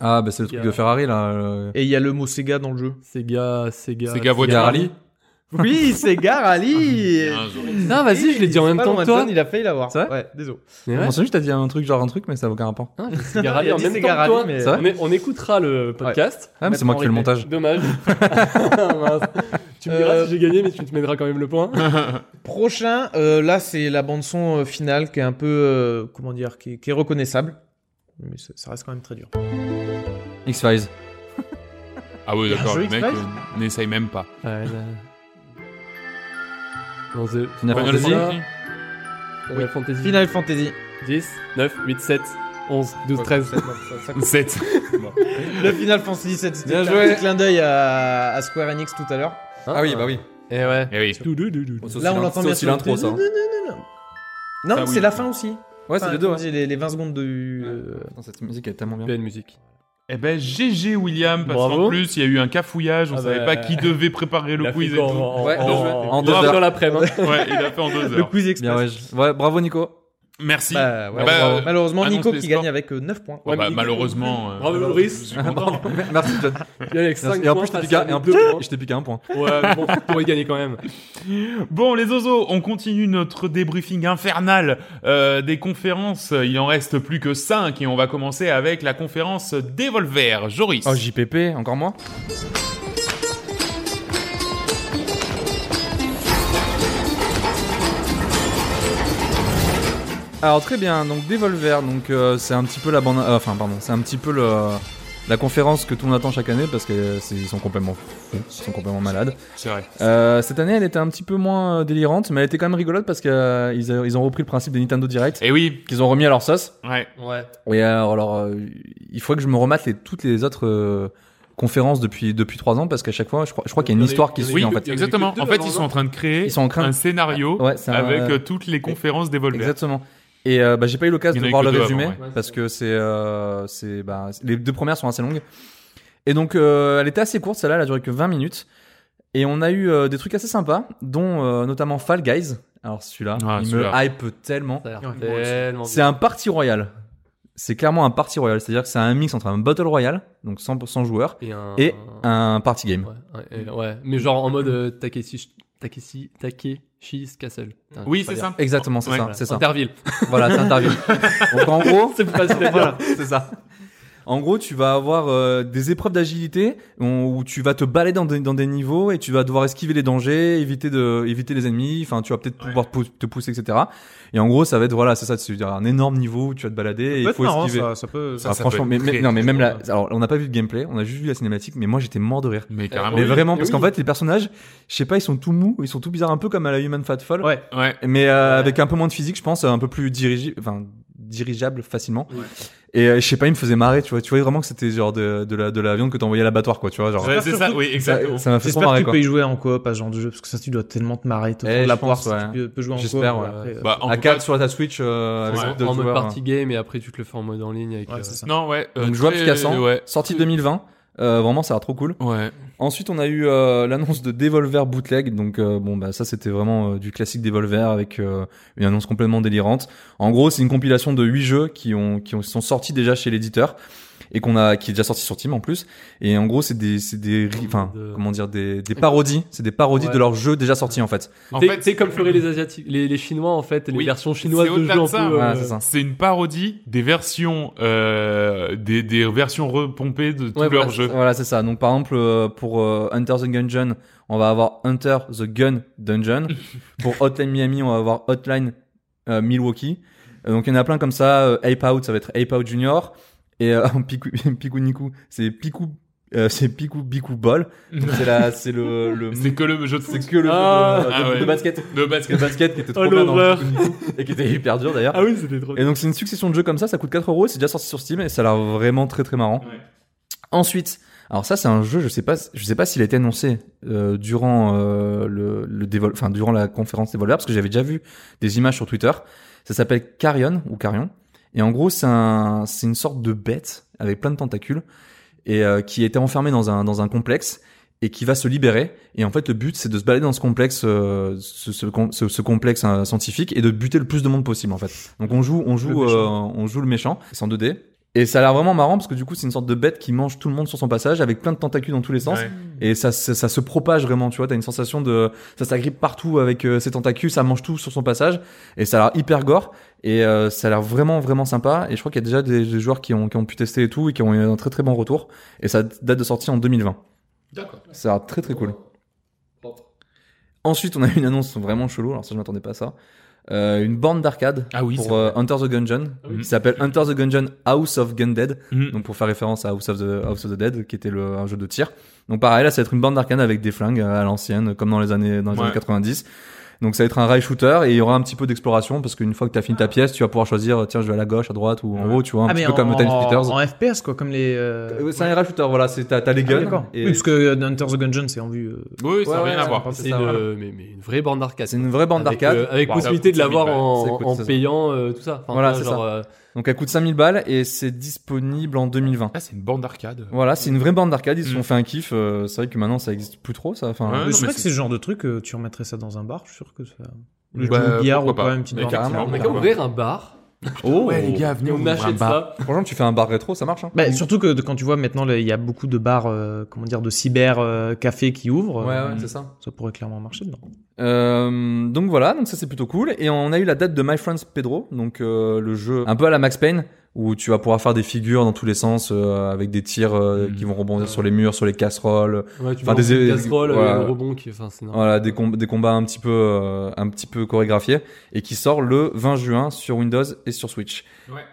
[SPEAKER 1] Ah, bah, c'est le truc de Ferrari, là. euh,
[SPEAKER 10] et il y a le mot Sega dans le jeu.
[SPEAKER 9] Sega, Sega.
[SPEAKER 8] Sega voiture.
[SPEAKER 1] Rally.
[SPEAKER 10] Oui, Sega Rally.
[SPEAKER 8] Bien joué.
[SPEAKER 9] Non, vas-y, je l'ai dit en même temps que toi.
[SPEAKER 10] il a failli l'avoir.
[SPEAKER 1] C'est
[SPEAKER 10] Ouais, désolé.
[SPEAKER 9] Mais
[SPEAKER 1] Je
[SPEAKER 9] ouais.
[SPEAKER 1] me souviens juste, t'as dit un truc, genre un truc, mais ça n'a aucun rapport.
[SPEAKER 9] Ah, Sega Rally
[SPEAKER 10] Il a
[SPEAKER 9] en
[SPEAKER 10] dit
[SPEAKER 9] même
[SPEAKER 10] Sega
[SPEAKER 9] temps que
[SPEAKER 10] Rally,
[SPEAKER 9] toi.
[SPEAKER 10] mais-
[SPEAKER 1] C'est vrai
[SPEAKER 9] On, est- on écoutera le podcast.
[SPEAKER 1] Ah, mais c'est moi qui fais le
[SPEAKER 10] Maintenant,
[SPEAKER 1] montage. [LAUGHS]
[SPEAKER 9] Dommage. Mince. tu me diras
[SPEAKER 10] Euh,
[SPEAKER 9] si j'ai gagné, mais tu te mettras quand même le point.
[SPEAKER 10] Prochain, euh, là c'est la bande son euh, finale qui est un peu euh, comment dire, qui est, qui est reconnaissable, mais ça, ça reste quand même très dur.
[SPEAKER 1] X-Files.
[SPEAKER 8] Ah oui,
[SPEAKER 10] Bien
[SPEAKER 8] d'accord,
[SPEAKER 10] joué,
[SPEAKER 8] le mec
[SPEAKER 10] X-Files.
[SPEAKER 8] euh, n'essaye même pas.
[SPEAKER 9] Ouais, là. Non, c'est-
[SPEAKER 1] Final
[SPEAKER 8] Final
[SPEAKER 9] Final
[SPEAKER 1] Fantasy.
[SPEAKER 9] Fantasy.
[SPEAKER 10] Oui.
[SPEAKER 9] Final Fantasy.
[SPEAKER 10] Final Fantasy.
[SPEAKER 9] 10, 9, 8, 7, 11, 12, 13.
[SPEAKER 8] Fantasy 7.
[SPEAKER 10] Le Final Fantasy 7. C'était
[SPEAKER 1] Bien
[SPEAKER 10] un
[SPEAKER 1] joué.
[SPEAKER 10] petit clin d'œil à, à Square Enix tout à l'heure.
[SPEAKER 1] Ah oui, bah oui.
[SPEAKER 9] Hein Et ouais.
[SPEAKER 8] Eh oui.
[SPEAKER 9] Dou, dou, dou, dou.
[SPEAKER 1] Sauf
[SPEAKER 10] Là
[SPEAKER 1] si
[SPEAKER 10] on
[SPEAKER 1] l'in-
[SPEAKER 10] l'entend
[SPEAKER 1] sauf
[SPEAKER 10] bien.
[SPEAKER 1] si
[SPEAKER 10] sur le-
[SPEAKER 1] l'intro, ça.
[SPEAKER 10] Non,
[SPEAKER 1] hein.
[SPEAKER 10] non, non, non. Non,
[SPEAKER 8] Ah oui.
[SPEAKER 10] c'est la fin aussi.
[SPEAKER 1] Ouais, c'est
[SPEAKER 10] Enfin, euh,
[SPEAKER 1] les deux,
[SPEAKER 10] comme
[SPEAKER 1] ouais.
[SPEAKER 10] j'ai Les, hein. les 20 secondes de.
[SPEAKER 1] Putain, Cette musique est tellement bien.
[SPEAKER 9] Belle musique.
[SPEAKER 8] Eh ben GG William, parce
[SPEAKER 9] Bravo.
[SPEAKER 8] qu'en plus il y a eu un cafouillage, on
[SPEAKER 9] Ah
[SPEAKER 8] savait
[SPEAKER 9] bah,
[SPEAKER 8] pas qui devait préparer le quiz et tout.
[SPEAKER 1] Ouais, bien joué. En deux
[SPEAKER 9] dans
[SPEAKER 1] heures.
[SPEAKER 9] l'après-midi.
[SPEAKER 8] Ouais, il a fait en deux
[SPEAKER 10] Le
[SPEAKER 8] heures.
[SPEAKER 10] quiz
[SPEAKER 1] Bien,
[SPEAKER 10] express.
[SPEAKER 1] ouais, je- ouais, bravo Nico.
[SPEAKER 8] Merci.
[SPEAKER 10] Bah, ouais,
[SPEAKER 8] Ah bah,
[SPEAKER 10] bravo.
[SPEAKER 8] euh,
[SPEAKER 10] Malheureusement,
[SPEAKER 8] annonce
[SPEAKER 10] Nico
[SPEAKER 8] les
[SPEAKER 10] qui
[SPEAKER 8] scores.
[SPEAKER 10] gagne avec euh, 9 points.
[SPEAKER 8] Bon,
[SPEAKER 9] Ouais,
[SPEAKER 8] bah,
[SPEAKER 9] mais-
[SPEAKER 8] malheureusement. euh,
[SPEAKER 9] Bravo, Loris.
[SPEAKER 8] je suis [LAUGHS] content.
[SPEAKER 1] Merci John.
[SPEAKER 9] Il y a avec 5
[SPEAKER 1] Et en plus, je t'ai piqué un- et en plus, je t'ai piqué un point.
[SPEAKER 9] Ouais, mais bon, pour y gagner quand même.
[SPEAKER 8] Bon, les ozos, on continue notre débriefing infernal euh, des conférences. Il en reste plus que 5 et on va commencer avec la conférence Devolver. Joris.
[SPEAKER 1] Oh JPP, encore moi Alors très bien, donc Devolver, donc euh, c'est un petit peu la bande, euh, enfin pardon, c'est un petit peu le, la conférence que tout le monde attend chaque année parce qu'ils sont complètement fous, ils sont complètement malades.
[SPEAKER 8] C'est vrai.
[SPEAKER 1] Euh, cette année, elle était un petit peu moins euh, délirante, mais elle était quand même rigolote parce qu'ils ils ont repris le principe des Nintendo Direct
[SPEAKER 8] Eh oui,
[SPEAKER 1] qu'ils ont remis à leur sauce.
[SPEAKER 8] ouais.
[SPEAKER 9] Ouais.
[SPEAKER 1] Oui, alors, alors, euh, il faut que je me remate les, toutes les autres euh, conférences depuis depuis trois ans parce qu'à chaque fois, je crois, je crois qu'il y a une
[SPEAKER 9] Il y en a-
[SPEAKER 1] histoire qui
[SPEAKER 9] il y en
[SPEAKER 1] suit
[SPEAKER 9] a eu
[SPEAKER 1] en
[SPEAKER 9] que-
[SPEAKER 1] fait.
[SPEAKER 9] il y en a eu
[SPEAKER 8] Exactement.
[SPEAKER 9] que deux
[SPEAKER 8] En fait,
[SPEAKER 9] avant,
[SPEAKER 8] ils sont
[SPEAKER 9] non
[SPEAKER 8] en train de créer
[SPEAKER 1] Ils sont en train de-
[SPEAKER 8] un scénario
[SPEAKER 1] Ouais, c'est un-
[SPEAKER 8] avec euh, toutes les conférences Devolver.
[SPEAKER 1] Exactement. Et euh, bah, j'ai pas eu
[SPEAKER 8] Il y
[SPEAKER 1] l'occasion
[SPEAKER 8] en
[SPEAKER 1] de
[SPEAKER 8] a eu
[SPEAKER 1] voir
[SPEAKER 8] que
[SPEAKER 1] le
[SPEAKER 8] deux
[SPEAKER 1] résumé
[SPEAKER 8] avant,
[SPEAKER 9] ouais.
[SPEAKER 1] parce que c'est euh, c'est bah, c'est- les deux premières sont assez longues. Et donc euh, elle était assez courte celle-là, elle a duré que 20 minutes. Et on a eu euh, des trucs assez sympas, dont euh, notamment Fall Guys. Alors celui-là,
[SPEAKER 8] Ah,
[SPEAKER 1] il
[SPEAKER 8] celui-là.
[SPEAKER 1] me hype tellement.
[SPEAKER 9] Ça a l'air
[SPEAKER 10] Ouais.
[SPEAKER 9] tellement
[SPEAKER 1] C'est un party royal. C'est clairement un party royal, c'est-à-dire que c'est un mix entre un battle royal, donc 100% joueurs,
[SPEAKER 9] bien. Et un.
[SPEAKER 1] et un party game.
[SPEAKER 9] Ah. Ouais, un- et- ouais. Mais genre en mode euh, Takeshi. Takeshi. Takeshi's Castle. Putain,
[SPEAKER 8] Oui,
[SPEAKER 9] pas
[SPEAKER 8] c'est
[SPEAKER 9] bien.
[SPEAKER 8] ça.
[SPEAKER 1] Exactement, c'est
[SPEAKER 8] Ouais.
[SPEAKER 1] ça, c'est ça.
[SPEAKER 9] Interville. [LAUGHS]
[SPEAKER 1] Voilà, c'est Interville. Donc en gros,
[SPEAKER 9] C'est plus facile à dire.
[SPEAKER 1] c'est ça. En gros, tu vas avoir euh, des épreuves d'agilité on- où tu vas te balader dans des, dans des niveaux et tu vas devoir esquiver les dangers, éviter de éviter les ennemis. Enfin, tu vas peut-être pouvoir pou- te pousser, etc. Et en gros, ça va être voilà, c'est ça, c'est un énorme niveau où tu vas te balader et
[SPEAKER 10] peut
[SPEAKER 1] il
[SPEAKER 10] être
[SPEAKER 1] faut
[SPEAKER 10] marrant,
[SPEAKER 1] esquiver.
[SPEAKER 10] ça, ça peut- ça-
[SPEAKER 1] Ah,
[SPEAKER 10] ça
[SPEAKER 1] franchement,
[SPEAKER 10] peut
[SPEAKER 1] mais,
[SPEAKER 10] être
[SPEAKER 1] mais-
[SPEAKER 10] très,
[SPEAKER 1] non, mais
[SPEAKER 10] très
[SPEAKER 1] même là,
[SPEAKER 10] drôle.
[SPEAKER 1] alors on n'a pas vu de gameplay, on a juste vu la cinématique, mais moi j'étais mort de rire.
[SPEAKER 8] Mais carrément.
[SPEAKER 1] Mais
[SPEAKER 8] Ah Oui,
[SPEAKER 1] vraiment,
[SPEAKER 8] mais
[SPEAKER 1] parce
[SPEAKER 8] oui.
[SPEAKER 1] qu'en fait, les personnages, je sais pas, ils sont tout mous, ils sont tout bizarres, un peu comme à la Human Fat Fall.
[SPEAKER 10] Ouais.
[SPEAKER 8] ouais.
[SPEAKER 1] Mais euh, avec un peu moins de physique, je pense, un peu plus dirigi... enfin, dirigeable facilement. Et euh, je sais pas, il me faisait marrer, tu vois. Tu vois vraiment que c'était genre de, de, la, de la viande que t'envoyais à l'abattoir, quoi, tu vois. Genre,
[SPEAKER 8] Ouais, c'est ça, oui, exactement.
[SPEAKER 1] Ah, Ça m'a fait trop
[SPEAKER 10] J'espère que
[SPEAKER 1] marrer,
[SPEAKER 10] tu
[SPEAKER 1] quoi.
[SPEAKER 10] peux y jouer en coop à ce genre de jeu parce que ça tu dois tellement te marrer, te
[SPEAKER 1] Eh,
[SPEAKER 10] prendre
[SPEAKER 1] je
[SPEAKER 10] la poire
[SPEAKER 1] pense,
[SPEAKER 10] si
[SPEAKER 1] ouais.
[SPEAKER 10] tu peux, peux jouer en coop.
[SPEAKER 1] J'espère, ouais.
[SPEAKER 10] après, euh,
[SPEAKER 1] Bah, en À tout quatre cas, sur ta Switch, euh, avec
[SPEAKER 9] en,
[SPEAKER 1] deux
[SPEAKER 9] en mode
[SPEAKER 1] joueurs,
[SPEAKER 9] party game et après tu te le fais en mode en ligne avec. euh,
[SPEAKER 8] Non, ouais. euh,
[SPEAKER 1] Donc jouable
[SPEAKER 8] très-
[SPEAKER 1] Picasso,
[SPEAKER 8] ouais.
[SPEAKER 1] sortie 2020. Euh, vraiment, ça a l'air trop cool. Ensuite, on a eu euh, l'annonce de Devolver Bootleg. Donc, euh, bon, bah, ça, c'était vraiment euh, du classique Devolver avec euh, une annonce complètement délirante. En gros, c'est une compilation de 8 jeux qui, ont, qui ont- sont sortis déjà chez l'éditeur et qu'on a qui est déjà sorti sur Steam en plus et en gros c'est des c'est des ri- enfin comment dire des, des parodies c'est des parodies
[SPEAKER 9] Ouais.
[SPEAKER 1] de leurs jeux déjà sortis en fait
[SPEAKER 9] T'es t'es comme feraient les Asiatiques, les, les Chinois en fait, les versions chinoises
[SPEAKER 8] C'est
[SPEAKER 9] de jeux
[SPEAKER 8] au-delà
[SPEAKER 9] un
[SPEAKER 8] de ça.
[SPEAKER 9] peu. euh,
[SPEAKER 1] Ah, c'est ça.
[SPEAKER 8] C'est une parodie des versions, euh, des, des versions repompées de tous leurs
[SPEAKER 1] Ouais, voilà,
[SPEAKER 8] jeux.
[SPEAKER 1] c'est- [LAUGHS] Voilà, c'est ça. Donc, par exemple, euh, pour euh, Hunter the Gungeon, on va avoir Hunter the Gun
[SPEAKER 8] [LAUGHS]
[SPEAKER 1] Dungeon. pour Hotline Miami, on va avoir Hotline euh, Milwaukee. Euh, donc, il y en a plein comme ça. Euh, Ape Out, ça va être Ape Out Junior. Et euh, [LAUGHS] Piku, Piku Niku, c'est Piku. euh, c'est Piku Biku Ball. Donc, C'est la- c'est le,
[SPEAKER 8] [LAUGHS]
[SPEAKER 1] le-
[SPEAKER 8] C'est que le jeu de
[SPEAKER 1] c'est que le jeu de- de,
[SPEAKER 8] Ah ouais.
[SPEAKER 1] de basket.
[SPEAKER 8] De basket.
[SPEAKER 1] De basket qui était trop
[SPEAKER 8] Oh,
[SPEAKER 1] bien dans
[SPEAKER 8] l'horreur.
[SPEAKER 1] Piku Niku. et qui était hyper dur d'ailleurs.
[SPEAKER 9] Ah oui, c'était trop.
[SPEAKER 1] Et donc c'est une succession de jeux comme ça, ça coûte 4 euros, c'est déjà sorti sur Steam et ça a l'air vraiment très très marrant. Ensuite, alors ça c'est un jeu, je sais pas, je sais pas s'il a été annoncé euh, durant euh, le, le dévol- enfin durant la conférence Devolver parce que j'avais déjà vu des images sur Twitter. Ça s'appelle Carion ou Carion et en gros c'est un, c'est une sorte de bête avec plein de tentacules et euh, qui était enfermée dans un dans un complexe et qui va se libérer. Et en fait, le but, c'est de se balader dans ce complexe, euh, ce, ce com- ce- ce complexe euh, scientifique, et de buter le plus de monde possible, en fait. Donc on joue, on joue, euh, on joue le méchant. C'est en 2D. Et ça a l'air vraiment marrant parce que du coup, c'est une sorte de bête qui mange tout le monde sur son passage, avec plein de tentacules dans tous les sens.
[SPEAKER 8] Ouais.
[SPEAKER 1] Et ça, ça, ça se propage vraiment. Tu vois, t'as une sensation de, ça s'agrippe partout avec euh, ses tentacules, ça mange tout sur son passage. Et ça a l'air hyper gore. Et euh, ça a l'air vraiment, vraiment sympa. Et je crois qu'il y a déjà des, des joueurs qui ont, qui ont pu tester et tout, et qui ont eu un très, très bon retour. Et ça date de sortie en 2020.
[SPEAKER 9] D'accord.
[SPEAKER 1] Ça a l'air très très cool.
[SPEAKER 9] Propre.
[SPEAKER 1] Ensuite, on a une annonce vraiment chelou. Alors ça, je m'attendais pas à ça. Euh, une borne d'arcade
[SPEAKER 8] c'est
[SPEAKER 1] pour euh, Hunter the Gungeon qui s'appelle Hunter the Gungeon House of Gundead
[SPEAKER 8] Mhm.
[SPEAKER 1] donc pour faire référence à House of the, House of the Dead qui était le, un jeu de tir donc pareil là ça va être une borne d'arcade avec des flingues euh, à l'ancienne comme dans les années dans les
[SPEAKER 8] Ouais.
[SPEAKER 1] années 90 donc ça va être un rail shooter et il y aura un petit peu d'exploration parce qu'une fois que t'as fini ta pièce tu vas pouvoir choisir euh, tiens je vais à la gauche à droite ou en haut tu vois un
[SPEAKER 10] Ah,
[SPEAKER 1] petit
[SPEAKER 10] mais
[SPEAKER 1] peu
[SPEAKER 10] en-
[SPEAKER 1] comme le Time
[SPEAKER 10] en-
[SPEAKER 1] Splitters
[SPEAKER 10] En FPS quoi, comme les. euh,
[SPEAKER 1] Euh, c'est un rail shooter voilà c'est t'as t'as les
[SPEAKER 10] Ah,
[SPEAKER 1] guns
[SPEAKER 10] d'accord.
[SPEAKER 1] et-
[SPEAKER 10] Oui, parce que Hunter the Gungeon, c'est en vue. euh,
[SPEAKER 8] Oui,
[SPEAKER 1] Ouais, ouais,
[SPEAKER 9] C'est
[SPEAKER 1] ça,
[SPEAKER 9] une,
[SPEAKER 1] voilà.
[SPEAKER 9] euh, mais, mais une vraie bande d'arcade.
[SPEAKER 1] C'est une vraie bande
[SPEAKER 9] Avec,
[SPEAKER 1] d'arcade.
[SPEAKER 9] euh, avec
[SPEAKER 1] Wow.
[SPEAKER 9] possibilité de
[SPEAKER 1] Ça coûte
[SPEAKER 9] l'avoir
[SPEAKER 1] 5000 balles.
[SPEAKER 9] en,
[SPEAKER 1] Ça coûte
[SPEAKER 9] en
[SPEAKER 1] 5000
[SPEAKER 9] payant euh, tout ça. Enfin,
[SPEAKER 1] voilà,
[SPEAKER 9] tu
[SPEAKER 1] c'est
[SPEAKER 9] vois,
[SPEAKER 1] ça.
[SPEAKER 9] genre, euh,
[SPEAKER 1] Donc elle coûte 5000 balles et c'est disponible en 2020.
[SPEAKER 8] Ah, c'est une bande d'arcade.
[SPEAKER 1] Voilà, c'est une vraie bande d'arcade, ils se sont fait un kiff. euh, c'est vrai que maintenant ça existe plus trop, ça. Enfin,
[SPEAKER 10] je crois que c'est le genre de truc, euh, tu remettrais ça dans un bar, je suis sûr que ça. Le
[SPEAKER 1] Bah,
[SPEAKER 10] jeu au billard ou
[SPEAKER 1] pourquoi
[SPEAKER 10] quoi,
[SPEAKER 1] pas.
[SPEAKER 10] une petite
[SPEAKER 1] Mais
[SPEAKER 10] barre.
[SPEAKER 1] carrément,
[SPEAKER 10] d'arcade.
[SPEAKER 1] mais
[SPEAKER 9] on va ouvrir un bar.
[SPEAKER 1] Oh
[SPEAKER 9] Ouais, les gars, venez, on
[SPEAKER 1] on
[SPEAKER 9] ouvre un
[SPEAKER 1] achète
[SPEAKER 9] bar.
[SPEAKER 1] ça. Franchement, tu fais un bar rétro, ça marche. Hein.
[SPEAKER 10] Bah, surtout que de- quand tu vois maintenant, là, il y a beaucoup de bars, euh, comment dire, de cyber euh, cafés qui ouvrent.
[SPEAKER 1] Ouais,
[SPEAKER 10] euh,
[SPEAKER 1] ouais, c'est ça.
[SPEAKER 10] Ça pourrait clairement marcher dedans. [LAUGHS]
[SPEAKER 1] Euh, donc voilà, donc ça c'est plutôt cool. Et on a eu la date de My Friends Pedro, donc euh, le jeu un peu à la Max Payne où tu vas pouvoir faire des figures dans tous les sens euh, avec des tirs euh, qui vont rebondir sur les murs, sur les casseroles,
[SPEAKER 9] Ouais, tu vas lancer une casserole, euh, le rebond qui- enfin, c'est normal.
[SPEAKER 1] voilà des, com- des combats un petit peu euh, un petit peu chorégraphiés et qui sort le 20 juin sur Windows et sur Switch.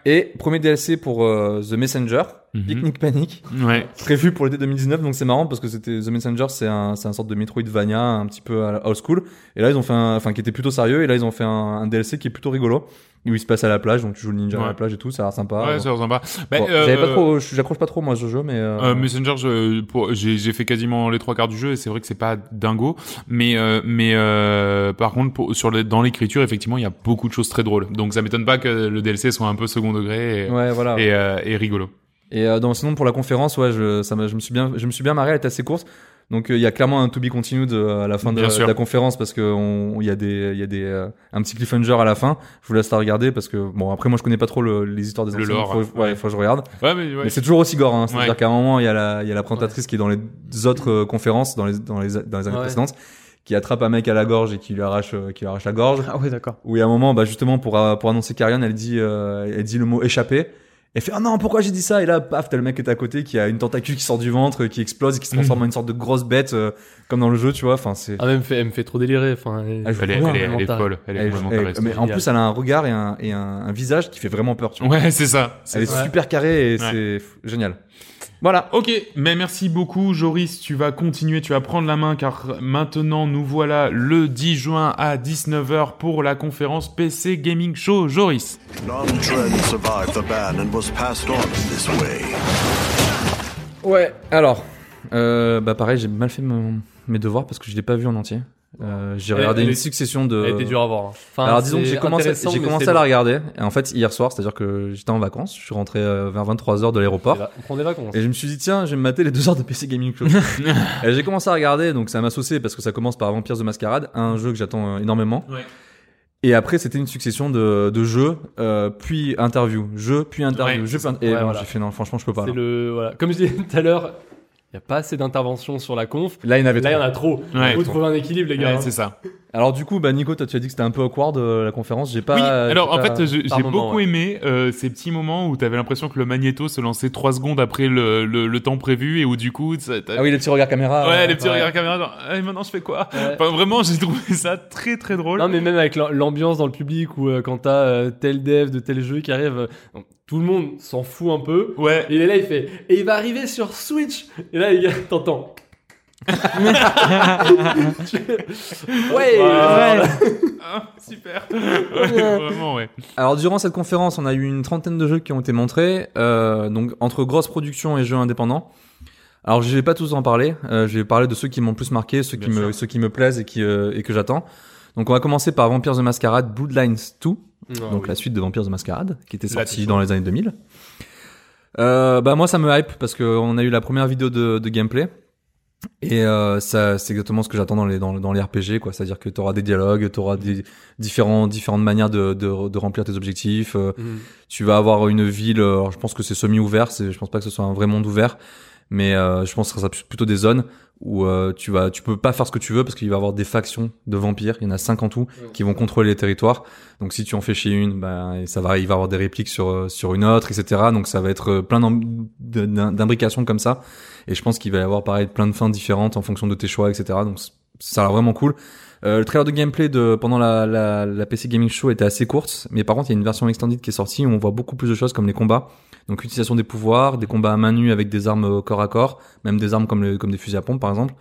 [SPEAKER 1] Et premier DLC pour euh, The Messenger, Picnic Panic,
[SPEAKER 8] Ouais.
[SPEAKER 1] prévu pour l'été 2019. Donc c'est marrant parce que c'était The Messenger, c'est un c'est un sorte de Metroidvania un petit peu à la old school. Et là ils ont fait un, enfin qui était plutôt sérieux et là ils ont fait un, un DLC qui est plutôt rigolo où il se passe à la plage donc tu joues le ninja à
[SPEAKER 8] Ouais.
[SPEAKER 1] la plage et tout, ça a l'air sympa.
[SPEAKER 8] Ouais, ça a l'air sympa. Bah,
[SPEAKER 1] Ah, Bon,
[SPEAKER 8] euh,
[SPEAKER 1] j'avais pas trop, j'accroche pas trop moi ce jeu mais. euh,
[SPEAKER 8] Euh, Messenger, je- pour- j'ai j'ai fait quasiment les trois quarts du jeu et c'est vrai que c'est pas dingo, mais euh, mais euh, par contre pour, sur le- dans l'écriture effectivement il y a beaucoup de choses très drôles, donc ça m'étonne pas que le DLC soit un peu second degré et,
[SPEAKER 1] Ouais, voilà.
[SPEAKER 8] et, euh, et rigolo.
[SPEAKER 1] Et euh, dans, sinon pour la conférence, ouais, je, ça m'a- je me suis bien, je me suis bien marré, elle était assez courte. Donc euh, il y a clairement un to be continued euh, à la fin de,
[SPEAKER 8] Bien sûr.
[SPEAKER 1] de la conférence parce que on- il y a des, il y a des, euh, un petit cliffhanger à la fin. Je vous laisse la regarder parce que bon après moi je connais pas trop le- les histoires des
[SPEAKER 8] Le
[SPEAKER 1] anciens,
[SPEAKER 8] lore,
[SPEAKER 1] faut, ouais,
[SPEAKER 8] ouais.
[SPEAKER 1] faut que je regarde.
[SPEAKER 8] Ouais, mais ouais.
[SPEAKER 1] c'est toujours aussi gore, hein. c'est-à-dire
[SPEAKER 8] Ouais.
[SPEAKER 1] qu'à un moment il y a la, il y a la présentatrice qui est dans les autres euh, conférences, dans les, dans les, dans les années
[SPEAKER 10] Ouais.
[SPEAKER 1] précédentes, qui attrape un mec à la gorge et qui lui arrache, euh, qui lui arrache la gorge.
[SPEAKER 10] Ah ouais, d'accord.
[SPEAKER 1] Où il y a un moment, bah justement pour euh, pour annoncer Carion, elle dit euh, elle dit le mot échapper Et fait, ah non, pourquoi j'ai dit ça? Et là, paf, t'as le mec qui est à côté, qui a une tentacule qui sort du ventre, qui explose, et qui se transforme en une sorte de grosse bête, euh, comme dans le jeu, tu vois. Enfin, c'est.
[SPEAKER 9] Mhm. Ah, mais elle me fait, elle me fait trop délirer. Enfin, elle,
[SPEAKER 1] Ah, je
[SPEAKER 8] Elle est-
[SPEAKER 1] vois,
[SPEAKER 8] elle est-
[SPEAKER 1] vraiment
[SPEAKER 8] elle est
[SPEAKER 1] tarée.
[SPEAKER 8] folle, elle est complètement tarée,
[SPEAKER 1] Mais
[SPEAKER 8] c'est
[SPEAKER 1] en
[SPEAKER 8] génial.
[SPEAKER 1] plus, elle a un regard et un, et un, un visage qui fait vraiment peur, tu vois.
[SPEAKER 8] Ouais, c'est ça, c'est
[SPEAKER 1] Elle est
[SPEAKER 8] ça.
[SPEAKER 1] super carrée et
[SPEAKER 8] Ouais.
[SPEAKER 1] c'est f- génial.
[SPEAKER 8] Voilà. Ok, mais merci beaucoup Joris, tu vas continuer, tu vas prendre la main car maintenant nous voilà le 10 juin à 19h pour la conférence PC Gaming Show Joris.
[SPEAKER 12] Don Trend survived the ban and was passed on in this way.
[SPEAKER 1] Ouais. Alors, euh, bah pareil, j'ai mal fait mon- mes devoirs parce que je l'ai pas vu en entier. Euh, j'ai
[SPEAKER 9] Elle-
[SPEAKER 1] regardé
[SPEAKER 9] elle
[SPEAKER 1] une
[SPEAKER 9] est-
[SPEAKER 1] succession de.
[SPEAKER 9] elle était dure à voir, hein. Enfin,
[SPEAKER 1] Euh, Alors disons que
[SPEAKER 9] c'est
[SPEAKER 1] j'ai commencé,
[SPEAKER 9] intéressant,
[SPEAKER 1] j'ai
[SPEAKER 9] mais
[SPEAKER 1] commencé
[SPEAKER 9] c'est
[SPEAKER 1] à la
[SPEAKER 9] long.
[SPEAKER 1] regarder. Et en fait, hier soir, c'est-à-dire que j'étais en vacances, je suis rentré euh, vers 23 h de l'aéroport.
[SPEAKER 9] On prend des vacances.
[SPEAKER 1] Et je me suis dit, tiens, je vais me mater les deux heures de PC Gaming
[SPEAKER 9] [LAUGHS]
[SPEAKER 1] Show. et j'ai commencé à regarder, donc ça m'a saucé parce que ça commence par Vampires de Mascarade, un jeu que j'attends euh, énormément.
[SPEAKER 8] Ouais.
[SPEAKER 1] Et après, c'était une succession de, de jeux, euh, puis interview, jeu, puis interview,
[SPEAKER 9] Ouais, c'est
[SPEAKER 1] jeu, puis
[SPEAKER 9] ça.
[SPEAKER 1] inter- Et
[SPEAKER 9] Ouais,
[SPEAKER 1] non,
[SPEAKER 9] voilà.
[SPEAKER 1] j'ai fait, non, franchement, je peux pas.
[SPEAKER 9] C'est
[SPEAKER 1] là.
[SPEAKER 9] le voilà. Comme je disais tout à l'heure, il y a pas assez d'interventions sur la conf.
[SPEAKER 1] Là, il y en avait
[SPEAKER 9] Là, il y
[SPEAKER 1] trop.
[SPEAKER 9] en a trop.
[SPEAKER 1] Ouais,
[SPEAKER 9] il faut
[SPEAKER 1] trop.
[SPEAKER 9] trouver un équilibre,
[SPEAKER 1] Eh
[SPEAKER 9] les gars. hein.
[SPEAKER 1] Alors du coup, bah Nico, toi, tu as dit que c'était un peu awkward euh, la conférence. J'ai pas. euh,
[SPEAKER 8] oui, alors
[SPEAKER 1] j'ai
[SPEAKER 8] en
[SPEAKER 1] pas-
[SPEAKER 8] fait, j'ai
[SPEAKER 1] par
[SPEAKER 8] j'ai
[SPEAKER 1] moment,
[SPEAKER 8] beaucoup
[SPEAKER 1] ouais.
[SPEAKER 8] aimé euh, ces petits moments où t'avais l'impression que le magnéto se lançait 3 secondes après le, le- le temps prévu et où du coup. ça- t'as-
[SPEAKER 1] Ah oui, les petits regards caméra.
[SPEAKER 8] Ouais,
[SPEAKER 1] euh,
[SPEAKER 8] les petits regards caméra, genre, Ah, et maintenant je fais quoi Enfin, vraiment, j'ai trouvé ça très très drôle.
[SPEAKER 9] Non, mais même avec l'am- l'ambiance dans le public où euh, quand t'as euh, tel dev de tel jeu qui arrive, euh, donc, tout le monde s'en fout un peu.
[SPEAKER 1] [LAUGHS]
[SPEAKER 8] Ouais.
[SPEAKER 9] Et il est là, il fait. Et il va arriver sur Switch. Et là, les gars, [LAUGHS] t'entends. ouais.
[SPEAKER 8] Voilà.
[SPEAKER 9] ouais.
[SPEAKER 8] Ah, super. Ouais, [LAUGHS] vraiment, ouais.
[SPEAKER 1] Alors durant cette conférence, on a eu une trentaine de jeux qui ont été montrés, euh, donc entre grosses productions et jeux indépendants. Alors je vais pas tous en parler, euh, je vais parler de ceux qui m'ont le plus marqué, ceux qui
[SPEAKER 8] Bien
[SPEAKER 1] me ceux qui me plaisent et qui euh, et que j'attends. Donc on va commencer par Vampires de Mascarade Bloodlines 2, donc
[SPEAKER 9] Bah oui.
[SPEAKER 1] la suite de Vampires de Mascarade qui était
[SPEAKER 9] La
[SPEAKER 1] sortie
[SPEAKER 9] toute
[SPEAKER 1] dans les années 2000. Euh, bah moi ça me hype parce que on a eu la première vidéo de, de gameplay et euh, ça c'est exactement ce que j'attends dans les dans, dans les RPG quoi c'est à dire que tu auras des dialogues tu auras des différents différentes manières de, de, de remplir tes objectifs euh,
[SPEAKER 9] Mhm.
[SPEAKER 1] tu vas avoir une ville euh, alors je pense que c'est semi ouvert c'est je pense pas que ce soit un vrai monde ouvert mais euh, je pense que ça sera plutôt des zones où euh, tu vas tu peux pas faire ce que tu veux parce qu'il va y avoir des factions de vampires il y en a cinq en tout qui vont contrôler les territoires donc si tu en fais chez une bah, ça va il va y avoir des répliques sur euh, sur une autre etc donc ça va être euh, plein d'im- de- d'im- d'imbrications comme ça et je pense qu'il va y avoir pareil plein de fins différentes en fonction de tes choix etc donc c- ça a l'air vraiment cool euh, le trailer de gameplay de pendant la, la, la PC Gaming Show était assez courte, mais par contre il y a une version extended qui est sortie où on voit beaucoup plus de choses comme les combats, donc l'utilisation des pouvoirs, des combats à main nue avec des armes euh, corps à corps, même des armes comme, le- comme des fusils à pompe par exemple.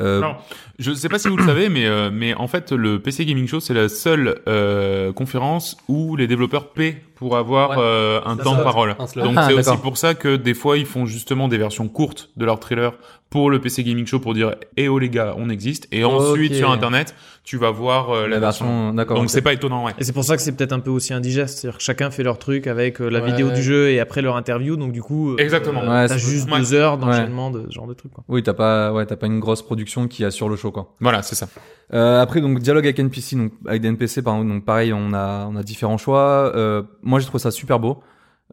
[SPEAKER 1] Euh,
[SPEAKER 8] Alors, je sais pas si vous le savez, mais, euh, mais en fait, le PC Gaming Show, c'est la seule euh, conférence où les développeurs paient pour avoir
[SPEAKER 9] Ouais.
[SPEAKER 8] euh, un
[SPEAKER 9] C'est
[SPEAKER 8] temps de
[SPEAKER 9] ça.
[SPEAKER 8] parole.
[SPEAKER 9] Un slot.
[SPEAKER 8] Donc,
[SPEAKER 9] Ah,
[SPEAKER 8] c'est
[SPEAKER 9] d'accord.
[SPEAKER 8] aussi pour ça que des fois, ils font justement des versions courtes de leur trailer pour le PC Gaming Show pour dire « Eh oh les gars, on existe ». Et ensuite,
[SPEAKER 1] Ok.
[SPEAKER 8] sur Internet, tu vas voir euh, la, version. Donc, c'est pas étonnant, ouais.
[SPEAKER 10] Et c'est pour ça que c'est peut-être un peu aussi indigeste, c'est-à-dire que chacun fait leur truc avec euh, la
[SPEAKER 8] Ouais.
[SPEAKER 10] vidéo du jeu et après leur interview, donc du coup, euh,
[SPEAKER 8] Exactement.
[SPEAKER 10] euh,
[SPEAKER 1] Ouais,
[SPEAKER 10] t'as
[SPEAKER 1] c'est-
[SPEAKER 10] juste
[SPEAKER 1] ouais.
[SPEAKER 10] deux heures
[SPEAKER 1] Ouais.
[SPEAKER 10] d'enchaînement de ce genre de truc. Quoi.
[SPEAKER 1] Oui, t'as pas, ouais, t'as pas une grosse production qui assure le show, quoi.
[SPEAKER 8] Voilà, c'est ça.
[SPEAKER 1] Euh, après, donc dialogue avec NPC, donc avec des NPC, par exemple, donc pareil, on a, on a différents choix. Euh, moi, j'ai trouvé ça super beau.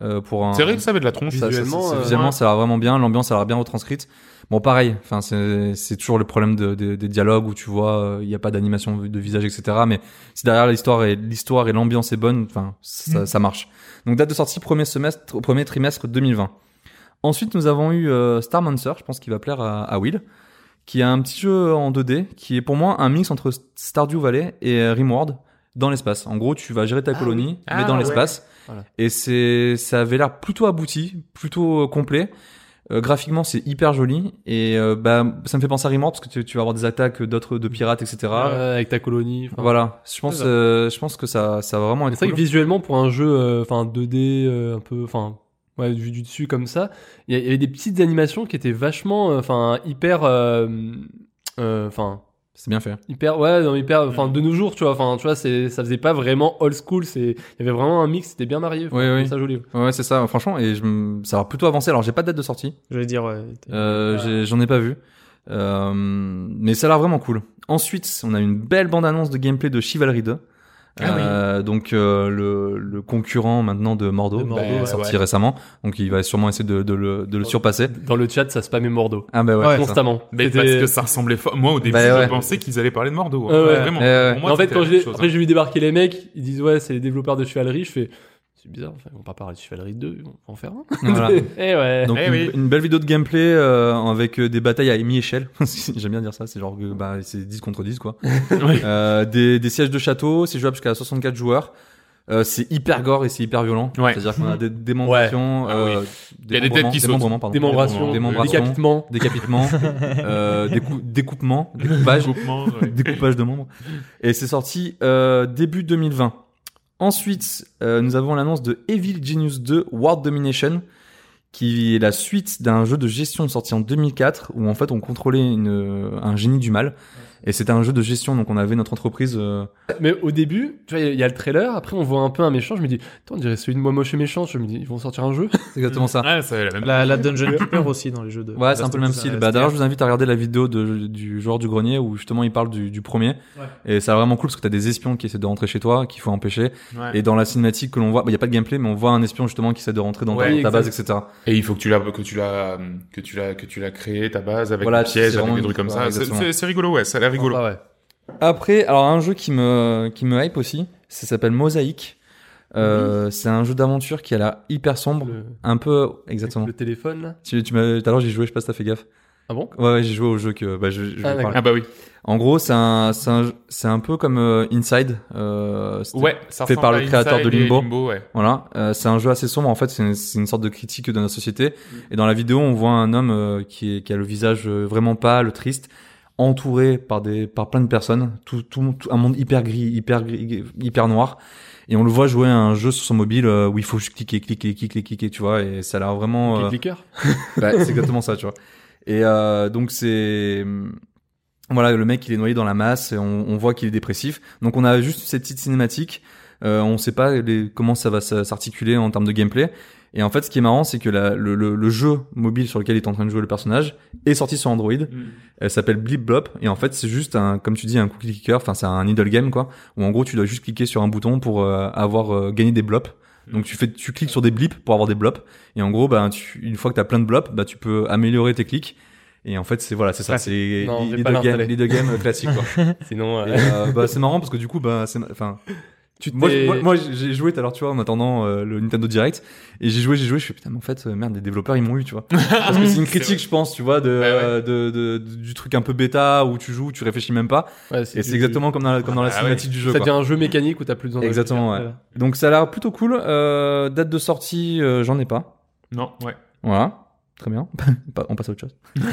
[SPEAKER 1] euh, pour un...
[SPEAKER 8] C'est vrai que ça avait de la tronche.
[SPEAKER 1] Ça- ça- ça-
[SPEAKER 8] Visuellement, euh,
[SPEAKER 1] visuellement,
[SPEAKER 8] ouais.
[SPEAKER 1] ça a l'air vraiment bien. L'ambiance, ça a l'air bien retranscrite. Bon, pareil. Enfin, c'est c'est toujours le problème de- de- des dialogues où tu vois, euh, il n'y a pas d'animation de visage, etc. Mais si derrière l'histoire et l'histoire et l'ambiance est bonne, enfin,
[SPEAKER 8] Mm.
[SPEAKER 1] ça,
[SPEAKER 9] Mhm.
[SPEAKER 1] ça marche. Donc date de sortie premier semestre, premier trimestre 2020. Ensuite, nous avons eu euh, Starmancer, je pense qu'il va plaire à, à Will, qui est un petit jeu en 2D, qui est pour moi un mix entre Stardew Valley et euh, Rimworld dans l'espace. En gros, tu vas gérer ta colonie,
[SPEAKER 9] oui.
[SPEAKER 1] mais
[SPEAKER 9] Ah,
[SPEAKER 1] dans
[SPEAKER 9] ouais.
[SPEAKER 1] l'espace.
[SPEAKER 9] Voilà.
[SPEAKER 1] Et c'est, ça avait l'air plutôt abouti, plutôt euh, complet. Euh, graphiquement, c'est hyper joli et euh, bah, ça me fait penser à Rimworld parce que tu, tu vas avoir des attaques d'autres de pirates, etc.
[SPEAKER 9] Ouais, avec ta colonie. enfin.
[SPEAKER 1] Voilà, je pense,
[SPEAKER 9] C'est ça.
[SPEAKER 1] euh, je pense que ça, ça va vraiment
[SPEAKER 9] Mais
[SPEAKER 1] être
[SPEAKER 9] C'est vrai
[SPEAKER 1] cool.
[SPEAKER 9] que visuellement, pour un jeu, euh, enfin 2D, euh, un peu, enfin ouais, vu du dessus comme ça, il y a- il y avait des petites animations qui étaient vachement, euh, enfin hyper, euh, euh, enfin.
[SPEAKER 1] C'est bien fait.
[SPEAKER 9] Hyper, ouais, non, hyper, enfin, de nos jours, tu vois, enfin, tu vois, c'est, ça faisait pas vraiment old school, c'est, il y avait vraiment un mix, c'était bien marié,
[SPEAKER 1] Oui, oui.
[SPEAKER 9] ça joli.
[SPEAKER 1] Ouais, c'est ça, franchement, et je, m- ça va plutôt avancer. Alors, j'ai pas de date de sortie.
[SPEAKER 10] Je vais dire, ouais.
[SPEAKER 1] Euh, j'ai- J'en ai pas vu. Euh, mais ça a l'air vraiment cool. Ensuite, on a une belle bande-annonce de gameplay de Chivalry 2.
[SPEAKER 9] Ah oui.
[SPEAKER 1] Euh, donc euh, le, le concurrent maintenant de Mordo,
[SPEAKER 9] De Mordo,
[SPEAKER 1] bah,
[SPEAKER 9] ouais,
[SPEAKER 1] sorti
[SPEAKER 9] ouais. Oh.
[SPEAKER 1] récemment, donc il va sûrement essayer de, de le, de le surpasser.
[SPEAKER 9] Dans le chat, ça spammait Mordo.
[SPEAKER 1] Ah bah ouais, c'est ça.
[SPEAKER 9] constamment.
[SPEAKER 8] Mais
[SPEAKER 9] C'était-
[SPEAKER 8] parce que ça ressemblait fort. Moi, au début,
[SPEAKER 1] Bah, ouais.
[SPEAKER 8] je pensais qu'ils allaient parler de Mordo. hein.
[SPEAKER 9] Ouais, ouais.
[SPEAKER 8] Vraiment.
[SPEAKER 9] Ouais, ouais.
[SPEAKER 8] Pour moi,
[SPEAKER 9] en fait,
[SPEAKER 8] c'était
[SPEAKER 9] quand
[SPEAKER 8] la
[SPEAKER 9] je
[SPEAKER 8] même
[SPEAKER 9] l'ai-
[SPEAKER 8] chose, hein.
[SPEAKER 9] après j'ai vu débarquer les mecs, ils disent ouais c'est les développeurs de chevalerie, je fais c'est bizarre. Enfin, on va pas parler de Chivalry 2, on va en faire un.
[SPEAKER 8] [LAUGHS]
[SPEAKER 1] Voilà.
[SPEAKER 9] Eh ouais.
[SPEAKER 1] Donc
[SPEAKER 9] Eh
[SPEAKER 1] une,
[SPEAKER 9] oui.
[SPEAKER 1] une belle vidéo de gameplay euh, avec euh, des batailles à mi-échelle. [LAUGHS] J'aime bien dire ça, c'est genre que, bah, c'est 10 contre
[SPEAKER 9] [LAUGHS]
[SPEAKER 1] 10 quoi. Euh, des, des sièges de château, c'est jouable jusqu'à 64 joueurs. Euh, c'est hyper gore et c'est hyper violent. C'est-à-dire
[SPEAKER 9] [LAUGHS]
[SPEAKER 1] qu'on a des démembrations,
[SPEAKER 9] Ouais. Ah oui.
[SPEAKER 1] euh,
[SPEAKER 9] Il y a des
[SPEAKER 1] démembrements-
[SPEAKER 9] têtes qui sautent.
[SPEAKER 1] démembrements, pardon.
[SPEAKER 9] Démembrations,
[SPEAKER 1] Démembrations,
[SPEAKER 9] décapitements.
[SPEAKER 1] décapitements,
[SPEAKER 9] [LAUGHS]
[SPEAKER 1] euh, décou- découpements, découpages,
[SPEAKER 8] Découpements, [LAUGHS]
[SPEAKER 1] [LAUGHS]
[SPEAKER 8] ouais.
[SPEAKER 1] découpage de membres. Et c'est sorti euh, début 2020. Ensuite, euh, nous avons l'annonce de Evil Genius 2 World Domination, qui est la suite d'un jeu de gestion sorti en 2004, où en fait on contrôlait une, euh, un génie du mal. Et c'était un jeu de gestion, donc on avait notre entreprise. euh,
[SPEAKER 9] Mais au début, tu vois, il y a- il y a le trailer, après on voit un peu un méchant, je me dis, attends, on dirait celui de moi moche et méchant, je me dis, ils vont sortir un jeu.
[SPEAKER 1] C'est exactement ça.
[SPEAKER 8] Euh, Ouais, c'est la même
[SPEAKER 10] La, la Dungeon Keeper aussi dans les jeux de.
[SPEAKER 1] Ouais, c'est un peu le même
[SPEAKER 10] Last of Us,
[SPEAKER 1] style.
[SPEAKER 10] euh,
[SPEAKER 1] Bah, D'ailleurs, je
[SPEAKER 10] Stellaire.
[SPEAKER 1] vous invite à regarder la vidéo de- du joueur du grenier où justement il parle du, du premier.
[SPEAKER 10] Ouais.
[SPEAKER 1] Et c'est vraiment cool parce que t'as des espions qui essaient de rentrer chez toi, qu'il faut empêcher.
[SPEAKER 8] Ouais.
[SPEAKER 1] Et dans la cinématique que l'on voit, bah, il y a pas de gameplay, mais on voit un espion justement qui essaie de rentrer dans ta- ta, base, etc.
[SPEAKER 8] Et il faut que tu l'as, que tu l'as, que tu l'as, que tu l'as créé ta base avec
[SPEAKER 1] Voilà,
[SPEAKER 8] des pièges,
[SPEAKER 1] c'est
[SPEAKER 8] avec des
[SPEAKER 1] vraiment
[SPEAKER 8] trucs comme
[SPEAKER 1] une-
[SPEAKER 8] ça.
[SPEAKER 1] ouais,
[SPEAKER 8] C'est-
[SPEAKER 1] exactement.
[SPEAKER 8] c'est c'est rigolo, ouais, ça a l'air rigolo.
[SPEAKER 1] Après, alors un jeu qui me qui me hype aussi, ça s'appelle Mosaic. Euh, C'est un jeu d'aventure qui a l'air hyper sombre, un peu exactement.
[SPEAKER 9] Le téléphone, là.
[SPEAKER 1] Tu, tu m'as tout à l'heure j'ai joué, je sais pas si t'as fait gaffe.
[SPEAKER 9] Ah bon
[SPEAKER 1] Ouais, ouais, j'ai joué au jeu que bah je, je
[SPEAKER 9] Ah,
[SPEAKER 1] vais
[SPEAKER 9] d'accord.
[SPEAKER 1] parler.
[SPEAKER 9] Ah bah oui.
[SPEAKER 1] En gros, c'est un c'est un c'est un peu comme euh, Inside. Euh, c'était
[SPEAKER 8] Ouais, ça
[SPEAKER 1] fait par
[SPEAKER 8] ressemble
[SPEAKER 1] le
[SPEAKER 8] à
[SPEAKER 1] créateur de
[SPEAKER 8] Inside et
[SPEAKER 1] Limbo.
[SPEAKER 8] Limbo, ouais.
[SPEAKER 1] Voilà, euh, c'est un jeu assez sombre en fait, c'est une, c'est une sorte de critique de la société.
[SPEAKER 8] Mm.
[SPEAKER 1] Et dans la vidéo, on voit un homme euh, qui, est, qui a le visage euh, vraiment pâle, triste, entouré par des par plein de personnes, tout, tout, tout- un monde hyper gris, hyper gris, hyper noir. Et on le voit jouer à un jeu sur son mobile euh, où il faut juste cliquer, cliquer, cliquer, cliquer, tu vois. Et ça a l'air
[SPEAKER 8] euh,
[SPEAKER 1] vraiment. euh,
[SPEAKER 8] [LAUGHS]
[SPEAKER 9] Click clicker.
[SPEAKER 1] [LAUGHS] ouais, c'est exactement ça, tu vois. Et euh, donc c'est voilà, le mec il est noyé dans la masse, et on, on voit qu'il est dépressif. Donc on a juste cette petite cinématique. Euh, on sait pas les- comment ça va s- s'articuler en termes de gameplay. Et en fait, ce qui est marrant, c'est que la- le, le- le jeu mobile sur lequel il est en train de jouer le personnage est sorti sur Android.
[SPEAKER 9] Mm.
[SPEAKER 1] Elle s'appelle Blip Blop. Et en fait, c'est juste un, comme tu dis, un cookie clicker. Enfin, c'est un needle game, quoi. Où en gros, tu dois juste cliquer sur un bouton pour euh, avoir euh, gagné des blops.
[SPEAKER 9] Mm.
[SPEAKER 1] Donc tu fais, tu cliques sur des blips pour avoir des blops. Et en gros, ben, tu- une fois que t'as plein de blops, bah, tu peux améliorer tes clics. Et en fait, c'est voilà, c'est ça, c'est les
[SPEAKER 9] Non, on va
[SPEAKER 1] les
[SPEAKER 9] pas
[SPEAKER 1] deux games,
[SPEAKER 9] l'installer.
[SPEAKER 1] les deux games euh, classiques.
[SPEAKER 9] [LAUGHS]
[SPEAKER 1] Quoi.
[SPEAKER 9] Sinon, euh,
[SPEAKER 1] Et, euh, bah, c'est marrant parce que du coup, bah, c'est, enfin,
[SPEAKER 9] Tu
[SPEAKER 1] moi,
[SPEAKER 9] t'es-
[SPEAKER 1] moi, moi, j'ai joué tout à l'heure, tu vois, en attendant euh, le Nintendo Direct, et j'ai joué, j'ai joué, je suis putain, mais en fait, euh, merde, les développeurs ils m'ont eu,
[SPEAKER 9] [LAUGHS]
[SPEAKER 1] tu vois. Parce que c'est une critique, je pense, tu vois, de,
[SPEAKER 9] Bah
[SPEAKER 1] euh, de- de- de- du truc un peu bêta où tu joues, tu réfléchis même pas.
[SPEAKER 9] Ouais,
[SPEAKER 1] et
[SPEAKER 9] c'est
[SPEAKER 1] c'est
[SPEAKER 9] du-
[SPEAKER 1] exactement comme dans la, comme dans la
[SPEAKER 9] Ah ouais.
[SPEAKER 1] cinématique du jeu.
[SPEAKER 9] Ça
[SPEAKER 1] quoi.
[SPEAKER 9] devient un jeu mécanique où t'as plus besoin de
[SPEAKER 1] Exactement, ouais.
[SPEAKER 9] réfléchir.
[SPEAKER 1] Donc ça a l'air plutôt cool. Euh, date de sortie, euh, j'en ai pas.
[SPEAKER 8] Non, ouais.
[SPEAKER 1] Voilà. Très bien. [LAUGHS] Pa- On passe à autre chose. [LAUGHS]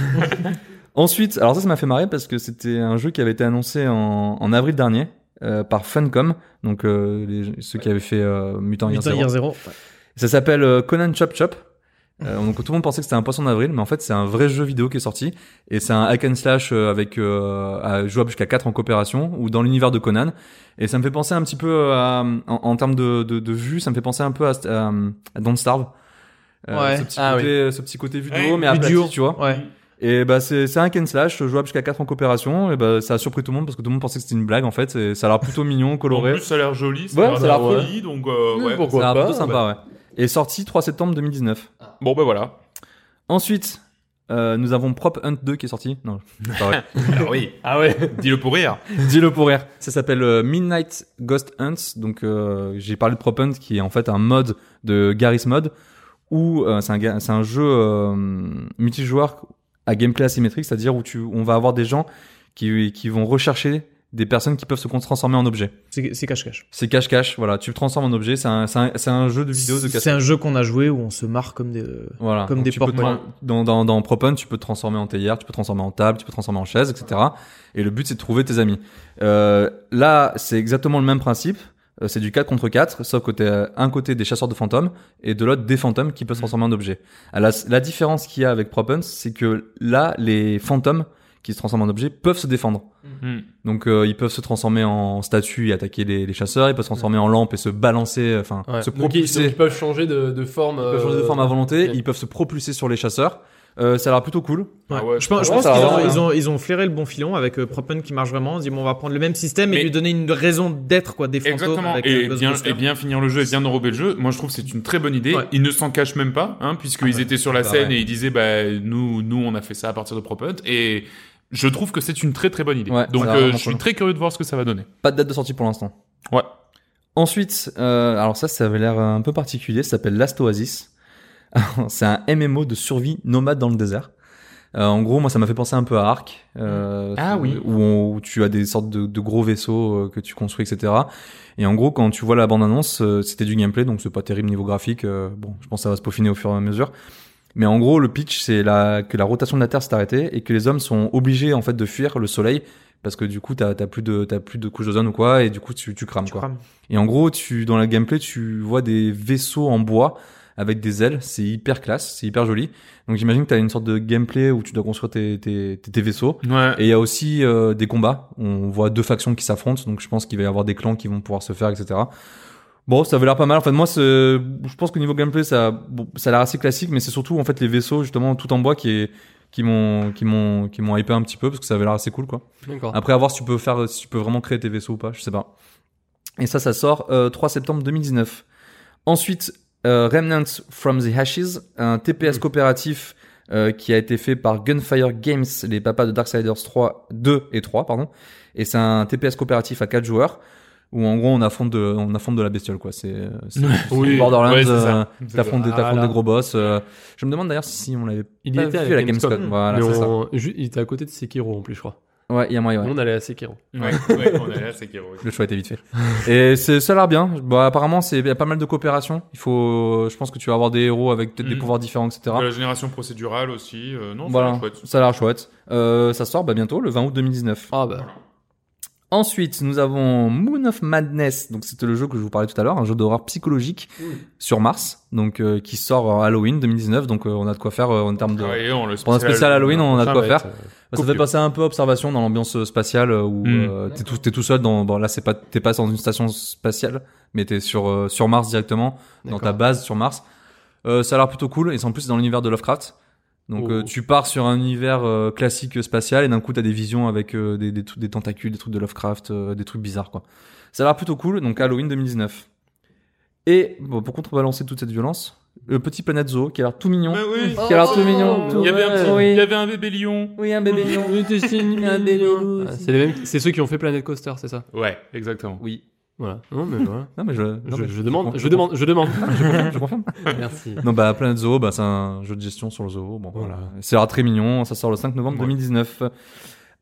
[SPEAKER 1] Ensuite, alors ça, ça m'a fait marrer parce que c'était un jeu qui avait été annoncé en, en avril dernier euh, par Funcom, donc euh, les- ceux qui avaient fait euh, Mutant,
[SPEAKER 10] Mutant Year Zero, Ah ouais.
[SPEAKER 1] Ça s'appelle euh, Conan Chop Chop.
[SPEAKER 10] Mmh.
[SPEAKER 1] Euh, donc tout le monde pensait que c'était un poisson d'avril, mais en fait c'est un vrai jeu vidéo qui est sorti et c'est un hack and slash euh, avec euh, à- jouable jusqu'à 4 en coopération ou dans l'univers de Conan. Et ça me fait penser un petit peu à, en, en termes de, de, de vue, ça me fait penser un peu à, à, à Don't Starve. Euh,
[SPEAKER 10] Ouais.
[SPEAKER 1] ce, petit
[SPEAKER 10] Ah
[SPEAKER 1] côté, ce petit côté vidéo,
[SPEAKER 10] Ouais.
[SPEAKER 1] mais aplati,
[SPEAKER 10] Vidéo.
[SPEAKER 1] tu vois.
[SPEAKER 10] Ouais.
[SPEAKER 1] Et bah c'est c'est un hack and slash jouable jusqu'à 4 en coopération. Et bah ça a surpris tout le monde parce que tout le monde pensait que c'était une blague en fait. Et ça a l'air plutôt mignon, coloré.
[SPEAKER 8] En plus, ça a l'air joli, ça a
[SPEAKER 1] Ouais,
[SPEAKER 8] l'air
[SPEAKER 1] ça a l'air
[SPEAKER 8] joli,
[SPEAKER 1] joli.
[SPEAKER 8] donc, euh, ouais. Pourquoi
[SPEAKER 1] Ça a l'air
[SPEAKER 8] pas,
[SPEAKER 1] plutôt sympa,
[SPEAKER 8] bah.
[SPEAKER 1] ouais. Et sorti 3 septembre 2019.
[SPEAKER 8] Bon, ben
[SPEAKER 1] [LAUGHS]
[SPEAKER 8] voilà.
[SPEAKER 1] Ensuite, euh, nous avons Prop Hunt 2 qui est sorti. Non, [LAUGHS] c'est pas vrai.
[SPEAKER 8] Alors oui. Ah ouais. Dis-le pour rire.
[SPEAKER 1] Dis-le pour rire. Ça s'appelle euh, Midnight Ghost Hunts. Donc, euh, j'ai parlé de Prop Hunt qui est en fait un mode de Garry's Mod où euh, c'est un, ga- c'est un jeu euh, multijoueur à gameplay asymétrique, c'est-à-dire où tu, on va avoir des gens qui, qui vont rechercher des personnes qui peuvent se transformer en objet.
[SPEAKER 10] C'est cache-cache.
[SPEAKER 1] C'est cache-cache, voilà. Tu te transformes en objet. C'est un, c'est un, c'est un jeu de vidéo de
[SPEAKER 10] C'est
[SPEAKER 1] cache-cache.
[SPEAKER 10] un jeu qu'on a joué où on se marre comme des, euh,
[SPEAKER 1] Voilà.
[SPEAKER 10] comme
[SPEAKER 1] Donc,
[SPEAKER 10] des
[SPEAKER 1] tu peux te-
[SPEAKER 10] porte-monnaie.
[SPEAKER 1] dans, dans, dans Propon, tu peux te transformer en théière, tu peux te transformer en table, tu peux te transformer en chaise, etc. Et le but, c'est de trouver tes amis. Euh, là, c'est exactement le même principe. Euh, C'est du 4 contre 4, sauf que t'as un côté des chasseurs de fantômes et de l'autre des fantômes qui
[SPEAKER 9] Mm.
[SPEAKER 1] peuvent se transformer en objet. La, la différence qu'il y a avec Propons, c'est que là, les fantômes qui se transforment en objet peuvent se défendre.
[SPEAKER 9] Mm.
[SPEAKER 8] Mhm.
[SPEAKER 1] Donc euh, ils peuvent se transformer en statues et attaquer les, les chasseurs, ils peuvent se transformer en lampes et se balancer, euh, enfin
[SPEAKER 9] Mm. Ouais.
[SPEAKER 1] se
[SPEAKER 9] donc, ils,
[SPEAKER 1] propulser.
[SPEAKER 9] donc ils peuvent changer de, de forme.
[SPEAKER 1] Ils peuvent changer de forme à volonté, ils peuvent se propulser sur les chasseurs. Euh, ça a l'air plutôt cool.
[SPEAKER 10] Ouais. je pense, je pense qu'ils ont, ils ont, ils ont flairé le bon filon avec euh, Propen qui marche vraiment. On dit, bon, on va prendre le même système et
[SPEAKER 8] Mais-
[SPEAKER 10] lui donner une raison d'être, quoi, des fantômes.
[SPEAKER 8] Exactement.
[SPEAKER 10] avec,
[SPEAKER 8] Et
[SPEAKER 10] euh,
[SPEAKER 8] bien,
[SPEAKER 10] Ghostbusters.
[SPEAKER 8] et bien finir le jeu et bien enrober le jeu. Moi, je trouve que c'est une très bonne idée.
[SPEAKER 10] Ouais.
[SPEAKER 8] Ils ne s'en cachent même pas, hein, puisqu'ils
[SPEAKER 1] Ah
[SPEAKER 10] ouais.
[SPEAKER 8] étaient sur la
[SPEAKER 10] Bah
[SPEAKER 8] scène
[SPEAKER 10] ouais.
[SPEAKER 8] et ils disaient, bah, nous, nous, on a fait ça à partir de Prop Hunt. Et je trouve que c'est une très très bonne idée.
[SPEAKER 1] Ouais,
[SPEAKER 8] Donc,
[SPEAKER 1] ça a
[SPEAKER 8] euh,
[SPEAKER 1] vraiment
[SPEAKER 8] je suis
[SPEAKER 1] cool.
[SPEAKER 8] très curieux de voir ce que ça va donner.
[SPEAKER 1] Pas de date de sortie pour l'instant.
[SPEAKER 8] Ouais.
[SPEAKER 1] Ensuite, euh, alors ça, ça avait l'air un peu particulier, ça s'appelle Last Oasis. [LAUGHS] c'est un MMO de survie nomade dans le désert. Euh, en gros, moi, ça m'a fait penser un peu à Ark, euh,
[SPEAKER 13] Ah oui.
[SPEAKER 1] où, on- où tu as des sortes de, de gros vaisseaux euh, que tu construis, etc. Et en gros, quand tu vois la bande-annonce, euh, c'était du gameplay, donc c'est pas terrible niveau graphique. euh, bon, je pense que ça va se peaufiner au fur et à mesure. Mais en gros, le pitch, c'est la, que la rotation de la Terre s'est arrêtée et que les hommes sont obligés en fait de fuir le Soleil parce que du coup, t'as t'as plus de t'as plus de couche d'ozone ou quoi, et du coup, tu, tu crames quoi.
[SPEAKER 10] crames.
[SPEAKER 1] Et en gros, tu dans la gameplay, tu vois des vaisseaux en bois avec des ailes. C'est hyper classe, c'est hyper joli. Donc j'imagine que t'as une sorte de gameplay où tu dois construire tes tes, tes- tes vaisseaux.
[SPEAKER 8] Ouais.
[SPEAKER 1] Et il y a aussi euh, des combats. On voit deux factions qui s'affrontent, donc je pense qu'il va y avoir des clans qui vont pouvoir se faire, etc. Bon, ça avait l'air pas mal. En fait, moi, c'est- je pense qu'au niveau gameplay, ça, bon, ça a l'air assez classique, mais c'est surtout en fait les vaisseaux justement tout en bois qui est qui m'ont qui m'ont qui m'ont hypé un petit peu parce que ça avait l'air assez cool quoi.
[SPEAKER 9] D'accord.
[SPEAKER 1] Après à voir si tu peux faire si tu peux vraiment créer tes vaisseaux ou pas, je sais pas. Et ça ça sort euh, 3 septembre 2019. Ensuite euh, Remnants from the Ashes, un TPS coopératif euh, qui a été fait par Gunfire Games, les papas de Darksiders 3 2 et 3 pardon. Et c'est un TPS coopératif à 4 joueurs où en gros on affronte de on affronte de la bestiole quoi, c'est euh, c'est- c'est
[SPEAKER 9] Oui.
[SPEAKER 1] Borderlands,
[SPEAKER 9] Ouais, c'est ça.
[SPEAKER 1] euh,
[SPEAKER 9] C'est
[SPEAKER 1] t'affrontes des,
[SPEAKER 9] ça.
[SPEAKER 1] t'affrontes
[SPEAKER 9] Ah,
[SPEAKER 1] des
[SPEAKER 9] là.
[SPEAKER 1] gros boss. euh, je me demande d'ailleurs si on l'avait
[SPEAKER 9] Il y
[SPEAKER 1] pas
[SPEAKER 9] était
[SPEAKER 1] vu
[SPEAKER 9] avec
[SPEAKER 1] à la Gamescom. Voilà,
[SPEAKER 9] mais
[SPEAKER 1] c'est ça.
[SPEAKER 9] on- ju- il était à côté de Sekiro en plus, je crois.
[SPEAKER 1] Ouais, il y a moyen, ouais.
[SPEAKER 9] Nous, on allait à Sekiro.
[SPEAKER 8] Ouais, ouais, on allait à Sekiro.
[SPEAKER 1] [LAUGHS] Le choix était vite fait. [LAUGHS] Et c'est, ça a l'air bien. Bah, apparemment, c'est, il y a pas mal de coopération. Il faut, je pense que tu vas avoir des héros avec peut-être des
[SPEAKER 8] Mm.
[SPEAKER 1] pouvoirs différents, etc.
[SPEAKER 8] De La génération procédurale aussi. euh, non, ça
[SPEAKER 1] Voilà,
[SPEAKER 8] va être chouette.
[SPEAKER 1] ça a l'air chouette. Euh, ça sort bah, bientôt, le 20 août 2019.
[SPEAKER 9] Ah bah.
[SPEAKER 1] Ensuite, nous avons Moon of Madness. Donc, c'était le jeu que je vous parlais tout à l'heure, un jeu d'horreur psychologique sur Mars, donc euh, qui sort en Halloween 2019. Donc, euh, on a de quoi faire euh, en termes de.
[SPEAKER 8] Ah ouais, on le
[SPEAKER 1] pour un spécial
[SPEAKER 8] spécial-
[SPEAKER 1] Halloween, on a de
[SPEAKER 8] Ça
[SPEAKER 1] quoi
[SPEAKER 8] va
[SPEAKER 1] faire.
[SPEAKER 8] être, euh,
[SPEAKER 1] Bah, ça fait
[SPEAKER 8] copieux.
[SPEAKER 1] passer un peu observation dans l'ambiance euh, spatiale euh, où
[SPEAKER 8] Mm.
[SPEAKER 1] euh, t'es tout, t'es tout seul. Dans, bon, là, c'est pas, t'es pas dans une station spatiale, mais t'es sur euh, sur Mars directement, dans ta base sur Mars. Euh, ça a l'air plutôt cool et c'est en plus dans l'univers de Lovecraft. Donc
[SPEAKER 9] Oh.
[SPEAKER 1] euh, tu pars sur un univers euh, classique euh, spatial et d'un coup t'as des visions avec euh, des, des, trucs- des tentacules, des trucs de Lovecraft, euh, des trucs bizarres quoi. Ça a l'air plutôt cool, donc Halloween 2019. Et bon, pour contrebalancer toute cette violence, le petit Planet Zoo qui a l'air tout mignon,
[SPEAKER 8] Bah oui. Oh.
[SPEAKER 1] qui a l'air tout mignon.
[SPEAKER 8] Il y avait un petit-
[SPEAKER 1] Oui.
[SPEAKER 8] il y avait un bébé lion.
[SPEAKER 1] Oui, un bébé lion.
[SPEAKER 9] un
[SPEAKER 1] bébé lion.
[SPEAKER 9] Ah, c'est les mêmes- c'est ceux qui ont fait Planet Coaster, c'est ça
[SPEAKER 8] Ouais, exactement.
[SPEAKER 1] Oui.
[SPEAKER 9] Voilà. Non mais voilà.
[SPEAKER 1] Non, mais je, non,
[SPEAKER 9] je,
[SPEAKER 1] mais
[SPEAKER 9] je demande,
[SPEAKER 1] comprends-
[SPEAKER 9] je demande, je demande.
[SPEAKER 1] Je confirme,
[SPEAKER 8] [LAUGHS]
[SPEAKER 1] je confirme.
[SPEAKER 9] Merci.
[SPEAKER 1] Non, bah, Planet Zoo, bah, c'est un jeu de gestion sur le zoo. Bon, voilà. C'est très mignon. Ça sort le 5 novembre 2019.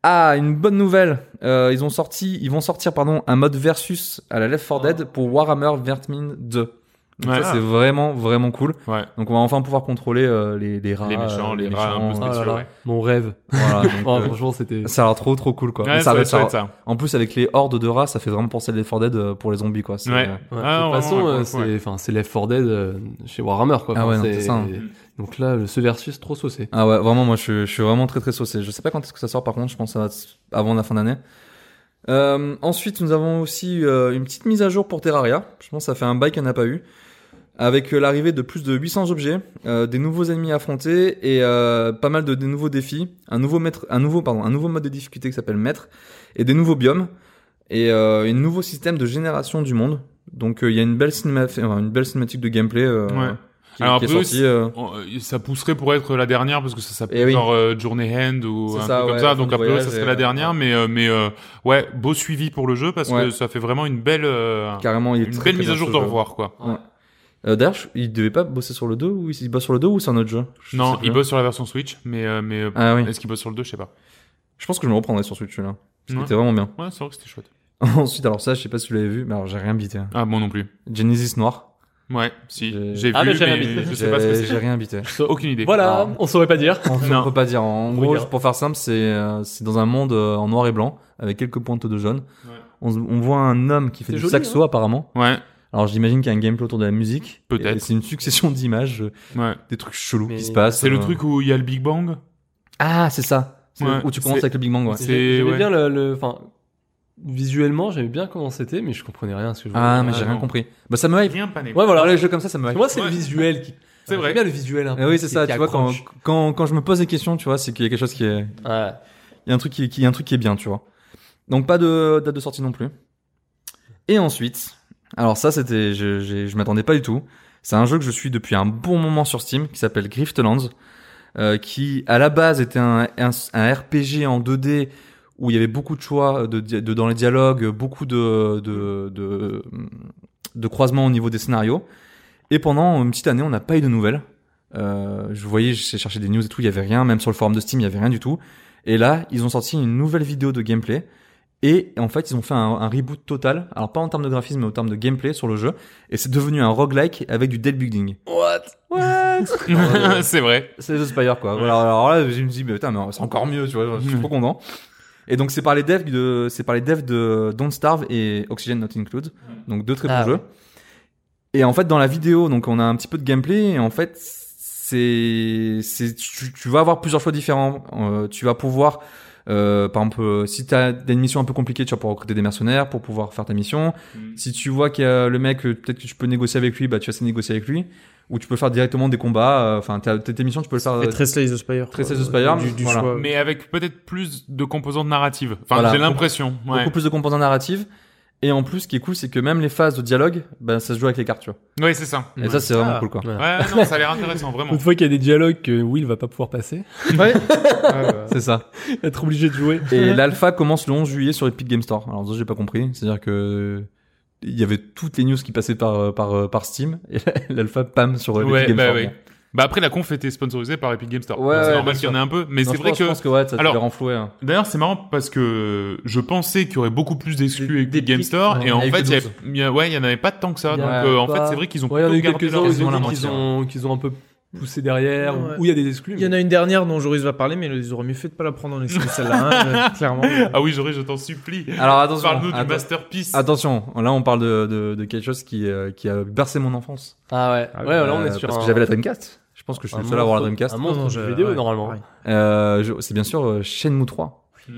[SPEAKER 1] Ah, une bonne nouvelle. Euh, ils ont sorti, ils vont sortir, pardon, un mode versus à la Left 4 Dead pour Warhammer Vermin 2. Donc
[SPEAKER 8] Ah. Ouais.
[SPEAKER 1] ça, c'est vraiment, vraiment cool.
[SPEAKER 8] Ouais.
[SPEAKER 1] Donc, on va enfin pouvoir contrôler euh, les, les rats.
[SPEAKER 8] Les méchants,
[SPEAKER 1] euh,
[SPEAKER 8] les rats un peu
[SPEAKER 1] méchants, euh,
[SPEAKER 8] spéciaux, ouais.
[SPEAKER 9] Mon rêve.
[SPEAKER 8] [LAUGHS]
[SPEAKER 1] Voilà, donc,
[SPEAKER 9] Oh,
[SPEAKER 1] euh,
[SPEAKER 9] franchement, c'était-
[SPEAKER 1] Ça a l'air trop, trop cool, quoi.
[SPEAKER 8] Ouais,
[SPEAKER 1] Mais
[SPEAKER 8] ça va
[SPEAKER 1] va-
[SPEAKER 8] être chouette, ça.
[SPEAKER 1] En plus, avec les hordes de rats, ça fait vraiment penser à Left 4 Dead euh, pour les zombies, quoi. C'est-
[SPEAKER 8] Ouais.
[SPEAKER 1] euh,
[SPEAKER 9] Ouais,
[SPEAKER 8] Ah,
[SPEAKER 9] de
[SPEAKER 8] ouais,
[SPEAKER 9] toute façon,
[SPEAKER 8] ouais,
[SPEAKER 9] euh,
[SPEAKER 8] ouais,
[SPEAKER 9] c'est
[SPEAKER 8] ouais.
[SPEAKER 9] enfin c'est Left 4 Dead euh, chez Warhammer quoi.
[SPEAKER 1] Ah ouais,
[SPEAKER 9] Enfin,
[SPEAKER 1] non, c'est ça, hein.
[SPEAKER 9] Donc là, le- ce versus trop saucé.
[SPEAKER 1] Ah ouais, vraiment, moi, je, je suis vraiment très très saucé. Je sais pas quand est-ce que ça sort, par contre, je pense que ça va s- avant la fin d'année. Euh, ensuite, nous avons aussi euh, une petite mise à jour pour Terraria. Je pense que ça fait un bail qu'il n'y en a pas eu. Avec euh, l'arrivée de plus de 800 objets, euh, des nouveaux ennemis affrontés et euh, pas mal de des nouveaux défis, un nouveau maître, un nouveau pardon, un nouveau mode de difficulté qui s'appelle maître et des nouveaux biomes et euh, un nouveau système de génération du monde. Donc euh, il y a une belle cinéma, enfin, une belle cinématique de gameplay euh,
[SPEAKER 8] Ouais.
[SPEAKER 1] qui,
[SPEAKER 8] Alors,
[SPEAKER 1] qui
[SPEAKER 8] un
[SPEAKER 1] est
[SPEAKER 8] peu,
[SPEAKER 1] sortie.
[SPEAKER 8] c'est-
[SPEAKER 1] euh,
[SPEAKER 8] on- euh, ça pousserait pour être la dernière parce que ça
[SPEAKER 1] Eh
[SPEAKER 8] s'appelle
[SPEAKER 1] oui.
[SPEAKER 8] genre euh, Journey End ou
[SPEAKER 1] C'est
[SPEAKER 8] un
[SPEAKER 1] ça,
[SPEAKER 8] truc
[SPEAKER 1] ouais,
[SPEAKER 8] comme
[SPEAKER 1] la
[SPEAKER 8] ça.
[SPEAKER 1] fin
[SPEAKER 8] Donc
[SPEAKER 1] du
[SPEAKER 8] après,
[SPEAKER 1] voyage
[SPEAKER 8] ça
[SPEAKER 1] et,
[SPEAKER 8] serait
[SPEAKER 1] euh,
[SPEAKER 8] la dernière, mais euh, mais euh, ouais, beau suivi pour le jeu parce
[SPEAKER 1] Ouais.
[SPEAKER 8] que ça fait vraiment une belle euh,
[SPEAKER 1] Carrément, il est
[SPEAKER 8] une
[SPEAKER 1] très,
[SPEAKER 8] belle
[SPEAKER 1] très
[SPEAKER 8] mise
[SPEAKER 1] bien,
[SPEAKER 8] à jour
[SPEAKER 1] ce
[SPEAKER 8] d'au
[SPEAKER 1] jeu.
[SPEAKER 8] revoir quoi.
[SPEAKER 1] Ouais. Euh, D'ailleurs, je- il devait pas bosser sur le 2 ou il bosse sur le 2 ou c'est un autre jeu Je sais
[SPEAKER 8] Non,
[SPEAKER 1] plus.
[SPEAKER 8] il bosse sur la version Switch, mais euh, mais euh,
[SPEAKER 1] Ah oui.
[SPEAKER 8] est-ce qu'il bosse sur le 2 Je sais pas.
[SPEAKER 1] Je pense que je me reprendrai sur Switch celui-là. Parce qu'il
[SPEAKER 8] Ouais.
[SPEAKER 1] était vraiment bien. [LAUGHS]
[SPEAKER 8] Ouais, c'est vrai que c'était chouette.
[SPEAKER 1] Ensuite, alors ça, je sais pas si vous l'avez vu, mais alors j'ai rien bité.
[SPEAKER 8] Ah, moi non plus.
[SPEAKER 1] Genesis Noir.
[SPEAKER 8] Ouais, si.
[SPEAKER 1] J'ai-
[SPEAKER 8] J'ai
[SPEAKER 9] Ah,
[SPEAKER 8] vu,
[SPEAKER 9] mais j'ai rien
[SPEAKER 8] mais
[SPEAKER 9] bité.
[SPEAKER 8] je sais pas ce que c'est.
[SPEAKER 1] J'ai
[SPEAKER 8] [LAUGHS]
[SPEAKER 1] rien bité.
[SPEAKER 8] Aucune idée.
[SPEAKER 9] Voilà,
[SPEAKER 1] Ah.
[SPEAKER 9] on saurait pas dire.
[SPEAKER 1] On peut pas dire. En gros,
[SPEAKER 9] Regarde.
[SPEAKER 1] juste pour faire simple, c'est euh, c'est dans un monde euh, en noir et blanc avec quelques pointes de jaune. On, se- on voit un homme qui fait
[SPEAKER 9] C'est
[SPEAKER 1] du
[SPEAKER 9] joli,
[SPEAKER 1] saxo
[SPEAKER 9] hein.
[SPEAKER 1] apparemment.
[SPEAKER 8] Ouais.
[SPEAKER 1] Alors j'imagine qu'il y a un gameplay autour de la musique.
[SPEAKER 8] Peut-être.
[SPEAKER 1] Et C'est une succession d'images, euh,
[SPEAKER 8] Ouais.
[SPEAKER 1] des trucs chelous
[SPEAKER 8] Mais
[SPEAKER 1] qui se passent.
[SPEAKER 8] C'est le
[SPEAKER 1] euh.
[SPEAKER 8] truc où il y a le Big Bang.
[SPEAKER 1] Ah, c'est ça. C'est
[SPEAKER 8] Ouais.
[SPEAKER 1] Où tu commences
[SPEAKER 8] C'est-
[SPEAKER 1] avec le Big Bang. Ouais.
[SPEAKER 8] c'est-
[SPEAKER 9] J'ai- J'aimais
[SPEAKER 8] ouais.
[SPEAKER 9] bien le, le- enfin, visuellement, j'aimais bien comment c'était, mais je comprenais rien à ce que je voyais.
[SPEAKER 1] Ah, mais j'ai rien compris. Bah, ça me hype.
[SPEAKER 8] Rien pané.
[SPEAKER 9] Ouais, voilà.
[SPEAKER 1] les jeux comme ça, ça me hype.
[SPEAKER 9] Moi, c'est le visuel qui. C'est
[SPEAKER 8] vrai. [LAUGHS]
[SPEAKER 9] bien le visuel. un
[SPEAKER 1] Eh
[SPEAKER 9] peu,
[SPEAKER 1] oui, c'est
[SPEAKER 9] qui-
[SPEAKER 1] ça,
[SPEAKER 9] qui
[SPEAKER 1] tu vois, quand,
[SPEAKER 9] accroche.
[SPEAKER 1] quand, quand je me pose des questions, tu vois, c'est qu'il y a quelque chose qui est. Il y a un truc qui, qui- il y a un truc qui est bien, tu vois. Donc, pas de date de sortie non plus. Et ensuite, alors ça, c'était. Je, j'ai- je m'attendais pas du tout. C'est un jeu que je suis depuis un bon moment sur Steam qui s'appelle Griftlands, euh, qui à la base était un, un, un RPG en 2D où il y avait beaucoup de choix de, di- de- dans les dialogues, beaucoup de, de, de, de croisements au niveau des scénarios. Et pendant une petite année, on n'a pas eu de nouvelles. Euh, je voyais, j'ai cherché des news et tout, il y avait rien. Même sur le forum de Steam, il y avait rien du tout. Et là, ils ont sorti une nouvelle vidéo de gameplay. Et en fait, ils ont fait un, un reboot total. Alors pas en termes de graphisme, mais en termes de gameplay sur le jeu. Et c'est devenu un roguelike avec du deck building.
[SPEAKER 7] What? What?
[SPEAKER 8] c'est vrai.
[SPEAKER 1] C'est The Spire, quoi. Voilà, alors là, je me dis, mais putain, mais c'est encore mieux, tu vois, je suis trop content. Et donc, c'est par les devs de, c'est par les devs de Don't Starve et Oxygen Not Include. Donc, deux très bons
[SPEAKER 10] Ah
[SPEAKER 1] jeux.
[SPEAKER 10] ouais.
[SPEAKER 1] Et en fait, dans la vidéo, donc, on a un petit peu de gameplay, et en fait, c'est, c'est, tu, tu vas avoir plusieurs choix différents. Euh, tu vas pouvoir, euh, par exemple, euh, si t'as des missions un peu compliquées, tu vas pouvoir recruter des mercenaires pour pouvoir faire ta mission. Si tu vois qu'il y a le mec, euh, peut-être que tu peux négocier avec lui, bah, tu vas essayer de négocier avec lui. Ou tu peux faire directement des combats. euh, Enfin, t'as- t'as tes missions, tu peux le faire.
[SPEAKER 10] fait
[SPEAKER 1] euh,
[SPEAKER 10] très Slay the Spire,
[SPEAKER 1] Très
[SPEAKER 10] quoi.
[SPEAKER 1] Slay the Spire.
[SPEAKER 10] Du- du
[SPEAKER 1] voilà.
[SPEAKER 10] choix.
[SPEAKER 8] Mais avec peut-être plus de composantes narratives. Enfin,
[SPEAKER 1] Voilà,
[SPEAKER 8] j'ai
[SPEAKER 1] beaucoup-
[SPEAKER 8] l'impression.
[SPEAKER 1] Beaucoup,
[SPEAKER 8] Ouais.
[SPEAKER 1] plus de composantes narratives. Et en plus, ce qui est cool, c'est que même les phases de dialogue, ben, ça se joue avec les
[SPEAKER 9] [LAUGHS]
[SPEAKER 1] cartes, tu vois.
[SPEAKER 8] Ouais, c'est ça.
[SPEAKER 1] Et ça, c'est vraiment
[SPEAKER 8] Ah.
[SPEAKER 1] cool, quoi.
[SPEAKER 8] Ouais, ouais, non, ça a l'air intéressant, vraiment. [LAUGHS]
[SPEAKER 9] Une fois qu'il y a des dialogues que Will va pas pouvoir passer.
[SPEAKER 1] Ouais. C'est ça.
[SPEAKER 9] Être obligé de jouer.
[SPEAKER 1] Et l'alpha commence le 11 juillet sur Epic Game Store. Alors, ça, j'ai pas compris. C'est-à-dire que il y avait toutes les news qui passaient par, euh, par, euh, par Steam. [LAUGHS] Et l'alpha, pam, sur Epic
[SPEAKER 8] Ouais,
[SPEAKER 1] Game
[SPEAKER 8] bah,
[SPEAKER 1] Store.
[SPEAKER 8] ouais. Bah après la conf était sponsorisée par Epic Game Store. Donc,
[SPEAKER 1] Ouais, ouais,
[SPEAKER 8] c'est
[SPEAKER 1] bien
[SPEAKER 8] normal qu'il y en ait
[SPEAKER 1] sûr.
[SPEAKER 8] un peu, mais
[SPEAKER 1] Non,
[SPEAKER 8] c'est
[SPEAKER 1] je
[SPEAKER 8] vrai
[SPEAKER 1] pense-
[SPEAKER 8] que
[SPEAKER 1] je pense que, ouais, ça
[SPEAKER 8] Alors,
[SPEAKER 1] devait renflouer, hein.
[SPEAKER 8] D'ailleurs, c'est marrant parce que je pensais qu'il y aurait beaucoup plus d'exclus Epic Game Store
[SPEAKER 9] ouais.
[SPEAKER 8] et en
[SPEAKER 9] Il y a eu
[SPEAKER 8] fait,
[SPEAKER 9] que
[SPEAKER 8] il y a-
[SPEAKER 9] 12.
[SPEAKER 8] il y a- ouais, il y en avait pas tant que ça. Donc euh, en fait, c'est vrai qu'ils ont
[SPEAKER 9] Ouais, il y en a eu
[SPEAKER 8] plutôt gardé
[SPEAKER 9] quelques-uns
[SPEAKER 8] leur
[SPEAKER 9] où ils
[SPEAKER 8] quasiment
[SPEAKER 9] ont
[SPEAKER 8] la
[SPEAKER 9] dit
[SPEAKER 8] moitié.
[SPEAKER 9] qu'ils ont, qu'ils ont un peu poussé derrière,
[SPEAKER 10] Ouais.
[SPEAKER 9] où il y a des exclus.
[SPEAKER 10] Il y en a une dernière dont Joris va parler, mais ils auraient mieux fait de pas la prendre en
[SPEAKER 9] [LAUGHS]
[SPEAKER 10] exclu celle-là, hein, euh, clairement.
[SPEAKER 8] Ah oui, Joris, je t'en supplie.
[SPEAKER 1] Alors attention,
[SPEAKER 8] Parle-nous du
[SPEAKER 1] atten-
[SPEAKER 8] masterpiece.
[SPEAKER 1] Attention, là on parle de, de, de quelque chose qui, euh, qui a bercé mon enfance. Euh,
[SPEAKER 9] Ah ouais. Ouais, là, on est sur
[SPEAKER 1] bah, Parce
[SPEAKER 9] un-
[SPEAKER 1] que j'avais la Dreamcast. Je pense que je suis
[SPEAKER 9] un
[SPEAKER 1] le seul à avoir la
[SPEAKER 9] monstre-
[SPEAKER 1] Dreamcast.
[SPEAKER 9] un monstre Non, non, du jeu je- vidéo, ouais, normalement. pareil.
[SPEAKER 1] Euh, je- c'est bien sûr euh, Shenmue 3.
[SPEAKER 8] Mm.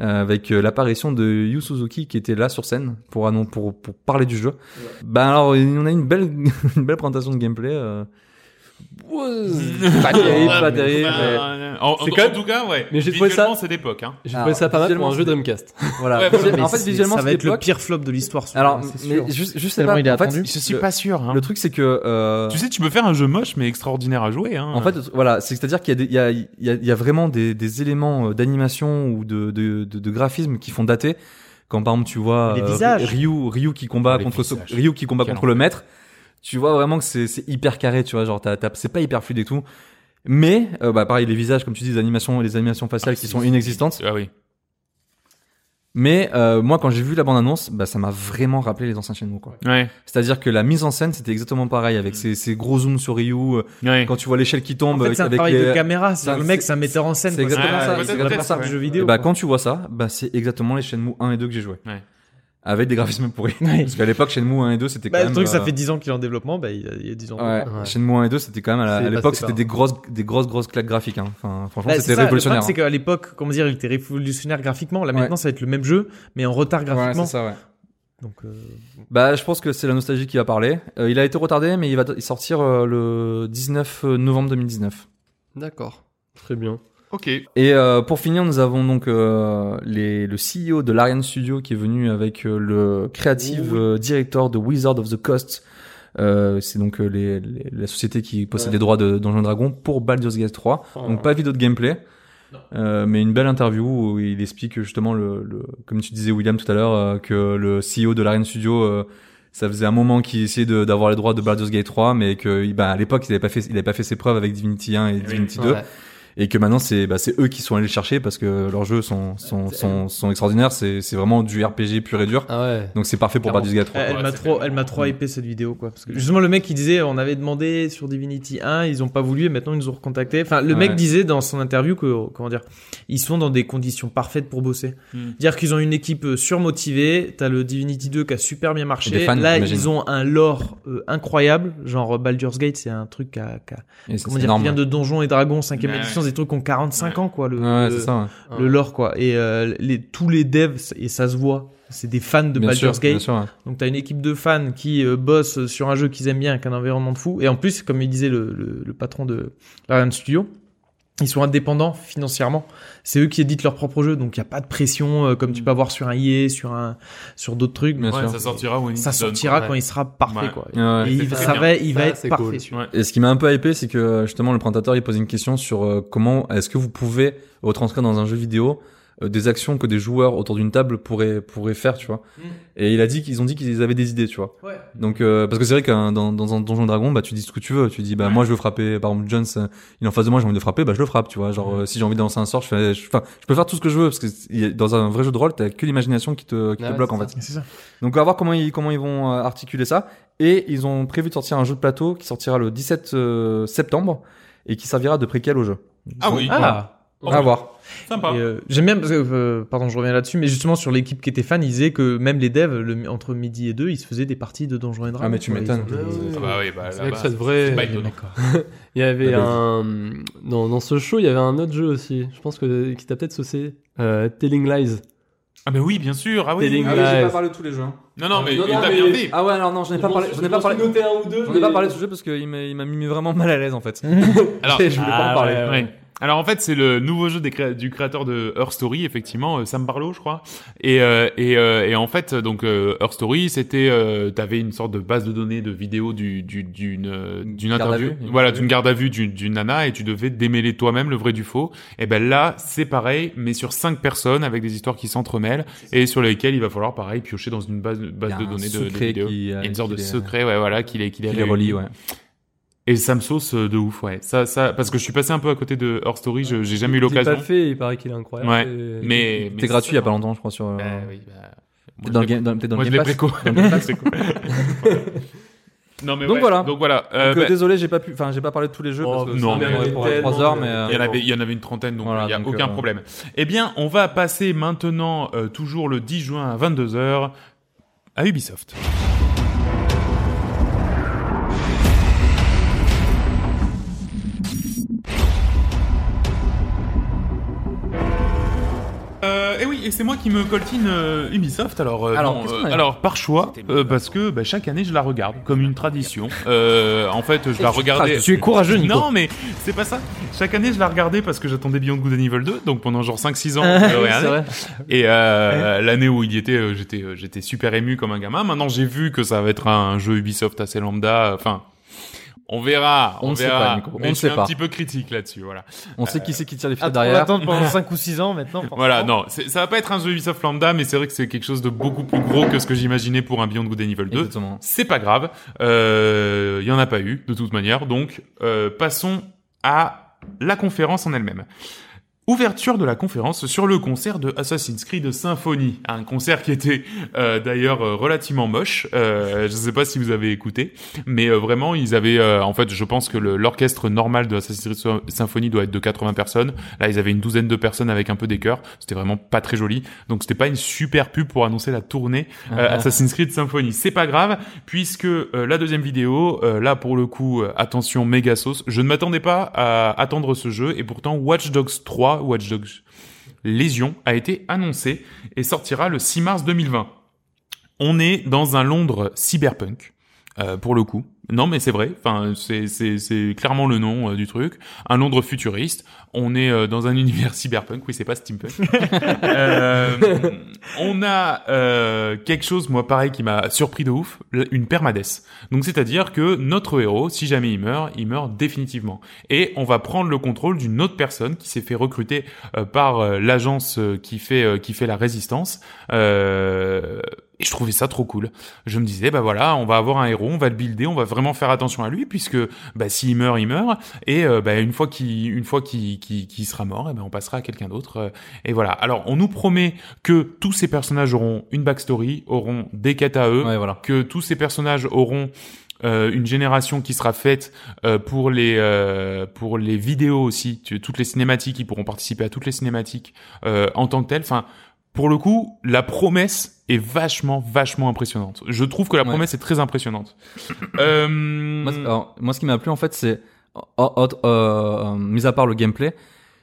[SPEAKER 1] Euh, avec euh, l'apparition de Yu Suzuki qui était là sur scène pour annon- pour, pour parler du jeu. Bah alors on a une belle [LAUGHS] une belle présentation de gameplay. euh.
[SPEAKER 10] Ah,
[SPEAKER 1] pas terrible, pas terrible. mais-
[SPEAKER 8] Bah, En,
[SPEAKER 9] C'est
[SPEAKER 8] en-
[SPEAKER 9] quand
[SPEAKER 8] en
[SPEAKER 9] même-
[SPEAKER 8] tout cas, ouais.
[SPEAKER 9] Mais j'ai trouvé
[SPEAKER 8] Visuellement,
[SPEAKER 9] ça-
[SPEAKER 8] c'est d'époque. Hein.
[SPEAKER 9] J'ai
[SPEAKER 10] Ah,
[SPEAKER 9] trouvé ça pas mal pour un jeu Dreamcast.
[SPEAKER 1] Voilà.
[SPEAKER 8] Ouais,
[SPEAKER 1] Visuel-
[SPEAKER 8] voilà.
[SPEAKER 1] En fait,
[SPEAKER 8] Mais
[SPEAKER 10] ça
[SPEAKER 1] visuellement,
[SPEAKER 10] va
[SPEAKER 1] c'était
[SPEAKER 10] être le
[SPEAKER 1] époque.
[SPEAKER 10] pire flop de l'histoire. ce
[SPEAKER 1] Alors,
[SPEAKER 10] jeu, Ah, c'est
[SPEAKER 1] mais
[SPEAKER 10] sûr.
[SPEAKER 1] je, je sais
[SPEAKER 10] Tellement
[SPEAKER 1] pas.
[SPEAKER 10] il est
[SPEAKER 1] en fait,
[SPEAKER 10] attendu.
[SPEAKER 8] Je suis pas sûr, hein.
[SPEAKER 1] Le truc, c'est que. euh,
[SPEAKER 8] Tu sais, tu peux faire un jeu moche mais extraordinaire à jouer. Hein.
[SPEAKER 1] En fait, voilà, c'est- c'est-à-dire qu'il y a des- il y, a, il y, a, il y a vraiment des, des éléments euh, d'animation ou de, de, de, de graphisme qui font dater. Quand par exemple tu vois
[SPEAKER 10] Les
[SPEAKER 1] euh,
[SPEAKER 10] visages.
[SPEAKER 1] Ryu, Ryu qui combat
[SPEAKER 10] Les
[SPEAKER 1] contre ce-
[SPEAKER 10] visages.
[SPEAKER 1] Ryu qui combat
[SPEAKER 10] Quel
[SPEAKER 1] contre le maître, tu vois vraiment que c'est c'est hyper carré, tu vois, genre t'as- t'as- c'est pas hyper fluide et tout. Mais euh, bah pareil les visages comme tu dis, les animations, les animations faciales qui sont inexistantes.
[SPEAKER 8] Ah oui.
[SPEAKER 1] Mais euh, moi, quand j'ai vu la bande-annonce, bah, ça m'a vraiment rappelé les anciens Shenmue. Quoi.
[SPEAKER 8] Ouais.
[SPEAKER 1] C'est-à-dire que la mise en scène, c'était exactement pareil,
[SPEAKER 10] Mm.
[SPEAKER 1] avec ces, ces gros zooms sur Ryu, euh, quand tu vois l'échelle qui tombe.
[SPEAKER 10] En fait, c'est un
[SPEAKER 1] avec
[SPEAKER 10] travail
[SPEAKER 1] les-
[SPEAKER 10] de caméra. c'est-
[SPEAKER 1] Ça-
[SPEAKER 10] le mec,
[SPEAKER 1] c'est-
[SPEAKER 10] c'est un metteur en scène.
[SPEAKER 1] C'est
[SPEAKER 10] quoi,
[SPEAKER 1] exactement
[SPEAKER 10] pas-
[SPEAKER 1] ça.
[SPEAKER 10] c'est pas
[SPEAKER 1] exactement
[SPEAKER 10] ça
[SPEAKER 1] ça.
[SPEAKER 10] du jeu vidéo.
[SPEAKER 1] Et bah,
[SPEAKER 10] quoi.
[SPEAKER 1] quand tu vois ça, bah, c'est exactement les Shenmue 1 et 2 que j'ai joué. Avec des graphismes pourris.
[SPEAKER 10] Ouais.
[SPEAKER 1] Parce qu'à l'époque, Shenmue 1 et 2, c'était quand
[SPEAKER 10] Bah,
[SPEAKER 1] même.
[SPEAKER 10] le truc, ça
[SPEAKER 1] euh,
[SPEAKER 10] fait 10 ans qu'il est en développement, bah, il y a, il y a 10 ans.
[SPEAKER 1] Ouais.
[SPEAKER 10] Ouais.
[SPEAKER 1] Shenmue 1 et 2, c'était quand même à la-
[SPEAKER 10] C'est
[SPEAKER 1] à
[SPEAKER 10] passé
[SPEAKER 1] l'époque,
[SPEAKER 10] par
[SPEAKER 1] c'était des grosses, des grosses, grosses claques graphiques. hein. Enfin, franchement,
[SPEAKER 10] Bah, c'est
[SPEAKER 1] c'était
[SPEAKER 10] ça,
[SPEAKER 1] révolutionnaire.
[SPEAKER 10] Le problème, c'est qu'à l'époque, comment dire, il était révolutionnaire graphiquement. Là,
[SPEAKER 1] Ouais.
[SPEAKER 10] maintenant, ça va être le même jeu, mais en retard graphiquement.
[SPEAKER 1] c'est ça, ouais.
[SPEAKER 10] Donc, euh,
[SPEAKER 1] Bah, je pense que c'est la nostalgie qui va parler. Euh, il a été retardé, mais il va t- sortir euh, le 19 novembre 2019.
[SPEAKER 9] D'accord. Très bien.
[SPEAKER 8] Ok.
[SPEAKER 1] Et euh, pour finir, nous avons donc euh, les, le CEO de l'Ariane Studio qui est venu avec euh, le creative euh, director de Wizard of the Coast. Euh, c'est donc euh, les- les- la société qui possède
[SPEAKER 9] Ouais.
[SPEAKER 1] les droits de Donjons et Dragons pour Baldur's Gate 3.
[SPEAKER 9] Oh.
[SPEAKER 1] Donc pas vidéo de gameplay, euh, mais une belle interview où il explique justement le, le- comme tu disais William tout à l'heure euh, que le CEO de l'Ariane Studio euh, ça faisait un moment qu'il essayait de- d'avoir les droits de Baldur's Gate 3 mais que il- bah, à l'époque il avait pas fait il avait pas fait ses preuves avec Divinity 1 et Divinity 2
[SPEAKER 9] Ouais.
[SPEAKER 1] et que maintenant c'est bah, c'est eux qui sont allés le chercher parce que leurs jeux sont sont sont, sont extraordinaires c'est c'est vraiment du RPG pur et dur
[SPEAKER 10] Ah.
[SPEAKER 9] Ah
[SPEAKER 1] donc c'est parfait pour Baldur's Gate 3
[SPEAKER 10] Elle
[SPEAKER 1] quoi.
[SPEAKER 10] m'a trop, elle m'a
[SPEAKER 1] Mm.
[SPEAKER 10] trop hypé cette vidéo, quoi. Parce que justement, le mec, il disait, on avait demandé sur Divinity 1, ils ont pas voulu, et maintenant ils nous ont recontacté. Enfin, le
[SPEAKER 1] Ouais.
[SPEAKER 10] mec disait dans son interview que, comment dire, ils sont dans des conditions parfaites pour bosser.
[SPEAKER 9] Hmm.
[SPEAKER 1] Mm.
[SPEAKER 10] Dire qu'ils ont une équipe euh, surmotivée, t'as le Divinity 2 qui a super bien
[SPEAKER 1] Et
[SPEAKER 10] marché.
[SPEAKER 1] des fans,
[SPEAKER 10] Là,
[SPEAKER 1] j'imagine.
[SPEAKER 10] ils ont un lore euh, incroyable. Genre, Baldur's Gate, c'est un truc qui a, qui a-
[SPEAKER 1] Et c'est-
[SPEAKER 10] comment
[SPEAKER 1] c'est
[SPEAKER 10] dire,
[SPEAKER 1] énorme,
[SPEAKER 10] qui vient de Donjons et Dragons 5ème
[SPEAKER 1] Ouais,
[SPEAKER 10] édition,
[SPEAKER 1] ouais.
[SPEAKER 10] des trucs qui ont 45 ans, quoi. Le,
[SPEAKER 1] Ouais,
[SPEAKER 10] le-
[SPEAKER 1] c'est ça,
[SPEAKER 9] Ah.
[SPEAKER 1] ouais.
[SPEAKER 10] le lore, quoi. Et euh, les, tous les devs, et ça se voit, c'est des fans de
[SPEAKER 1] Bien
[SPEAKER 10] Baldur's
[SPEAKER 1] sûr,
[SPEAKER 10] Gate.
[SPEAKER 1] bien sûr, ouais.
[SPEAKER 10] Donc t'as une équipe de fans qui euh, bosse sur un jeu qu'ils aiment bien avec un environnement de fou. Et en plus, comme il disait le, le- le patron de l'Ariane Studio, ils sont indépendants financièrement. C'est eux qui éditent leurs propres jeux, donc il n'y a pas de pression euh, comme
[SPEAKER 1] Mm.
[SPEAKER 10] tu peux avoir sur un IE, sur un, sur d'autres trucs.
[SPEAKER 1] Bien
[SPEAKER 10] Donc,
[SPEAKER 1] sûr.
[SPEAKER 10] euh,
[SPEAKER 1] Ça
[SPEAKER 8] sortira when
[SPEAKER 10] Ça
[SPEAKER 8] it's done,
[SPEAKER 10] sortira
[SPEAKER 8] quoi.
[SPEAKER 10] quand il sera parfait,
[SPEAKER 8] Ouais.
[SPEAKER 10] quoi.
[SPEAKER 1] Ouais,
[SPEAKER 10] Et
[SPEAKER 1] c'est
[SPEAKER 10] il,
[SPEAKER 1] très
[SPEAKER 10] ça
[SPEAKER 1] bien.
[SPEAKER 10] va, il va
[SPEAKER 1] Ça,
[SPEAKER 10] être
[SPEAKER 1] c'est
[SPEAKER 10] parfait.
[SPEAKER 1] cool.
[SPEAKER 10] celui-là.
[SPEAKER 1] Et ce qui m'a un peu hypé, c'est euh, que justement le présentateur il posait une question sur euh, comment est-ce que vous pouvez retranscrire dans un jeu vidéo euh, des actions que des joueurs autour d'une table pourraient pourraient faire, tu vois.
[SPEAKER 9] Mm.
[SPEAKER 1] Et il a dit qu'ils ont dit qu'ils avaient des idées, tu vois.
[SPEAKER 10] Ouais.
[SPEAKER 1] Donc euh, parce que c'est vrai qu'un dans, dans un donjon et dragon, bah tu dis ce que tu veux, tu dis bah moi je veux frapper par exemple Jones, euh, il est en face de moi, j'ai envie de le frapper, bah je le frappe, tu vois. Genre euh, si j'ai envie de lancer un sort, je fais je- enfin, je peux faire tout ce que je veux parce que c'est- il y a- dans un vrai jeu de rôle, t'as que l'imagination qui te qui
[SPEAKER 9] Ah
[SPEAKER 1] te
[SPEAKER 9] ouais,
[SPEAKER 1] bloque
[SPEAKER 9] c'est
[SPEAKER 1] en
[SPEAKER 9] ça.
[SPEAKER 1] fait. Donc on va voir comment ils comment ils vont euh, articuler ça et ils ont prévu de sortir un jeu de plateau qui sortira le 17 euh, septembre et qui servira de préquel au jeu.
[SPEAKER 8] Ah oui.
[SPEAKER 1] Voilà.
[SPEAKER 8] Ah.
[SPEAKER 1] à voir.
[SPEAKER 8] Sympa.
[SPEAKER 10] Et, euh, J'aime bien, parce que, euh, pardon, je reviens là-dessus, mais justement sur l'équipe qui était fan, ils disaient que même les devs, le- entre midi et deux, ils se faisaient des parties de Donjons et Dragons.
[SPEAKER 1] Ah, mais tu
[SPEAKER 10] Ils
[SPEAKER 1] m'étonnes.
[SPEAKER 10] ont des-
[SPEAKER 8] Ah bah oui, bah,
[SPEAKER 9] C'est vrai que
[SPEAKER 8] là-bas,
[SPEAKER 9] ça devrait.
[SPEAKER 8] c'est pas étonnant.
[SPEAKER 9] il y avait
[SPEAKER 1] Ah, bah,
[SPEAKER 9] un. Dans, dans ce show, il y avait un autre jeu aussi. Je pense que qui t'a peut-être saucé. Euh, Telling Lies.
[SPEAKER 8] Ah mais oui, bien sûr. Ah oui.
[SPEAKER 9] Telling
[SPEAKER 1] Ah oui, j'ai
[SPEAKER 9] Lies.
[SPEAKER 1] pas parlé de tous les jeux. hein.
[SPEAKER 8] Non, non, mais,
[SPEAKER 9] Non,
[SPEAKER 8] mais
[SPEAKER 9] non,
[SPEAKER 8] t'as
[SPEAKER 9] mais-
[SPEAKER 8] bien dit.
[SPEAKER 1] Ah ouais, alors non, je n'ai
[SPEAKER 9] Je
[SPEAKER 1] pas
[SPEAKER 9] pense-
[SPEAKER 1] parlé.
[SPEAKER 9] je
[SPEAKER 1] Je n'ai pas
[SPEAKER 9] pense
[SPEAKER 1] parlé.
[SPEAKER 9] noter un ou deux,
[SPEAKER 1] J'en ai pas
[SPEAKER 9] mais-
[SPEAKER 1] parlé de ce jeu parce qu'il m'a il m'a mis vraiment mal à l'aise en [LAUGHS] fait.
[SPEAKER 8] Alors, ah,
[SPEAKER 1] Et je voulais pas en parler.
[SPEAKER 9] ouais,
[SPEAKER 8] ouais. Alors en fait, c'est le nouveau jeu des créa- du créateur de Her Story, effectivement, euh, Sam Barlow, je crois. Et euh, et, euh, et en fait, donc euh, Her Story, c'était, euh, t'avais une sorte de base de données de vidéos du du- d'une euh, d'une
[SPEAKER 1] Garde à
[SPEAKER 8] interview,
[SPEAKER 1] vue, une
[SPEAKER 8] voilà,
[SPEAKER 1] interview.
[SPEAKER 8] d'une garde à vue d'une d'une nana, et tu devais démêler toi-même le vrai du faux. Et ben là, c'est pareil, mais sur cinq personnes avec des histoires qui s'entremêlent et sur lesquelles il va falloir pareil piocher dans une base
[SPEAKER 1] Il y a
[SPEAKER 8] base de
[SPEAKER 1] un
[SPEAKER 8] données de, de
[SPEAKER 1] secret
[SPEAKER 8] vidéos.
[SPEAKER 1] qui,
[SPEAKER 8] Il y a
[SPEAKER 1] euh,
[SPEAKER 8] une sorte
[SPEAKER 1] qui
[SPEAKER 8] de
[SPEAKER 1] les-
[SPEAKER 8] secret, ouais, voilà, qui les qui les,
[SPEAKER 1] Il les
[SPEAKER 8] réunit.
[SPEAKER 1] relie, ouais.
[SPEAKER 8] Et ça me sauce euh, de ouf, ouais. Ça, ça, parce que je suis passé un peu à côté de Her Story, je- j'ai jamais eu
[SPEAKER 9] Je l'ai
[SPEAKER 8] l'occasion.
[SPEAKER 9] pas fait, il paraît qu'il est incroyable.
[SPEAKER 8] Ouais,
[SPEAKER 9] Et-
[SPEAKER 8] mais, mais
[SPEAKER 1] C'était gratuit il y a pas longtemps, je crois, sur.
[SPEAKER 8] Bah,
[SPEAKER 1] euh,
[SPEAKER 8] oui, bah, moi,
[SPEAKER 1] Peut-être dans
[SPEAKER 8] je
[SPEAKER 1] le
[SPEAKER 8] l'ai-
[SPEAKER 1] Game dans- peut-être dans
[SPEAKER 8] moi,
[SPEAKER 1] le
[SPEAKER 8] je
[SPEAKER 1] Game
[SPEAKER 8] l'ai
[SPEAKER 1] Pass.
[SPEAKER 8] préco. [LAUGHS]
[SPEAKER 1] Dans le Game Pass.
[SPEAKER 8] C'est cool. non mais
[SPEAKER 1] Donc
[SPEAKER 8] ouais.
[SPEAKER 1] voilà.
[SPEAKER 8] Donc voilà. euh,
[SPEAKER 1] Donc, euh, Oh,
[SPEAKER 8] bah, Oh,
[SPEAKER 1] Désolé, j'ai pas pu. Enfin, j'ai pas parlé de tous les jeux parce que
[SPEAKER 8] non,
[SPEAKER 1] sinon,
[SPEAKER 8] mais-
[SPEAKER 1] on aurait pour 3 heures, mais. euh,
[SPEAKER 8] Il y, en avait, il y en avait une trentaine, donc il
[SPEAKER 1] Voilà,
[SPEAKER 8] n'y a
[SPEAKER 1] donc,
[SPEAKER 8] aucun
[SPEAKER 1] euh,
[SPEAKER 8] problème. Eh bien, on va passer maintenant, euh, toujours le 10 juin à 22h, à Ubisoft. Euh, et oui, et c'est moi qui me coltine euh, Ubisoft. Alors, euh,
[SPEAKER 1] Alors,
[SPEAKER 8] non,
[SPEAKER 1] qu'est-ce
[SPEAKER 8] euh,
[SPEAKER 1] qu'on a
[SPEAKER 8] alors par choix, euh, parce que bah, chaque année je la regarde comme une tradition. Euh, en fait, je la regardais.
[SPEAKER 10] Tu es courageux, Nico.
[SPEAKER 8] Non, mais c'est pas ça. Chaque année, je la regardais parce que j'attendais Beyond Good and Evil 2, donc pendant genre 5-6
[SPEAKER 1] [LAUGHS]
[SPEAKER 8] ans. je le regardais. Et euh, l'année où il y était, euh, j'étais, euh, j'étais super ému comme un gamin. Maintenant, j'ai vu que ça va être un jeu Ubisoft assez lambda. Enfin, on verra.
[SPEAKER 1] On
[SPEAKER 8] On,
[SPEAKER 1] ne sait
[SPEAKER 8] verra.
[SPEAKER 1] pas, Nico.
[SPEAKER 8] Mais
[SPEAKER 1] On ne
[SPEAKER 8] je suis
[SPEAKER 1] sait
[SPEAKER 8] un
[SPEAKER 1] pas.
[SPEAKER 8] petit peu critique là-dessus, voilà.
[SPEAKER 1] On sait qui c'est qui tire les
[SPEAKER 10] Ah,
[SPEAKER 1] ficelles
[SPEAKER 10] on va
[SPEAKER 1] derrière.
[SPEAKER 9] [LAUGHS]
[SPEAKER 10] attendre pendant 5 ou 6 ans maintenant.
[SPEAKER 8] Voilà, non, c'est- ça va pas être un jeu Ubisoft lambda, mais c'est vrai que c'est quelque chose de beaucoup plus gros que ce que j'imaginais pour un Beyond Good and Evil 2.
[SPEAKER 1] Exactement.
[SPEAKER 8] C'est pas grave, euh, il y en a pas eu de toute manière, donc euh, passons à la conférence en elle-même. Ouverture de la conférence sur le concert de Assassin's Creed Symphony, un concert qui était euh, d'ailleurs euh, relativement moche. Euh, je sais pas si vous avez écouté, mais euh, vraiment ils avaient, euh, en fait, je pense que le- l'orchestre normal de Assassin's Creed Sy- Symphony doit être de 80 personnes. Là, ils avaient une douzaine de personnes avec un peu des chœurs. C'était vraiment pas très joli, donc c'était pas une super pub pour annoncer la tournée euh, Assassin's Creed Symphony. C'est pas grave, puisque euh, la deuxième vidéo, euh, là pour le coup, euh, attention, méga sauce. Je ne m'attendais pas à attendre ce jeu, et pourtant Watch Dogs 3, Watch Dogs Légion, a été annoncé et sortira le 6 mars 2020. On est dans un Londres cyberpunk. euh, pour le coup, non mais c'est vrai. Enfin, c'est c'est c'est clairement le nom euh, du truc. Un Londres futuriste. On est euh, dans un [LAUGHS] univers cyberpunk. Oui, c'est pas steampunk. [LAUGHS] Euh, on a euh, quelque chose, moi pareil, qui m'a surpris de ouf, le- une permadesse. Donc c'est-à-dire que notre héros, si jamais il meurt, il meurt définitivement. Et on va prendre le contrôle d'une autre personne qui s'est fait recruter euh, par euh, l'agence euh, qui fait euh, qui fait la résistance. Euh, et je trouvais ça trop cool. Je me disais, bah voilà, on va avoir un héros, on va le builder, on va vraiment faire attention à lui, puisque bah, s'il meurt, il meurt. Et euh, bah, une fois qu'il une fois qu'il qu'il- qu'il sera mort, eh ben, on passera à quelqu'un d'autre. euh, et voilà. Alors, on nous promet que tous ces personnages auront une backstory, auront des quêtes à eux,
[SPEAKER 1] Ouais, voilà.
[SPEAKER 8] que tous ces personnages auront euh, une génération qui sera faite euh, pour les euh, pour les vidéos aussi, tu- toutes les cinématiques, ils pourront participer à toutes les cinématiques euh, en tant que telles. Enfin, pour le coup, la promesse est vachement vachement impressionnante. Je trouve que la
[SPEAKER 1] Ouais.
[SPEAKER 8] promesse est très
[SPEAKER 1] [LAUGHS]
[SPEAKER 8] impressionnante. euh,
[SPEAKER 1] Moi, c- alors, moi, ce qui m'a plu en fait, c'est, o- o- autre- euh, euh, mis à part le gameplay,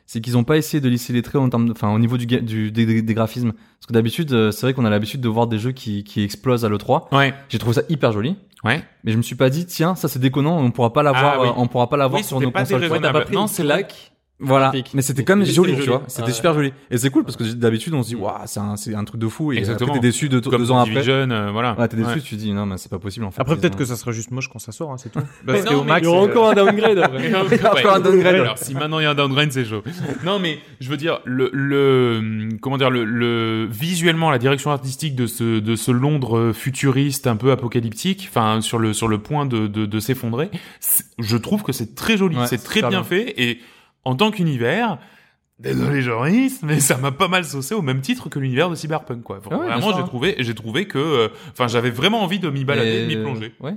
[SPEAKER 1] c'est qu'ils ont pas essayé de lisser les traits en termes, de- enfin, au niveau du, ga- du des, des- des graphismes. Parce que d'habitude, euh, c'est vrai qu'on a l'habitude de voir des jeux qui, qui explosent à l'E3.
[SPEAKER 8] ouais,
[SPEAKER 1] J'ai trouvé ça hyper joli,
[SPEAKER 8] ouais.
[SPEAKER 1] mais je me suis pas dit, tiens, ça c'est déconnant, on pourra pas l'avoir,
[SPEAKER 8] Ah oui.
[SPEAKER 1] euh, on pourra pas l'avoir
[SPEAKER 8] Oui,
[SPEAKER 1] sur
[SPEAKER 8] c'était
[SPEAKER 1] nos
[SPEAKER 8] pas
[SPEAKER 1] consoles.
[SPEAKER 8] déraisonnable.
[SPEAKER 1] Ouais, t'as pas pris
[SPEAKER 8] Non,
[SPEAKER 1] une
[SPEAKER 8] c'est
[SPEAKER 1] claque Voilà. Mais c'était quand même
[SPEAKER 9] Juste
[SPEAKER 1] joli,
[SPEAKER 9] joli.
[SPEAKER 1] tu vois.
[SPEAKER 9] Ah
[SPEAKER 1] C'était
[SPEAKER 9] ouais.
[SPEAKER 1] super joli. Et c'est cool parce que d'habitude on se dit, waouh, c'est un, c'est un truc de fou. Et
[SPEAKER 8] Exactement.
[SPEAKER 1] après, t'es déçu de,
[SPEAKER 8] Comme
[SPEAKER 1] deux ans après.
[SPEAKER 8] Division, euh, voilà.
[SPEAKER 1] Ouais, t'es déçu,
[SPEAKER 8] Ouais.
[SPEAKER 1] tu dis, non, mais c'est pas possible en fait.
[SPEAKER 10] Après,
[SPEAKER 1] Ils
[SPEAKER 10] peut-être
[SPEAKER 1] ont-
[SPEAKER 10] que ça sera juste moche quand ça sort, hein, c'est tout.
[SPEAKER 8] Mais
[SPEAKER 10] Parce
[SPEAKER 8] non,
[SPEAKER 10] qu'au
[SPEAKER 8] mais
[SPEAKER 10] max.
[SPEAKER 8] il y aura
[SPEAKER 10] euh,
[SPEAKER 8] encore un
[SPEAKER 9] downgrade après.
[SPEAKER 8] [LAUGHS] Il y a
[SPEAKER 9] Après un downgrade.
[SPEAKER 8] Alors si maintenant il y a un downgrade, c'est chaud. Non mais je veux dire le, le comment dire le, le visuellement la direction artistique de ce de ce Londres futuriste un peu apocalyptique, enfin sur le sur le point de de, de s'effondrer, c'est- je trouve que c'est très joli,
[SPEAKER 1] Ouais,
[SPEAKER 8] c'est
[SPEAKER 1] c'est
[SPEAKER 8] très
[SPEAKER 1] super
[SPEAKER 8] bien
[SPEAKER 1] bien.
[SPEAKER 8] fait et en tant qu'univers. Désolé journaliste, mais ça m'a pas mal saucé au même titre que l'univers de Cyberpunk quoi.
[SPEAKER 1] Ah ouais, bien
[SPEAKER 8] vraiment
[SPEAKER 1] sûr,
[SPEAKER 8] j'ai
[SPEAKER 1] hein.
[SPEAKER 8] trouvé j'ai trouvé que euh, enfin j'avais vraiment envie de m'y
[SPEAKER 1] Bah,
[SPEAKER 8] balader, de m'y
[SPEAKER 1] Mais-
[SPEAKER 8] plonger.
[SPEAKER 1] Ouais.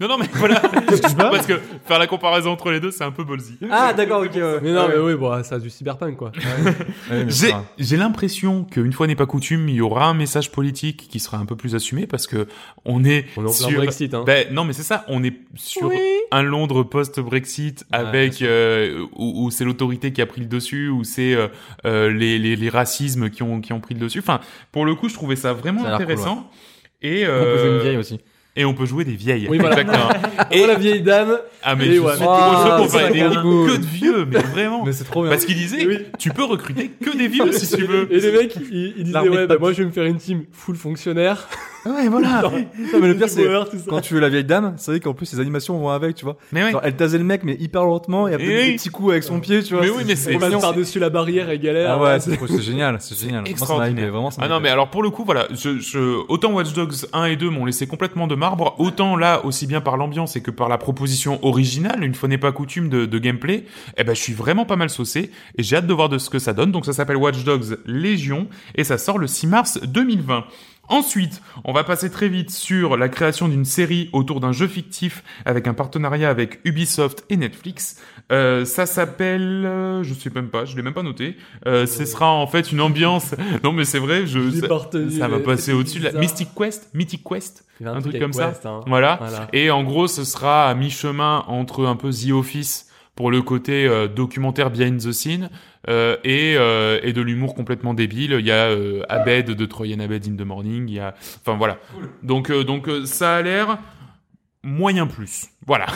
[SPEAKER 8] Non, non, mais voilà. Parce que faire la comparaison entre les deux, c'est un peu ballsy.
[SPEAKER 1] Ah, d'accord, ok. ouais.
[SPEAKER 9] Mais non,
[SPEAKER 1] Ouais.
[SPEAKER 9] mais oui, bon, ça a du cyberpunk, quoi.
[SPEAKER 1] Ouais, mais
[SPEAKER 8] J'ai-
[SPEAKER 1] ça-
[SPEAKER 8] J'ai l'impression qu'une fois n'est pas coutume, il y aura un message politique qui sera un peu plus assumé parce que on est
[SPEAKER 9] On est en plein
[SPEAKER 8] sur
[SPEAKER 9] Brexit, hein.
[SPEAKER 8] Ben, non, mais c'est ça. On est sur un Londres post-Brexit avec euh, où, où c'est l'autorité qui a pris le dessus, où c'est euh, euh, les, les, les racismes qui ont qui ont pris le dessus. Enfin, pour le coup, je trouvais ça vraiment
[SPEAKER 1] Ça a l'air cool,
[SPEAKER 8] intéressant. Et
[SPEAKER 1] On peut jouer une
[SPEAKER 8] euh,
[SPEAKER 1] vieille aussi.
[SPEAKER 8] Et on peut jouer des vieilles.
[SPEAKER 9] Oui, voilà.
[SPEAKER 8] Exactement.
[SPEAKER 9] Et la vieille dame.
[SPEAKER 8] Ah mais
[SPEAKER 9] Et
[SPEAKER 8] je
[SPEAKER 9] ouais.
[SPEAKER 8] suis
[SPEAKER 1] Ah,
[SPEAKER 8] trop chaud pour
[SPEAKER 1] ça,
[SPEAKER 8] faire des
[SPEAKER 1] c'est cool.
[SPEAKER 8] que de vieux, mais vraiment.
[SPEAKER 1] Mais c'est trop bien.
[SPEAKER 8] Parce qu'il disait, tu peux recruter que
[SPEAKER 9] [LAUGHS]
[SPEAKER 8] des vieux si tu veux.
[SPEAKER 9] Et les mecs, ils, ils disaient,
[SPEAKER 1] L'armée de
[SPEAKER 9] ouais, bah, moi, je vais me faire une team full [LAUGHS] fonctionnaire.
[SPEAKER 8] Ah
[SPEAKER 1] Ouais, voilà.
[SPEAKER 9] Genre,
[SPEAKER 1] Non, mais le [LAUGHS] pire, c'est
[SPEAKER 9] joueur, tout ça.
[SPEAKER 1] quand tu veux la vieille dame, c'est vrai qu'en plus, les animations vont avec, tu vois.
[SPEAKER 8] Mais oui.
[SPEAKER 1] Genre, elle tasait le mec, mais hyper lentement, et après,
[SPEAKER 8] Et
[SPEAKER 1] des
[SPEAKER 8] Eh oui.
[SPEAKER 1] petits coups avec son pied, tu vois.
[SPEAKER 8] Mais oui, mais c'est
[SPEAKER 9] On passe par-dessus la barrière et galère.
[SPEAKER 1] Ah ouais, c'est c'est génial, c'est génial. Moi, ça m'a hypé,
[SPEAKER 8] extraordinaire.
[SPEAKER 1] vraiment, ça
[SPEAKER 8] ah
[SPEAKER 1] m'a
[SPEAKER 8] non,
[SPEAKER 1] hypé.
[SPEAKER 8] mais alors pour le coup, voilà, je, je- autant Watch Dogs 1 et 2 m'ont laissé complètement de marbre, autant là, aussi bien par l'ambiance et que par la proposition originale, une fois n'est pas coutume de, de gameplay, eh ben je suis vraiment pas mal saucé et j'ai hâte de voir de ce que ça donne. Donc ça s'appelle Watch Dogs Légion et ça sort le 6 mars 2020. Ensuite, on va passer très vite sur la création d'une série autour d'un jeu fictif avec un partenariat avec Ubisoft et Netflix. Euh, ça s'appelle, euh, je sais même pas, je l'ai même pas noté. Euh, Ce sera en fait une ambiance. Non mais c'est vrai, je,
[SPEAKER 9] Je l'ai
[SPEAKER 8] ça,
[SPEAKER 9] pas retenu,
[SPEAKER 8] ça va
[SPEAKER 9] mais
[SPEAKER 8] passer
[SPEAKER 9] c'est
[SPEAKER 8] au-dessus de la
[SPEAKER 9] bizarre.
[SPEAKER 8] Mystic Quest, Mythic Quest,
[SPEAKER 9] Il y avait
[SPEAKER 8] un, truc, comme
[SPEAKER 9] Quest,
[SPEAKER 8] ça.
[SPEAKER 9] hein.
[SPEAKER 8] Voilà.
[SPEAKER 9] Voilà.
[SPEAKER 8] Et en gros, ce sera à mi-chemin entre un peu The Office pour le côté euh, documentaire behind the scene euh, et, euh, et de l'humour complètement débile. Il y a euh, Abed de Troyan Abed in the Morning. Il y a, enfin voilà. Donc euh, donc euh, ça a l'air moyen plus.
[SPEAKER 9] [LAUGHS]
[SPEAKER 8] Voilà.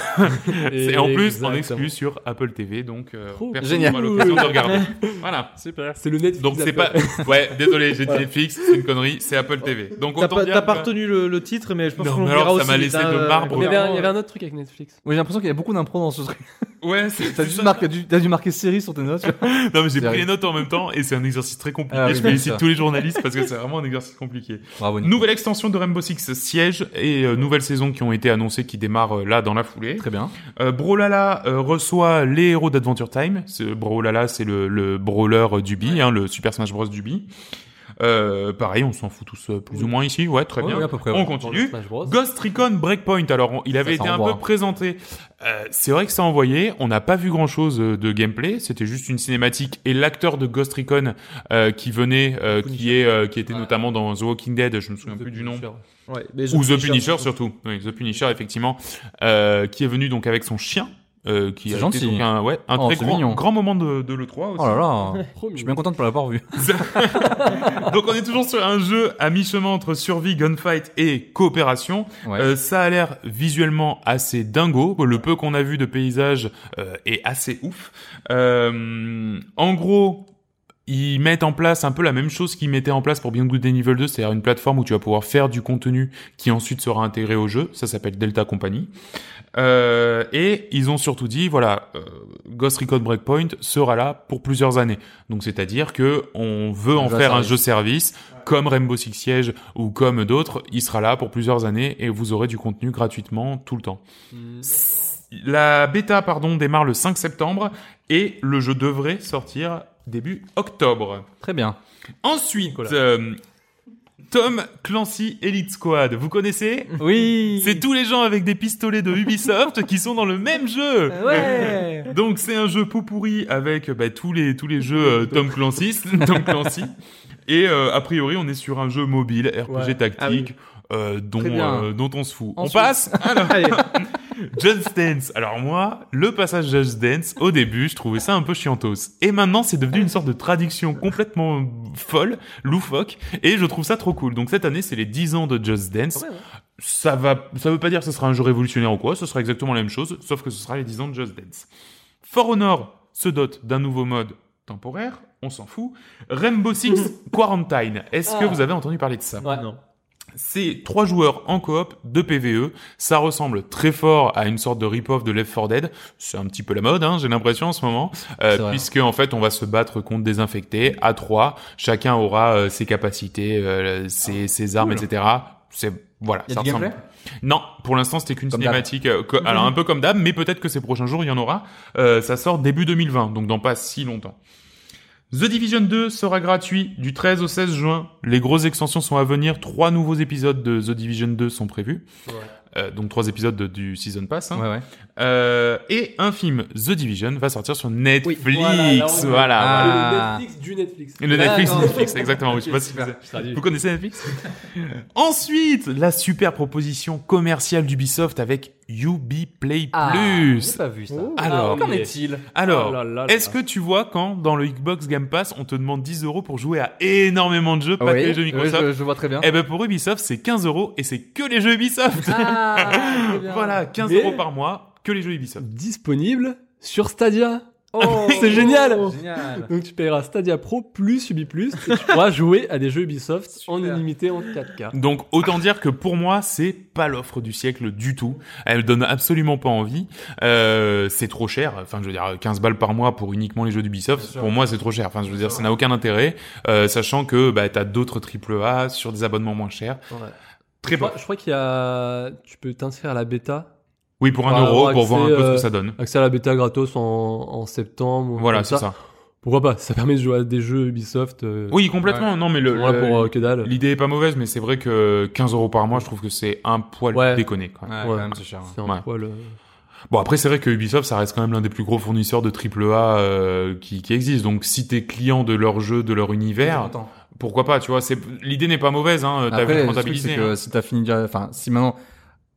[SPEAKER 8] et, en plus, on
[SPEAKER 9] Exactement.
[SPEAKER 8] exclut sur Apple TV, donc euh,
[SPEAKER 9] Trop
[SPEAKER 8] personne
[SPEAKER 1] génial.
[SPEAKER 8] n'aura l'occasion de
[SPEAKER 9] [LAUGHS]
[SPEAKER 8] regarder. Voilà.
[SPEAKER 9] Super. C'est le Netflix.
[SPEAKER 8] Donc c'est pas.
[SPEAKER 9] Apple.
[SPEAKER 8] Ouais, désolé, j'ai dit Netflix, c'est une connerie, c'est Apple TV. Donc
[SPEAKER 10] T'as
[SPEAKER 8] autant
[SPEAKER 10] pas,
[SPEAKER 8] dire.
[SPEAKER 10] t'as pas
[SPEAKER 8] que-
[SPEAKER 10] retenu le, le titre, mais je pense
[SPEAKER 8] Non,
[SPEAKER 10] qu'on
[SPEAKER 8] mais
[SPEAKER 10] le
[SPEAKER 8] alors,
[SPEAKER 10] verra
[SPEAKER 8] ça
[SPEAKER 10] aussi.
[SPEAKER 8] m'a laissé
[SPEAKER 10] hein,
[SPEAKER 8] de
[SPEAKER 10] euh,
[SPEAKER 8] marbre.
[SPEAKER 9] Il y, avait un,
[SPEAKER 10] clairement,
[SPEAKER 9] il y avait un autre truc avec Netflix.
[SPEAKER 1] Oui, j'ai l'impression qu'il y a beaucoup d'impro dans ce truc.
[SPEAKER 8] Ouais, c'est.
[SPEAKER 1] T'as
[SPEAKER 8] c'est
[SPEAKER 1] dû,
[SPEAKER 8] ça.
[SPEAKER 1] marquer- t'as dû- t'as dû marquer série sur tes notes, tu vois.
[SPEAKER 8] Non, mais j'ai pris
[SPEAKER 1] Sérieux.
[SPEAKER 8] les notes en même temps et c'est un exercice très compliqué.
[SPEAKER 1] Ah oui,
[SPEAKER 8] je
[SPEAKER 1] bien
[SPEAKER 8] félicite
[SPEAKER 1] sûr.
[SPEAKER 8] tous les journalistes parce que c'est vraiment un exercice compliqué.
[SPEAKER 1] Bravo, Nico.
[SPEAKER 8] Nouvelle extension de Rainbow Six Siege et euh, nouvelle saison qui ont été annoncées qui démarrent euh, là dans la foulée.
[SPEAKER 1] Très bien.
[SPEAKER 8] Euh, Brawlhalla euh, reçoit les héros d'Adventure Time. Ce Brawlhalla, c'est le, le brawler euh, d'Ubi, hein, le Super Smash Bros d'Ubi. Euh, pareil, on s'en fout tous euh, plus ou moins ici, ouais, très
[SPEAKER 1] Ouais,
[SPEAKER 8] bien.
[SPEAKER 1] ouais, à peu près,
[SPEAKER 8] on
[SPEAKER 1] ouais.
[SPEAKER 8] continue.
[SPEAKER 9] Smash Bros.
[SPEAKER 8] Ghost Recon Breakpoint. Alors, on- il avait
[SPEAKER 1] ça
[SPEAKER 8] été un peu
[SPEAKER 1] envoie, hein.
[SPEAKER 8] présenté. Euh, c'est vrai que ça envoyait. On n'a pas vu grand chose de gameplay. C'était juste une cinématique et l'acteur de Ghost Recon euh, qui venait, euh, qui est, euh, qui était notamment dans The Walking Dead. Je me souviens plus du nom.
[SPEAKER 10] ouais, mais
[SPEAKER 8] Ou The Punisher surtout. Oui, The Punisher effectivement, euh, qui est venu donc avec son chien, euh, qui
[SPEAKER 1] C'est
[SPEAKER 8] a
[SPEAKER 1] gentil.
[SPEAKER 8] été donc un, ouais, un
[SPEAKER 1] Oh,
[SPEAKER 8] très
[SPEAKER 1] c'est
[SPEAKER 8] grand,
[SPEAKER 1] mignon.
[SPEAKER 8] grand moment de, de l'E3 aussi.
[SPEAKER 1] Oh là là.
[SPEAKER 8] [LAUGHS]
[SPEAKER 9] Trop
[SPEAKER 1] Je suis
[SPEAKER 9] mignon.
[SPEAKER 1] bien content de ne pas l'avoir vu.
[SPEAKER 8] donc on est toujours sur un jeu à mi-chemin entre survie, gunfight et coopération.
[SPEAKER 1] Ouais.
[SPEAKER 8] Euh, ça a l'air visuellement assez dingo. Le peu qu'on a vu de paysages euh, est assez ouf. Euh, en gros, ils mettent en place un peu la même chose qu'ils mettaient en place pour Beyond Good and Evil 2, c'est-à-dire une plateforme où tu vas pouvoir faire du contenu qui ensuite sera intégré au jeu. Ça s'appelle Delta Company. Euh, et ils ont surtout dit, voilà, euh, Ghost Recon Breakpoint sera là pour plusieurs années. Donc c'est-à-dire que on veut en
[SPEAKER 1] jeu à
[SPEAKER 8] faire un
[SPEAKER 1] service.
[SPEAKER 8] jeu service, comme Rainbow Six Siege ou comme d'autres. Il sera là pour plusieurs années et vous aurez du contenu gratuitement tout le temps.
[SPEAKER 1] Hmm.
[SPEAKER 8] La bêta, pardon, démarre le 5 septembre et le jeu devrait sortir début octobre.
[SPEAKER 1] Très bien.
[SPEAKER 8] Ensuite, euh, Tom Clancy Elite Squad, vous connaissez
[SPEAKER 1] Oui.
[SPEAKER 8] C'est tous les gens avec des pistolets de Ubisoft qui sont dans le même jeu.
[SPEAKER 1] Ouais.
[SPEAKER 8] Donc c'est un jeu pot pourri avec bah, tous les tous les jeux euh, Tom Clancy, [LAUGHS] Tom Clancy. Et euh, a priori, on est sur un jeu mobile, RPG
[SPEAKER 9] Ouais.
[SPEAKER 8] tactique,
[SPEAKER 10] Ah oui.
[SPEAKER 8] euh, dont
[SPEAKER 1] Très bien.
[SPEAKER 8] euh, dont on se fout.
[SPEAKER 1] Ensuite.
[SPEAKER 8] On passe. Alors,
[SPEAKER 10] Allez.
[SPEAKER 8] Just Dance. Alors moi, le passage Just Dance, au début, je trouvais ça un peu chiantos. Et maintenant, c'est devenu une sorte de traduction complètement folle, loufoque, et je trouve ça trop cool. Donc cette année, c'est les 10 ans de Just Dance. Ça va, ça veut pas dire que ce sera un jeu révolutionnaire ou quoi, ce sera exactement la même chose, sauf que ce sera les 10 ans de Just Dance. For Honor, se dote d'un nouveau mode temporaire, on s'en fout. Rainbow Six Quarantine. Est-ce que
[SPEAKER 9] Ah.
[SPEAKER 8] vous avez entendu parler de ça
[SPEAKER 9] non.
[SPEAKER 8] C'est trois joueurs en coop de PVE. Ça ressemble très fort à une sorte de rip-off de Left 4 Dead. C'est un petit peu la mode, hein, j'ai l'impression en ce moment, Euh,
[SPEAKER 9] C'est vrai.
[SPEAKER 8] puisque en fait on va se battre contre des infectés à trois. Chacun aura euh, ses capacités, euh, ses, ses armes,
[SPEAKER 9] Ah, Cool.
[SPEAKER 8] etc. C'est voilà.
[SPEAKER 9] Y a
[SPEAKER 8] ça
[SPEAKER 9] du
[SPEAKER 8] ressemble.
[SPEAKER 9] gameplay Mmh.
[SPEAKER 8] Non, pour l'instant c'était qu'une
[SPEAKER 9] Comme d'hab.
[SPEAKER 8] cinématique. euh, co- alors un peu comme d'hab, mais peut-être que ces prochains jours il y en aura. Euh, ça sort début 2020, donc dans pas si longtemps. The Division 2 sera gratuit du 13 au 16 juin. Les grosses extensions sont à venir. Trois nouveaux épisodes de The Division 2 sont prévus.
[SPEAKER 9] Ouais.
[SPEAKER 8] Euh, donc trois épisodes de- du Season Pass. hein.
[SPEAKER 1] Ouais, ouais.
[SPEAKER 8] Euh, et un film, The Division, va sortir sur Netflix.
[SPEAKER 9] Voilà,
[SPEAKER 8] Voilà.
[SPEAKER 9] là,
[SPEAKER 8] Ah.
[SPEAKER 9] on-
[SPEAKER 8] voilà.
[SPEAKER 9] Le Netflix du Netflix.
[SPEAKER 8] Et Le
[SPEAKER 9] Là,
[SPEAKER 8] Netflix,
[SPEAKER 9] non.
[SPEAKER 8] Netflix, exactement. oui,
[SPEAKER 9] Ok,
[SPEAKER 8] je sais pas si
[SPEAKER 9] super.
[SPEAKER 8] vous-
[SPEAKER 9] Je traduis.
[SPEAKER 8] vous connaissez
[SPEAKER 9] [LAUGHS]
[SPEAKER 8] Netflix Ensuite, la super proposition commerciale d'Ubisoft avec Ubiplay
[SPEAKER 9] Ah,
[SPEAKER 8] Plus.
[SPEAKER 9] j'ai pas vu ça.
[SPEAKER 8] Alors,
[SPEAKER 9] Ah, qu'en est-il
[SPEAKER 8] Alors,
[SPEAKER 9] Oh là là là.
[SPEAKER 8] est-ce que tu vois quand dans le Xbox Game Pass, on te demande 10 euros pour jouer à énormément de jeux, pas
[SPEAKER 9] Ah Oui,
[SPEAKER 8] que les jeux
[SPEAKER 9] oui,
[SPEAKER 8] Microsoft
[SPEAKER 9] je- je vois
[SPEAKER 1] Hein
[SPEAKER 9] très bien.
[SPEAKER 8] Eh ben pour Ubisoft, c'est 15 euros et c'est que les jeux Ubisoft. [LAUGHS] voilà, 15
[SPEAKER 9] Mais-
[SPEAKER 8] euros par mois, que les jeux Ubisoft.
[SPEAKER 9] Disponible sur Stadia.
[SPEAKER 8] [LAUGHS] Oh.
[SPEAKER 9] c'est génial. Donc tu paieras Stadia Pro plus Ubi Plus et tu pourras [LAUGHS] jouer à des jeux Ubisoft en illimité en 4K.
[SPEAKER 8] Donc autant dire que pour moi c'est pas l'offre du siècle du tout. Elle donne absolument pas envie. Euh, c'est trop cher. Enfin je veux dire 15 balles par mois pour uniquement les jeux
[SPEAKER 9] Bien
[SPEAKER 8] d'Ubisoft.
[SPEAKER 9] sûr.
[SPEAKER 8] Pour moi c'est trop cher. Enfin je veux dire ça n'a aucun intérêt. Euh, sachant que bah t'as d'autres triple A sur des abonnements moins chers. Très
[SPEAKER 9] je crois, je crois qu'il y a tu peux t'inscrire à la bêta.
[SPEAKER 8] Oui, pour un
[SPEAKER 9] Enfin,
[SPEAKER 8] euro,
[SPEAKER 9] avoir
[SPEAKER 8] pour voir un peu ce que
[SPEAKER 9] euh,
[SPEAKER 8] ça donne.
[SPEAKER 9] Bah, Accès à la bêta gratos en, en septembre. ou
[SPEAKER 8] Voilà,
[SPEAKER 9] comme
[SPEAKER 8] c'est ça.
[SPEAKER 9] Pourquoi pas Ça permet de jouer à des jeux Ubisoft. euh,
[SPEAKER 8] Oui, complètement.
[SPEAKER 9] ouais.
[SPEAKER 8] Non, mais le,
[SPEAKER 9] Voilà
[SPEAKER 8] le-
[SPEAKER 9] pour euh, que dalle.
[SPEAKER 8] l'idée est pas mauvaise, mais c'est vrai que 15 euros par mois, je trouve que c'est un poil
[SPEAKER 9] Ouais.
[SPEAKER 8] déconné. Quand même.
[SPEAKER 9] Ouais, Ouais. quand même, c'est cher, hein. C'est un poil, euh.
[SPEAKER 8] Bon, après, c'est vrai que Ubisoft, ça reste quand même l'un des plus gros fournisseurs de AAA euh, qui, qui existe. Donc, si t'es client de leur jeu, de leur univers,
[SPEAKER 1] content.
[SPEAKER 8] pourquoi pas, tu vois. c'est- L'idée n'est pas mauvaise, hein. T'as
[SPEAKER 1] Après,
[SPEAKER 8] vu
[SPEAKER 1] le truc,
[SPEAKER 8] rentabiliser.
[SPEAKER 1] c'est que
[SPEAKER 8] hein.
[SPEAKER 1] si t'as fini déjà, enfin, si maintenant,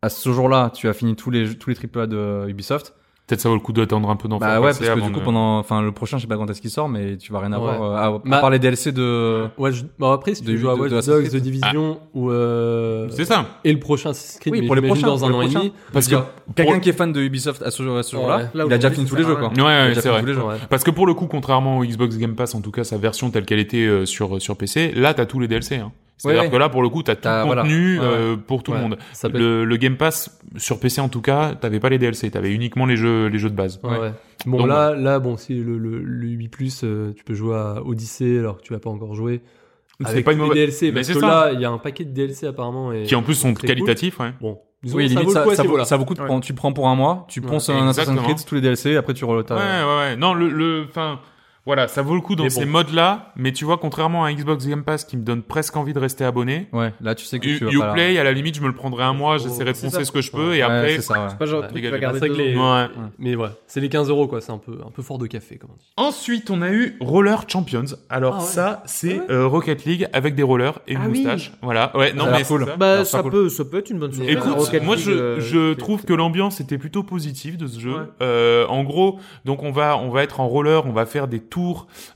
[SPEAKER 1] à ce jour-là, tu as fini tous les, tous les AAA de Ubisoft.
[SPEAKER 8] Peut-être ça vaut le coup d'attendre un peu d'en
[SPEAKER 1] Bah
[SPEAKER 8] faire
[SPEAKER 1] ouais, parce
[SPEAKER 8] passer
[SPEAKER 1] que
[SPEAKER 8] avant
[SPEAKER 1] du coup,
[SPEAKER 8] de-
[SPEAKER 1] pendant, enfin, le prochain, je sais pas quand est-ce qu'il sort, mais tu vas rien avoir,
[SPEAKER 9] Ouais.
[SPEAKER 1] euh, à, à
[SPEAKER 9] Bah-
[SPEAKER 1] part les DLC de...
[SPEAKER 9] Ouais, je- bah après, si
[SPEAKER 1] de-
[SPEAKER 9] tu joues à
[SPEAKER 1] de-
[SPEAKER 9] Watch
[SPEAKER 1] de
[SPEAKER 9] Dogs,
[SPEAKER 1] Assassin's
[SPEAKER 9] The
[SPEAKER 1] Creed.
[SPEAKER 9] Division ou. euh,
[SPEAKER 1] C'est ça.
[SPEAKER 9] Et le prochain Assassin's Creed,
[SPEAKER 1] Oui,
[SPEAKER 9] mais
[SPEAKER 1] pour les
[SPEAKER 9] j'imagine
[SPEAKER 1] prochains.
[SPEAKER 9] dans un
[SPEAKER 1] pour
[SPEAKER 9] an et
[SPEAKER 1] les
[SPEAKER 9] demi.
[SPEAKER 1] prochains. Parce que quelqu'un qui est fan de Ubisoft à ce, à ce jour-là, il a déjà fini tous les jeux, quoi.
[SPEAKER 8] Ouais,
[SPEAKER 1] Il a
[SPEAKER 8] ouais,
[SPEAKER 1] déjà
[SPEAKER 8] c'est
[SPEAKER 1] fini
[SPEAKER 8] vrai.
[SPEAKER 1] tous les jeux.
[SPEAKER 8] Parce que pour le coup, contrairement au Xbox Game Pass, en tout cas sa version telle qu'elle était euh, sur sur PC, là t'as tous les DLC. Hein. C'est-à-dire
[SPEAKER 1] Ouais, ouais.
[SPEAKER 8] que là, pour le coup, t'as tout
[SPEAKER 1] T'as-
[SPEAKER 8] le
[SPEAKER 1] voilà.
[SPEAKER 8] contenu
[SPEAKER 1] Ouais, ouais.
[SPEAKER 8] euh, pour tout le
[SPEAKER 1] Ouais.
[SPEAKER 8] monde.
[SPEAKER 1] Ça peut
[SPEAKER 8] Le, le Game Pass sur PC, en tout cas, t'avais pas les DLC, t'avais uniquement les jeux les jeux de base.
[SPEAKER 9] Ouais. Bon,
[SPEAKER 8] Donc,
[SPEAKER 9] là, là, bon, si le, le, le 8, euh, tu peux jouer à Odyssey alors que tu l'as pas encore joué.
[SPEAKER 8] Ah, C'est
[SPEAKER 9] Avec
[SPEAKER 8] pas une
[SPEAKER 9] les
[SPEAKER 8] mauvaise-
[SPEAKER 9] DLC,
[SPEAKER 8] Mais
[SPEAKER 9] parce
[SPEAKER 8] c'est
[SPEAKER 9] que
[SPEAKER 8] ça.
[SPEAKER 9] là, il y a un paquet de DLC apparemment. Et
[SPEAKER 8] Qui, en plus, sont
[SPEAKER 9] très
[SPEAKER 8] qualitatifs, ouais.
[SPEAKER 9] Bon, disons
[SPEAKER 1] Oui,
[SPEAKER 9] que ça
[SPEAKER 1] limite,
[SPEAKER 9] vaut le
[SPEAKER 1] ça,
[SPEAKER 9] coup à
[SPEAKER 1] ça
[SPEAKER 9] ce
[SPEAKER 1] vaut-
[SPEAKER 9] niveau-là.
[SPEAKER 1] ça vaut le coup de prendre- tu prends pour un mois, tu
[SPEAKER 9] Ouais.
[SPEAKER 1] ponces un Assassin's
[SPEAKER 8] Exactement.
[SPEAKER 1] Creed, tous les DLC, après tu relotas.
[SPEAKER 8] Ouais, ouais, ouais. Non, le, le, enfin, voilà, ça vaut le coup dans
[SPEAKER 1] Mais
[SPEAKER 8] ces
[SPEAKER 1] bon.
[SPEAKER 8] modes-là. Mais tu vois, contrairement à un Xbox Game Pass qui me donne presque envie de rester abonné.
[SPEAKER 1] Ouais, là, tu sais que
[SPEAKER 8] U-
[SPEAKER 1] tu vas pas-
[SPEAKER 8] Uplay, à la limite, je me le prendrai un mois, j'essaierai de
[SPEAKER 9] C'est
[SPEAKER 8] poncer
[SPEAKER 9] ça.
[SPEAKER 8] ce que je peux, et
[SPEAKER 1] Ouais,
[SPEAKER 8] après.
[SPEAKER 1] c'est ça, ouais. C'est
[SPEAKER 9] pas Bah, genre
[SPEAKER 8] Ouais.
[SPEAKER 9] un truc
[SPEAKER 8] Dégagez.
[SPEAKER 9] que tu vas garder deux
[SPEAKER 8] Ouais.
[SPEAKER 9] ans. Mais voilà, c'est les 15 euros quoi, c'est un peu, un peu fort de café comment dire.
[SPEAKER 8] Ensuite, on a eu Roller Champions. Alors
[SPEAKER 9] Ah ouais.
[SPEAKER 8] ça, c'est euh, Rocket League avec des rollers et une
[SPEAKER 9] Ah oui.
[SPEAKER 8] moustache. Voilà. Ouais. Non
[SPEAKER 10] Ça a
[SPEAKER 8] mais
[SPEAKER 10] l'air cool.
[SPEAKER 8] c'est
[SPEAKER 10] Bah,
[SPEAKER 8] Alors,
[SPEAKER 10] ça
[SPEAKER 8] c'est cool.
[SPEAKER 10] peut- ça peut être une bonne soirée.
[SPEAKER 8] Écoute,
[SPEAKER 10] Rocket
[SPEAKER 8] moi
[SPEAKER 10] League,
[SPEAKER 8] je,
[SPEAKER 10] euh,
[SPEAKER 8] je
[SPEAKER 10] c'est-
[SPEAKER 8] trouve que l'ambiance était plutôt positive de ce jeu. Euh, en gros, donc on va on va être en roller, on va faire des tours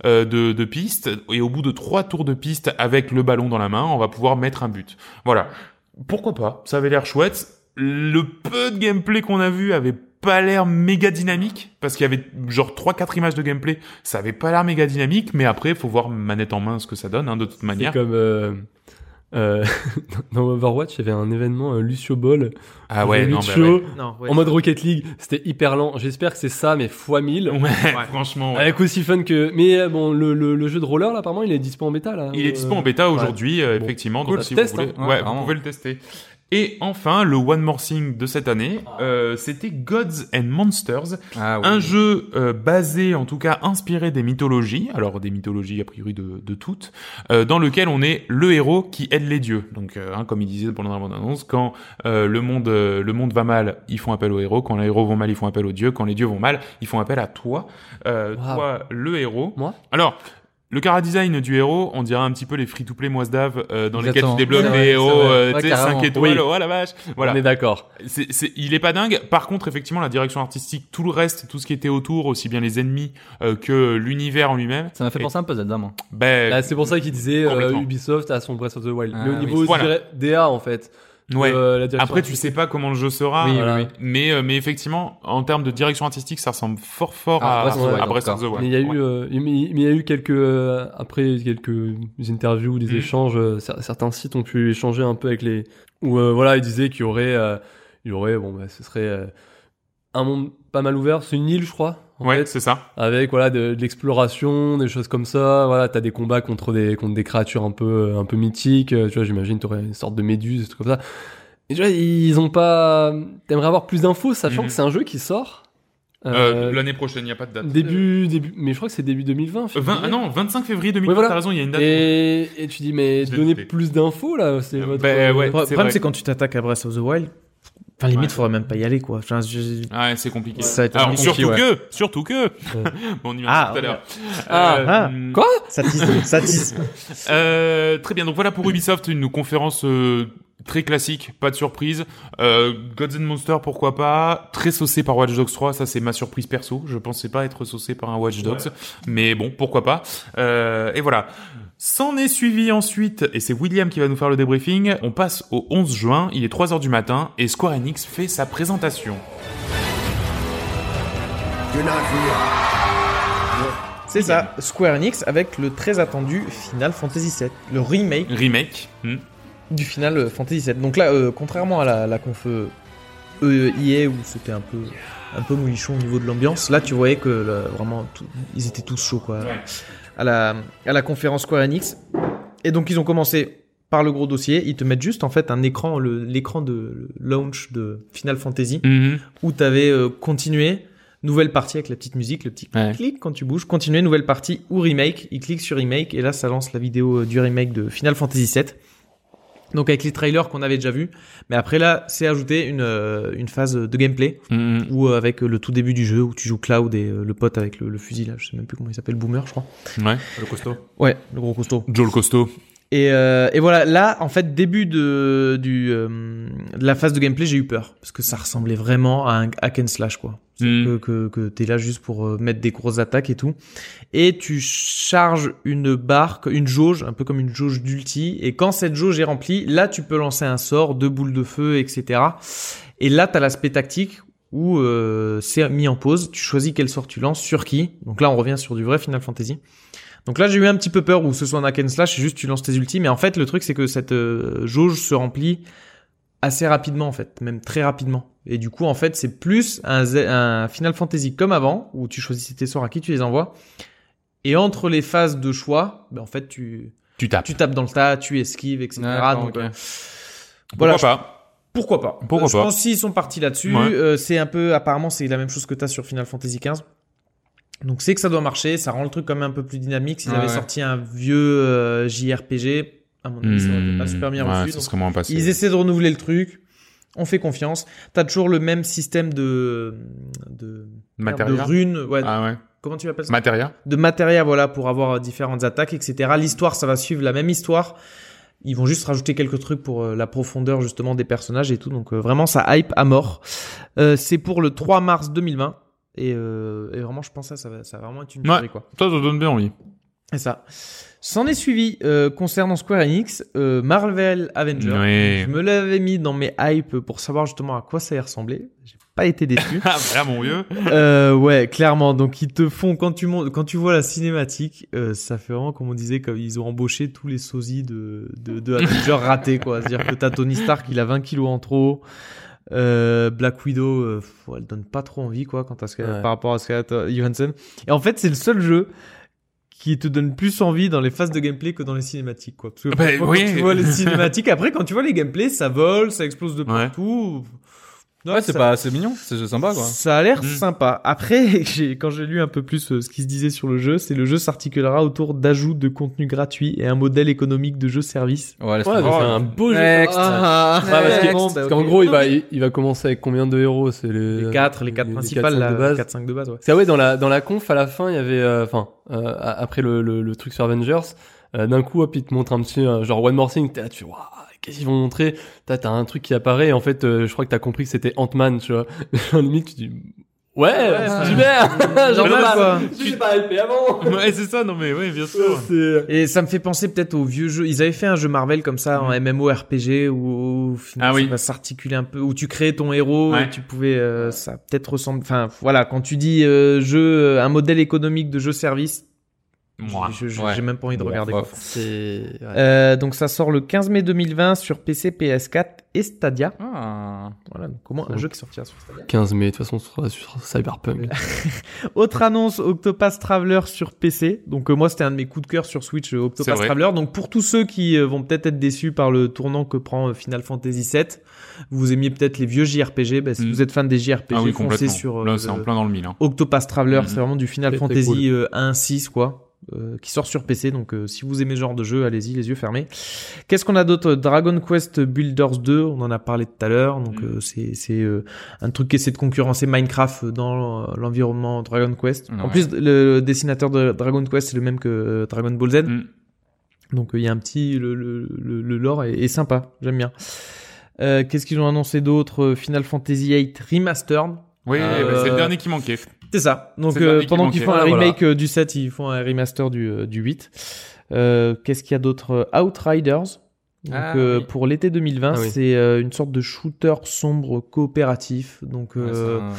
[SPEAKER 8] euh, de de piste et au bout de trois tours de piste avec le ballon dans la main, on va pouvoir mettre un but. Voilà. Pourquoi pas Ça avait l'air chouette. Le peu de gameplay qu'on a vu avait pas l'air méga dynamique parce qu'il y avait genre trois quatre images de gameplay, ça avait pas l'air méga dynamique mais après faut voir manette en main ce que ça donne hein, de toute manière.
[SPEAKER 9] C'est comme euh, euh, [LAUGHS] dans Overwatch, il y avait un événement euh, Lucio Ball.
[SPEAKER 8] Ah ouais,
[SPEAKER 9] J'avais
[SPEAKER 8] non,
[SPEAKER 9] Lucio
[SPEAKER 8] bah ouais.
[SPEAKER 10] [LAUGHS] Non, ouais.
[SPEAKER 9] en mode Rocket League, c'était hyper lent. J'espère que c'est ça, mais fois 1000.
[SPEAKER 8] Ouais, franchement. ouais.
[SPEAKER 9] Avec aussi fun que. Mais euh, bon, le, le, le jeu de roller là, apparemment, il est dispo en bêta là.
[SPEAKER 8] Il est
[SPEAKER 9] Euh,
[SPEAKER 8] dispo en bêta
[SPEAKER 9] ouais.
[SPEAKER 8] aujourd'hui, euh, effectivement.
[SPEAKER 9] Cool,
[SPEAKER 8] donc si
[SPEAKER 9] test,
[SPEAKER 8] vous voulez,
[SPEAKER 9] hein.
[SPEAKER 8] ouais,
[SPEAKER 9] Ouais,
[SPEAKER 8] vous
[SPEAKER 9] vraiment.
[SPEAKER 8] pouvez le tester. Et enfin, le One More Thing de cette année, euh, c'était Gods and Monsters,
[SPEAKER 1] ouais.
[SPEAKER 8] un jeu euh, basé, en tout cas inspiré des mythologies, alors des mythologies a priori de, de toutes, euh, dans lequel on est le héros qui aide les dieux. Donc, euh, hein, comme il disait pendant la bande-annonce, quand euh, le monde euh, le monde va mal, ils font appel aux héros. Quand les héros vont mal, ils font appel aux dieux. Quand les dieux vont mal, ils font appel à toi, euh, toi le héros.
[SPEAKER 9] Moi
[SPEAKER 8] Alors. Le chara-design du héros, on dirait un petit peu les free-to-play moisdave euh, dans lesquels tu
[SPEAKER 9] Exactement.
[SPEAKER 8] débloques des
[SPEAKER 9] Ouais, ouais, c'est
[SPEAKER 8] héros
[SPEAKER 9] vrai.
[SPEAKER 8] euh,
[SPEAKER 9] Ouais,
[SPEAKER 8] tu sais,
[SPEAKER 9] carrément.
[SPEAKER 8] 5 étoiles,
[SPEAKER 9] Oui.
[SPEAKER 8] oh la vache. Voilà.
[SPEAKER 9] On est d'accord.
[SPEAKER 8] C'est- c'est- il est pas dingue. Par contre, effectivement, la direction artistique, tout le reste, tout ce qui était autour, aussi bien les ennemis euh, que l'univers en lui-même.
[SPEAKER 1] Ça m'a fait penser à un puzzle d'âme.
[SPEAKER 8] Ben,
[SPEAKER 9] Là, c'est pour ça qu'il disait euh,
[SPEAKER 8] complètement.
[SPEAKER 9] Ubisoft à son Breath of the Wild.
[SPEAKER 1] Ah,
[SPEAKER 9] mais au
[SPEAKER 1] oui.
[SPEAKER 9] niveau je
[SPEAKER 8] Voilà.
[SPEAKER 9] dirais, DA en fait.
[SPEAKER 8] Ouais.
[SPEAKER 9] euh, la direction
[SPEAKER 8] Après, tu sais pas comment le jeu sera,
[SPEAKER 9] Oui, oui,
[SPEAKER 8] voilà.
[SPEAKER 9] oui.
[SPEAKER 8] mais euh, mais effectivement, en termes de direction artistique, ça ressemble fort fort
[SPEAKER 9] Ah,
[SPEAKER 8] à,
[SPEAKER 9] Breath of the Wild,
[SPEAKER 8] à Breath of the Wild.
[SPEAKER 9] Mais il y a
[SPEAKER 8] Ouais.
[SPEAKER 9] eu, euh, mais- mais il y a eu quelques euh, après quelques interviews, des
[SPEAKER 8] Mhm.
[SPEAKER 9] échanges. euh, cer- certains sites ont pu échanger un peu avec les où euh, voilà, ils disaient qu'il y aurait, euh, il y aurait bon, bah, ce serait euh, un monde pas mal ouvert. C'est une île, je crois. en
[SPEAKER 8] Ouais,
[SPEAKER 9] fait,
[SPEAKER 8] c'est ça.
[SPEAKER 9] Avec voilà de, de l'exploration, des choses comme ça. Voilà, t'as des combats contre des contre des créatures un peu un peu mythiques. euh, Tu vois, j'imagine t'aurais une sorte de méduse, des trucs comme ça. Et tu vois, ils ont pas. T'aimerais avoir plus d'infos, sachant
[SPEAKER 8] Mhm.
[SPEAKER 9] que c'est un jeu qui sort.
[SPEAKER 8] Euh, L'année prochaine, il n'y a pas de date.
[SPEAKER 9] Début, début, mais je crois que c'est début 2020.
[SPEAKER 8] Euh, vingt-
[SPEAKER 9] février.
[SPEAKER 8] ah non, 25 février 2020,
[SPEAKER 9] Ouais, voilà.
[SPEAKER 8] t'as raison, il y a une date.
[SPEAKER 9] Et, et tu dis, mais donnez plus d'infos là, c'est
[SPEAKER 8] Euh,
[SPEAKER 9] votre.
[SPEAKER 8] bah,
[SPEAKER 9] euh,
[SPEAKER 8] Ben,
[SPEAKER 10] Le problème, c'est quand tu t'attaques à Breath of the Wild. Enfin, limite, faudrait même pas y aller, quoi. Enfin, je-
[SPEAKER 8] Ouais, c'est compliqué.
[SPEAKER 10] Ça va être
[SPEAKER 8] Alors,
[SPEAKER 10] compliqué,
[SPEAKER 8] surtout
[SPEAKER 10] ouais.
[SPEAKER 8] que, surtout que. [LAUGHS] Bon, on y va
[SPEAKER 10] Ah,
[SPEAKER 8] tout à l'heure. hmm.
[SPEAKER 10] ouais. Ah, ah. Quoi Ça tisse, ça tisse.
[SPEAKER 8] Euh, très bien. Donc voilà pour Ubisoft, une conférence euh, très classique, pas de surprise. Euh, Gods and Monsters, pourquoi pas. Très saucé par Watch Dogs 3, ça c'est ma surprise perso. Je pensais pas être saucé par un Watch Dogs,
[SPEAKER 9] Ouais.
[SPEAKER 8] mais bon, pourquoi pas. Euh, et voilà. S'en est suivi ensuite, et c'est William qui va nous faire le débriefing, on passe au 11 juin, il est 3h du matin, et Square Enix fait sa présentation.
[SPEAKER 12] You're not real.
[SPEAKER 10] C'est ça, Square Enix avec le très attendu Final Fantasy VII, le remake
[SPEAKER 8] Remake. hmm.
[SPEAKER 10] du Final Fantasy VII. Donc là, euh, contrairement à la, la conf euh, euh, EA où c'était un peu un peu moulichon au niveau de l'ambiance, là tu voyais que là, vraiment tout- ils étaient tous chauds quoi. À la à la conférence Square Enix. Et donc ils ont commencé par le gros dossier, ils te mettent juste en fait un écran le- l'écran de launch de Final Fantasy
[SPEAKER 8] Mhm.
[SPEAKER 10] où tu avais continué nouvelle partie avec la petite musique, le petit clic,
[SPEAKER 8] Ouais.
[SPEAKER 10] clic quand tu bouges, continuer nouvelle partie ou remake, il clique sur remake et là ça lance la vidéo euh, du remake de Final Fantasy VII. Donc avec les trailers qu'on avait déjà vus, mais après là c'est ajouté une, euh, une phase de gameplay
[SPEAKER 8] Mhm.
[SPEAKER 10] où euh, avec euh, le tout début du jeu où tu joues Cloud et euh, le pote avec le, le fusil là, je sais même plus comment il s'appelle, Boomer je crois.
[SPEAKER 8] Ouais.
[SPEAKER 9] Le costaud.
[SPEAKER 10] Ouais, le gros costaud.
[SPEAKER 8] Joel Costaud.
[SPEAKER 10] Et, euh, et voilà, là, en fait, début de, du, euh, de la phase de gameplay, j'ai eu peur. Parce que ça ressemblait vraiment à un hack and slash, quoi. C'est Que, que, que t'es là juste pour euh, mettre des grosses attaques et tout. Et tu charges une barre, une jauge, un peu comme une jauge d'ulti. Et quand cette jauge est remplie, là, tu peux lancer un sort, deux boules de feu, etc. Et là, t'as l'aspect tactique où euh, c'est mis en pause. Tu choisis quel sort tu lances, sur qui. Donc là, on revient sur du vrai Final Fantasy. Donc là, j'ai eu un petit peu peur où ce soit un hack and slash, c'est juste tu lances tes ultis. Mais en fait, le truc, c'est que cette euh, jauge se remplit assez rapidement, en fait, même très rapidement. Et du coup, en fait, c'est plus un, Z- un Final Fantasy comme avant, où tu choisis tes sorts à qui tu les envoies. Et entre les phases de choix, ben, en fait, tu,
[SPEAKER 8] tu tapes.
[SPEAKER 10] Tu tapes dans le tas, tu esquives, etc.
[SPEAKER 8] D'accord,
[SPEAKER 10] Donc,
[SPEAKER 8] ok.
[SPEAKER 10] euh,
[SPEAKER 8] Pourquoi
[SPEAKER 10] je-
[SPEAKER 8] pas
[SPEAKER 10] pourquoi pas
[SPEAKER 8] Pourquoi
[SPEAKER 10] Euh, Je
[SPEAKER 8] pas.
[SPEAKER 10] pense s'ils sont partis là-dessus,
[SPEAKER 8] Ouais.
[SPEAKER 10] euh, c'est un peu apparemment c'est la même chose que t'as sur Final Fantasy XV. Donc c'est que ça doit marcher, ça rend le truc quand même un peu plus dynamique. S'ils
[SPEAKER 8] Ouais,
[SPEAKER 10] avaient
[SPEAKER 8] ouais.
[SPEAKER 10] sorti un vieux euh, JRPG, à mon avis, ça aurait été pas
[SPEAKER 8] Mmh,
[SPEAKER 10] super bien
[SPEAKER 8] ouais,
[SPEAKER 10] reçu.
[SPEAKER 8] ça
[SPEAKER 10] Donc,
[SPEAKER 8] serait moins passé.
[SPEAKER 10] Ils essaient de renouveler le truc. On fait confiance. T'as toujours le même système de de,
[SPEAKER 8] Matéria
[SPEAKER 10] de runes. Ouais.
[SPEAKER 8] Ah ouais.
[SPEAKER 10] Comment tu appelles ça
[SPEAKER 8] Matéria.
[SPEAKER 10] De matéria, voilà, pour avoir euh, différentes attaques, etc. L'histoire, ça va suivre la même histoire. Ils vont juste rajouter quelques trucs pour euh, la profondeur justement des personnages et tout. Donc euh, vraiment, ça hype à mort. Euh, c'est pour le 3 mars 2020. Et, euh, et vraiment, je pense que ça, ça va, ça va vraiment être une
[SPEAKER 8] Ouais,
[SPEAKER 10] tuerie, quoi.
[SPEAKER 8] ça te donne bien envie.
[SPEAKER 10] Et ça. S'en est suivi euh, concernant Square Enix, euh, Marvel Avengers.
[SPEAKER 8] Ouais.
[SPEAKER 10] Je me l'avais mis dans mes hypes pour savoir justement à quoi ça y ressemblait. J'ai pas été déçu.
[SPEAKER 8] [LAUGHS] Ah bah là, mon vieux.
[SPEAKER 10] Euh, ouais, clairement. Donc ils te font quand tu montes, quand tu vois la cinématique, euh, ça fait vraiment comme on disait comme ils ont embauché tous les sosies de de, de Avengers ratés quoi. C'est-à-dire que t'as Tony Stark, il a 20 kilos en trop. Euh, Black Widow, euh, pff, elle donne pas trop envie quoi quand à ce
[SPEAKER 9] Ouais.
[SPEAKER 10] par rapport à Scarlett Johansson. Et en fait, c'est le seul jeu qui te donne plus envie dans les phases de gameplay que dans les cinématiques quoi. Parce que
[SPEAKER 8] Bah,
[SPEAKER 10] parfois,
[SPEAKER 8] oui.
[SPEAKER 10] quand tu vois les cinématiques, après quand tu vois les gameplays, ça vole, ça explose de
[SPEAKER 8] Ouais.
[SPEAKER 10] partout.
[SPEAKER 1] Ouais, c'est
[SPEAKER 10] ça-
[SPEAKER 1] pas, c'est mignon, c'est sympa quoi.
[SPEAKER 10] ça a l'air
[SPEAKER 1] Mm.
[SPEAKER 10] sympa. Après, [LAUGHS] j'ai- quand j'ai lu un peu plus euh, ce qui se disait sur le jeu, c'est le jeu s'articulera autour d'ajouts de contenu gratuit et un modèle économique de jeu-service.
[SPEAKER 1] Ouais,
[SPEAKER 9] Ouais, c'est un beau jeu.
[SPEAKER 10] Next.
[SPEAKER 9] Ah,
[SPEAKER 10] Next.
[SPEAKER 9] ouais, parce que-
[SPEAKER 10] Next.
[SPEAKER 9] parce
[SPEAKER 10] Bah,
[SPEAKER 9] qu'en
[SPEAKER 10] ok.
[SPEAKER 9] gros, il va, il, il va commencer avec combien de héros C'est Euh, les,
[SPEAKER 10] Les quatre, les quatre principales,
[SPEAKER 9] cinq
[SPEAKER 10] là,
[SPEAKER 9] de base.
[SPEAKER 10] 4-5 de base, ouais.
[SPEAKER 9] C'est ah ouais, dans la dans la conf à la fin, il y avait, euh, enfin, euh, a- après le, le, le truc sur Avengers, euh, d'un coup, hop, il te montre un petit euh, genre One More Thing. T'es là, tu vois. Qu'est-ce qu'ils vont montrer [LAUGHS] T'as t'as un truc qui apparaît. Et en fait, euh, je crois que t'as compris que c'était Ant-Man, tu vois. en limite, tu dis. Ouais,
[SPEAKER 10] Ouais,
[SPEAKER 9] c'est
[SPEAKER 10] ouais.
[SPEAKER 9] super. J'en peux
[SPEAKER 10] Mais non, mais
[SPEAKER 9] pas.
[SPEAKER 10] quoi.
[SPEAKER 9] Je suis pas LP avant.
[SPEAKER 8] Ouais, c'est [LAUGHS] ça, non mais oui, bien sûr.
[SPEAKER 10] Et ça me fait penser peut-être aux vieux jeux. Ils avaient fait un jeu Marvel comme ça en MMORPG où, où
[SPEAKER 8] Ah
[SPEAKER 10] finalement,
[SPEAKER 8] oui.
[SPEAKER 10] ça va s'articuler un peu, où tu créais ton héros
[SPEAKER 8] Ouais.
[SPEAKER 10] et tu pouvais. euh, ça peut-être ressemble. Enfin, voilà, quand tu dis euh, jeu, un modèle économique de jeu-service.
[SPEAKER 8] Mouah.
[SPEAKER 10] J'ai je-
[SPEAKER 8] Ouais.
[SPEAKER 10] j'ai même pas envie de
[SPEAKER 8] Mouah,
[SPEAKER 10] regarder
[SPEAKER 8] bof.
[SPEAKER 10] quoi.
[SPEAKER 9] C'est.
[SPEAKER 10] Euh, donc ça sort le 15 mai 2020 sur PC, PS4 et Stadia. Voilà, donc comment un
[SPEAKER 9] Donc,
[SPEAKER 10] jeu qui sortira sur Stadia.
[SPEAKER 9] 15 mai, de toute façon, ce sera sur Cyberpunk.
[SPEAKER 10] Autre annonce, Octopath Traveler sur PC. Donc euh, moi, c'était un de mes coups de cœur sur Switch, euh, Octopath
[SPEAKER 9] C'est vrai.
[SPEAKER 10] Traveler. Donc pour tous ceux qui euh, vont peut-être être déçus par le tournant que prend euh, Final Fantasy VII, vous aimiez peut-être les vieux JRPG. Bah, si vous êtes fan des JRPG,
[SPEAKER 8] Ah oui,
[SPEAKER 10] foncez
[SPEAKER 8] complètement.
[SPEAKER 10] sur euh,
[SPEAKER 8] Là, c'est en plein dans le mille, hein.
[SPEAKER 10] Octopath Traveler,
[SPEAKER 8] Mhm.
[SPEAKER 10] c'est vraiment du Final
[SPEAKER 8] Très, très
[SPEAKER 10] Fantasy
[SPEAKER 8] cool.
[SPEAKER 10] euh, 1-6 quoi. euh, qui sort sur PC, donc euh, si vous aimez ce genre de jeu, allez-y les yeux fermés. Qu'est-ce qu'on a d'autre Dragon Quest Builders 2, on en a parlé tout à l'heure, donc
[SPEAKER 8] Mhm.
[SPEAKER 10] euh, c'est c'est, euh, un truc qui essaie de concurrencer Minecraft euh, dans euh, l'environnement Dragon Quest. En
[SPEAKER 8] Ouais.
[SPEAKER 10] plus, le dessinateur de Dragon Quest c'est le même que euh, Dragon Ball Z,
[SPEAKER 8] Mm.
[SPEAKER 10] donc euh, il y a un petit le le le, le lore est, est sympa, j'aime bien. Euh, Qu'est-ce qu'ils ont annoncé d'autre Euh, Final Fantasy VIII Remastered.
[SPEAKER 8] Oui,
[SPEAKER 10] Ah,
[SPEAKER 8] bah,
[SPEAKER 10] euh,
[SPEAKER 8] c'est le dernier qui manquait.
[SPEAKER 10] C'est ça. Donc
[SPEAKER 8] C'est le
[SPEAKER 10] euh,
[SPEAKER 8] dernier qui
[SPEAKER 10] pendant qu'ils
[SPEAKER 8] manquait.
[SPEAKER 10] font un
[SPEAKER 8] Voilà,
[SPEAKER 10] remake euh, du 7, ils font un remaster du, euh, du 8. Euh, Qu'est-ce qu'il y a d'autre Outriders. Donc,
[SPEAKER 9] Ah,
[SPEAKER 10] euh,
[SPEAKER 9] oui.
[SPEAKER 10] Pour l'été 2020,
[SPEAKER 9] Ah oui.
[SPEAKER 10] c'est euh, une sorte de shooter sombre coopératif. Donc, euh,
[SPEAKER 1] c'est un-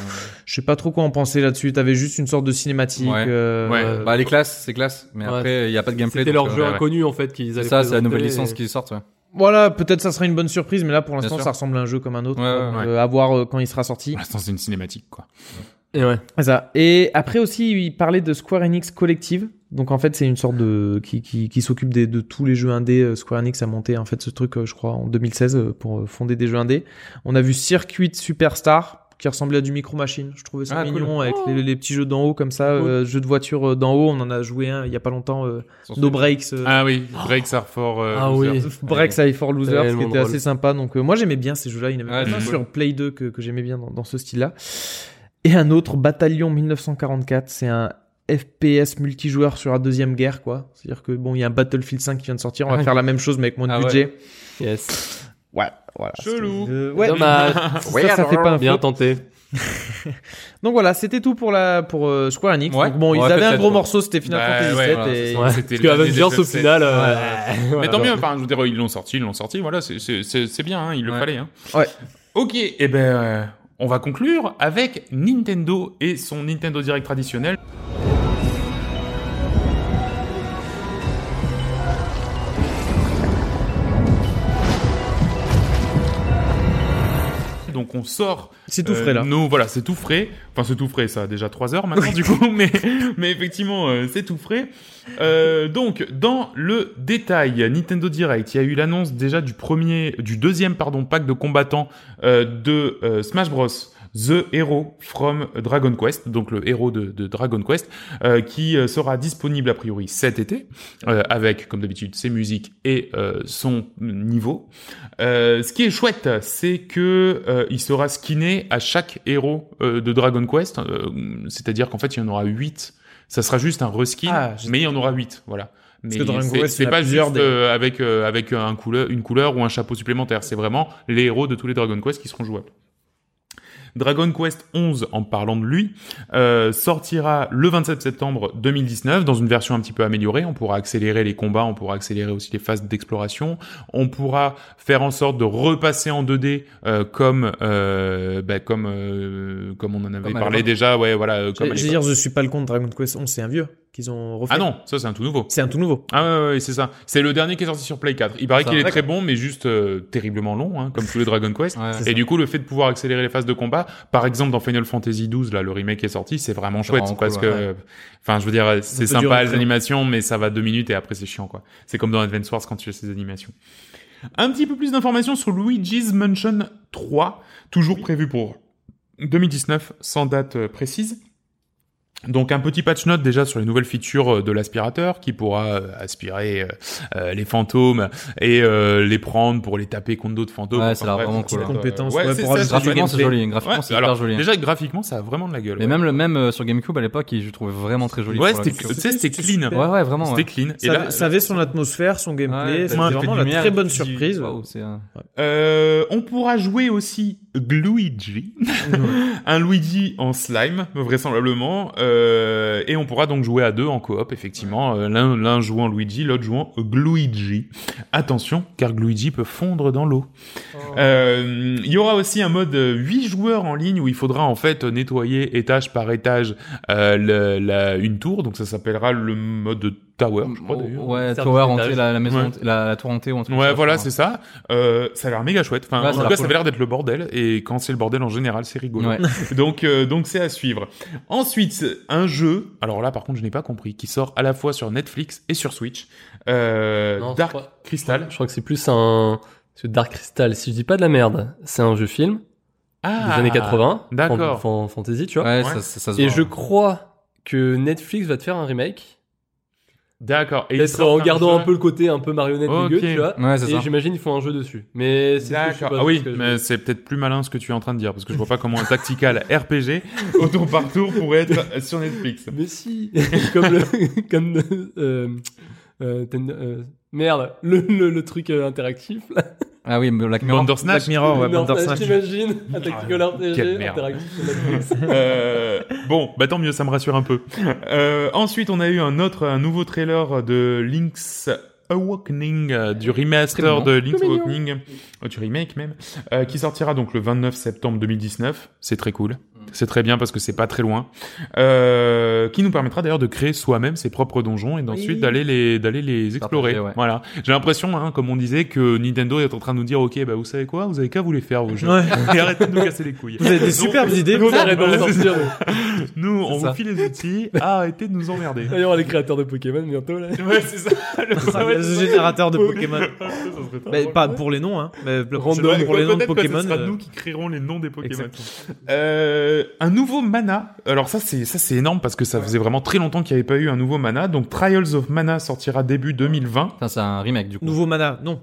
[SPEAKER 10] je sais pas trop quoi en penser là-dessus. T'avais juste une sorte de cinématique.
[SPEAKER 1] Ouais.
[SPEAKER 10] euh,
[SPEAKER 1] Ouais.
[SPEAKER 10] euh,
[SPEAKER 1] Bah, les classes, c'est classe. Mais
[SPEAKER 10] Ouais.
[SPEAKER 1] après, il n'y a pas de gameplay.
[SPEAKER 9] C'était
[SPEAKER 1] donc,
[SPEAKER 9] leur
[SPEAKER 1] euh,
[SPEAKER 9] jeu
[SPEAKER 1] ouais, ouais.
[SPEAKER 9] inconnu, en fait, qu'ils allaient
[SPEAKER 1] C'est ça, c'est la
[SPEAKER 9] présenter
[SPEAKER 1] nouvelle
[SPEAKER 9] et-
[SPEAKER 1] licence qui sort, ouais.
[SPEAKER 10] Voilà, peut-être ça sera une bonne surprise, mais là pour l'instant
[SPEAKER 1] sûr.
[SPEAKER 10] ça ressemble à un jeu comme un autre.
[SPEAKER 1] Ouais, ouais,
[SPEAKER 10] Donc,
[SPEAKER 1] ouais.
[SPEAKER 10] euh, à voir euh, quand il sera sorti. Pour
[SPEAKER 8] l'instant c'est une cinématique quoi.
[SPEAKER 9] Et ouais.
[SPEAKER 10] Ça. Et après aussi il parlait de Square Enix Collective. Donc en fait c'est une sorte de qui, qui, qui s'occupe des- de tous les jeux indés. Euh, Square Enix a monté en fait ce truc euh, je crois en 2016 euh, pour euh, fonder des jeux indés. On a vu Circuit Superstar qui ressemblait à du micro machine. Je trouvais ça
[SPEAKER 1] Ah, cool.
[SPEAKER 10] mignon avec les, les petits jeux d'en haut comme ça,
[SPEAKER 1] Cool.
[SPEAKER 10] euh, jeux de voiture euh, d'en haut. On en a joué un il y a pas longtemps. euh,
[SPEAKER 8] Sur
[SPEAKER 10] no
[SPEAKER 8] Switch.
[SPEAKER 10] Breaks. euh,
[SPEAKER 8] Ah oui, Breaks are for euh,
[SPEAKER 10] ah
[SPEAKER 8] losers.
[SPEAKER 10] oui, [LAUGHS] Breaks Are for Losers, ce qui
[SPEAKER 8] Tellement
[SPEAKER 10] était
[SPEAKER 8] drôle.
[SPEAKER 10] assez sympa. Donc euh, moi j'aimais bien ces jeux-là. Il y en avait
[SPEAKER 8] Ouais,
[SPEAKER 10] plein
[SPEAKER 8] c'est
[SPEAKER 10] sur Play 2 que, que j'aimais bien dans, dans ce style-là. Et un autre, Bataillon 1944, c'est un FPS multijoueur sur la deuxième guerre, quoi. C'est-à-dire que bon, il y a un Battlefield 5 qui vient de sortir, on va
[SPEAKER 9] Ah oui.
[SPEAKER 10] faire la même chose mais avec moins de
[SPEAKER 9] Ah ouais.
[SPEAKER 10] budget.
[SPEAKER 9] Yes.
[SPEAKER 10] Ouais, voilà.
[SPEAKER 8] Chelou.
[SPEAKER 10] Euh, ouais.
[SPEAKER 9] Dommage.
[SPEAKER 10] [LAUGHS] ça, ça fait pas un
[SPEAKER 9] Bien
[SPEAKER 10] flop.
[SPEAKER 9] tenté.
[SPEAKER 10] Donc voilà, c'était tout pour la pour euh, Square Enix.
[SPEAKER 9] Ouais.
[SPEAKER 10] Donc bon, ils
[SPEAKER 9] Ouais,
[SPEAKER 10] avaient un
[SPEAKER 9] peut-être,
[SPEAKER 10] gros
[SPEAKER 9] ouais.
[SPEAKER 10] morceau, c'était Final
[SPEAKER 8] Bah,
[SPEAKER 10] Fantasy
[SPEAKER 8] ouais,
[SPEAKER 10] VII,
[SPEAKER 8] voilà,
[SPEAKER 10] et-
[SPEAKER 8] c'est ça. C'était
[SPEAKER 9] [LAUGHS] Parce que
[SPEAKER 8] le
[SPEAKER 9] Avengers,
[SPEAKER 8] dernier
[SPEAKER 9] au
[SPEAKER 8] FF7.
[SPEAKER 9] final, euh,
[SPEAKER 8] Ouais.
[SPEAKER 9] voilà.
[SPEAKER 8] Mais tant mieux, enfin, je veux dire, ils l'ont sorti, ils l'ont sorti, voilà, c'est- c'est c'est- c'est bien, hein, il le fallait. Hein.
[SPEAKER 10] Ouais.
[SPEAKER 8] Ok, et ben, euh, on va conclure avec Nintendo et son Nintendo Direct traditionnel. Donc on sort.
[SPEAKER 10] C'est tout frais, là.
[SPEAKER 8] Euh, Nous voilà, c'est tout frais. Enfin c'est tout frais, ça a déjà 3 heures maintenant du coup, mais mais effectivement euh, c'est tout frais. Euh, donc dans le détail, Nintendo Direct, il y a eu l'annonce déjà du premier, du deuxième pardon pack de combattants euh, de euh, Smash Bros. The Hero from Dragon Quest, donc le héros de, de Dragon Quest, euh, qui euh, sera disponible a priori cet été, euh, avec comme d'habitude ses musiques et euh, son niveau. Euh, ce qui est chouette, c'est que euh, il sera skinné à chaque héros euh, de Dragon Quest, euh, c'est-à-dire qu'en fait il y en aura 8 ça sera juste un reskin,
[SPEAKER 10] Ah, j'ai-
[SPEAKER 8] mais il y en aura 8 voilà. Mais
[SPEAKER 10] que Dragon
[SPEAKER 8] c'est-
[SPEAKER 10] Quest, il y
[SPEAKER 8] c'est
[SPEAKER 10] en a
[SPEAKER 8] pas
[SPEAKER 10] plusieurs
[SPEAKER 8] juste
[SPEAKER 10] des-
[SPEAKER 8] euh, avec euh, avec un couleur, une couleur ou un chapeau supplémentaire. C'est vraiment les héros de tous les Dragon Quest qui seront jouables. Dragon Quest 11, en parlant de lui, euh, sortira le 27 septembre 2019 dans une version un petit peu améliorée. On pourra accélérer les combats, on pourra accélérer aussi les phases d'exploration, on pourra faire en sorte de repasser en 2D euh, comme euh, bah, comme euh, comme on en avait
[SPEAKER 10] Comme à
[SPEAKER 8] parlé
[SPEAKER 10] l'époque.
[SPEAKER 8] déjà, ouais, voilà. euh, Comme à
[SPEAKER 10] Je veux
[SPEAKER 8] l'époque.
[SPEAKER 10] dire, je suis pas le compte Dragon Quest 11, c'est un vieux qu'ils ont refait.
[SPEAKER 8] Ah non, ça c'est un tout nouveau.
[SPEAKER 10] C'est un tout nouveau.
[SPEAKER 8] Ah ouais, ouais, ouais, c'est ça. C'est le dernier qui est sorti sur Play 4. Il paraît
[SPEAKER 10] Ça,
[SPEAKER 8] qu'il est
[SPEAKER 10] d'accord.
[SPEAKER 8] très bon, mais juste euh, terriblement long, hein, comme tous les Dragon Quest.
[SPEAKER 10] c'est
[SPEAKER 8] et
[SPEAKER 10] ça.
[SPEAKER 8] du coup, le fait de pouvoir accélérer les phases de combat, par exemple dans Final Fantasy XII, là, le remake qui est sorti, c'est vraiment
[SPEAKER 1] C'est
[SPEAKER 8] chouette
[SPEAKER 1] vraiment
[SPEAKER 8] parce
[SPEAKER 1] cool,
[SPEAKER 8] que,
[SPEAKER 1] ouais.
[SPEAKER 8] enfin, je veux dire, c'est
[SPEAKER 1] peut durer
[SPEAKER 8] sympa les
[SPEAKER 1] très
[SPEAKER 8] animations, mais ça va deux minutes et après c'est chiant, quoi. C'est comme dans Advance Wars quand tu fais ces animations. Un petit peu plus d'informations sur Luigi's Mansion 3, toujours prévu pour 2019, sans date euh, précise. Donc un petit patch note déjà sur les nouvelles features euh, de l'aspirateur qui pourra euh, aspirer euh, euh, les fantômes et euh, les prendre pour les taper contre d'autres fantômes.
[SPEAKER 1] Ouais, ça a l'air
[SPEAKER 8] bref,
[SPEAKER 1] vraiment
[SPEAKER 8] ça
[SPEAKER 1] cool.
[SPEAKER 8] va être, euh,
[SPEAKER 1] Compétence,
[SPEAKER 8] ouais,
[SPEAKER 1] ouais,
[SPEAKER 8] c'est
[SPEAKER 1] pour
[SPEAKER 8] ça,
[SPEAKER 1] rajouter du Graphiquement, c'est gameplay. joli, graphiquement, c'est hyper
[SPEAKER 8] alors,
[SPEAKER 1] joli, hein.
[SPEAKER 8] Déjà graphiquement ça a vraiment de la gueule.
[SPEAKER 1] Mais
[SPEAKER 8] ouais.
[SPEAKER 1] même le même euh, sur GameCube à l'époque, il- je le trouvais vraiment très joli.
[SPEAKER 8] Ouais,
[SPEAKER 1] pour la
[SPEAKER 8] c'était-
[SPEAKER 1] GameCube.
[SPEAKER 8] tu sais, c'était clean.
[SPEAKER 1] Ouais, ouais, vraiment. ouais.
[SPEAKER 8] C'était clean. Et
[SPEAKER 10] ça,
[SPEAKER 8] là-
[SPEAKER 10] ça avait son atmosphère, son gameplay.
[SPEAKER 1] Ouais,
[SPEAKER 10] c'était
[SPEAKER 1] ouais,
[SPEAKER 10] vraiment
[SPEAKER 1] c'était
[SPEAKER 10] la
[SPEAKER 1] lumière,
[SPEAKER 10] très bonne
[SPEAKER 1] c'était du-
[SPEAKER 10] surprise.
[SPEAKER 1] Waouh, c'est un-
[SPEAKER 8] Euh, on pourra jouer aussi Luigi, [LAUGHS] un Luigi en slime vraisemblablement, euh, et on pourra donc jouer à deux en coop effectivement, euh, l'un l'un jouant Luigi, l'autre jouant Gluigi. Attention, car Gluigi peut fondre dans l'eau. Euh, Il y aura aussi un mode 8 joueurs en ligne où il faudra en fait nettoyer étage par étage euh, le- la- une tour, donc ça s'appellera le mode Tower, je crois d'ailleurs.
[SPEAKER 1] Ouais, Tower hanté, la, la maison,
[SPEAKER 8] Ouais.
[SPEAKER 1] hantée- la, la tour hantée ou un truc comme
[SPEAKER 8] Ouais,
[SPEAKER 1] ça,
[SPEAKER 8] voilà,
[SPEAKER 1] je crois.
[SPEAKER 8] c'est ça. Euh, ça a l'air méga chouette. Enfin,
[SPEAKER 1] Ouais, ça a
[SPEAKER 8] en tout
[SPEAKER 1] l'air
[SPEAKER 8] cas, ça
[SPEAKER 1] cool.
[SPEAKER 8] avait l'air d'être le bordel. Et quand c'est le bordel, en général, c'est rigolo. [LAUGHS]
[SPEAKER 1] Ouais.
[SPEAKER 8] donc, euh, donc c'est à suivre. Ensuite, un jeu. Alors là, par contre, je n'ai pas compris. Qui sort à la fois sur Netflix et sur Switch. Euh,
[SPEAKER 9] Non, je
[SPEAKER 8] Dark
[SPEAKER 9] crois-
[SPEAKER 8] Crystal.
[SPEAKER 9] Je crois que c'est plus un. parce que Dark Crystal, si je dis pas de la merde, c'est un jeu film
[SPEAKER 8] Ah,
[SPEAKER 9] des années 80.
[SPEAKER 8] d'accord.
[SPEAKER 9] fan- fan- fantasy, tu vois.
[SPEAKER 1] Ouais, ça- ça- ça se
[SPEAKER 9] Et
[SPEAKER 1] voit.
[SPEAKER 9] je crois que Netflix va te faire un remake.
[SPEAKER 8] D'accord. Et ils
[SPEAKER 9] Peut-être
[SPEAKER 8] sortent
[SPEAKER 9] en
[SPEAKER 8] un
[SPEAKER 9] gardant
[SPEAKER 8] jeu-
[SPEAKER 9] un peu le côté un peu marionnette
[SPEAKER 8] Ok.
[SPEAKER 9] dégueu, tu
[SPEAKER 1] hein.
[SPEAKER 9] vois.
[SPEAKER 8] Ouais, c'est
[SPEAKER 9] et
[SPEAKER 8] ça.
[SPEAKER 9] j'imagine ils font un jeu dessus. Mais c'est ce que je
[SPEAKER 8] D'accord.
[SPEAKER 9] suppose,
[SPEAKER 8] Ah oui,
[SPEAKER 9] parce que je-
[SPEAKER 8] mais c'est peut-être plus malin ce que tu es en train de dire parce que je vois pas comment un tactical [LAUGHS] RPG au tour par tour pourrait être sur Netflix.
[SPEAKER 9] Mais si. [LAUGHS] comme le, comme euh, euh, Tender- euh, merde, le, le, le truc euh, interactif. là.
[SPEAKER 1] Ah oui, Black Mirror.
[SPEAKER 8] Bandersnatch.
[SPEAKER 1] Black Mirror, ouais,
[SPEAKER 9] Bandersnatch,
[SPEAKER 1] Bandersnatch.
[SPEAKER 9] t'imagines Un tactical
[SPEAKER 8] Ah, Quelle
[SPEAKER 9] RPG
[SPEAKER 8] merde.
[SPEAKER 9] interactif sur
[SPEAKER 8] [LAUGHS]
[SPEAKER 9] Netflix.
[SPEAKER 8] Euh, bon, bah tant mieux, ça me rassure un peu. Euh, ensuite, on a eu un autre, un nouveau trailer de Link's Awakening, euh, du
[SPEAKER 1] Très
[SPEAKER 8] remaster
[SPEAKER 1] mignon.
[SPEAKER 8] de Link's
[SPEAKER 1] Tout mignon.
[SPEAKER 8] Awakening, euh, du remake même, euh, qui sortira donc le 29 septembre 2019. C'est très
[SPEAKER 1] Mm.
[SPEAKER 8] cool. C'est très bien parce que c'est pas très loin. Euh, qui nous permettra d'ailleurs de créer soi-même ses propres donjons et d'ensuite
[SPEAKER 1] Oui.
[SPEAKER 8] d'aller les d'aller les explorer.
[SPEAKER 1] Partager, ouais.
[SPEAKER 8] Voilà. J'ai l'impression, hein, comme on disait, que Nintendo est en train de nous dire, ok, bah vous savez quoi, vous avez qu'à vous les faire vos jeux
[SPEAKER 10] Ouais.
[SPEAKER 8] [LAUGHS] et arrêtez de nous casser les couilles.
[SPEAKER 10] Vous avez des
[SPEAKER 8] Donc,
[SPEAKER 10] superbes idées,
[SPEAKER 8] nous,
[SPEAKER 10] vous arrêtez
[SPEAKER 8] voilà, [LAUGHS]
[SPEAKER 10] de nous
[SPEAKER 8] c'est
[SPEAKER 10] sortir,
[SPEAKER 8] ça. Nous, on
[SPEAKER 9] C'est
[SPEAKER 8] vous
[SPEAKER 9] ça.
[SPEAKER 8] file les
[SPEAKER 10] [LAUGHS]
[SPEAKER 8] outils, Ah, arrêtez de nous emmerder.
[SPEAKER 9] D'ailleurs, les créateurs de Pokémon bientôt là.
[SPEAKER 8] Ouais, c'est ça.
[SPEAKER 10] ça,
[SPEAKER 8] ouais,
[SPEAKER 10] le
[SPEAKER 8] c'est ça.
[SPEAKER 10] générateur de Pokémon.
[SPEAKER 8] [LAUGHS] Ça serait pas
[SPEAKER 10] Mais
[SPEAKER 8] drôle.
[SPEAKER 10] pas pour les noms, hein. Mais la prochaine
[SPEAKER 8] Ouais,
[SPEAKER 10] fois, pour
[SPEAKER 8] peut-
[SPEAKER 10] les noms de
[SPEAKER 8] peut-être que
[SPEAKER 10] Pokémon.
[SPEAKER 8] Ce sera
[SPEAKER 10] euh,
[SPEAKER 8] nous qui créerons les noms des Pokémon.
[SPEAKER 10] Exactement.
[SPEAKER 8] Euh, un nouveau mana. Alors ça c'est ça c'est énorme parce que ça faisait vraiment très longtemps qu'il n'y avait pas eu un nouveau mana. Donc Trials of Mana sortira début 2020.
[SPEAKER 1] c'est un remake du coup.
[SPEAKER 10] Nouveau mana, non.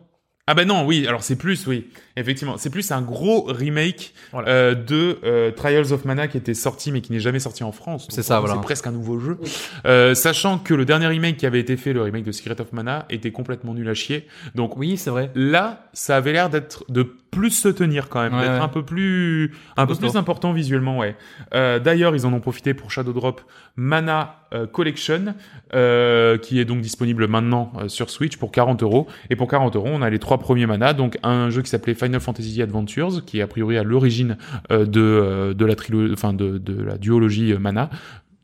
[SPEAKER 8] Ah ben non, oui, alors c'est plus, oui, effectivement. C'est plus un gros remake euh, de euh, Trials of Mana qui était sorti mais qui n'est jamais sorti en France. Donc,
[SPEAKER 1] C'est ça, voilà.
[SPEAKER 8] C'est presque un nouveau jeu. Euh, sachant que le dernier remake qui avait été fait, le remake de Secret of Mana, était complètement nul à chier. Donc
[SPEAKER 1] oui, c'est vrai.
[SPEAKER 8] Là, ça avait l'air d'être de plus se tenir quand même,
[SPEAKER 1] Ouais,
[SPEAKER 8] d'être
[SPEAKER 1] ouais.
[SPEAKER 8] un peu plus, un peu
[SPEAKER 1] costaud.
[SPEAKER 8] plus important visuellement, ouais. Euh, D'ailleurs, ils en ont profité pour Shadow Drop Mana euh, Collection, euh, qui est donc disponible maintenant euh, sur Switch pour 40 euros. Et pour 40 euros, on a les trois premiers manas. Donc un jeu qui s'appelait Final Fantasy Adventures, qui est a priori à l'origine euh, de euh, de la trilo- enfin de, de la duologie euh, Mana.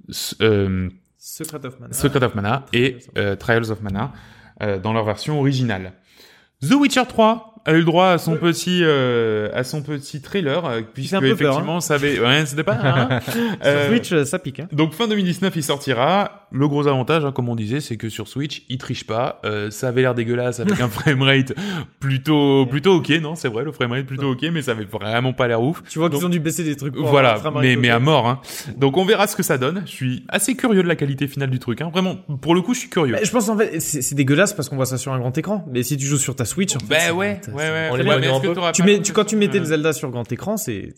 [SPEAKER 8] S- euh,
[SPEAKER 10] Secret of Mana.
[SPEAKER 8] Secret of Mana et euh, Trials of Mana euh, dans leur version originale. The Witcher 3 a eu le droit à son petit euh, à son petit trailer euh, puisque
[SPEAKER 10] un peu peur,
[SPEAKER 8] effectivement ça avait ouais, c'était pas hein.
[SPEAKER 10] Sur Switch, euh, ça pique, hein.
[SPEAKER 8] donc fin 2019 il sortira le gros avantage hein, comme on disait c'est que sur Switch il triche pas Euh, ça avait l'air dégueulasse avec un framerate plutôt plutôt ok non c'est vrai le framerate plutôt ok mais ça avait vraiment pas l'air ouf
[SPEAKER 10] Tu vois
[SPEAKER 8] Donc-
[SPEAKER 10] qu'ils ont dû baisser des trucs. pour
[SPEAKER 8] voilà,
[SPEAKER 10] avoir un
[SPEAKER 8] mais,
[SPEAKER 10] Mario
[SPEAKER 8] mais
[SPEAKER 10] Kart.
[SPEAKER 8] à mort. Hein. Donc on verra ce que ça donne. Je suis assez curieux de la qualité finale du truc. Hein. Vraiment, pour le coup, je suis curieux.
[SPEAKER 10] Mais je pense en fait, c'est c'est dégueulasse parce qu'on voit ça sur un grand écran. Mais si tu joues sur ta Switch, en fait,
[SPEAKER 8] Ben
[SPEAKER 10] c'est-
[SPEAKER 8] ouais,
[SPEAKER 10] c'est-
[SPEAKER 8] ouais, ouais.
[SPEAKER 10] on
[SPEAKER 8] Ouais, mais
[SPEAKER 10] les voit
[SPEAKER 8] est-ce
[SPEAKER 10] un
[SPEAKER 8] que
[SPEAKER 10] peu.
[SPEAKER 8] t'auras
[SPEAKER 10] Tu
[SPEAKER 8] pas
[SPEAKER 10] mets,
[SPEAKER 8] le
[SPEAKER 10] tu, quand tu mettais
[SPEAKER 8] Euh.
[SPEAKER 10] Zelda sur grand écran, c'est.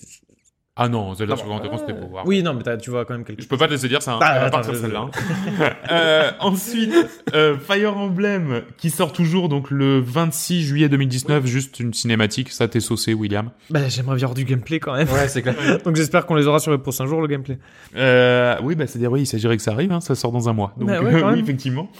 [SPEAKER 8] Ah non, Zelda sur grand
[SPEAKER 10] bah,
[SPEAKER 8] écran, c'était beau. voir.
[SPEAKER 10] Oui, non, mais t'as- tu vois quand même quelque
[SPEAKER 8] Je peux pas te laisser dire ça. Hein.
[SPEAKER 10] Ah,
[SPEAKER 8] Elle va
[SPEAKER 10] attends,
[SPEAKER 8] partir,
[SPEAKER 10] je-
[SPEAKER 8] celle-là.
[SPEAKER 10] [LAUGHS]
[SPEAKER 8] hein. Euh, ensuite, euh, Fire Emblem qui sort toujours donc le 26 juillet 2019. Juste une cinématique. Ça t'es saucé, William.
[SPEAKER 10] Bah, j'aimerais bien avoir du gameplay quand même.
[SPEAKER 1] Ouais, c'est clair.
[SPEAKER 10] Donc j'espère qu'on les aura sur les prochains jours, le gameplay.
[SPEAKER 8] Euh, oui, bah, c'est-à-dire, oui, il s'agirait que ça arrive, hein, ça sort dans un mois. Donc,
[SPEAKER 10] Bah ouais,
[SPEAKER 8] [LAUGHS]
[SPEAKER 10] quand
[SPEAKER 8] oui,
[SPEAKER 10] même.
[SPEAKER 8] effectivement.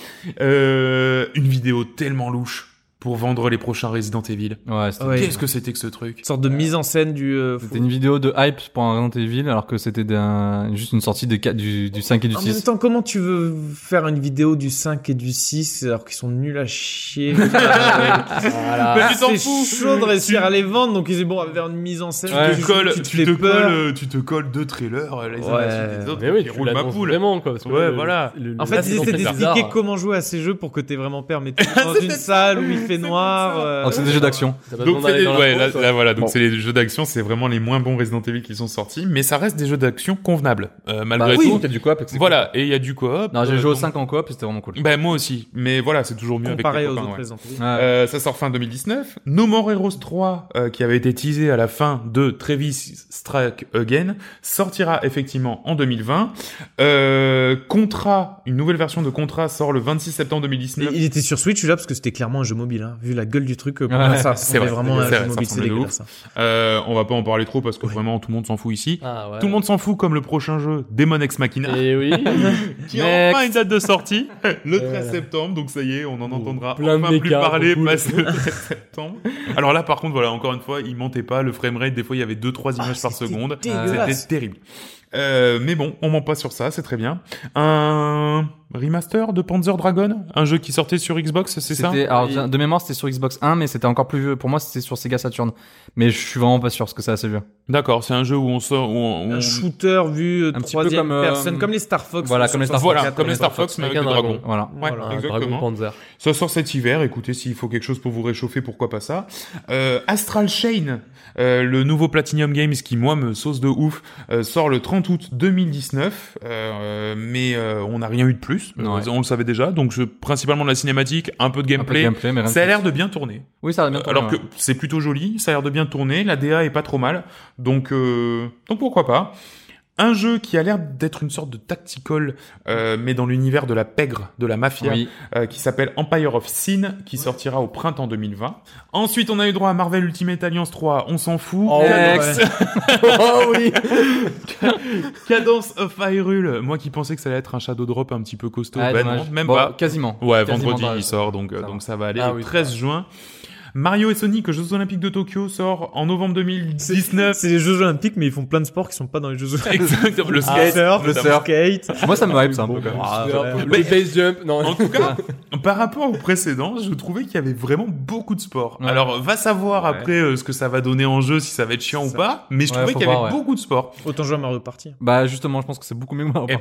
[SPEAKER 8] Euh, une vidéo tellement louche pour vendre les prochains Resident Evil.
[SPEAKER 1] Ouais, c'était-
[SPEAKER 8] Qu'est-ce que c'était que ce truc
[SPEAKER 10] Une sorte de mise en scène du. euh,
[SPEAKER 1] C'était une vidéo de hype pour un Resident Evil alors que c'était d'un- juste une sortie des quatre- du, du 5 et du
[SPEAKER 10] En même
[SPEAKER 1] 6.
[SPEAKER 10] temps, comment tu veux faire une vidéo du 5 et du 6 alors qu'ils sont nuls à [LAUGHS] chier Voilà.
[SPEAKER 8] Mais tu t'en
[SPEAKER 10] Ah, C'est
[SPEAKER 8] fous.
[SPEAKER 10] chaud de réussir à les vendre, donc ils disent bon, on va faire une mise en scène
[SPEAKER 8] Tu
[SPEAKER 10] qui-
[SPEAKER 8] te colles,
[SPEAKER 10] qui te
[SPEAKER 8] tu
[SPEAKER 10] fait
[SPEAKER 8] te
[SPEAKER 10] peur.
[SPEAKER 8] colles, euh, tu te colles deux trailers euh, les uns à la suite des autres.
[SPEAKER 9] Mais oui,
[SPEAKER 8] qui
[SPEAKER 9] tu
[SPEAKER 8] roulent ma
[SPEAKER 9] l'annonces
[SPEAKER 8] poule.
[SPEAKER 9] vraiment, quoi, parce que
[SPEAKER 8] Ouais,
[SPEAKER 9] le-
[SPEAKER 8] voilà.
[SPEAKER 9] le-
[SPEAKER 10] En fait,
[SPEAKER 9] Là, c'est
[SPEAKER 10] ils
[SPEAKER 9] dans
[SPEAKER 10] essaient
[SPEAKER 9] cette
[SPEAKER 10] d'expliquer
[SPEAKER 9] bizarre.
[SPEAKER 10] comment jouer à ces jeux pour que t'es vraiment père, [LAUGHS] mais t'es dans une salle où il [LAUGHS] fait noir. euh,
[SPEAKER 1] Alors que c'est
[SPEAKER 8] euh,
[SPEAKER 1] des jeux d'action.
[SPEAKER 8] Donc c'est des- ouais, là, là, voilà, donc
[SPEAKER 1] Bon.
[SPEAKER 8] c'est les jeux d'action, c'est vraiment les moins bons Resident Evil qui sont sortis, mais ça reste des jeux d'action convenables euh,
[SPEAKER 10] Bah
[SPEAKER 8] malgré
[SPEAKER 1] Bah, oui,
[SPEAKER 8] tout.
[SPEAKER 1] il y a du coop et que c'est
[SPEAKER 8] Voilà, et il y a du coop.
[SPEAKER 1] Non, j'ai
[SPEAKER 8] euh,
[SPEAKER 1] joué au
[SPEAKER 8] donc-
[SPEAKER 1] 5 en coop et c'était vraiment cool.
[SPEAKER 8] Ben moi aussi, mais voilà, c'est toujours mieux
[SPEAKER 10] Comparé
[SPEAKER 8] avec les
[SPEAKER 10] aux
[SPEAKER 8] copains,
[SPEAKER 10] autres
[SPEAKER 8] ouais.
[SPEAKER 10] Resident Evil.
[SPEAKER 1] Ah.
[SPEAKER 8] Euh, ça sort fin 2019. No More Heroes 3, euh, qui avait été teasé à la fin de Travis Strike Again, sortira effectivement en 2020. Euh, Contra, une nouvelle version de Contra sort le 26 septembre
[SPEAKER 10] Et
[SPEAKER 8] 2019.
[SPEAKER 10] il était sur Switch, celui-là, parce que c'était clairement un jeu mobile. mobile, hein. vu la gueule du truc. euh, pour moi, ça
[SPEAKER 8] c'est
[SPEAKER 10] ressemblait vraiment à un
[SPEAKER 8] c'est
[SPEAKER 10] jeu mobile, c'est
[SPEAKER 8] ressemble de
[SPEAKER 10] dégueulasse. hein.
[SPEAKER 8] ouf. Euh, on va pas en parler trop parce que vraiment tout le monde s'en fout ici.
[SPEAKER 9] Ah ouais.
[SPEAKER 8] Tout le monde s'en fout comme le prochain jeu Demon Ex Machina.
[SPEAKER 9] Et
[SPEAKER 8] [LAUGHS]
[SPEAKER 9] oui. Ah,
[SPEAKER 8] qui a enfin une date de sortie [LAUGHS] le 13 septembre. Donc ça y est, on en entendra
[SPEAKER 9] plein de
[SPEAKER 8] enfin plus
[SPEAKER 9] mécas,
[SPEAKER 8] parler
[SPEAKER 9] cool.
[SPEAKER 8] parce que le 13 septembre. Alors là, par contre, voilà, encore une fois, il mentait pas. Le framerate, des fois, il y avait deux trois images par seconde.
[SPEAKER 9] Ah, dégueulasse.
[SPEAKER 8] C'était terrible. Euh, mais bon, on ment pas sur ça, c'est très bien. Un remaster de Panzer Dragon, un jeu qui sortait sur Xbox, c'est ça
[SPEAKER 1] C'était- alors, de mémoire, c'était sur Xbox 1, mais c'était encore plus vieux. Pour moi, c'était sur Sega Saturn. Mais je suis vraiment pas sûr parce que c'est assez vieux.
[SPEAKER 8] D'accord, c'est un jeu où on sort, où on, où
[SPEAKER 10] Un
[SPEAKER 8] on-
[SPEAKER 10] shooter vu euh,
[SPEAKER 1] Euh, Un petit peu
[SPEAKER 10] troisième
[SPEAKER 1] comme, euh,
[SPEAKER 10] personne, comme les Star Fox.
[SPEAKER 1] voilà,
[SPEAKER 10] sur
[SPEAKER 1] comme les Star
[SPEAKER 10] 64,
[SPEAKER 1] Fox.
[SPEAKER 8] Voilà, comme les Star Fox, mais avec, un dragon.
[SPEAKER 1] Voilà.
[SPEAKER 9] Oh
[SPEAKER 8] Ouais,
[SPEAKER 10] Voilà, un
[SPEAKER 8] exactement.
[SPEAKER 9] dragon panzer.
[SPEAKER 8] Ça sort cet hiver. Écoutez, s'il faut quelque chose pour vous réchauffer, pourquoi pas ça. Euh, Astral Chain, euh, le nouveau Platinum Games qui, moi, me sauce de ouf, euh, sort le 30 août 2019. euh, mais euh, on n'a rien eu de plus. Euh,
[SPEAKER 1] Ouais.
[SPEAKER 8] On le savait déjà. Donc, je, principalement de la cinématique, un peu de
[SPEAKER 1] Un peu de
[SPEAKER 8] gameplay.
[SPEAKER 1] gameplay, mais rien de
[SPEAKER 8] ça a
[SPEAKER 1] plus.
[SPEAKER 8] l'air de bien tourner.
[SPEAKER 1] Oui, ça a bien
[SPEAKER 8] Euh,
[SPEAKER 1] tourné,
[SPEAKER 8] Alors que
[SPEAKER 1] ouais.
[SPEAKER 8] c'est plutôt joli, ça a l'air de bien tourner, la DA est pas trop mal, donc euh, donc pourquoi pas. Un jeu qui a l'air d'être une sorte de tactical, euh, mais dans l'univers de la pègre, de la mafia,
[SPEAKER 1] Oui.
[SPEAKER 8] euh, qui s'appelle Empire of Sin, qui sortira au printemps 2020. Ensuite, on a eu droit à Marvel Ultimate Alliance 3, on s'en fout. Euh,
[SPEAKER 9] Oh,
[SPEAKER 8] Next.
[SPEAKER 10] [LAUGHS]
[SPEAKER 9] ouais. Oh oui.
[SPEAKER 8] Cadence of Hyrule, moi qui pensais que ça allait être un Shadow Drop un petit peu costaud,
[SPEAKER 1] Ah,
[SPEAKER 8] bah non,
[SPEAKER 1] dommage.
[SPEAKER 8] même
[SPEAKER 1] Bon,
[SPEAKER 8] pas.
[SPEAKER 1] quasiment.
[SPEAKER 8] Ouais,
[SPEAKER 1] Quasiment
[SPEAKER 8] vendredi
[SPEAKER 1] pas.
[SPEAKER 8] il sort, donc euh, donc ça va aller.
[SPEAKER 9] Ah
[SPEAKER 8] le
[SPEAKER 9] oui,
[SPEAKER 8] 13 juin. Mario et Sonic, Jeux Olympiques de Tokyo, sort en novembre 2019.
[SPEAKER 10] [LAUGHS] C'est les Jeux Olympiques, mais ils font plein de sports qui sont pas dans les Jeux [LAUGHS] Olympiques.
[SPEAKER 8] Exactement, le skate,
[SPEAKER 10] surf, le
[SPEAKER 8] notamment.
[SPEAKER 10] skate.
[SPEAKER 1] Moi, ça me hype, ça, un peu, quand même.
[SPEAKER 10] Ah,
[SPEAKER 9] Le-
[SPEAKER 10] ouais.
[SPEAKER 9] le base jump, non.
[SPEAKER 8] En tout cas, par rapport au précédent, je trouvais qu'il y avait vraiment beaucoup de sport.
[SPEAKER 1] Ouais.
[SPEAKER 8] Alors, va savoir
[SPEAKER 1] Ouais.
[SPEAKER 8] après euh, ce que ça va donner en jeu, si ça va être chiant ou pas, mais je
[SPEAKER 1] Ouais,
[SPEAKER 8] trouvais
[SPEAKER 1] faut
[SPEAKER 8] qu'il y avait
[SPEAKER 1] voir, ouais.
[SPEAKER 8] beaucoup de sport.
[SPEAKER 10] Autant jouer à Mario Party.
[SPEAKER 1] Bah, justement, je pense que c'est beaucoup mieux que moi.
[SPEAKER 8] Eh
[SPEAKER 1] Euh,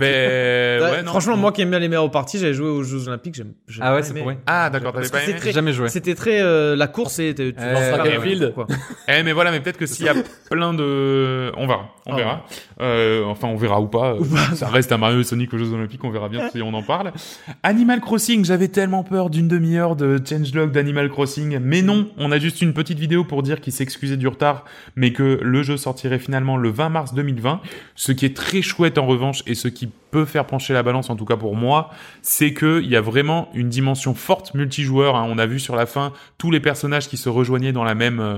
[SPEAKER 8] ben,
[SPEAKER 10] Ouais,
[SPEAKER 8] ouais, non.
[SPEAKER 10] Franchement, moi qui aime bien les Mario Party, j'avais joué aux Jeux Olympiques. j'aime- j'ai
[SPEAKER 1] Ah ouais,
[SPEAKER 10] pas
[SPEAKER 1] c'est
[SPEAKER 10] aimé.
[SPEAKER 1] pour rien.
[SPEAKER 8] Ah, d'accord, t'avais
[SPEAKER 10] Parce
[SPEAKER 8] pas
[SPEAKER 10] que c'est
[SPEAKER 8] aimé.
[SPEAKER 10] très-
[SPEAKER 1] J'ai jamais joué.
[SPEAKER 10] C'était très euh, la course et tu tu
[SPEAKER 1] Euh,
[SPEAKER 10] lances
[SPEAKER 1] ouais,
[SPEAKER 10] pas
[SPEAKER 1] ouais.
[SPEAKER 10] le field, quoi.
[SPEAKER 8] Eh, mais voilà, mais peut-être que s'il y a plein de... On verra, on
[SPEAKER 10] Ah.
[SPEAKER 8] verra. Euh, enfin, on verra ou pas. euh, Ça reste un Mario et Sonic aux Jeux Olympiques, on verra bien si on en parle. Animal Crossing, j'avais tellement peur d'une demi-heure de changelog d'Animal Crossing, mais non, on a juste une petite vidéo pour dire qu'il s'excusait du retard, mais que le jeu sortirait finalement le 20 mars 2020. Ce qui est très chouette en revanche et ce qui peut faire pencher la balance, en tout cas pour moi, c'est que il y a vraiment une dimension forte multijoueur. hein. On a vu sur la fin tous les personnages qui se rejoignaient dans la même, euh,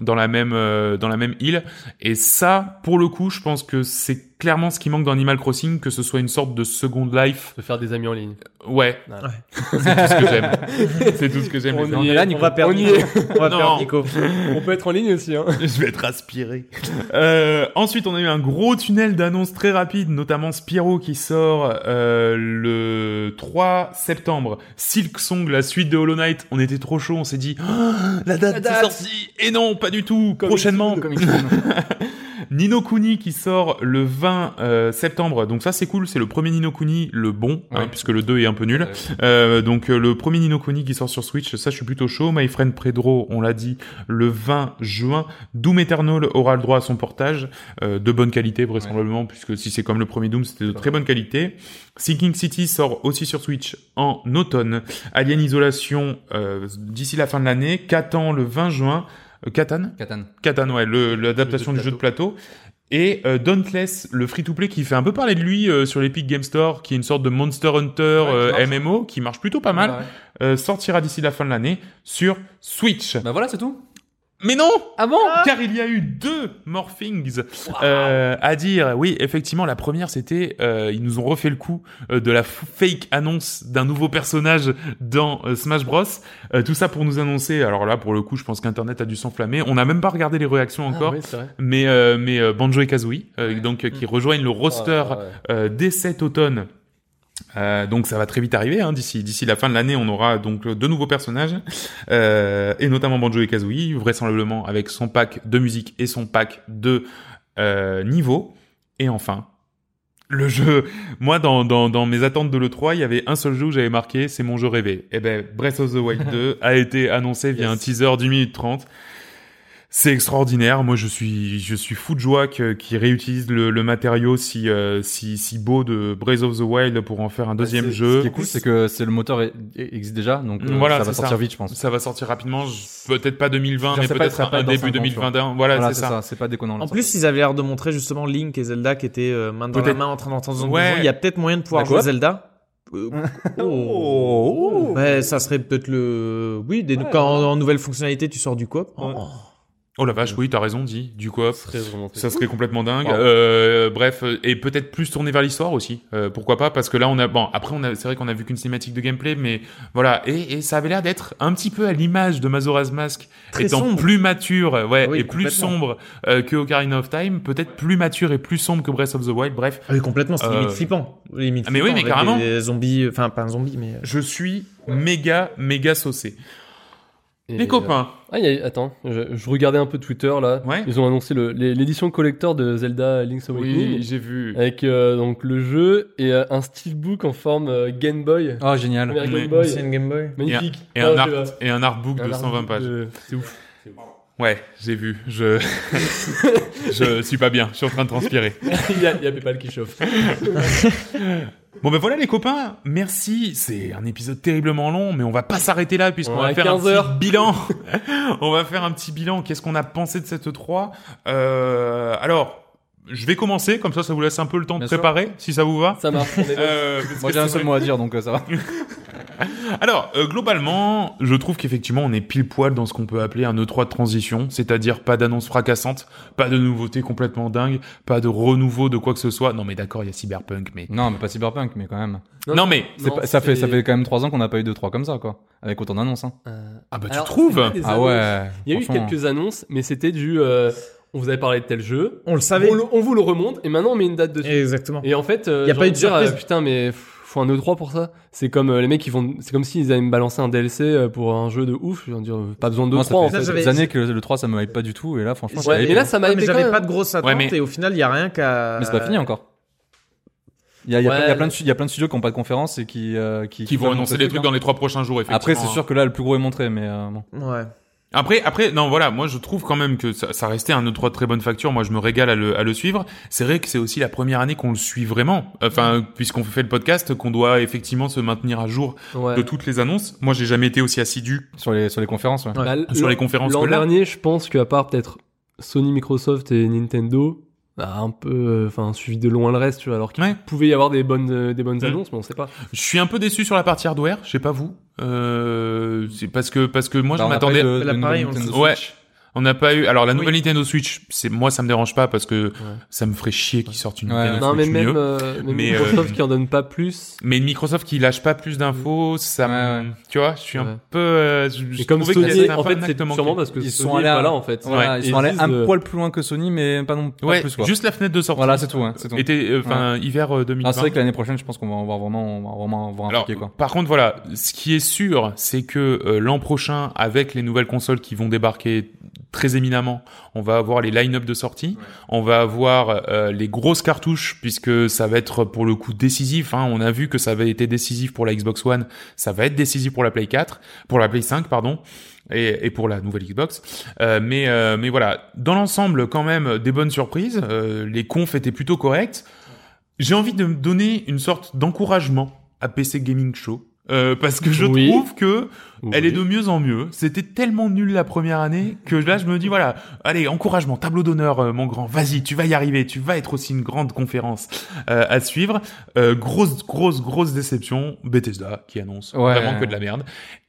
[SPEAKER 8] dans la même, euh, dans la même île. Et ça, pour le coup, je pense que c'est clairement ce qui manque dans Animal Crossing, que ce soit une sorte de Second Life.
[SPEAKER 9] De faire des amis en ligne.
[SPEAKER 8] Ouais,
[SPEAKER 9] Ouais.
[SPEAKER 8] c'est tout ce que j'aime. C'est tout ce que j'aime. les
[SPEAKER 9] On
[SPEAKER 8] amis.
[SPEAKER 9] y est.
[SPEAKER 10] Là,
[SPEAKER 9] on
[SPEAKER 10] Nico,
[SPEAKER 9] va perdre. On y est.
[SPEAKER 10] On va perdre
[SPEAKER 8] Non.
[SPEAKER 10] Nico.
[SPEAKER 9] [LAUGHS] On peut être en ligne aussi. Hein.
[SPEAKER 8] Je vais être aspiré. Euh, ensuite, on a eu un gros tunnel d'annonces très rapide, notamment Spyro qui sort euh, le 3 septembre. Silk Song, la suite de Hollow Knight. On était trop chaud, on s'est dit Ah, la date, de sortie. Et non, pas du tout. Prochainement. [LAUGHS] Nino Kuni qui sort le 20 euh, septembre. Donc ça c'est cool, c'est le premier Nino Kuni, le bon, hein,
[SPEAKER 1] Ouais.
[SPEAKER 8] puisque le 2 est un peu nul. Euh, donc euh, le premier Nino Kuni qui sort sur Switch, ça je suis plutôt chaud. My Friend Pedro, on l'a dit, le 20 juin. Doom Eternal aura le droit à son portage euh, de bonne qualité vraisemblablement, puisque si c'est comme le premier Doom, c'était de très bonne qualité. Sinking City sort aussi sur Switch en automne. Alien Isolation euh, d'ici la fin de l'année. Catan le 20 juin. Euh, Catan
[SPEAKER 1] Catan.
[SPEAKER 8] Catan, ouais, le- l'adaptation
[SPEAKER 9] Le
[SPEAKER 8] du
[SPEAKER 9] jeu
[SPEAKER 8] jeu
[SPEAKER 9] de
[SPEAKER 8] de plateau. Et euh, Dauntless, le free-to-play qui fait un peu parler de lui euh, sur l'Epic Game Store, qui est une sorte de Monster Hunter euh,
[SPEAKER 1] marche.
[SPEAKER 8] MMO, qui marche plutôt pas mal,
[SPEAKER 1] Ouais, ouais.
[SPEAKER 8] euh, sortira d'ici la fin de l'année sur Switch.
[SPEAKER 1] Bah voilà, c'est tout.
[SPEAKER 8] Mais non
[SPEAKER 1] Ah bon
[SPEAKER 8] Car il y a eu deux morphings euh, à dire. Oui, effectivement, la première, c'était euh, ils nous ont refait le coup euh, de la f- fake annonce d'un nouveau personnage dans euh, Smash Bros. Euh, tout ça pour nous annoncer. Alors là, pour le coup, je pense qu'Internet a dû s'enflammer. On n'a même pas regardé les réactions encore.
[SPEAKER 9] Ah, oui, c'est vrai.
[SPEAKER 8] Mais euh, mais euh, Banjo et Kazooie, euh, donc euh, qui rejoignent le roster
[SPEAKER 9] Ah, Mm. ouais.
[SPEAKER 8] euh, dès cet automne. Euh, donc ça va très vite arriver. hein. D'ici d'ici la fin de l'année, on aura donc euh, deux nouveaux personnages euh, et notamment Banjo et Kazooie, vraisemblablement avec son pack de musique et son pack de euh, niveaux. Et enfin, le jeu. Moi, dans, dans, dans mes attentes de l'E3, il y avait un seul jeu où j'avais marqué, c'est mon jeu rêvé. Et ben, Breath of the
[SPEAKER 9] [LAUGHS]
[SPEAKER 8] Wild 2 a été annoncé via
[SPEAKER 9] Yes.
[SPEAKER 8] un teaser d'une minute trente. C'est extraordinaire. Moi, je suis, je suis fou de joie que- qu'ils réutilisent le, le matériau si, euh, si, si beau de Breath of the Wild pour en faire un deuxième
[SPEAKER 1] Ah, Bah, C'est-
[SPEAKER 8] jeu.
[SPEAKER 1] Ce qui est cool, c'est que c'est le moteur est- existe déjà, donc euh,
[SPEAKER 8] Voilà,
[SPEAKER 1] ça va
[SPEAKER 8] c'est ça.
[SPEAKER 1] sortir vite, je pense.
[SPEAKER 8] Ça va sortir rapidement, je- peut-être pas 2020,
[SPEAKER 1] Genre,
[SPEAKER 8] mais
[SPEAKER 1] c'est pas-
[SPEAKER 8] peut-être
[SPEAKER 1] ça sera
[SPEAKER 8] un,
[SPEAKER 1] pas dans cinq
[SPEAKER 8] début
[SPEAKER 1] ans, tu vois.
[SPEAKER 8] 2021. Voilà, c'est ça.
[SPEAKER 1] C'est pas déconnant.
[SPEAKER 8] [LAUGHS]
[SPEAKER 1] là,
[SPEAKER 10] En
[SPEAKER 1] ça.
[SPEAKER 10] plus, ils avaient l'air de montrer justement Link et Zelda qui étaient euh, main dans la
[SPEAKER 8] Peut-être.
[SPEAKER 10] main en train d'entendre
[SPEAKER 8] Ouais.
[SPEAKER 10] Il y a peut-être moyen de pouvoir
[SPEAKER 1] Bah quoi
[SPEAKER 10] jouer Zelda Euh, oh. Ouais, ça serait peut-être le. Oui, des... quand en, en nouvelle fonctionnalité tu sors du coop. Oh.
[SPEAKER 8] Oh la vache, oui, t'as raison, dit. Du coup, ça serait complètement dingue.
[SPEAKER 10] Wow.
[SPEAKER 8] Euh, bref, euh, et peut-être plus tourné vers l'histoire aussi. Euh, pourquoi pas Parce que là, on a bon. Après, on a, c'est vrai qu'on a vu qu'une cinématique de gameplay, mais voilà. Et, et ça avait l'air d'être un petit peu à l'image de Majora's Mask,
[SPEAKER 10] Très
[SPEAKER 8] étant
[SPEAKER 10] sombre.
[SPEAKER 8] plus mature, euh, ouais,
[SPEAKER 10] Oui,
[SPEAKER 8] et plus
[SPEAKER 10] complètement.
[SPEAKER 8] sombre euh, que Ocarina of Time. Peut-être plus mature et plus sombre que Breath of the Wild. Bref.
[SPEAKER 10] Ah oui, complètement, c'est
[SPEAKER 8] Euh,
[SPEAKER 10] limite flippant. Limite
[SPEAKER 8] ah, mais oui,
[SPEAKER 10] flippant
[SPEAKER 8] mais
[SPEAKER 10] avec
[SPEAKER 8] carrément.
[SPEAKER 10] Des zombies, euh, enfin pas un zombie, mais.
[SPEAKER 8] Je suis méga, méga saucé. Les
[SPEAKER 9] Et,
[SPEAKER 8] copains.
[SPEAKER 9] euh, ah, il y a- attends, je, je regardais un peu Twitter là. Ils ont annoncé le- les- l'édition collector de Zelda Link's Awakening.
[SPEAKER 8] j'ai vu.
[SPEAKER 9] Avec euh, donc le jeu et euh, un steelbook en forme euh, Game Boy.
[SPEAKER 1] Ah, génial.
[SPEAKER 9] Première
[SPEAKER 8] Oui.
[SPEAKER 9] Game Boy.
[SPEAKER 10] Ancienne Game Boy.
[SPEAKER 9] Magnifique.
[SPEAKER 8] Et un, et un
[SPEAKER 9] Ah,
[SPEAKER 8] art,
[SPEAKER 9] c'est, euh,
[SPEAKER 8] et un artbook
[SPEAKER 9] un
[SPEAKER 8] de 120
[SPEAKER 9] artbook
[SPEAKER 8] pages.
[SPEAKER 9] de- C'est ouf.
[SPEAKER 8] Ouais, j'ai vu. Je... [LAUGHS] je suis pas bien. Je suis en train de transpirer.
[SPEAKER 9] [LAUGHS] il, y a, il y a Paypal
[SPEAKER 8] [LAUGHS]
[SPEAKER 9] qui chauffe.
[SPEAKER 8] Bon ben voilà les copains, merci. C'est un épisode terriblement long, mais on va pas s'arrêter là puisqu'on
[SPEAKER 9] On
[SPEAKER 8] va
[SPEAKER 9] a
[SPEAKER 8] faire un
[SPEAKER 9] 15 heures.
[SPEAKER 8] petit bilan. [LAUGHS] on va faire un petit bilan. Qu'est-ce qu'on a pensé de cette 3 euh, Alors. Je vais commencer, comme ça, ça vous laisse un peu le temps de
[SPEAKER 1] sûr.
[SPEAKER 8] préparer, si ça vous va.
[SPEAKER 9] Ça marche. on est bon.
[SPEAKER 8] Euh, parce
[SPEAKER 1] Moi
[SPEAKER 8] que
[SPEAKER 1] j'ai un
[SPEAKER 8] c'est
[SPEAKER 1] seul
[SPEAKER 8] vrai-
[SPEAKER 1] mot à dire donc euh,
[SPEAKER 8] [LAUGHS]
[SPEAKER 1] ça va.
[SPEAKER 8] Alors, euh, globalement, je trouve qu'effectivement, on est pile poil dans ce qu'on peut appeler un E3 de transition, c'est-à-dire pas d'annonce fracassante, pas de nouveautés complètement dingues, pas de renouveau de quoi que ce soit. Non, mais d'accord, il y a Cyberpunk, mais.
[SPEAKER 1] Non mais pas Cyberpunk mais quand même.
[SPEAKER 8] Non, mais.
[SPEAKER 1] C'est
[SPEAKER 9] Non,
[SPEAKER 1] pas- ça fait
[SPEAKER 9] c'est-
[SPEAKER 1] ça fait quand même 3 ans qu'on n'a pas eu 2 3 comme ça quoi. Avec autant d'annonces hein.
[SPEAKER 8] Ah bah,
[SPEAKER 9] Euh, Alors,
[SPEAKER 8] tu trouves
[SPEAKER 9] c'était des
[SPEAKER 1] Ah
[SPEAKER 9] annonces.
[SPEAKER 1] ouais,
[SPEAKER 9] Il y a eu
[SPEAKER 1] franchement.
[SPEAKER 9] quelques annonces, mais c'était du. euh, on vous avait parlé de tel jeu.
[SPEAKER 10] On le savait.
[SPEAKER 9] On, le- on vous le remonte et maintenant on met une date dessus.
[SPEAKER 10] Exactement.
[SPEAKER 9] Et en fait, euh,
[SPEAKER 10] Y a
[SPEAKER 9] j'ai
[SPEAKER 10] pas eu de
[SPEAKER 9] envie dire, euh,
[SPEAKER 10] surprise.
[SPEAKER 9] putain, mais f- faut un E3 pour ça. C'est comme euh, les mecs qui vont, c'est comme s'ils allaient me balancer un DLC euh, pour un jeu de ouf. Je veux dire, euh, pas besoin de
[SPEAKER 1] Moi,
[SPEAKER 9] E3 en fait.
[SPEAKER 1] ça fait
[SPEAKER 10] fait.
[SPEAKER 1] des
[SPEAKER 10] J'avais-
[SPEAKER 1] années que le 3 ça me hype pas du tout et là franchement ça
[SPEAKER 9] Ouais,
[SPEAKER 1] hype.
[SPEAKER 9] mais là, ça m'a
[SPEAKER 10] Ah, mais
[SPEAKER 9] hypé quand
[SPEAKER 10] j'avais
[SPEAKER 9] même.
[SPEAKER 10] pas de grosse attente
[SPEAKER 8] Ouais, mais-
[SPEAKER 10] et au final, il y a rien qu'à.
[SPEAKER 1] Mais c'est pas fini hein. encore. Il y a, il y a
[SPEAKER 9] Ouais.
[SPEAKER 1] plein- il y a plein de stu- il y a plein de studios qui ont pas de conférence et qui euh, qui,
[SPEAKER 8] Qui vont
[SPEAKER 1] peuvent
[SPEAKER 8] annoncer
[SPEAKER 1] annoncer
[SPEAKER 8] des trucs
[SPEAKER 1] hein.
[SPEAKER 8] dans hein. les trois prochains jours, effectivement.
[SPEAKER 1] Après c'est sûr que là le plus gros est montré mais euh, bon.
[SPEAKER 10] Ouais.
[SPEAKER 8] Après, après, non, voilà, moi je trouve quand même que ça, ça restait un E3 de très bonne facture. Moi, je me régale à le, à le suivre. C'est vrai que c'est aussi la première année qu'on le suit vraiment. Enfin, puisqu'on fait le podcast, qu'on doit effectivement se maintenir à jour
[SPEAKER 9] Ouais.
[SPEAKER 8] de toutes les annonces. Moi, j'ai jamais été aussi assidu
[SPEAKER 1] sur les sur les conférences ouais.
[SPEAKER 9] Bah, l-
[SPEAKER 8] sur les
[SPEAKER 9] l'an-
[SPEAKER 8] conférences
[SPEAKER 9] L'an
[SPEAKER 8] que là.
[SPEAKER 9] dernier, je pense qu'à part peut-être Sony, Microsoft et Nintendo, a un peu, euh, enfin, suivi de loin le reste, tu vois. Alors qu'il
[SPEAKER 8] Ouais.
[SPEAKER 9] pouvait y avoir des bonnes, euh, des bonnes
[SPEAKER 8] Mm.
[SPEAKER 9] annonces, mais on sait pas.
[SPEAKER 8] Je suis un peu déçu sur la partie hardware. Je sais pas vous. Euh, c'est parce que parce que moi,
[SPEAKER 1] Bah, on
[SPEAKER 8] je
[SPEAKER 1] a pas
[SPEAKER 8] m'attendais.
[SPEAKER 1] eu de- de
[SPEAKER 10] Là,
[SPEAKER 1] nouvelle
[SPEAKER 10] pareil, on le
[SPEAKER 1] Nintendo Switch.
[SPEAKER 8] Ouais. On n'a pas eu. Alors la
[SPEAKER 9] Oui.
[SPEAKER 8] nouvelle Nintendo Switch, c'est moi, ça me dérange pas parce que ça me ferait chier qu'ils sortent une
[SPEAKER 1] Ouais.
[SPEAKER 8] Nintendo
[SPEAKER 9] Non, mais
[SPEAKER 8] Switch
[SPEAKER 9] même,
[SPEAKER 8] mieux.
[SPEAKER 9] euh, même
[SPEAKER 8] Mais, euh,
[SPEAKER 9] Microsoft qui en donne pas plus.
[SPEAKER 8] Mais Microsoft qui lâche pas plus d'infos, ça, me-
[SPEAKER 1] Mm. Ouais, ouais.
[SPEAKER 8] tu vois, je suis
[SPEAKER 9] Ouais.
[SPEAKER 8] un peu. euh, je, je
[SPEAKER 9] Et comme
[SPEAKER 8] trouvais qu'il y
[SPEAKER 9] Sony,
[SPEAKER 8] avait
[SPEAKER 9] en
[SPEAKER 8] un
[SPEAKER 9] fait,
[SPEAKER 8] peu un
[SPEAKER 9] c'est
[SPEAKER 8] acte manqué.
[SPEAKER 9] sûrement parce que
[SPEAKER 1] Ils
[SPEAKER 9] Sony
[SPEAKER 1] sont
[SPEAKER 9] est
[SPEAKER 1] allés
[SPEAKER 9] pas
[SPEAKER 1] à-
[SPEAKER 9] là, en fait.
[SPEAKER 1] Ouais,
[SPEAKER 9] Et
[SPEAKER 1] ils sont allés
[SPEAKER 9] disent,
[SPEAKER 1] un
[SPEAKER 9] euh,
[SPEAKER 1] poil plus loin que Sony mais pas non pas
[SPEAKER 8] Ouais,
[SPEAKER 1] plus quoi.
[SPEAKER 8] juste la fenêtre de sortie.
[SPEAKER 1] Voilà, c'est tout, hein, c'est tout.
[SPEAKER 8] Été, euh, enfin, hiver euh,
[SPEAKER 1] Ah,
[SPEAKER 8] 2020.
[SPEAKER 1] c'est vrai que l'année prochaine je pense qu'on va en voir vraiment on va vraiment voir un
[SPEAKER 8] Alors,
[SPEAKER 1] paquet, quoi.
[SPEAKER 8] par contre, voilà, ce qui est sûr, c'est que euh, l'an prochain, avec les nouvelles consoles qui vont débarquer très éminemment, on va avoir les line-up de sortie, on va avoir euh, les grosses cartouches, puisque ça va être pour le coup décisif. hein. On a vu que ça avait été décisif pour la Xbox One, ça va être décisif pour la Play 4, pour la Play 5, pardon. Et, et pour la nouvelle Xbox, Euh, mais euh, mais voilà, dans l'ensemble quand même des bonnes surprises. Euh, les confs étaient plutôt corrects. J'ai envie de me donner une sorte d'encouragement à PC Gaming Show. euh, parce que je
[SPEAKER 9] Oui.
[SPEAKER 8] trouve que
[SPEAKER 9] Oui.
[SPEAKER 8] elle est de mieux en mieux. C'était tellement nul la première année que là je me dis voilà, allez encouragement, tableau d'honneur euh, mon grand, vas-y, tu vas y arriver, tu vas être aussi une grande conférence euh, à suivre. Euh, grosse grosse grosse déception, Bethesda qui annonce
[SPEAKER 1] Ouais.
[SPEAKER 8] vraiment que de la merde.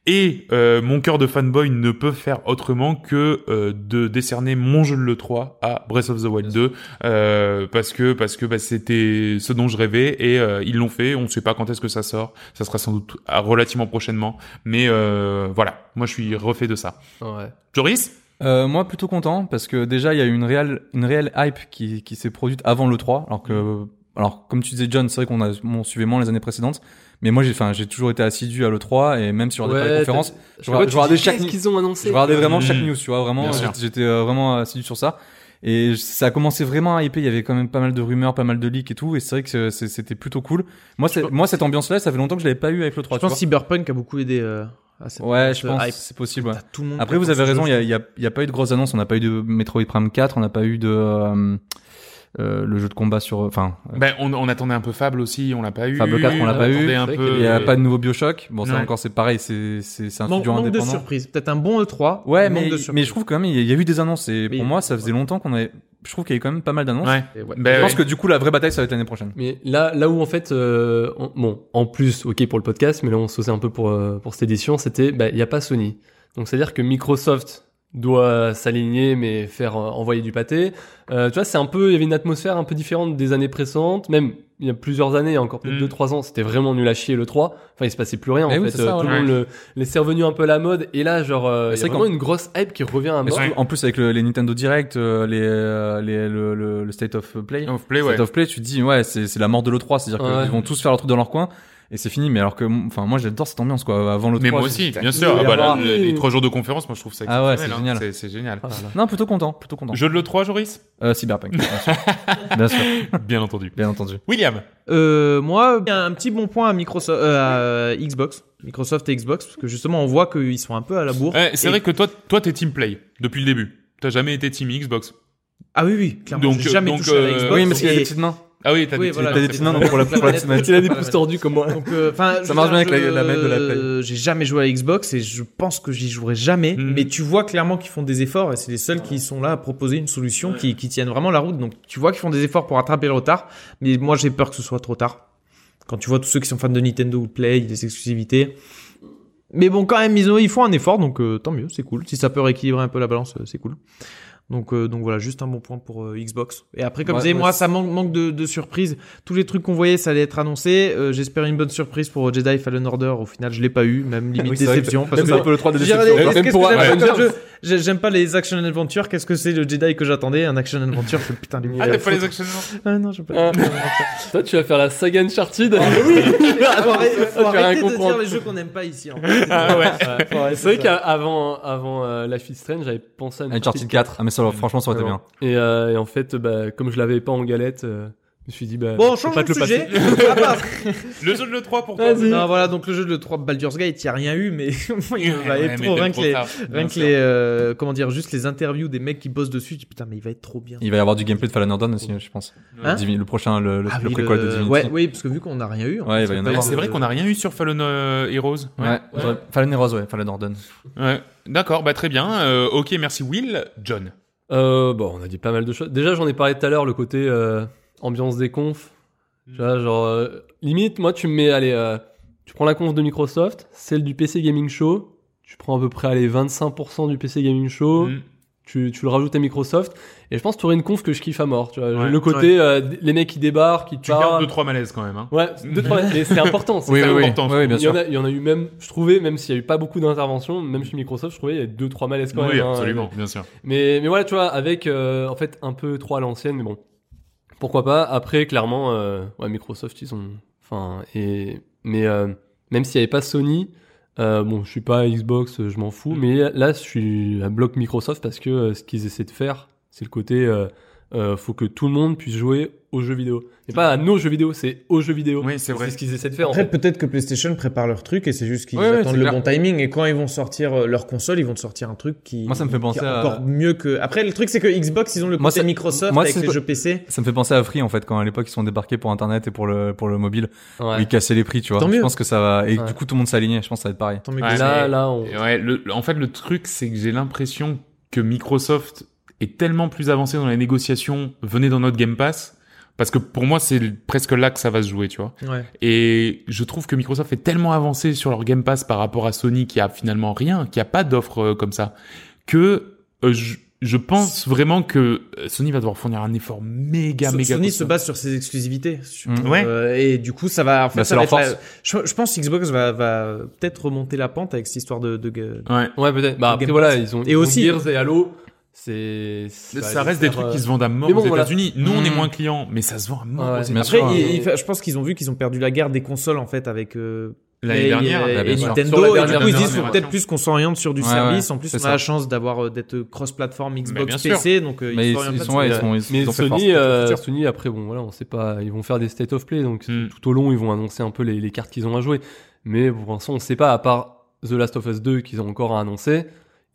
[SPEAKER 8] Et euh, mon cœur de fanboy ne peut faire autrement que euh, de décerner mon jeu de l'E3 à Breath of the Wild 2 euh, parce que parce que bah, c'était ce dont je rêvais et euh, ils l'ont fait. On ne sait pas quand est-ce que ça sort. Ça sera sans doute à- relativement prochainement, mais euh, voilà. Moi, je suis refait de ça.
[SPEAKER 9] Ouais.
[SPEAKER 8] Joris,
[SPEAKER 1] Euh, moi, plutôt content parce que déjà, il y a eu une réelle, une réelle hype qui, qui s'est produite avant le 3. Alors
[SPEAKER 8] Mm.
[SPEAKER 1] que, alors comme tu disais, John, c'est vrai qu'on a on suivait moins les années précédentes, mais moi, j'ai, enfin, j'ai toujours été assidu à le 3 et même sur
[SPEAKER 9] Ouais,
[SPEAKER 1] des conférences,
[SPEAKER 9] t'as-
[SPEAKER 1] je, regardais- je regardais chaque,
[SPEAKER 9] Qu'est-ce
[SPEAKER 1] news-
[SPEAKER 9] qu'ils ont annoncé
[SPEAKER 1] je regardais
[SPEAKER 10] Mm.
[SPEAKER 1] vraiment chaque
[SPEAKER 8] Mhm.
[SPEAKER 1] news, tu vois, vraiment,
[SPEAKER 8] Bien
[SPEAKER 1] j'étais-
[SPEAKER 8] sûr.
[SPEAKER 1] j'étais euh, vraiment assidu sur ça. Et ça a commencé vraiment à hyper, il y avait quand même pas mal de rumeurs, pas mal de leaks et tout, et c'est vrai que c'est- c'est- c'était plutôt cool. Moi, c'est, moi, cette ambiance-là, ça fait longtemps que je l'avais pas eu avec le 3.
[SPEAKER 10] Je pense que Cyberpunk a beaucoup aidé euh, à cette
[SPEAKER 1] Ouais, je
[SPEAKER 10] cette
[SPEAKER 1] pense,
[SPEAKER 10] hype.
[SPEAKER 1] c'est possible. ouais.
[SPEAKER 10] T'as tout le monde
[SPEAKER 1] Après,
[SPEAKER 10] qui
[SPEAKER 1] vous avez
[SPEAKER 10] attend ce
[SPEAKER 1] raison, il
[SPEAKER 10] jeu.
[SPEAKER 1] n'y a, il y a- il y a pas eu de grosses annonces. On n'a pas eu de Metroid Prime 4, on n'a pas eu de euh, euh, le jeu de combat sur. Enfin, euh,
[SPEAKER 8] ben on, on attendait un peu Fable aussi, on l'a pas eu.
[SPEAKER 1] Fable 4, on l'a pas eu.
[SPEAKER 8] attendait un
[SPEAKER 9] C'est vrai
[SPEAKER 8] peu-
[SPEAKER 1] il
[SPEAKER 9] qu'il
[SPEAKER 1] n'y a
[SPEAKER 9] euh,
[SPEAKER 1] pas de nouveau Bioshock. Bon, ça
[SPEAKER 8] Ouais.
[SPEAKER 1] encore, c'est pareil, c'est c'est- c'est un
[SPEAKER 10] Manque,
[SPEAKER 1] studio
[SPEAKER 10] manque de
[SPEAKER 1] indépendant.
[SPEAKER 10] surprises. Peut-être un bon E3.
[SPEAKER 1] Ouais,
[SPEAKER 10] manque
[SPEAKER 1] mais,
[SPEAKER 10] de
[SPEAKER 1] mais
[SPEAKER 10] surprises.
[SPEAKER 1] je trouve quand même, il y a- il y a eu des annonces. Et
[SPEAKER 10] Oui.
[SPEAKER 1] pour moi, ça faisait longtemps qu'on avait. je trouve qu'il y a quand même pas mal d'annonces.
[SPEAKER 9] Ouais.
[SPEAKER 1] Et
[SPEAKER 9] Bah
[SPEAKER 1] je
[SPEAKER 9] ouais.
[SPEAKER 1] pense que du coup, la vraie bataille, ça va être l'année prochaine.
[SPEAKER 9] Mais là, là où en fait, euh, en- bon, en plus, ok pour le podcast, mais là on se faisait un peu pour, euh, pour cette édition, c'était, bah, il n'y a pas Sony. Donc c'est à dire que Microsoft doit s'aligner, mais faire euh, envoyer du pâté. Euh, tu vois, c'est un peu, il y avait une atmosphère un peu différente des années précédentes, même il y a plusieurs années, encore peut-être
[SPEAKER 1] Mm.
[SPEAKER 9] 2-3 ans, c'était vraiment nul à chier le 3. Enfin, il se passait plus rien en
[SPEAKER 1] Eh
[SPEAKER 9] fait.
[SPEAKER 1] oui, c'est ça,
[SPEAKER 9] Euh, tout
[SPEAKER 1] ouais.
[SPEAKER 9] le monde le- laissait revenir un peu la mode, et là, genre, euh, il y
[SPEAKER 1] c'est
[SPEAKER 9] a vraiment
[SPEAKER 1] qu'en-
[SPEAKER 9] une grosse hype qui revient à
[SPEAKER 1] Mais
[SPEAKER 9] mort.
[SPEAKER 1] surtout, En plus, avec le- les Nintendo Direct, euh, les, euh, les- le, le- le State of Play,
[SPEAKER 8] Of Play,
[SPEAKER 1] State
[SPEAKER 8] Oh, ouais.
[SPEAKER 1] of Play, tu te dis, ouais, c'est c'est la mort de l'E3, c'est-à-dire
[SPEAKER 8] Ouais.
[SPEAKER 1] qu'ils vont tous faire leur truc dans leur coin. Et c'est fini, mais alors que, enfin, moi j'adore cette ambiance quoi. Avant l'autre.
[SPEAKER 8] Mais moi aussi, bien sûr. Ah bah là, le- les trois jours de conférence, moi je trouve ça
[SPEAKER 1] Ah ouais, c'est
[SPEAKER 8] exceptionnel, hein.
[SPEAKER 1] génial.
[SPEAKER 8] C'est- C'est génial.
[SPEAKER 9] Ah,
[SPEAKER 1] Non, plutôt content, plutôt content.
[SPEAKER 8] Jeu de l'E3, Joris
[SPEAKER 1] Euh, Cyberpunk. bien
[SPEAKER 8] [LAUGHS]
[SPEAKER 1] sûr. Bien sûr.
[SPEAKER 8] Bien entendu.
[SPEAKER 1] Bien entendu.
[SPEAKER 8] William
[SPEAKER 10] Euh, moi, il y a un petit bon point à Microsoft, euh, à Xbox, Microsoft et Xbox, parce que justement, on voit qu'ils sont un peu à la bourre.
[SPEAKER 8] Ouais, Eh, c'est
[SPEAKER 10] Et-
[SPEAKER 8] vrai que toi, toi, t'es team play depuis le début. T'as jamais été team Xbox.
[SPEAKER 10] Ah oui, oui, clairement.
[SPEAKER 8] Donc,
[SPEAKER 10] j'ai jamais
[SPEAKER 8] donc,
[SPEAKER 10] touché à la
[SPEAKER 8] euh,
[SPEAKER 10] Xbox.
[SPEAKER 8] oui, mais parce qu'il a
[SPEAKER 10] Et-
[SPEAKER 8] des petites mains. Ah oui, t'as des petites- t'as des petites mains, donc, pour la- pour la petite manette.
[SPEAKER 10] Il a des
[SPEAKER 8] pouces tordus
[SPEAKER 10] comme moi.
[SPEAKER 1] Ça marche bien avec la- la manette de la Play.
[SPEAKER 10] J'ai jamais joué à Xbox et je pense que j'y jouerai jamais.
[SPEAKER 1] Hmm.
[SPEAKER 10] Mais tu vois clairement qu'ils font des efforts et c'est les seuls qui sont là à proposer une solution qui, qui tienne vraiment la route. Donc tu vois qu'ils font des efforts pour attraper le retard. Mais moi j'ai peur que ce soit trop tard. Quand tu vois tous ceux qui sont fans de Nintendo ou de Play, des exclusivités. Mais bon, quand même, ils, ont, ils font un effort, donc euh, tant mieux, c'est cool. Si ça peut rééquilibrer un peu la balance, euh, c'est cool. Donc, euh, donc voilà, juste un bon point pour euh, Xbox. Et après, comme
[SPEAKER 1] Ouais,
[SPEAKER 10] vous savez,
[SPEAKER 1] ouais,
[SPEAKER 10] moi,
[SPEAKER 1] c'est-
[SPEAKER 10] ça manque, manque de, de surprises. Tous les trucs qu'on voyait, ça allait être annoncé. Euh, J'espère une bonne surprise pour Jedi Fallen Order. Au final, je l'ai pas eu, même limite
[SPEAKER 1] Oui, c'est vrai que-
[SPEAKER 10] déception.
[SPEAKER 1] même pour- J'ai regardé,
[SPEAKER 10] Même
[SPEAKER 1] qu'est-ce que
[SPEAKER 10] pour
[SPEAKER 1] j'aime pas
[SPEAKER 10] Avengers.
[SPEAKER 1] comme jeu
[SPEAKER 10] J'ai- J'aime pas les action adventure. Qu'est-ce que c'est le Jedi que j'attendais Un action adventure, c'est putain l'univers.
[SPEAKER 8] Ah, t'as pas les action
[SPEAKER 10] Ah non, je peux
[SPEAKER 9] pas. Toi, tu vas faire la saga Uncharted Ah, Oui [LAUGHS]
[SPEAKER 8] [LAUGHS]
[SPEAKER 10] Faut arrêter de dire les jeux qu'on n'aime pas ici. hein. en fait.
[SPEAKER 9] Ah ouais.
[SPEAKER 10] Faut arrêter
[SPEAKER 9] C'est vrai
[SPEAKER 10] ça.
[SPEAKER 9] qu'avant avant euh, Life is Strange, j'avais pensé à une
[SPEAKER 1] Uncharted 4. Ah, mais ça, alors, franchement, ça aurait été bien.
[SPEAKER 9] Et, euh, et en fait, bah, comme je l'avais pas en galette, euh, je me suis dit bah
[SPEAKER 10] Bon,
[SPEAKER 9] faut
[SPEAKER 10] changeons
[SPEAKER 9] pas te
[SPEAKER 10] de sujet.
[SPEAKER 9] passer.
[SPEAKER 10] Ah, bah.
[SPEAKER 8] Le jeu de l'E3 pour
[SPEAKER 9] toi. Vas-y.
[SPEAKER 10] Non, voilà, donc le jeu de l'E3 Baldur's Gate, il n'y a rien eu, mais [LAUGHS] il va
[SPEAKER 8] Ouais,
[SPEAKER 10] être
[SPEAKER 8] mais
[SPEAKER 10] trop.
[SPEAKER 8] t'es
[SPEAKER 10] Rien que
[SPEAKER 8] trop
[SPEAKER 10] les,
[SPEAKER 8] tard.
[SPEAKER 10] rien
[SPEAKER 8] Bien
[SPEAKER 10] que
[SPEAKER 8] sûr.
[SPEAKER 10] les, euh, comment dire, juste les interviews des mecs qui bossent dessus, je dis, putain, mais il va être trop bien.
[SPEAKER 1] Il va y avoir du gameplay de Fallen Order aussi, je pense.
[SPEAKER 10] Hein
[SPEAKER 1] Divi- le prochain, le, le,
[SPEAKER 10] Ah
[SPEAKER 1] le
[SPEAKER 10] oui,
[SPEAKER 1] préquel de
[SPEAKER 10] le-
[SPEAKER 1] Divinity.
[SPEAKER 10] ouais, oui, parce que vu qu'on n'a rien eu. en
[SPEAKER 1] Ouais,
[SPEAKER 10] fait, ça
[SPEAKER 1] il va y en
[SPEAKER 10] peut
[SPEAKER 1] avoir.
[SPEAKER 10] être-
[SPEAKER 8] C'est vrai qu'on a rien eu sur Fallen euh, Heroes.
[SPEAKER 1] Ouais. Ouais. Fallen Heroes, ouais, Fallen Order.
[SPEAKER 8] Ouais. D'accord, bah très bien. Euh, ok, merci Will. John.
[SPEAKER 9] Euh, bon, on a dit pas mal de choses. Déjà, j'en ai parlé tout à l'heure, le côté euh, ambiance des confs. Tu vois, genre, euh, limite, moi, tu me mets, allez, euh, tu prends la conf de Microsoft, celle du PC Gaming Show, tu prends à peu près, allez, 25% du PC Gaming Show,
[SPEAKER 8] Hmm.
[SPEAKER 9] tu, tu le rajoutes à Microsoft, et je pense que tu aurais une conf que je kiffe à mort. Tu vois,
[SPEAKER 8] Ouais.
[SPEAKER 9] le côté, euh, d- les mecs qui débarquent, qui
[SPEAKER 8] Tu gardes
[SPEAKER 9] parlent.
[SPEAKER 8] deux trois malaises quand même. Hein.
[SPEAKER 9] Ouais, deux, trois, mais c'est important. Bah, c'est
[SPEAKER 8] Oui,
[SPEAKER 9] ça.
[SPEAKER 8] oui, oui. Important, je Oui, trouve. bien
[SPEAKER 9] il, y en
[SPEAKER 8] sûr.
[SPEAKER 9] a, il y en a eu même, je trouvais, même s'il n'y a eu pas beaucoup d'interventions, même chez Microsoft, je trouvais il y a eu deux, trois malaises quand
[SPEAKER 8] Oui,
[SPEAKER 9] même. hein.
[SPEAKER 8] absolument, bien sûr.
[SPEAKER 9] Mais, mais voilà, tu vois, avec euh, en fait un peu trop à l'ancienne, mais bon, pourquoi pas. Après, clairement, euh, ouais, Microsoft, ils ont. Enfin, et. Mais euh, même s'il n'y avait pas Sony, euh, bon, je suis pas Xbox, euh, je m'en fous, mais là, je suis à bloc Microsoft parce que euh, ce qu'ils essaient de faire, c'est le côté. euh, euh, faut que tout le monde puisse jouer aux jeux vidéo. Et pas à nos jeux vidéo, c'est aux jeux vidéo. Oui, c'est vrai. C'est ce qu'ils essaient de faire en
[SPEAKER 10] Après,
[SPEAKER 9] fait.
[SPEAKER 10] peut-être que PlayStation prépare leur truc et c'est juste qu'ils
[SPEAKER 9] Ouais, ouais,
[SPEAKER 10] attendent
[SPEAKER 9] c'est
[SPEAKER 10] le
[SPEAKER 9] clair.
[SPEAKER 10] bon timing. Et quand ils vont sortir euh, leur console, ils vont te sortir un truc qui.
[SPEAKER 1] Moi, ça me fait
[SPEAKER 10] qui est
[SPEAKER 1] penser à-
[SPEAKER 10] Encore mieux que. Après, le truc, c'est que Xbox, ils ont le côté
[SPEAKER 1] ça-
[SPEAKER 10] Microsoft avec
[SPEAKER 1] c'est-
[SPEAKER 10] les jeux PC.
[SPEAKER 1] Ça me fait penser à Free en fait, quand à l'époque ils sont débarqués pour Internet et pour le, pour le mobile.
[SPEAKER 9] Ouais.
[SPEAKER 1] où Ils cassaient les prix, tu vois.
[SPEAKER 9] Tant
[SPEAKER 1] je
[SPEAKER 9] mieux.
[SPEAKER 1] pense que ça va. Et
[SPEAKER 9] Ouais.
[SPEAKER 1] du coup, tout le monde s'est aligné. Je pense que ça va être pareil.
[SPEAKER 10] mieux
[SPEAKER 8] Ouais,
[SPEAKER 9] Là,
[SPEAKER 8] mais-
[SPEAKER 9] là, on-
[SPEAKER 8] ouais, le- le- en fait, le truc, c'est que j'ai l'impression que Microsoft est tellement plus avancé dans les négociations, venez dans notre Game Pass, parce que pour moi, c'est l- presque là que ça va se jouer, tu vois.
[SPEAKER 10] Ouais.
[SPEAKER 8] Et je trouve que Microsoft est tellement avancé sur leur Game Pass par rapport à Sony, qui a finalement rien, qui a pas d'offre euh, comme ça, que euh, je, je pense vraiment que euh, Sony va devoir fournir un effort méga,
[SPEAKER 10] So-
[SPEAKER 8] méga.
[SPEAKER 10] Sony
[SPEAKER 8] costaud.
[SPEAKER 10] se base sur ses exclusivités. sur-
[SPEAKER 1] Bah,
[SPEAKER 8] Mm. Ouais.
[SPEAKER 10] euh, et du coup, ça va. En fait,
[SPEAKER 8] Bah,
[SPEAKER 10] ça
[SPEAKER 8] c'est
[SPEAKER 10] va
[SPEAKER 8] leur
[SPEAKER 10] être la- je, je pense que Xbox va, va peut-être remonter la pente avec cette histoire de. de, de-
[SPEAKER 8] Euh, Ouais.
[SPEAKER 9] Ouais, peut-être. Bah,
[SPEAKER 10] de
[SPEAKER 9] après,
[SPEAKER 10] Game
[SPEAKER 9] voilà,
[SPEAKER 10] Pass.
[SPEAKER 9] ils ont.
[SPEAKER 10] Et
[SPEAKER 9] ils ont
[SPEAKER 10] aussi.
[SPEAKER 9] Gears et Halo, c'est.
[SPEAKER 8] Ça reste des
[SPEAKER 9] euh,
[SPEAKER 8] trucs qui se vendent
[SPEAKER 10] euh,
[SPEAKER 8] à mort aux États-Unis. Nous, on est moins clients, mais ça se vend à mort aux États-Unis.
[SPEAKER 10] Mmh. Après,
[SPEAKER 8] Bien sûr,
[SPEAKER 10] il-
[SPEAKER 8] hein.
[SPEAKER 10] il fa- je pense qu'ils ont vu qu'ils ont perdu la guerre des consoles en fait avec euh,
[SPEAKER 8] L'année
[SPEAKER 10] Play
[SPEAKER 8] dernière,
[SPEAKER 10] et,
[SPEAKER 8] bah, bien
[SPEAKER 10] et
[SPEAKER 8] sûr.
[SPEAKER 10] Nintendo.
[SPEAKER 8] Sur la
[SPEAKER 10] et
[SPEAKER 8] dernière
[SPEAKER 10] du coup, ils se disent
[SPEAKER 8] génération.
[SPEAKER 10] faut peut-être plus qu'on s'oriente sur du
[SPEAKER 1] Ouais,
[SPEAKER 10] service.
[SPEAKER 1] ouais,
[SPEAKER 10] en plus, on
[SPEAKER 1] c'est
[SPEAKER 10] a
[SPEAKER 1] ça.
[SPEAKER 10] la chance d'avoir euh, d'être cross-platform
[SPEAKER 1] Mais bien
[SPEAKER 10] Xbox
[SPEAKER 1] sûr.
[SPEAKER 10] PC, donc euh,
[SPEAKER 1] Mais ils-
[SPEAKER 10] s'orientent
[SPEAKER 1] ils
[SPEAKER 10] pas
[SPEAKER 1] sont-
[SPEAKER 10] sur-
[SPEAKER 1] ouais, ils sont- ils
[SPEAKER 9] mais
[SPEAKER 1] ont fait force,
[SPEAKER 9] Sony,
[SPEAKER 1] c'est
[SPEAKER 9] euh,
[SPEAKER 1] sûr.
[SPEAKER 9] Sony, après, bon, voilà, on sait pas, ils vont faire des state of play, donc
[SPEAKER 1] Mm.
[SPEAKER 8] Mm.
[SPEAKER 9] tout au long, ils vont annoncer un peu les, les cartes qu'ils ont à jouer. Mais pour l'instant, on sait pas, à part The Last of Us 2 qu'ils ont encore à annoncer,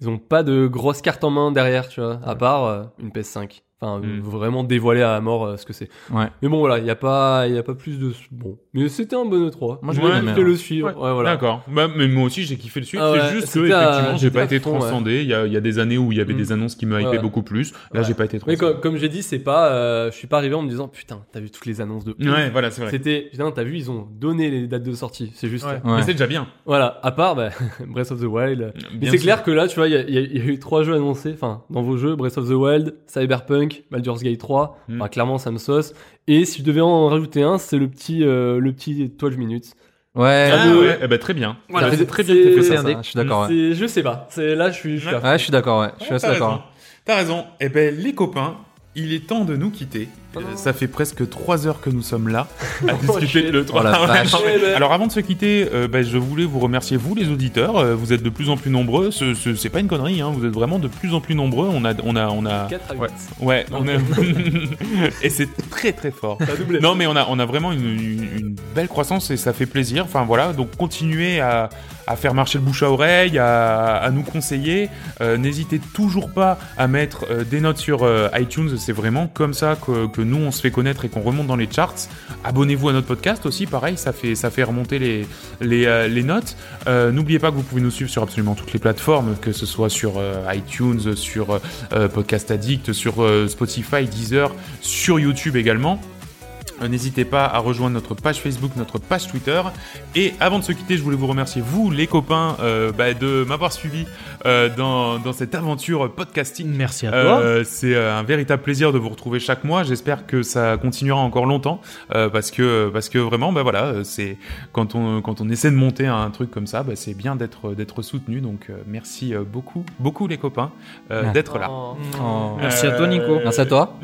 [SPEAKER 9] ils ont pas de grosses cartes en main derrière, tu vois, à part euh, une PS5. Enfin, vraiment dévoiler à mort euh, ce que c'est.
[SPEAKER 1] Mm. Ouais.
[SPEAKER 9] Mais bon, voilà, il n'y a, pas- il y a pas plus de. Bon. Mais c'était un bon E E3.
[SPEAKER 8] Moi,
[SPEAKER 9] Moi,
[SPEAKER 8] je
[SPEAKER 9] je
[SPEAKER 8] l'ai aimé,
[SPEAKER 9] vais
[SPEAKER 8] hein.
[SPEAKER 9] le suivre.
[SPEAKER 8] Ouais.
[SPEAKER 9] Ouais, voilà.
[SPEAKER 8] D'accord. Bah, mais moi aussi, j'ai kiffé le suite.
[SPEAKER 9] Ah ouais,
[SPEAKER 8] c'est juste que,
[SPEAKER 9] c'était à-
[SPEAKER 8] effectivement, j'ai
[SPEAKER 9] c'était
[SPEAKER 8] pas
[SPEAKER 9] à
[SPEAKER 8] été
[SPEAKER 9] fond, ouais. Mm.
[SPEAKER 8] transcendé. Il y, a, il y a des années où il y avait des annonces qui me hypaient
[SPEAKER 9] Ouais.
[SPEAKER 8] beaucoup plus. Là, j'ai pas été
[SPEAKER 9] Mais
[SPEAKER 8] transcendé.
[SPEAKER 9] comme, comme j'ai dit, c'est pas, euh, je suis pas arrivé en me disant putain, t'as vu toutes les annonces de. ouf.
[SPEAKER 8] Ouais, voilà, c'est vrai.
[SPEAKER 9] C'était putain, t'as vu, ils ont donné les dates de sortie. C'est juste.
[SPEAKER 8] Ouais. Ouais. Mais c'est déjà bien.
[SPEAKER 9] Voilà. À part bah, [LAUGHS] Breath of the Wild. mais
[SPEAKER 8] bien
[SPEAKER 9] c'est
[SPEAKER 8] sûr.
[SPEAKER 9] clair que là, tu vois, il y, a- il y a- il y a eu trois jeux annoncés. Enfin, dans vos jeux, Breath of the Wild, Cyberpunk, Baldur's Gate 3.
[SPEAKER 8] Mm.
[SPEAKER 9] Enfin, clairement, ça me sauce. Et si je devais en rajouter un, c'est le petit, euh, le petit 12 minutes.
[SPEAKER 1] Ouais.
[SPEAKER 9] Ah,
[SPEAKER 8] ouais. Eh ben, très bien.
[SPEAKER 9] Voilà,
[SPEAKER 8] Ça hein. fait
[SPEAKER 9] c'est
[SPEAKER 8] très bien que
[SPEAKER 9] c'est-
[SPEAKER 8] t'aies fait
[SPEAKER 1] ça, ça. Je suis d'accord, ouais.
[SPEAKER 9] c'est- Je sais pas. C'est là, je suis. Je suis à fond.
[SPEAKER 1] Ouais, je suis d'accord, ouais. Je suis
[SPEAKER 8] Ouais,
[SPEAKER 1] assez
[SPEAKER 8] t'as
[SPEAKER 1] d'accord.
[SPEAKER 8] raison. T'as raison. Eh ben, les copains, il est temps de nous quitter. Euh,
[SPEAKER 9] Oh.
[SPEAKER 8] ça fait presque 3 heures que nous sommes là à
[SPEAKER 9] [LAUGHS]
[SPEAKER 8] discuter de le
[SPEAKER 1] Oh la vache.
[SPEAKER 8] Alors avant de se quitter, euh, bah, je voulais vous remercier vous les auditeurs. Euh, vous êtes de plus en plus nombreux. Ce- ce- C'est pas une connerie, hein. vous êtes vraiment de plus en plus nombreux. On a, on a, on a.
[SPEAKER 9] Quatre à huit.
[SPEAKER 8] ouais, ouais.
[SPEAKER 9] Non.
[SPEAKER 8] on a- [LAUGHS] et c'est très très fort.
[SPEAKER 9] T'as doublé.
[SPEAKER 8] Non mais on a, on a vraiment une, une- une belle croissance et ça fait plaisir. Enfin voilà, donc continuez à, à faire marcher le bouche à oreille, à, à nous conseiller. Euh, N'hésitez toujours pas à mettre euh, des notes sur euh, iTunes. C'est vraiment comme ça que, que nous on se fait connaître et qu'on remonte dans les charts. Abonnez-vous à notre podcast aussi, pareil, ça fait, ça fait remonter les, les, euh, les notes. Euh, N'oubliez pas que vous pouvez nous suivre sur absolument toutes les plateformes, que ce soit sur euh, iTunes, sur euh, Podcast Addict, sur euh, Spotify, Deezer, sur YouTube également. Euh, N'hésitez pas à rejoindre notre page Facebook, notre page Twitter. Et avant de se quitter, je voulais vous remercier, vous les copains, euh, bah, de m'avoir suivi euh, dans, dans cette aventure podcasting.
[SPEAKER 10] Merci à toi.
[SPEAKER 8] Euh, c'est euh, un véritable plaisir de vous retrouver chaque mois. J'espère que ça continuera encore longtemps euh, parce que parce que vraiment, bah voilà, euh, c'est quand on quand on essaie de monter un truc comme ça, bah, c'est bien d'être d'être soutenu. Donc euh, merci euh, beaucoup beaucoup les copains euh,
[SPEAKER 1] Ouais.
[SPEAKER 8] d'être là.
[SPEAKER 1] Oh. Oh. Merci à toi, Nico. Merci
[SPEAKER 9] [LAUGHS]
[SPEAKER 1] à toi.
[SPEAKER 8] [LAUGHS]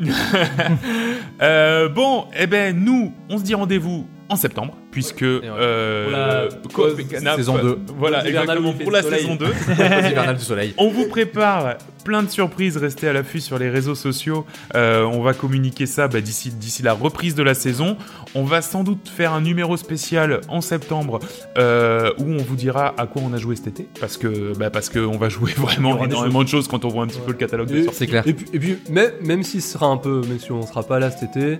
[SPEAKER 8] Euh, bon, eh ben nous, on se dit rendez-vous en septembre, puisque euh,
[SPEAKER 9] Pour la
[SPEAKER 8] Coop
[SPEAKER 9] pause
[SPEAKER 8] et Canap-
[SPEAKER 1] saison deux.
[SPEAKER 8] Voilà,
[SPEAKER 9] Pause hivernale où
[SPEAKER 8] exactement
[SPEAKER 9] il fait
[SPEAKER 8] pour la
[SPEAKER 9] soleil.
[SPEAKER 8] saison 2.
[SPEAKER 9] Pause hivernale du soleil.
[SPEAKER 8] On vous prépare plein de surprises, restez à l'affût sur les réseaux sociaux. Euh, on va communiquer ça bah, d'ici d'ici la reprise de la saison. On va sans doute faire un numéro spécial en septembre euh, où on vous dira à quoi on a joué cet été, parce que bah, parce que on va jouer [LAUGHS]
[SPEAKER 9] Il y
[SPEAKER 8] vraiment
[SPEAKER 9] aura des
[SPEAKER 8] énormément de choses quand on voit un petit peu le catalogue. des
[SPEAKER 9] Et-
[SPEAKER 8] sorties.
[SPEAKER 9] Et puis, et puis, même, même si ce sera un peu, même si on sera pas là cet été,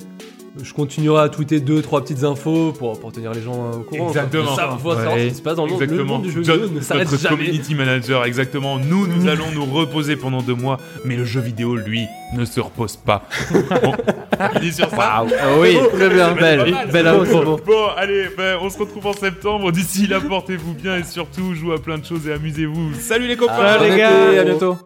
[SPEAKER 9] je continuerai à tweeter deux, trois petites infos pour, pour tenir les gens euh, au courant.
[SPEAKER 8] Exactement.
[SPEAKER 9] Ça, faut savoir
[SPEAKER 8] Ouais.
[SPEAKER 9] ce qui se passe dans le monde. Le
[SPEAKER 8] Exactement.
[SPEAKER 9] monde du jeu
[SPEAKER 8] John-
[SPEAKER 9] vidéo ne s'arrête
[SPEAKER 8] notre
[SPEAKER 9] jamais.
[SPEAKER 8] community manager, exactement. Nous,
[SPEAKER 9] [LAUGHS]
[SPEAKER 8] nous allons nous reposer pendant deux mois, mais le jeu vidéo, lui, ne se repose pas. [LAUGHS] bon, on finit sur ça.
[SPEAKER 1] euh, oh
[SPEAKER 10] Ah oui, très bien,
[SPEAKER 8] C'est pas
[SPEAKER 10] belle,
[SPEAKER 8] mal,
[SPEAKER 10] belle
[SPEAKER 8] c'est
[SPEAKER 10] info.
[SPEAKER 8] pas mal. Bon, allez, ben, on se retrouve en septembre. D'ici là, portez-vous bien et surtout, jouez à plein de choses et amusez-vous. Salut les copains.
[SPEAKER 10] Ciao, les gars. À bientôt.